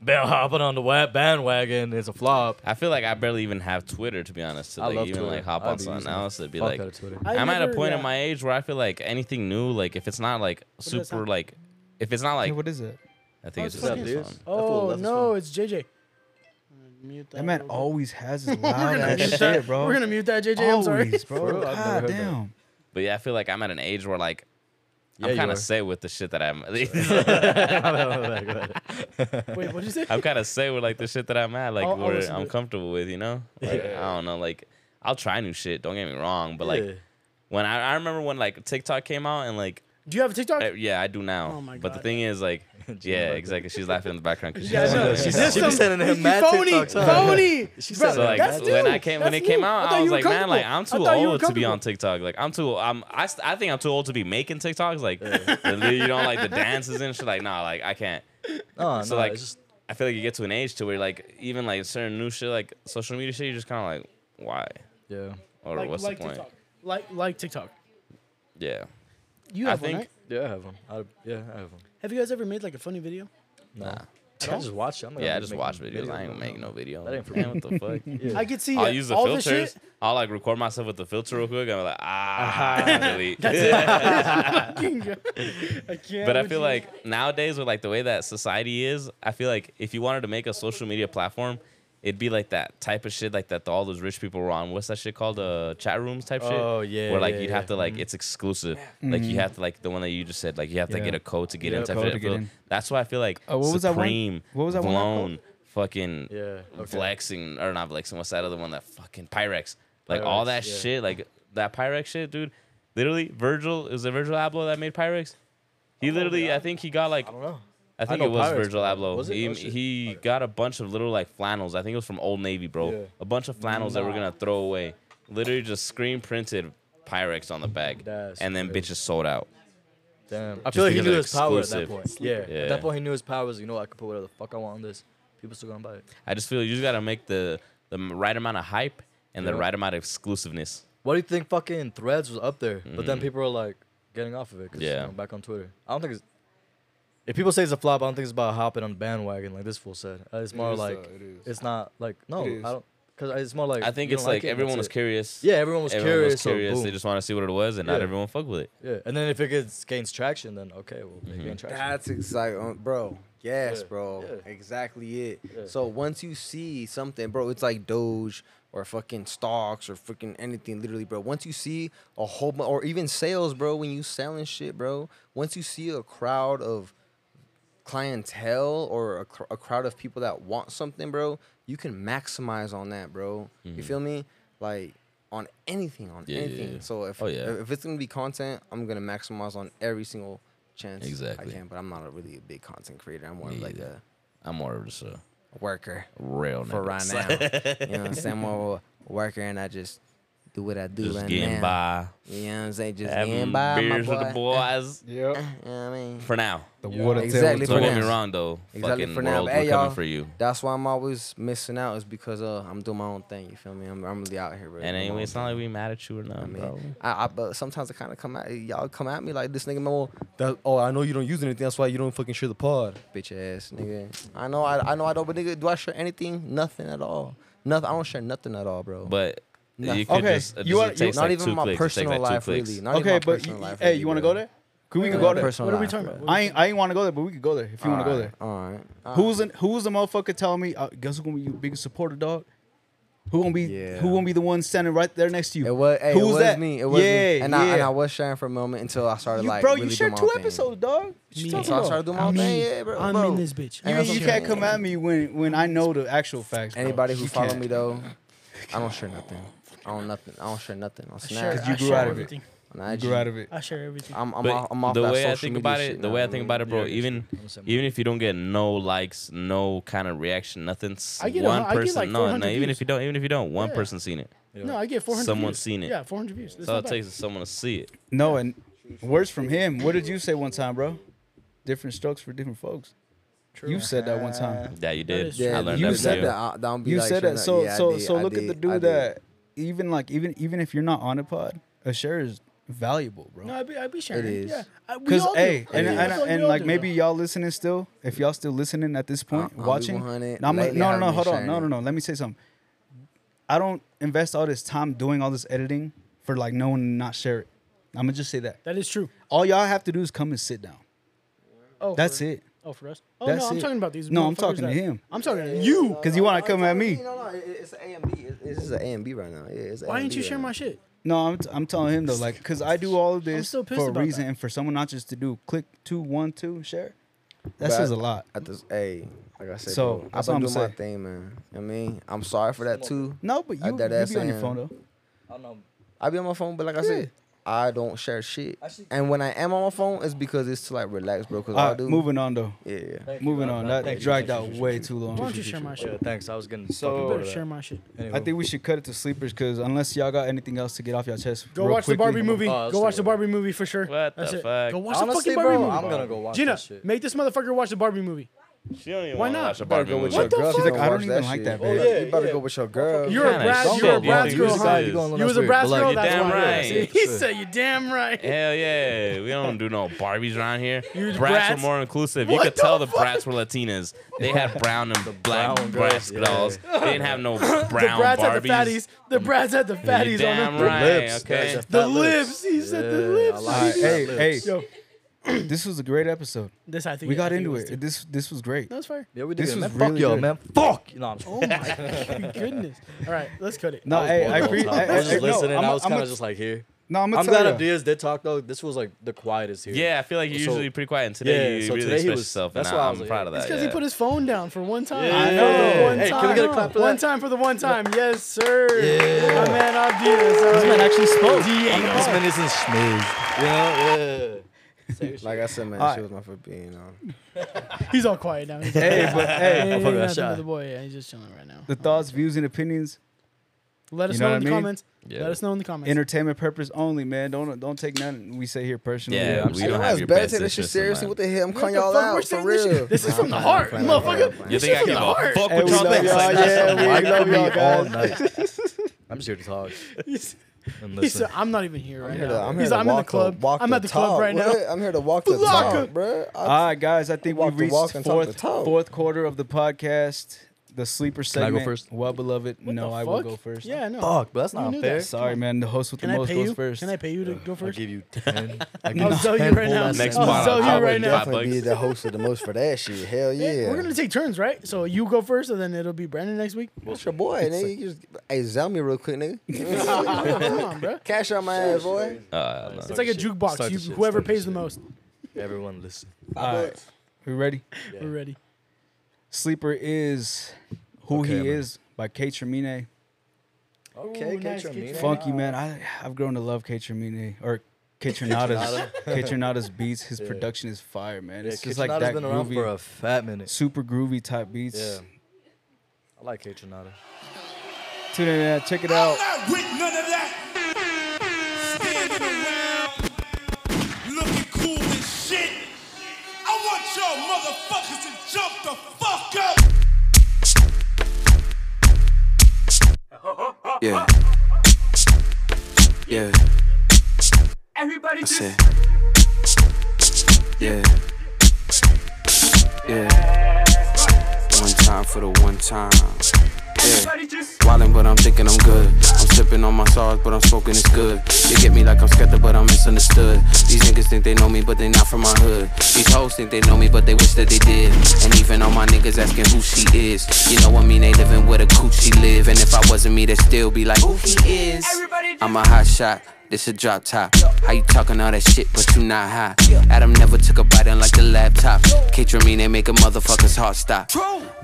Speaker 2: Bell hopping on the wa- bandwagon is a flop.
Speaker 3: I feel like I barely even have Twitter to be honest. To
Speaker 2: I
Speaker 3: like
Speaker 2: love
Speaker 3: even
Speaker 2: Twitter.
Speaker 3: like hop
Speaker 2: I'd
Speaker 3: on
Speaker 2: be
Speaker 3: something
Speaker 2: using the
Speaker 3: else, it'd be
Speaker 2: fuck
Speaker 3: like
Speaker 2: out of Twitter.
Speaker 4: I
Speaker 3: I'm at a
Speaker 4: never-
Speaker 3: point in
Speaker 4: yeah.
Speaker 3: my age where I feel like anything new, like if it's not like
Speaker 4: that
Speaker 3: super
Speaker 4: sound?
Speaker 3: like if it's not
Speaker 1: Hey,
Speaker 3: like
Speaker 1: what is it?
Speaker 3: I think it's
Speaker 4: it's
Speaker 3: just
Speaker 4: fucking-
Speaker 3: on this phone.
Speaker 4: Oh
Speaker 2: left his
Speaker 4: no, it's JJ. Mute
Speaker 1: That man
Speaker 4: real quick.
Speaker 1: always has his
Speaker 4: We're
Speaker 1: loud
Speaker 4: gonna
Speaker 1: ass
Speaker 4: mute
Speaker 1: shit,
Speaker 4: that,
Speaker 1: bro.
Speaker 4: We're gonna mute that, JJ. I'm
Speaker 1: always,
Speaker 4: sorry.
Speaker 1: bro.
Speaker 2: real, I've never
Speaker 1: God
Speaker 2: heard that.
Speaker 1: damn.
Speaker 3: But yeah, I feel like I'm at an age where like
Speaker 2: Yeah,
Speaker 3: I'm
Speaker 2: you
Speaker 3: kind
Speaker 2: are.
Speaker 3: of set with the shit that I'm.
Speaker 4: Wait, what did you say?
Speaker 3: I'm kind of set with like the shit that I'm at, like
Speaker 4: I'll- I'll
Speaker 3: where
Speaker 4: listen to
Speaker 3: I'm
Speaker 4: it.
Speaker 3: comfortable with, you know. Like, I don't know, like I'll try new shit. Don't get me wrong, but like
Speaker 2: Yeah.
Speaker 3: when I, I remember when like TikTok came out and like
Speaker 4: Do you have a TikTok?
Speaker 3: eh, yeah, I do now.
Speaker 4: Oh my
Speaker 3: But the
Speaker 4: God.
Speaker 3: thing is like yeah, exactly. She's laughing in the background because
Speaker 4: Yeah, I know.
Speaker 3: she's
Speaker 4: She's
Speaker 2: She be sending him mad
Speaker 4: phony,
Speaker 2: TikToks, huh?
Speaker 4: phony.
Speaker 2: She
Speaker 4: Bro,
Speaker 2: said
Speaker 3: So like
Speaker 4: that's
Speaker 3: when
Speaker 4: new.
Speaker 3: I came when
Speaker 4: That's
Speaker 3: it came
Speaker 4: new.
Speaker 3: out,
Speaker 4: thought
Speaker 3: I,
Speaker 4: you
Speaker 3: was
Speaker 4: were
Speaker 3: like, man, like I'm
Speaker 4: comfortable.
Speaker 3: too
Speaker 4: I thought you were
Speaker 3: old to be on
Speaker 4: comfortable.
Speaker 3: TikTok. Like I'm too I'm I, st- I think I'm too old to be making TikToks. Like the- you know, like the dances and shit. Like nah, like I can't.
Speaker 2: No, no,
Speaker 3: So like
Speaker 2: it's just
Speaker 3: I feel like you get to an age to where like even like certain new shit like social media shit, you're just kind of like why
Speaker 2: yeah,
Speaker 3: or
Speaker 4: Like,
Speaker 3: what's
Speaker 4: like
Speaker 3: the point?
Speaker 4: TikTok. Like like TikTok.
Speaker 3: Yeah.
Speaker 4: You
Speaker 3: I
Speaker 4: have one,
Speaker 3: think-
Speaker 4: right?
Speaker 2: yeah. I have them. I, yeah, I have them.
Speaker 4: Have you guys ever made like a funny video?
Speaker 2: No.
Speaker 3: Nah.
Speaker 2: I just watch. it. I'm not
Speaker 3: Yeah, I
Speaker 2: gonna be
Speaker 3: just
Speaker 2: making
Speaker 3: watch videos. I ain't gonna make no video.
Speaker 2: That ain't for
Speaker 3: Man, what the fuck?
Speaker 4: I could see
Speaker 3: I'll
Speaker 4: it.
Speaker 3: use the
Speaker 4: all The
Speaker 3: filters.
Speaker 4: shit,
Speaker 3: I'll like record myself with the filter real quick. I'm like, ah, delete. Yeah.
Speaker 4: I can't.
Speaker 3: But I
Speaker 4: with
Speaker 3: feel
Speaker 4: you.
Speaker 3: like nowadays with like the way that society is, I feel like if you wanted to make a social media platform, it'd be like that type of shit like that all those rich people were on. What's that shit called? Uh, chat rooms type shit.
Speaker 2: Oh, yeah,
Speaker 3: Where like
Speaker 2: yeah,
Speaker 3: you'd
Speaker 2: yeah. Mm-hmm.
Speaker 3: have to like it's exclusive. Like
Speaker 1: Mm-hmm.
Speaker 3: you have to like the one that you just said. Like you have to
Speaker 1: Yeah.
Speaker 3: get a code to get
Speaker 2: Yeah,
Speaker 3: in. Type
Speaker 1: code
Speaker 3: of
Speaker 1: to
Speaker 3: shit.
Speaker 1: get
Speaker 3: So
Speaker 1: in.
Speaker 3: That's why I feel like
Speaker 1: Oh, what was that one-
Speaker 3: Supreme,
Speaker 1: what was that one app called?
Speaker 3: Vlone, fucking
Speaker 2: Yeah, okay.
Speaker 3: flexing or not flexing. What's that other one? That fucking Pyrex. Like all
Speaker 2: Pyrex,
Speaker 3: that
Speaker 2: yeah.
Speaker 3: shit. Like that Pyrex shit, dude. Literally, Virgil is it Virgil Abloh that made Pyrex? He literally, I think he got like
Speaker 2: Oh, I don't know.
Speaker 3: I think
Speaker 2: know
Speaker 3: it was
Speaker 2: Pirates
Speaker 3: Virgil
Speaker 2: Club.
Speaker 3: Abloh.
Speaker 2: Was it?
Speaker 3: He,
Speaker 2: Oh, shit.
Speaker 3: he got a bunch of little like flannels. I think it was from Old Navy, bro.
Speaker 2: Yeah.
Speaker 3: A bunch of flannels that we're gonna throw away. Literally just screen printed Pyrex on the back,
Speaker 2: That's
Speaker 3: and then
Speaker 2: crazy.
Speaker 3: bitches sold out.
Speaker 2: Damn. I
Speaker 3: Just
Speaker 2: feel like he
Speaker 3: because
Speaker 2: knew
Speaker 3: they're
Speaker 2: his power at that
Speaker 3: exclusive.
Speaker 2: point. Yeah. At
Speaker 3: Yeah.
Speaker 2: that point, he knew his power was, you know, I could put whatever the fuck I want on this. People still gonna buy it.
Speaker 3: I just feel you just gotta make the the right amount of hype and the
Speaker 2: Yeah.
Speaker 3: right amount of exclusiveness.
Speaker 2: Why do you think fucking Threads was up there? But then people are like getting off of it because
Speaker 3: Mm. Yeah.
Speaker 2: you know, back on Twitter. I don't think it's. If people say it's a flop, I don't think it's about hopping on the bandwagon like this fool said. Uh, it's more
Speaker 5: is,
Speaker 2: like
Speaker 5: though, it is.
Speaker 2: it's not like no,
Speaker 5: It is.
Speaker 2: I don't because it's more like
Speaker 3: I think
Speaker 2: you
Speaker 3: it's
Speaker 2: don't
Speaker 3: like
Speaker 2: it,
Speaker 3: everyone was
Speaker 2: that's it.
Speaker 3: curious.
Speaker 2: Yeah, everyone was
Speaker 3: everyone
Speaker 2: curious.
Speaker 3: was curious.
Speaker 2: So
Speaker 3: they
Speaker 2: boom.
Speaker 3: just want to see what it was, and not
Speaker 2: Yeah.
Speaker 3: everyone fuck with it.
Speaker 2: yeah, and then if it gets gains traction, then okay, well
Speaker 3: Mm-hmm.
Speaker 13: Mm-hmm.
Speaker 2: they gain traction.
Speaker 5: That's exactly, bro. Yes,
Speaker 2: Yeah,
Speaker 5: bro.
Speaker 2: yeah.
Speaker 5: Exactly it. So once you see something, bro, it's like Doge or fucking stocks or freaking anything, literally, bro. Once you see a whole bu- or even sales, bro, when you selling shit, bro. Once you see a crowd of clientele or a, cr- a crowd of people that want something, bro, you can maximize on that, bro. You feel me? Like on anything, on
Speaker 13: Mm-hmm. Yeah, yeah,
Speaker 5: anything.
Speaker 13: yeah.
Speaker 5: So if
Speaker 13: Oh, yeah.
Speaker 5: if it's gonna be content, I'm gonna maximize on every single chance
Speaker 13: Exactly.
Speaker 5: I can. But I'm not a really a big content creator. I'm more of
Speaker 13: Me
Speaker 5: like
Speaker 13: either.
Speaker 5: a
Speaker 13: I'm more of just a
Speaker 5: worker
Speaker 13: real
Speaker 5: for
Speaker 13: nigga.
Speaker 5: right now. you know what I'm saying? More of a worker, and I just do what I do
Speaker 3: Just
Speaker 5: right
Speaker 3: getting
Speaker 5: now.
Speaker 3: by.
Speaker 5: You know what I'm saying? Just
Speaker 3: Having
Speaker 5: getting by, my
Speaker 3: beers
Speaker 5: boy.
Speaker 3: with the boys.
Speaker 5: You know what I mean?
Speaker 3: For now.
Speaker 1: The water
Speaker 5: Exactly
Speaker 1: tower
Speaker 5: for
Speaker 3: Don't
Speaker 1: talk.
Speaker 3: get me
Speaker 5: now.
Speaker 3: wrong though.
Speaker 5: Exactly
Speaker 3: Fucking
Speaker 5: for now.
Speaker 3: world,
Speaker 5: But,
Speaker 3: we're
Speaker 5: hey,
Speaker 3: coming
Speaker 5: y'all,
Speaker 3: for you.
Speaker 5: That's why I'm always missing out is because uh, I'm doing my own thing. You feel me? I'm, I'm really out here, bro.
Speaker 3: And
Speaker 5: Doing my
Speaker 3: anyway,
Speaker 5: own
Speaker 3: it's not like we mad at you or nothing,
Speaker 5: thing,
Speaker 3: bro.
Speaker 5: man. I, I but sometimes I kind of come at y'all come at me like this nigga Mo. That, oh, I know you don't use anything. That's why you don't fucking share the pod, Mm-hmm. bitch ass nigga. I know, I, I know, I don't. But nigga, do I share anything? Nothing at all. Nothing. I don't share nothing at all, bro.
Speaker 3: But
Speaker 5: No.
Speaker 3: you could
Speaker 2: Okay,
Speaker 3: just it
Speaker 2: you
Speaker 3: just
Speaker 2: wanna- you-
Speaker 3: takes
Speaker 5: not
Speaker 3: like
Speaker 5: even
Speaker 3: two
Speaker 5: my
Speaker 3: clicks. It takes
Speaker 5: personal
Speaker 3: like two
Speaker 5: life,
Speaker 3: clicks.
Speaker 5: really. Not even
Speaker 1: okay,
Speaker 5: my
Speaker 1: but
Speaker 5: personal
Speaker 1: you-
Speaker 5: life,
Speaker 1: hey,
Speaker 5: really,
Speaker 1: you want to
Speaker 5: bro.
Speaker 1: go there? Could we
Speaker 4: Wait,
Speaker 1: can
Speaker 4: wait,
Speaker 1: go
Speaker 4: wait,
Speaker 1: there?
Speaker 5: personal
Speaker 4: What are we
Speaker 5: life,
Speaker 4: talking
Speaker 5: bro.
Speaker 4: about?
Speaker 1: I ain't, I ain't want to go there, but we could go there if you want to go there.
Speaker 5: All right. all
Speaker 1: Who's in, who's the motherfucker telling me uh, guess who gonna be your biggest supporter, dog? Who gonna be
Speaker 5: Yeah.
Speaker 1: who gonna be the one standing right there next to you?
Speaker 5: It was, hey,
Speaker 1: who
Speaker 5: it was
Speaker 1: that?
Speaker 5: me. It was
Speaker 1: yeah,
Speaker 5: me. And,
Speaker 1: yeah.
Speaker 5: I, and I was sharing for a moment until I started
Speaker 1: you,
Speaker 5: like.
Speaker 1: bro,
Speaker 5: really
Speaker 1: you
Speaker 5: doing
Speaker 1: shared
Speaker 5: my
Speaker 1: two
Speaker 5: own thing.
Speaker 1: episodes, dog. What you
Speaker 4: Me.
Speaker 1: talking
Speaker 5: So I
Speaker 1: about?
Speaker 5: started doing my own
Speaker 4: I'm
Speaker 5: thing.
Speaker 4: in.
Speaker 5: Yeah, bro.
Speaker 4: I'm
Speaker 5: bro.
Speaker 4: in this bitch.
Speaker 5: And
Speaker 1: You,
Speaker 5: that's
Speaker 1: you
Speaker 5: what I'm
Speaker 1: can't
Speaker 5: saying.
Speaker 1: come at me when when I know the actual facts. bro.
Speaker 5: Anybody who
Speaker 1: You
Speaker 5: follow
Speaker 1: can't.
Speaker 5: me though, I don't share nothing. I don't nothing. I don't share nothing on Snap.
Speaker 4: share,
Speaker 1: 'Cause you
Speaker 4: I
Speaker 1: grew
Speaker 4: share
Speaker 1: out of it.
Speaker 4: everything.
Speaker 5: on
Speaker 1: you
Speaker 5: IG.
Speaker 1: grew out of it.
Speaker 4: I share everything.
Speaker 5: I'm, I'm,
Speaker 3: But
Speaker 5: off, I'm off
Speaker 3: the
Speaker 5: that
Speaker 3: way I
Speaker 5: social
Speaker 3: think
Speaker 5: media
Speaker 3: about
Speaker 5: shit
Speaker 3: it, the
Speaker 5: now,
Speaker 3: way I
Speaker 5: you know
Speaker 3: think about it,
Speaker 5: what
Speaker 3: bro, even even if you don't get no likes, no kind of reaction, nothing, s-
Speaker 4: I get a
Speaker 3: one
Speaker 4: hun- I get
Speaker 3: person,
Speaker 4: like
Speaker 3: no,
Speaker 4: 400
Speaker 3: no, even
Speaker 4: views.
Speaker 3: if you don't, even if you don't, one
Speaker 4: Yeah.
Speaker 3: person seen it.
Speaker 4: No, I get 400
Speaker 3: Someone's
Speaker 4: views.
Speaker 3: seen it.
Speaker 4: Yeah, 400 views. That's
Speaker 3: That's all
Speaker 4: not
Speaker 3: it
Speaker 4: bad.
Speaker 3: takes is someone to see it.
Speaker 1: No, and words from him. What did you say one time, bro? Different strokes for different folks. You said that one time.
Speaker 3: Yeah, you
Speaker 4: is
Speaker 3: did.
Speaker 5: I mean?
Speaker 4: true.
Speaker 5: Yeah,
Speaker 3: I learned
Speaker 5: you
Speaker 3: that from
Speaker 5: said
Speaker 3: you.
Speaker 5: that. I, don't be
Speaker 1: You
Speaker 5: like
Speaker 1: said
Speaker 5: sharing
Speaker 1: that. So
Speaker 5: Yeah, I
Speaker 1: so
Speaker 5: did,
Speaker 1: so
Speaker 5: I
Speaker 1: look
Speaker 5: did,
Speaker 1: at the
Speaker 5: I
Speaker 1: dude
Speaker 5: did.
Speaker 1: that even like even even if you're not on a pod, a share is valuable, bro.
Speaker 4: No, I'd be, I'd be sharing.
Speaker 5: is.
Speaker 4: Yeah. I, we
Speaker 1: Cause
Speaker 4: all do.
Speaker 1: hey, and,
Speaker 4: Yeah.
Speaker 1: and,
Speaker 4: That's
Speaker 1: and,
Speaker 4: what we all
Speaker 1: like
Speaker 4: do.
Speaker 1: maybe y'all listening still. If y'all still listening at this point,
Speaker 5: I'll be
Speaker 1: watching.
Speaker 5: 100.
Speaker 1: No, I'm like,
Speaker 5: Lately,
Speaker 1: no,
Speaker 5: I
Speaker 1: no, no.
Speaker 5: haven't
Speaker 1: Hold
Speaker 5: been
Speaker 1: on, no, no,
Speaker 5: sharing
Speaker 1: no. Let me say something. I don't invest all this time doing all this editing for like no one to not share it. I'm gonna just say that.
Speaker 4: That is true.
Speaker 1: All y'all have to do is come and sit down.
Speaker 4: Oh,
Speaker 1: That's
Speaker 4: for,
Speaker 1: it.
Speaker 4: Oh, for us. Oh
Speaker 1: That's
Speaker 4: no, I'm
Speaker 1: it.
Speaker 4: talking about these.
Speaker 1: No, I'm
Speaker 4: motherfuckers
Speaker 1: talking to
Speaker 4: that-
Speaker 1: him.
Speaker 4: I'm talking to you.
Speaker 1: Cause you wanna come at me.
Speaker 5: No, no, it- it's an AMB. It's- It's just an AMB right now. Yeah, it's
Speaker 4: Why
Speaker 5: AMB
Speaker 4: didn't you
Speaker 5: right
Speaker 4: share
Speaker 5: now.
Speaker 4: my shit?
Speaker 1: No, I'm, t- I'm telling him though, like, cause I do all of this
Speaker 4: still pissed
Speaker 1: for a
Speaker 4: about
Speaker 1: reason,
Speaker 4: that.
Speaker 1: and for someone not just to do click two one two share. That
Speaker 5: But
Speaker 1: says
Speaker 5: I-
Speaker 1: a lot.
Speaker 5: At this, hey, like I said,
Speaker 1: So,
Speaker 5: bro, I've
Speaker 1: that's what
Speaker 5: been
Speaker 1: I'm
Speaker 5: doing my
Speaker 1: saying.
Speaker 5: thing, man. You know what I mean, I'm sorry for that too.
Speaker 1: No, but
Speaker 5: I-
Speaker 1: you, you
Speaker 5: that ass
Speaker 1: be on your
Speaker 5: saying-
Speaker 1: phone though.
Speaker 13: I don't know.
Speaker 5: I be on my phone, but like I said, I don't share shit.
Speaker 13: Actually-
Speaker 5: and when I am on my phone, it's because it's to like relax, bro. Cause
Speaker 1: All
Speaker 5: I
Speaker 1: right,
Speaker 5: do.
Speaker 1: moving on though.
Speaker 5: Yeah, yeah.
Speaker 13: Thank you,
Speaker 1: Moving
Speaker 13: bro.
Speaker 1: on.
Speaker 13: No,
Speaker 1: That
Speaker 13: thank you,
Speaker 1: dragged
Speaker 13: thank you,
Speaker 1: out
Speaker 13: thank you,
Speaker 1: way
Speaker 13: thank you.
Speaker 1: too long.
Speaker 4: Why don't you share my
Speaker 2: Yeah,
Speaker 4: shit?
Speaker 2: thanks. I was
Speaker 1: So-
Speaker 2: getting
Speaker 4: You
Speaker 2: fucking
Speaker 4: better
Speaker 2: bored of
Speaker 4: share
Speaker 2: that.
Speaker 4: my shit.
Speaker 2: Anyway.
Speaker 1: I think we should cut it to sleepers because unless y'all got anything else to get off your chest,
Speaker 4: Go
Speaker 1: real
Speaker 4: watch
Speaker 1: quickly-
Speaker 4: the Barbie movie.
Speaker 2: Oh, that's
Speaker 4: Go watch
Speaker 2: not
Speaker 4: the
Speaker 2: right.
Speaker 4: Barbie movie for sure.
Speaker 3: What the
Speaker 4: That's it.
Speaker 3: fuck?
Speaker 4: Go watch
Speaker 2: Honestly,
Speaker 4: the fucking Barbie
Speaker 2: bro,
Speaker 4: movie.
Speaker 2: I'm gonna go watch
Speaker 4: Gina,
Speaker 2: that shit.
Speaker 4: make this motherfucker watch the Barbie movie.
Speaker 3: She don't even
Speaker 4: Why
Speaker 3: wanna
Speaker 4: not?
Speaker 3: watch a Barbie
Speaker 5: Go with
Speaker 3: movie.
Speaker 5: your girl.
Speaker 1: She's
Speaker 5: You
Speaker 1: like,
Speaker 5: don't
Speaker 1: I
Speaker 5: watch
Speaker 1: don't even like
Speaker 5: shit.
Speaker 1: that,
Speaker 5: You
Speaker 1: babe.
Speaker 2: yeah,
Speaker 5: better- You better
Speaker 2: yeah.
Speaker 5: go with your girl.
Speaker 4: You're a
Speaker 3: Kinda
Speaker 4: Brad's,
Speaker 3: shit,
Speaker 4: you're a
Speaker 3: dude.
Speaker 4: Brad's
Speaker 3: You
Speaker 4: girl,
Speaker 3: just
Speaker 4: huh?
Speaker 3: got- you
Speaker 2: gonna look
Speaker 4: You was a
Speaker 2: weird,
Speaker 4: Brad's
Speaker 2: but like,
Speaker 4: girl.
Speaker 2: you
Speaker 4: That's
Speaker 3: damn
Speaker 4: why.
Speaker 3: right.
Speaker 4: He said, "You damn right."
Speaker 3: Hell yeah, we don't do no Barbies around here.
Speaker 4: Huge
Speaker 3: brats, are
Speaker 4: brats.
Speaker 3: more inclusive. You could tell the brats were Latinas. They had brown and black
Speaker 2: brown
Speaker 3: brass
Speaker 2: girls,
Speaker 3: dolls. They didn't have no
Speaker 4: The
Speaker 3: brown
Speaker 4: Brad's had the
Speaker 3: Barbies.
Speaker 4: fatties. The Brad's had the
Speaker 3: You
Speaker 4: fatties on
Speaker 3: damn
Speaker 4: them.
Speaker 3: right.
Speaker 2: lips,
Speaker 3: okay.
Speaker 2: guys,
Speaker 4: The
Speaker 2: Fat lips.
Speaker 4: lips. He said the
Speaker 2: Yeah, I
Speaker 4: lips.
Speaker 2: like
Speaker 4: He-
Speaker 2: that.
Speaker 1: Hey, hey,
Speaker 4: Yo,
Speaker 1: this was a great episode.
Speaker 4: this I think
Speaker 1: We got
Speaker 4: I think
Speaker 1: into
Speaker 4: was too-
Speaker 1: it. This this was great.
Speaker 4: That was fire.
Speaker 2: Yeah, we did
Speaker 1: This
Speaker 2: good,
Speaker 1: was
Speaker 2: man.
Speaker 1: really
Speaker 2: Fuck y'all,
Speaker 1: good.
Speaker 2: man. Fuck. No, I'm just-
Speaker 4: Oh my goodness! All right, let's cut it.
Speaker 1: No, hey, I,
Speaker 2: I was
Speaker 1: agree.
Speaker 2: bored the whole time. I was just listening.
Speaker 1: No,
Speaker 2: I was
Speaker 1: I'm,
Speaker 2: kind
Speaker 1: I'm,
Speaker 2: of just like here.
Speaker 1: no, I'm
Speaker 2: I'm
Speaker 1: gonna
Speaker 2: glad
Speaker 1: tell you.
Speaker 2: Abdias did talk though. This was like the quietest here.
Speaker 3: Yeah, I feel like you're
Speaker 2: So-
Speaker 3: usually pretty quiet, and today
Speaker 2: Yeah,
Speaker 3: you
Speaker 2: so
Speaker 3: really
Speaker 2: today he
Speaker 3: expressed
Speaker 2: was-
Speaker 3: yourself, and
Speaker 2: that's why I
Speaker 3: I, I'm
Speaker 2: was like,
Speaker 3: proud of that.
Speaker 4: It's because he
Speaker 3: yeah.
Speaker 4: put his phone down for one time.
Speaker 2: Yeah.
Speaker 4: I know. For one
Speaker 2: Hey,
Speaker 4: time.
Speaker 2: can we get a clap for
Speaker 4: One
Speaker 2: that?
Speaker 4: time for the one time. Yes, sir. My man Adidas. This man actually spoke.
Speaker 2: This man isn't schmooze. Yeah,
Speaker 5: Like I said, man,
Speaker 1: All
Speaker 5: she
Speaker 1: right.
Speaker 5: was my foot being on.
Speaker 4: He's all quiet now. He's
Speaker 1: Hey, but hey,
Speaker 4: Ain't
Speaker 2: fuck
Speaker 4: doing
Speaker 2: that
Speaker 4: nothing
Speaker 2: shy.
Speaker 4: to the boy. Yeah, he's just chilling right now.
Speaker 1: the thoughts, views, and opinions,
Speaker 4: Let us
Speaker 1: You
Speaker 4: know,
Speaker 1: know
Speaker 4: in the
Speaker 1: what I mean?
Speaker 4: comments.
Speaker 13: Yeah.
Speaker 4: Let us know in the comments.
Speaker 1: entertainment purpose only, man. Don't don't take nothing we say here personally.
Speaker 3: Yeah,
Speaker 1: Yeah,
Speaker 3: I'm We don't
Speaker 5: Y'all
Speaker 3: have
Speaker 5: guys
Speaker 3: your
Speaker 5: better
Speaker 3: best
Speaker 5: take this shit
Speaker 3: interests in
Speaker 5: seriously.
Speaker 3: mind.
Speaker 5: What the hell? I'm
Speaker 4: What
Speaker 5: calling
Speaker 4: the
Speaker 5: y'all
Speaker 4: fuck? We're
Speaker 5: out for
Speaker 4: saying this shit-
Speaker 5: real.
Speaker 4: This is from the
Speaker 5: Nah,
Speaker 4: heart,
Speaker 5: I'm playing, I'm playing, I'm
Speaker 4: motherfucker.
Speaker 5: playing.
Speaker 3: You think I
Speaker 4: from
Speaker 3: give
Speaker 4: the
Speaker 3: a
Speaker 4: heart.
Speaker 3: fuck
Speaker 1: Hey,
Speaker 3: what
Speaker 1: we
Speaker 3: y'all
Speaker 1: love
Speaker 3: think?
Speaker 1: y'all.
Speaker 3: Like,
Speaker 1: Yeah, we
Speaker 2: Mike
Speaker 1: love
Speaker 2: could be
Speaker 1: y'all
Speaker 2: all
Speaker 1: guys.
Speaker 2: night. I'm just here to talk
Speaker 4: He's,
Speaker 2: and
Speaker 4: he's,
Speaker 2: listen.
Speaker 4: I'm not even here right
Speaker 5: I'm here to-
Speaker 4: now.
Speaker 5: I'm here
Speaker 4: he's
Speaker 5: to
Speaker 4: I'm in the
Speaker 5: walk
Speaker 4: club.
Speaker 5: walk
Speaker 4: I'm
Speaker 5: the
Speaker 4: at the club
Speaker 5: talk,
Speaker 4: right now.
Speaker 5: bruh. I'm here to walk the
Speaker 4: Blocker.
Speaker 5: talk, bro.
Speaker 1: All right, guys. I think we
Speaker 5: Walk the
Speaker 1: reached
Speaker 5: walk and talk the
Speaker 1: fourth
Speaker 5: talk.
Speaker 1: fourth quarter of the podcast. The sleeper
Speaker 2: I go
Speaker 1: segment.
Speaker 2: first?
Speaker 1: Well beloved.
Speaker 4: What
Speaker 1: no,
Speaker 4: the
Speaker 1: I will
Speaker 4: fuck?
Speaker 1: go first.
Speaker 4: Yeah, no.
Speaker 2: Fuck, but that's
Speaker 4: You
Speaker 2: not
Speaker 4: knew
Speaker 2: fair.
Speaker 4: that.
Speaker 1: Sorry, man. The host with
Speaker 4: Can
Speaker 1: the
Speaker 4: I
Speaker 1: most
Speaker 4: pay
Speaker 1: goes
Speaker 4: you?
Speaker 1: first.
Speaker 4: Can I pay you to go first?
Speaker 2: I'll give you ten. I give
Speaker 4: I'll sell you
Speaker 2: 10
Speaker 4: right now.
Speaker 2: full
Speaker 3: Next
Speaker 2: lessons.
Speaker 4: I'll
Speaker 3: bottle,
Speaker 4: sell
Speaker 3: I'll
Speaker 4: you right
Speaker 3: win
Speaker 4: now.
Speaker 3: five
Speaker 5: I would be
Speaker 3: bucks.
Speaker 5: the host of the most for that shit. Hell yeah.
Speaker 4: We're gonna take turns, right? So you go first, and then it'll be Brandon next week.
Speaker 5: That's your boy, nigga. You just, hey, sell me real quick, nigga.
Speaker 4: Come on, bro.
Speaker 5: Cash out my ass, boy.
Speaker 3: Uh, no.
Speaker 4: It's like a
Speaker 2: shit.
Speaker 4: jukebox.
Speaker 2: Start
Speaker 4: You,
Speaker 2: the shit,
Speaker 4: whoever
Speaker 2: start the
Speaker 4: pays the
Speaker 2: shit.
Speaker 4: most.
Speaker 2: Everyone listen.
Speaker 1: All right. We ready?
Speaker 4: We're ready.
Speaker 1: Sleeper is who he is by Kate Tremine.
Speaker 4: Ooh,
Speaker 2: Okay,
Speaker 4: Oh, nice,
Speaker 2: Ketramine.
Speaker 4: Ketramine.
Speaker 1: Funky man, I I've grown to love Kate Tremine or Kate Trinada's
Speaker 2: Trinada.
Speaker 1: Kate Trinada's beats. His
Speaker 2: Yeah.
Speaker 1: production is fire, man.
Speaker 2: Yeah,
Speaker 1: it's
Speaker 2: Kate
Speaker 1: just like
Speaker 2: Trinada's
Speaker 1: that
Speaker 2: been around
Speaker 1: groovy,
Speaker 2: for a fat minute.
Speaker 1: super groovy type beats.
Speaker 2: Yeah. I like Kate Renata.
Speaker 1: Tune in, uh, check it out.
Speaker 7: not with none of that. Standing around, looking cool and shit. I want y'all motherfuckers to jump the fuck up.
Speaker 14: Yeah. Yeah. Everybody I said. Yeah. Yeah. One time for the one time. Yeah. Wildin', but I'm thinking I'm good. I'm sipping on my stars, but I'm smoking it's good. They get me like I'm skeptic, but I'm misunderstood. These niggas think they know me, but they not from my hood. These hoes think they know me, but they wish that they did. And even all my niggas asking who she is. You know what I mean? They living where the coochie live. And if I wasn't me, they'd still be like, who he is. I'm a hot shot. This a drop top. How you talking all that shit, but you not high? Adam never took a bite unlike the laptop. K-Tramine, they make a motherfucker's heart stop.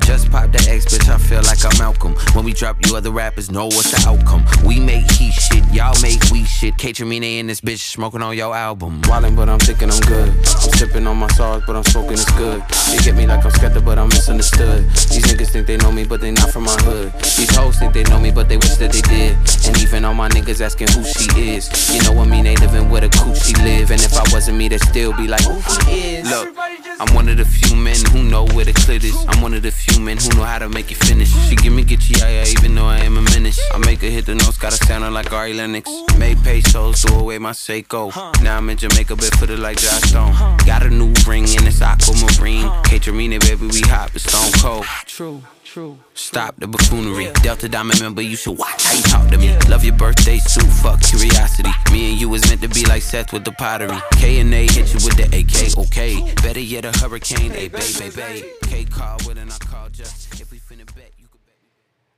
Speaker 14: Just pop the X, bitch, I feel like I'm Malcolm. When we drop you other rappers, know what's the outcome. We make heat shit, y'all make we shit. K-Tramine in this bitch, smoking on your album. Wildin', but I'm thinking I'm good. I'm sipping on my sauce, but I'm smoking it's good. They get me like I'm skeptic, but I'm misunderstood. These niggas think they know me, but they not from my hood. These hoes think they know me, but they wish that they did. And even all my niggas asking who she is. You know what I mean? They living where the coochie live. And if I wasn't me, they'd still be like, who he is. Look, I'm one of the few men who know where the clit is. I'm one of the few men who know how to make it finish. She give me get ya, yeah, even though I am a menace. I make her hit the notes, gotta sound her like Ari Lennox. Made pesos, threw away my Seiko. Now I'm in Jamaica, bit footed like Josh Stone. Got a new ring and it's aquamarine. K-Tramina, baby, we hot, but stone cold. True, true. Stop the buffoonery. Delta Diamond member, you should watch how you talk to me. Love your birthday suit, fuck curiosity. Me and you was meant to be like Seth with the pottery. K and A hit you with the AK, okay. Better yet, a hurricane, a bay, bay, bay. K call with an I call just. If we finna bet, you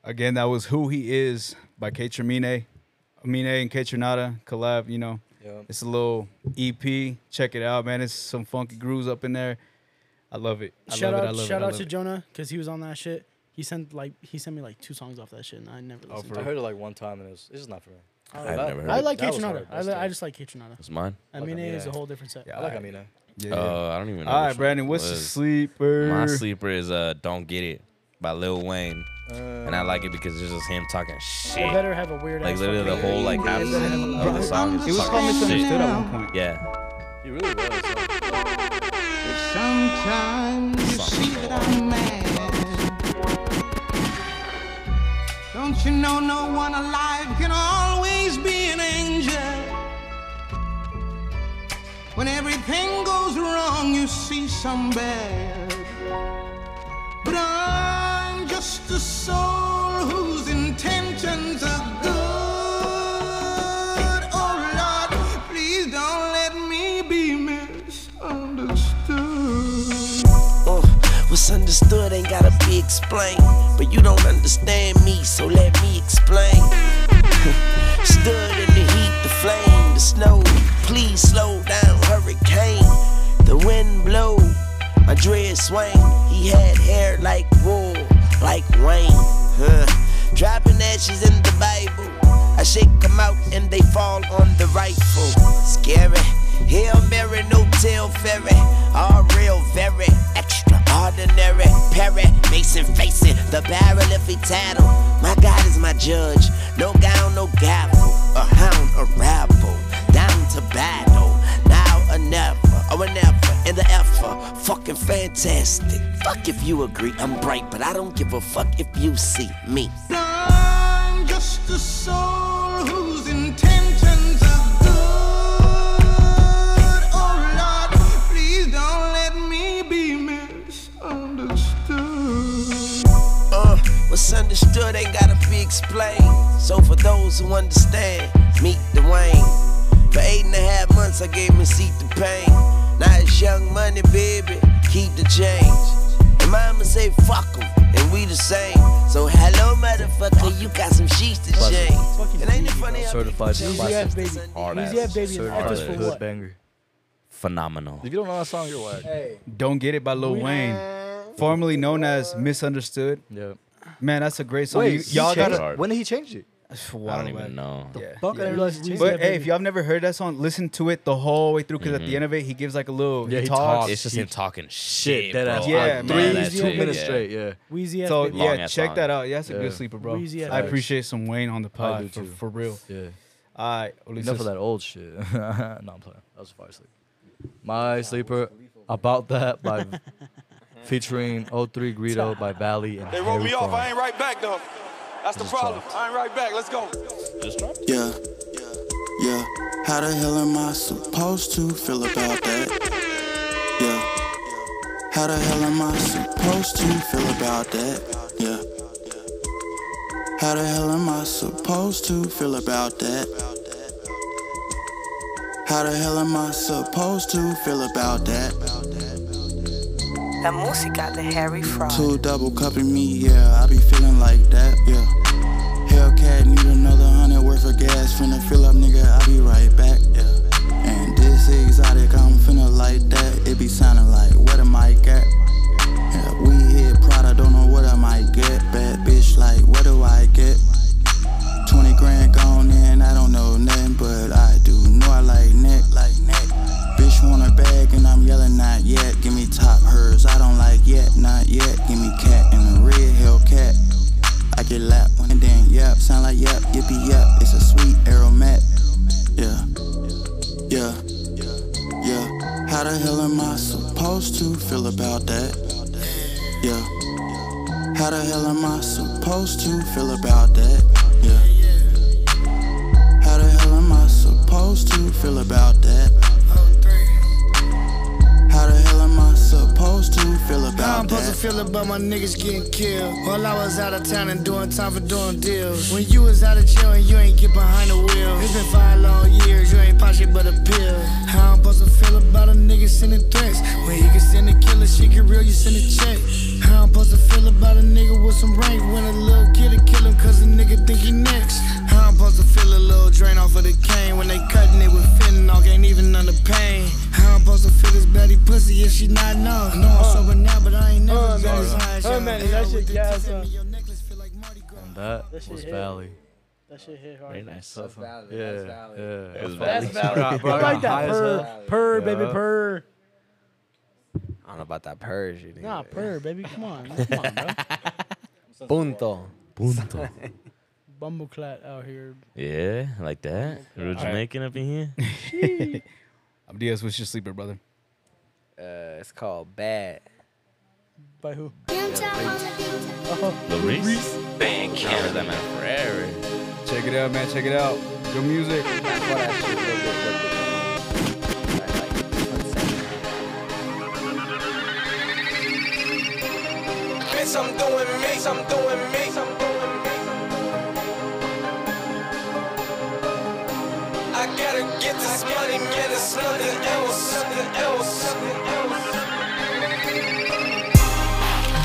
Speaker 1: Again, that was Who He Is by Kate Tremine. Amine and Kate Trinada collab, you know.
Speaker 2: Yep.
Speaker 1: It's a little EP. Check it out, man. It's some funky grooves up in there. I love it. I
Speaker 4: shout
Speaker 1: love
Speaker 4: out,
Speaker 1: it. I love
Speaker 4: shout
Speaker 1: it. I
Speaker 4: out
Speaker 1: love
Speaker 4: to
Speaker 1: it.
Speaker 4: Jonah because he was on that shit. He sent like he sent me like two songs off that shit, and I never listened.
Speaker 2: I
Speaker 4: to
Speaker 2: heard it like one time and it was, it's just not for me.
Speaker 4: I,
Speaker 3: I've never heard
Speaker 4: I
Speaker 3: it.
Speaker 4: like
Speaker 2: That was
Speaker 4: Kitchenada.
Speaker 2: hard.
Speaker 4: I, li- I just like Kitchenada.
Speaker 3: It's mine.
Speaker 4: I
Speaker 2: Like
Speaker 4: mean, it is a
Speaker 2: Amina.
Speaker 4: whole different set.
Speaker 2: I like Amina.
Speaker 1: Yeah.
Speaker 3: Uh, I don't even know.
Speaker 1: All
Speaker 3: which
Speaker 1: right,
Speaker 3: one
Speaker 1: Brandon,
Speaker 3: it
Speaker 1: what's the
Speaker 3: was.
Speaker 1: sleeper?
Speaker 3: My sleeper is uh, "Don't Get It" by Lil Wayne, and I like it because it's just him talking
Speaker 4: Uh, They
Speaker 3: shit.
Speaker 4: better have a weird.
Speaker 3: Like
Speaker 4: ass
Speaker 3: literally the
Speaker 4: fucking-
Speaker 3: whole like half of the song is
Speaker 1: He was
Speaker 3: just
Speaker 1: called
Speaker 3: talking
Speaker 1: misunderstood
Speaker 3: shit.
Speaker 1: at one point.
Speaker 3: Yeah.
Speaker 2: He really was.
Speaker 14: Sometimes you see that I'm mad. Don't you know no one alive can always be an angel? When everything goes wrong, you see some bad. But I'm just a soul whose intentions are good. Oh Lord, please don't let me be misunderstood.
Speaker 15: Uh, what's understood ain't gotta be explained. But you don't understand me, so let me explain. Stood in the heat, the flame, the snow. Please slow down, hurricane. The wind blow, my dread swing. He had hair like wool, like rain. Huh. Dropping ashes in the Bible. I shake them out and they fall on the rifle. Scary. Hail Mary, no tail fairy. All real, very extraordinary. Perry Mason facing the barrel if he tattle. My God is my judge. No gown, no gavel. A hound, a rabble. Down to battle. Now or never. Or never. In the effort. Fucking fantastic. Fuck if you agree. I'm bright, but I don't give a fuck if you see me.
Speaker 14: I'm just a soul whose intentions are good. Oh Lord, please don't let me be misunderstood.
Speaker 15: Uh, what's understood ain't gotta be explained. So for those who understand, meet Dwayne. For eight and a half months I gave him a seat to pain. Now it's young money, baby. Keep the change. And mama say fuck 'em, and we the same. So hello, motherfucker, you got some sheets to change. It ain't it funny how
Speaker 2: Certified
Speaker 15: people change?
Speaker 2: classic.
Speaker 4: Easy ass baby.
Speaker 3: Hard
Speaker 4: Easy ass
Speaker 3: ass.
Speaker 4: baby. F is
Speaker 2: Certified
Speaker 4: for
Speaker 2: hood
Speaker 4: what?
Speaker 2: banger.
Speaker 3: phenomenal.
Speaker 2: If you don't know that song, you're whack.
Speaker 1: Don't Get It by Lil Wayne, formerly known as Misunderstood.
Speaker 2: Yeah.
Speaker 1: Man, that's a great song.
Speaker 2: Wait,
Speaker 1: You-
Speaker 2: he
Speaker 1: y'all
Speaker 2: changed-
Speaker 1: gotta,
Speaker 2: when did he change it?
Speaker 1: A while
Speaker 3: I don't even
Speaker 1: back.
Speaker 3: know.
Speaker 1: Yeah. yeah.
Speaker 2: fuck? I didn't realize he changed
Speaker 1: But
Speaker 2: that
Speaker 1: hey,
Speaker 2: video.
Speaker 1: if y'all have never heard that song, listen to it the whole way through because at the end of it, he gives like a little.
Speaker 2: Yeah,
Speaker 1: he
Speaker 2: he
Speaker 1: talks.
Speaker 2: talks.
Speaker 3: Mm-hmm. It's just him talking shit,
Speaker 1: dead
Speaker 3: bro.
Speaker 1: ass. Yeah,
Speaker 3: I'm
Speaker 1: man.
Speaker 3: mad
Speaker 1: Three
Speaker 3: at
Speaker 1: two
Speaker 3: you.
Speaker 1: minutes
Speaker 3: Yeah.
Speaker 2: straight, yeah.
Speaker 4: Wheezy
Speaker 1: So
Speaker 4: F, baby.
Speaker 1: yeah,
Speaker 3: ass
Speaker 1: check
Speaker 3: song.
Speaker 1: that out. Yeah, that's a
Speaker 2: Yeah.
Speaker 1: good sleeper, bro.
Speaker 4: Wheezy F.
Speaker 1: I appreciate some Wayne on the
Speaker 2: I do
Speaker 1: pod for,
Speaker 2: too.
Speaker 1: for real.
Speaker 2: Yeah.
Speaker 1: All right,
Speaker 2: Enough of that old shit. no, I'm playing. That was a fire sleep. My sleeper, about that by featuring O3 Greedo by Valley and
Speaker 9: They wrote me
Speaker 2: Harry
Speaker 9: off.
Speaker 2: Fong.
Speaker 9: I ain't right back though. That's the
Speaker 2: Just
Speaker 9: problem. I ain't right back. Let's go.
Speaker 16: Yeah, yeah. How the hell am I supposed to feel about that? Yeah. How the hell am I supposed to feel about that? Yeah. How the hell am I supposed to feel about that? How the hell am I supposed to feel about that?
Speaker 17: La música de Harry Fry.
Speaker 16: Two double cupping me, yeah. I be feeling like that, yeah. Hellcat need another hundred worth of gas. Finna fill up, nigga. I be right back, yeah. And this exotic, I'm finna like that. It be sounding like, what am I at? Yeah, we hit Prada, don't know what I might get. Bad bitch, like, what do I get? 20 grand gone in, I don't know nothing, but I do know I like neck, like neck. Bitch want a bag and I'm yelling, not yet. Give me top hers, I don't like yet, not yet. Give me cat and a red Hellcat. I get lap when and then yep, sound like yep, yippee yep. It's a sweet aromat, yeah, yeah, yeah. How the hell am I supposed to feel about that? Yeah. How the hell am I supposed to feel about that? Yeah. How the hell am I supposed to feel about that? How the hell am I supposed to feel
Speaker 18: How I'm
Speaker 16: about
Speaker 18: supposed
Speaker 16: that?
Speaker 18: to feel about my niggas getting killed While I was out of town and doing time for doing deals When you was out of jail and you ain't get behind the wheel It's been five long years, you ain't pop shit but a pill How I'm supposed to feel about a nigga sending threats When he can send a killer, she get real, you send a check How I'm supposed to feel about a nigga with some rank When a little kid to kill him cause a nigga think he next How I'm supposed to feel a little drain off of the cane When they cutting it with fentanyl, ain't even none the pain How I'm supposed to feel this bloody pussy if she not known I know
Speaker 4: Uh,
Speaker 18: I'm sober now but I ain't never been as high as
Speaker 4: Oh
Speaker 18: y'all.
Speaker 4: man, that shit gas. huh?
Speaker 2: And that,
Speaker 4: That shit
Speaker 2: was
Speaker 4: hit.
Speaker 2: Valley.
Speaker 4: That shit hit hard.
Speaker 3: Very nice.
Speaker 2: That's
Speaker 4: Valley,
Speaker 2: Yeah,
Speaker 4: that's
Speaker 2: yeah.
Speaker 3: That's
Speaker 2: Valley.
Speaker 3: Valley.
Speaker 2: Bro, bro,
Speaker 4: I like
Speaker 2: got high
Speaker 4: that
Speaker 2: as
Speaker 4: purr,
Speaker 2: hell.
Speaker 4: purr, baby,
Speaker 2: Yeah.
Speaker 4: purr.
Speaker 5: I don't know about that purge. You
Speaker 4: Nah, purr, baby. Come on, man. come on, bro.
Speaker 5: Punto.
Speaker 3: Punto.
Speaker 4: Bumbleclat out here.
Speaker 3: Yeah, like that. Real
Speaker 1: All right.
Speaker 3: Jamaican up in here.
Speaker 1: Sheesh. Abdias, what's your sleeper, brother?
Speaker 5: Uh, it's called Bad.
Speaker 4: By who? Oh.
Speaker 3: Lil Reese? Bang,
Speaker 1: I heard
Speaker 3: that man forever.
Speaker 1: Check it out, man. Check it out. Your music.
Speaker 9: Bitch, I'm doing me. I'm doing me. I'm doing me. I gotta get this money, man. It's nothing else. Nothing else.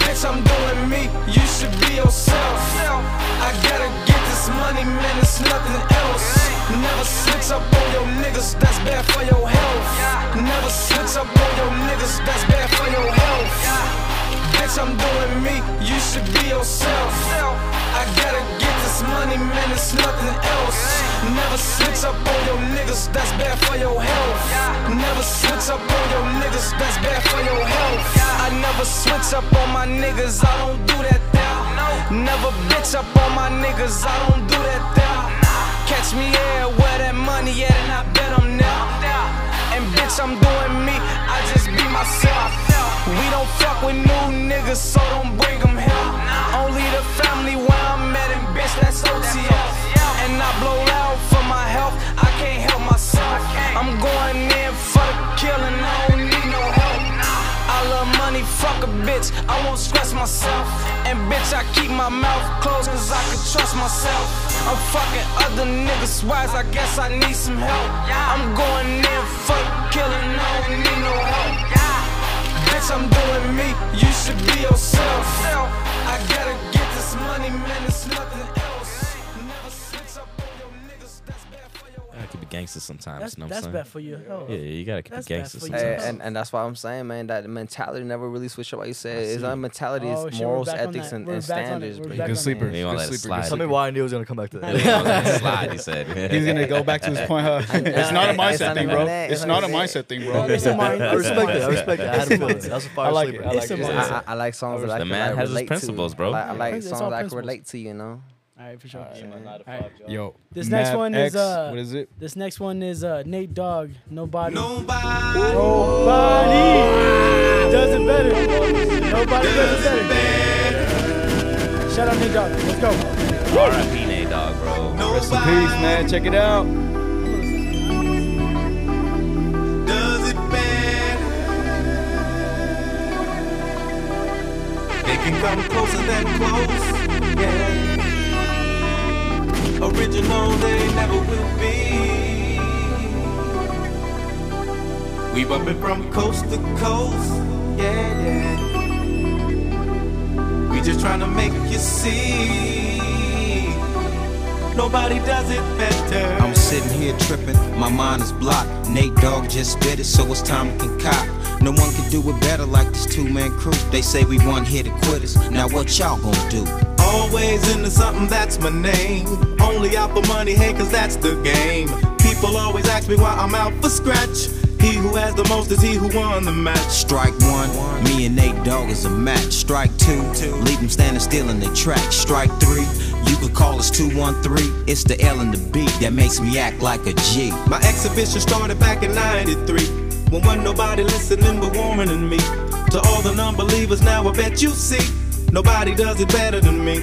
Speaker 9: Bitch, I'm doing me. You should be yourself. I gotta get this money, man. It's nothing else. Never switch up on your niggas. That's bad for your health. Never switch up on your niggas. That's bad for your health. Bitch, I'm doing me, you should be yourself. I gotta get this money, man, it's nothing else. Never switch up on your niggas, that's bad for your health. Never switch up on your niggas, that's bad for your health. I never switch up on my niggas, I don't do that thou. Never bitch up on my niggas, I don't do that thou. Catch me here, where that money at, and I bet I'm now. And bitch, I'm doing me, I just be myself. We don't fuck with new niggas, so don't bring them here. Only the family where I'm at, and bitch, that's OTF. And I blow loud for my health, I can't help myself. I'm going in for the killing, I don't need no help. I love money, fuck a bitch, I won't stress myself. And bitch, I keep my mouth closed, cause I can trust myself. I'm fucking other niggas wise, I guess I need some help. I'm going in for the killing, I don't need no help. Bitch, I'm doing me, you should be yourself. I gotta get this money, man, it's nothing else. Never switch up on your niggas, that's bad for your
Speaker 3: keep it gangster sometimes.
Speaker 4: That's-
Speaker 3: you know what
Speaker 4: that's
Speaker 3: I'm saying?
Speaker 4: bad for you. Hell,
Speaker 3: Yeah, you gotta keep
Speaker 4: that's
Speaker 3: it gangster
Speaker 5: Hey,
Speaker 3: sometimes.
Speaker 5: and, and that's why I'm saying, man, that mentality never really switched up. Like you said, it's not mentality,
Speaker 4: Oh,
Speaker 5: it's
Speaker 4: shit, we're
Speaker 5: morals,
Speaker 4: back on
Speaker 5: ethics,
Speaker 4: that.
Speaker 5: and,
Speaker 4: We're
Speaker 5: and
Speaker 4: back on it.
Speaker 5: standards.
Speaker 4: We're
Speaker 5: bro.
Speaker 4: back on it.
Speaker 5: You
Speaker 4: Good sleeper.
Speaker 3: They wanna let it slide.
Speaker 2: Tell me why I knew it was gonna come back to that.
Speaker 3: They wanna let it slide, he said.
Speaker 1: He's gonna go back to his point. Huh? It's not a mindset thing, bro. It's not a mindset thing, bro.
Speaker 2: I respect it. I respect it. I had a feeling. That was a fire
Speaker 5: I like
Speaker 2: sleeper.
Speaker 5: it. I like, it. I, I like songs that I
Speaker 3: The
Speaker 5: can
Speaker 3: man
Speaker 5: like,
Speaker 3: has his
Speaker 5: relate
Speaker 3: principles,
Speaker 5: to.
Speaker 3: bro.
Speaker 5: Like, I
Speaker 4: Yeah,
Speaker 5: like
Speaker 4: it's all
Speaker 5: songs that I can
Speaker 4: principles.
Speaker 5: relate to, you know.
Speaker 4: All right, for sure.
Speaker 5: All right.
Speaker 1: Yo,
Speaker 4: This next
Speaker 1: Mav
Speaker 4: one
Speaker 1: X,
Speaker 4: is uh.
Speaker 1: what is it?
Speaker 4: This next one is uh Nate Dogg. Nobody.
Speaker 19: Nobody.
Speaker 4: Nobody does it better. Nobody does it better. Shout out Nate Dogg. Let's go.
Speaker 3: R.I.P. Nate Dog, bro.
Speaker 1: Rest in peace, man. Check it out.
Speaker 19: does it bad. They can come closer than close. Yeah. Original, they never will be. We bumpin' from coast to coast. Yeah, yeah. We just tryna make you see. Nobody does it better.
Speaker 20: I'm sitting here tripping, my mind is blocked. Nate Dogg just did it, so it's time to concoct. No one can do it better like this two man crew. They say we want here to quit us. Now what y'all gonna do?
Speaker 19: Always into something that's my name. Only out for money, hey, cause that's the game. People always ask me why I'm out for scratch. He who has the most is he who won the match.
Speaker 20: Strike one, me and Nate Dogg is a match. Strike two, leave them standing still in their tracks. Strike three, you could call us 213. It's the L and the B that makes me act like a G.
Speaker 19: My exhibition started back in 93. When wasn't nobody listening but warning me. To all the non believers, now I bet you see. Nobody does it better than me.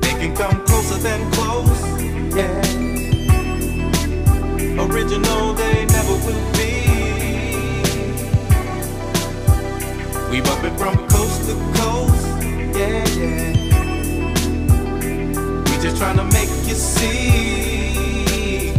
Speaker 19: They can come closer than close. Yeah. Original, they never will be. We bumpin' from coast to coast. Yeah, yeah. We just tryna make you see.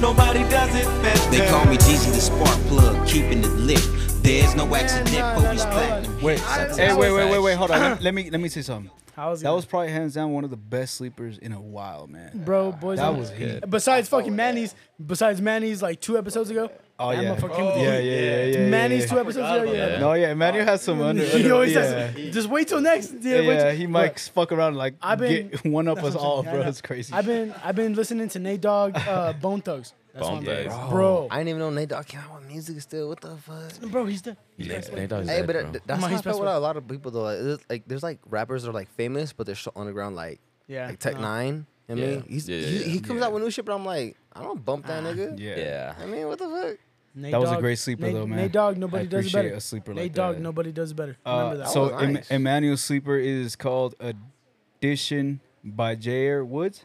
Speaker 19: Nobody does it better.
Speaker 20: They call me Jeezy the spark plug, keeping it lit. There's no accident for these platinum.
Speaker 1: Wait,
Speaker 20: hits. I
Speaker 1: hey,
Speaker 20: tell
Speaker 1: wait,
Speaker 20: you.
Speaker 1: wait, wait, wait. Hold on. Let- Let me let me say something. That was probably hands down one of the best sleepers in a while, man.
Speaker 4: Bro, boys.
Speaker 1: That
Speaker 4: I'm-
Speaker 1: was good.
Speaker 4: Besides fucking Manny's, besides Manny's like two episodes ago.
Speaker 1: Oh
Speaker 4: that
Speaker 1: yeah.
Speaker 4: motherfucker came with the
Speaker 1: yeah, yeah,
Speaker 4: heat.
Speaker 1: yeah, yeah, yeah.
Speaker 4: Manny's
Speaker 1: yeah.
Speaker 4: two episodes ago. Yeah.
Speaker 1: No, yeah, Manu has some under.
Speaker 4: he always
Speaker 1: yeah.
Speaker 4: says, just wait till next.
Speaker 1: Yeah,
Speaker 4: wait till-"
Speaker 1: he
Speaker 4: Look,
Speaker 1: might fuck around and, like
Speaker 4: I've been
Speaker 1: get one up
Speaker 4: that's
Speaker 1: us
Speaker 4: what I'm
Speaker 1: all,
Speaker 4: saying.
Speaker 1: bro.
Speaker 4: I know.
Speaker 1: It's crazy.
Speaker 4: I've been I've been listening to Nate Dogg, uh, Bone Thugs. That's what
Speaker 1: Bone
Speaker 4: I'm saying.
Speaker 1: Thugs.
Speaker 4: bro.
Speaker 5: I didn't even know Nate Dogg came out with music still. What the fuck?
Speaker 4: Bro, he's dead.
Speaker 5: Hey, but that- that's
Speaker 4: Come on,
Speaker 5: how I felt
Speaker 4: he's best
Speaker 5: with
Speaker 4: friend.
Speaker 5: a lot of people though. Like, it's like there's like rappers that are like famous, but they're still underground. Like
Speaker 4: Yeah,
Speaker 5: like Tech
Speaker 4: no.
Speaker 5: Nine. I
Speaker 4: Yeah.
Speaker 5: mean, he's,
Speaker 4: Yeah, yeah,
Speaker 5: he,
Speaker 4: yeah.
Speaker 5: he comes out with new shit, but I'm like, I don't bump that nigga.
Speaker 1: yeah.
Speaker 3: Yeah.
Speaker 5: I mean, what the fuck?
Speaker 4: Ah. Nate
Speaker 1: That was a
Speaker 4: Dogg-
Speaker 1: great sleeper,
Speaker 4: Nate,
Speaker 1: though, man.
Speaker 4: Nate Dogg,
Speaker 1: I
Speaker 4: nobody does it
Speaker 1: appreciate
Speaker 4: better.
Speaker 1: a sleeper
Speaker 4: Nate
Speaker 1: like
Speaker 4: Dog,
Speaker 1: that.
Speaker 4: nobody does it better.
Speaker 1: Uh,
Speaker 4: Remember that.
Speaker 1: so Em- Emmanuel Sleeper is called Addition by J.R. Woods.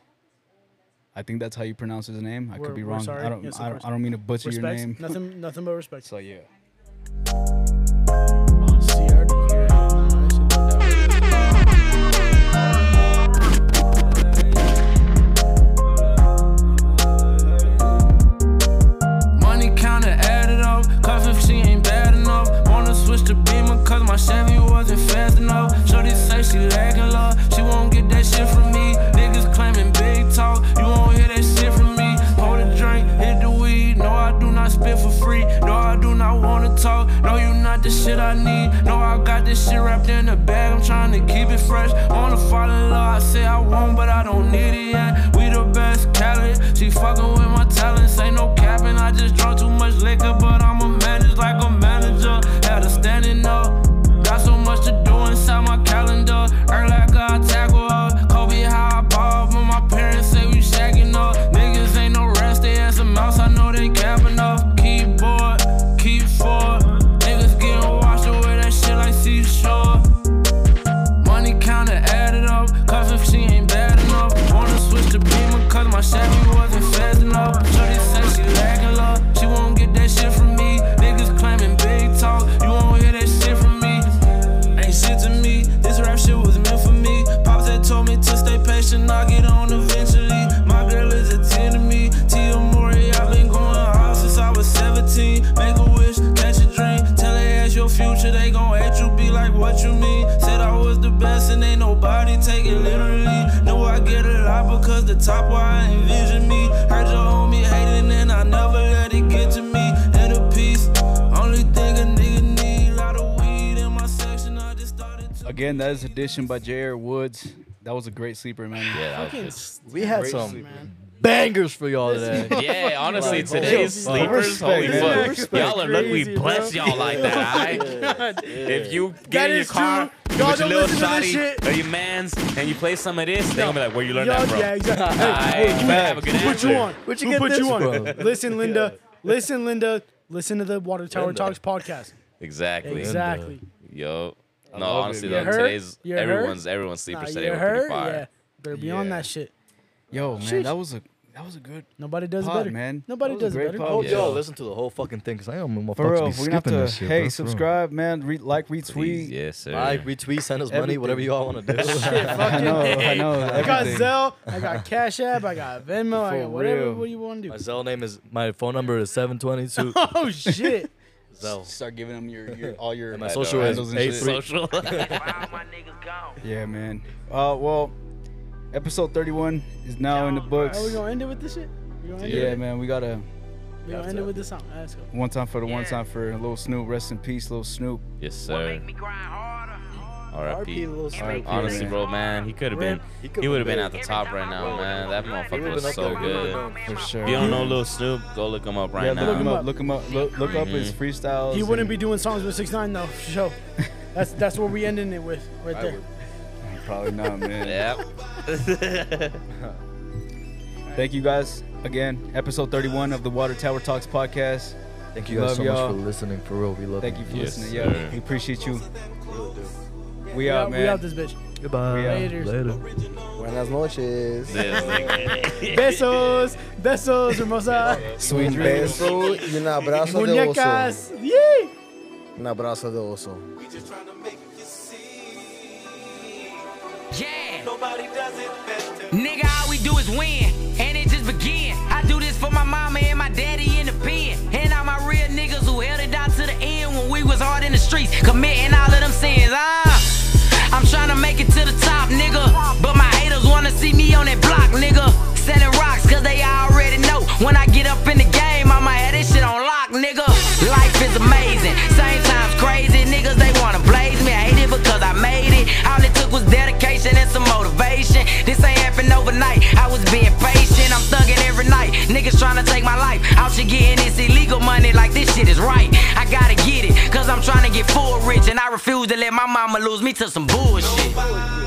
Speaker 1: I think that's how you pronounce his name. I
Speaker 4: We're-
Speaker 1: could be
Speaker 4: we're
Speaker 1: wrong.
Speaker 4: sorry.
Speaker 1: I don't.
Speaker 4: Yes, of
Speaker 1: I, don't
Speaker 4: course.
Speaker 1: I don't mean to butcher your
Speaker 4: Respect.
Speaker 1: name.
Speaker 4: Nothing, nothing but respect.
Speaker 1: So yeah.
Speaker 19: Money counter added up. Cut 15 ain't bad enough. Wanna switch to Beamer cause my Chevy wasn't fast enough. Shorty say she lacking love. She won't get that shit from me. Niggas claiming big talk. You won't hear that shit from me. Hold a drink, hit the weed. No, I do not spit for free. No, I do not wanna talk. No, you not the shit I need. No, I got this shit wrapped in a bag. I'm trying to keep it fresh. Wanna fall in love. I say I won't, but I don't need it yet. We the best Cali. She fucking with my talents. Ain't no capping. I just drunk too much liquor, but I'ma manage like a manager. Had a standing up. Got so much to do inside my calendar. Erlacher, I tackle her. Kobe, how I ball, but my parents say we shagging up. Niggas ain't no rest, they ass a mouse, I know they capping up. Keyboard, keep forward. Niggas getting washed away, that shit like seashore. Money counter added up, cause if she ain't bad enough. Wanna switch to Beamer, cause my Chevy wasn't fast enough. Shorty say she lagging love, she won't get that shit from me. Niggas claiming big talk, you won't hear that shit from me. Ain't shit to me, this rap shit was meant for me. Pops had told me to stay patient, I'll get on eventually. My girl is a 10 to me, Tia Mori, I've been going hard since I was 17. Make a wish, catch a dream, tell they ass your future, they gon' at you be like what you mean. Said I was the best and ain't nobody take it literally. Know I get a lot because the top where I envision me. Heard your homie hating and
Speaker 1: again, that is Edition by J.R. Woods. That was a great sleeper, man.
Speaker 3: Yeah,
Speaker 4: that was Fucking good.
Speaker 2: We had
Speaker 1: Great
Speaker 2: some
Speaker 1: sleeper.
Speaker 2: bangers for y'all
Speaker 1: This
Speaker 2: today.
Speaker 3: Yeah, honestly,
Speaker 2: Like,
Speaker 3: today's
Speaker 2: holy fuck.
Speaker 3: sleepers, holy
Speaker 2: Respect, man.
Speaker 3: fuck.
Speaker 2: Respect.
Speaker 3: Y'all are lucky we
Speaker 2: Crazy,
Speaker 3: bless
Speaker 2: bro.
Speaker 3: y'all like that,
Speaker 2: Yeah.
Speaker 3: alright?
Speaker 2: Yeah.
Speaker 3: If you get
Speaker 2: That
Speaker 3: in your
Speaker 2: is
Speaker 3: car
Speaker 2: true.
Speaker 3: you
Speaker 2: Y'all
Speaker 3: with your
Speaker 2: don't
Speaker 3: little
Speaker 2: listen to this
Speaker 3: shotty
Speaker 2: shit.
Speaker 3: or your mans and you play some of this, they're gonna be like, where you learn
Speaker 4: Y'all-
Speaker 3: that from?
Speaker 4: yeah, exactly. Hey,
Speaker 3: Alright,
Speaker 4: who-
Speaker 3: you better have a good
Speaker 4: who put you
Speaker 3: answer.
Speaker 4: on?
Speaker 2: Where'd you
Speaker 4: who
Speaker 2: get
Speaker 4: put
Speaker 2: this
Speaker 4: you on?
Speaker 2: from?
Speaker 4: Listen, Linda. Listen, Linda. Listen to the Water Tower
Speaker 3: Linda.
Speaker 4: Talks podcast.
Speaker 3: Exactly.
Speaker 4: Exactly.
Speaker 3: Yo.
Speaker 4: I
Speaker 3: No,
Speaker 4: love it,
Speaker 3: honestly
Speaker 4: man.
Speaker 3: though,
Speaker 4: You heard?
Speaker 3: today's
Speaker 4: You heard?
Speaker 3: everyone's everyone's
Speaker 4: Nah,
Speaker 3: sleepers
Speaker 4: you
Speaker 3: today were
Speaker 4: heard?
Speaker 3: pretty fire.
Speaker 4: Yeah. Better be on that shit.
Speaker 1: Yo, man,
Speaker 4: Sheesh.
Speaker 1: that was a that was a good.
Speaker 4: Nobody does
Speaker 1: pod,
Speaker 4: better,
Speaker 1: man.
Speaker 4: Nobody
Speaker 1: That was
Speaker 4: does
Speaker 1: a great
Speaker 4: better.
Speaker 1: pod.
Speaker 2: Oh,
Speaker 1: Yeah.
Speaker 2: yo, listen to the whole fucking thing because I don't know
Speaker 1: For
Speaker 2: motherfuckers
Speaker 1: real, we're
Speaker 2: be
Speaker 1: gonna have
Speaker 2: skipping
Speaker 1: to.
Speaker 2: this shit.
Speaker 1: hey,
Speaker 2: bro, for real.
Speaker 1: subscribe, man. Re- like, retweet.
Speaker 3: Yes, sir.
Speaker 2: Like, retweet, send us money, whatever
Speaker 1: Everything.
Speaker 2: you all want to do.
Speaker 1: Shit, fucking- I know, I know,
Speaker 4: I got
Speaker 2: everything.
Speaker 4: Zelle. I got Cash App. I got Venmo. I got whatever. What you want to do?
Speaker 2: My Zell name is my phone number is seven twenty two.
Speaker 4: Oh shit.
Speaker 2: Zell.
Speaker 1: Start giving them your, your all your
Speaker 2: And my social is
Speaker 1: handles and shit.
Speaker 2: 83. Social.
Speaker 1: yeah, man. Uh, well, episode thirty-one is now in the books.
Speaker 4: Are we gonna end it with this shit? We gonna end
Speaker 1: Yeah,
Speaker 4: it.
Speaker 1: man, we gotta
Speaker 4: We gonna end it with this song. All right, Let's go.
Speaker 1: one time for the one time for a little Snoop. Rest in peace, little Snoop.
Speaker 3: Yes, sir.
Speaker 2: RIP,
Speaker 3: R.I.P.
Speaker 2: Lil Snoop.
Speaker 1: R.I.P.,
Speaker 3: Honestly,
Speaker 1: man.
Speaker 3: bro, man, he could have
Speaker 2: Rip.
Speaker 3: been, he
Speaker 2: He could've
Speaker 3: would have been
Speaker 2: been.
Speaker 3: at the top right now, man. That motherfucker
Speaker 2: been
Speaker 3: was
Speaker 2: up
Speaker 3: so
Speaker 2: there.
Speaker 3: good.
Speaker 1: For sure.
Speaker 3: If you don't know Lil Snoop, go look him up right
Speaker 1: yeah,
Speaker 3: now.
Speaker 1: look him up. Look him up. Look, look up his
Speaker 3: Mhm.
Speaker 1: freestyles.
Speaker 4: He
Speaker 1: and-
Speaker 4: wouldn't be doing songs with Six Nine though. For sure. That's that's what we ending it with right there.
Speaker 1: Probably not, man.
Speaker 3: yep.
Speaker 1: Thank you guys again. Episode 31 of the Water Tower Talks podcast.
Speaker 2: Thank you guys
Speaker 1: Love
Speaker 2: so
Speaker 1: y'all.
Speaker 2: much for listening. For real, we love
Speaker 1: Thank you for
Speaker 2: Yes,
Speaker 1: listening.
Speaker 2: sir.
Speaker 1: Yeah, we appreciate you. We out,
Speaker 4: we
Speaker 1: man.
Speaker 4: out this bitch.
Speaker 2: Goodbye.
Speaker 1: We out.
Speaker 4: Laters.
Speaker 5: Buenas noches.
Speaker 4: Besos, besos, hermosa.
Speaker 5: Un beso y un abrazo de oso.
Speaker 4: Muñecas. Yay!
Speaker 5: Un abrazo de oso.
Speaker 21: Yeah. Nigga, all we do is win, and it just begin. I do this for my mama and my daddy in the pen, and all my real niggas who held it out to the end when we was hard in the streets, committing all of them sins. Ah, I'm trying to make it to the top, nigga, but my haters wanna see me on that block, nigga. Selling rocks, cause they already know. When I get up in the game, I'ma have this shit on lock, nigga. Life is amazing, same time's crazy. Niggas, they wanna blaze me. I hate it because I made it. All it took was dedication and some motivation. This ain't happen overnight. I was being patient. I'm thugging every night. Niggas tryna take my life. Out here getting this illegal money like this shit is right. I gotta get it, cause I'm tryna get full rich. And I refuse to let my mama lose me to some bullshit.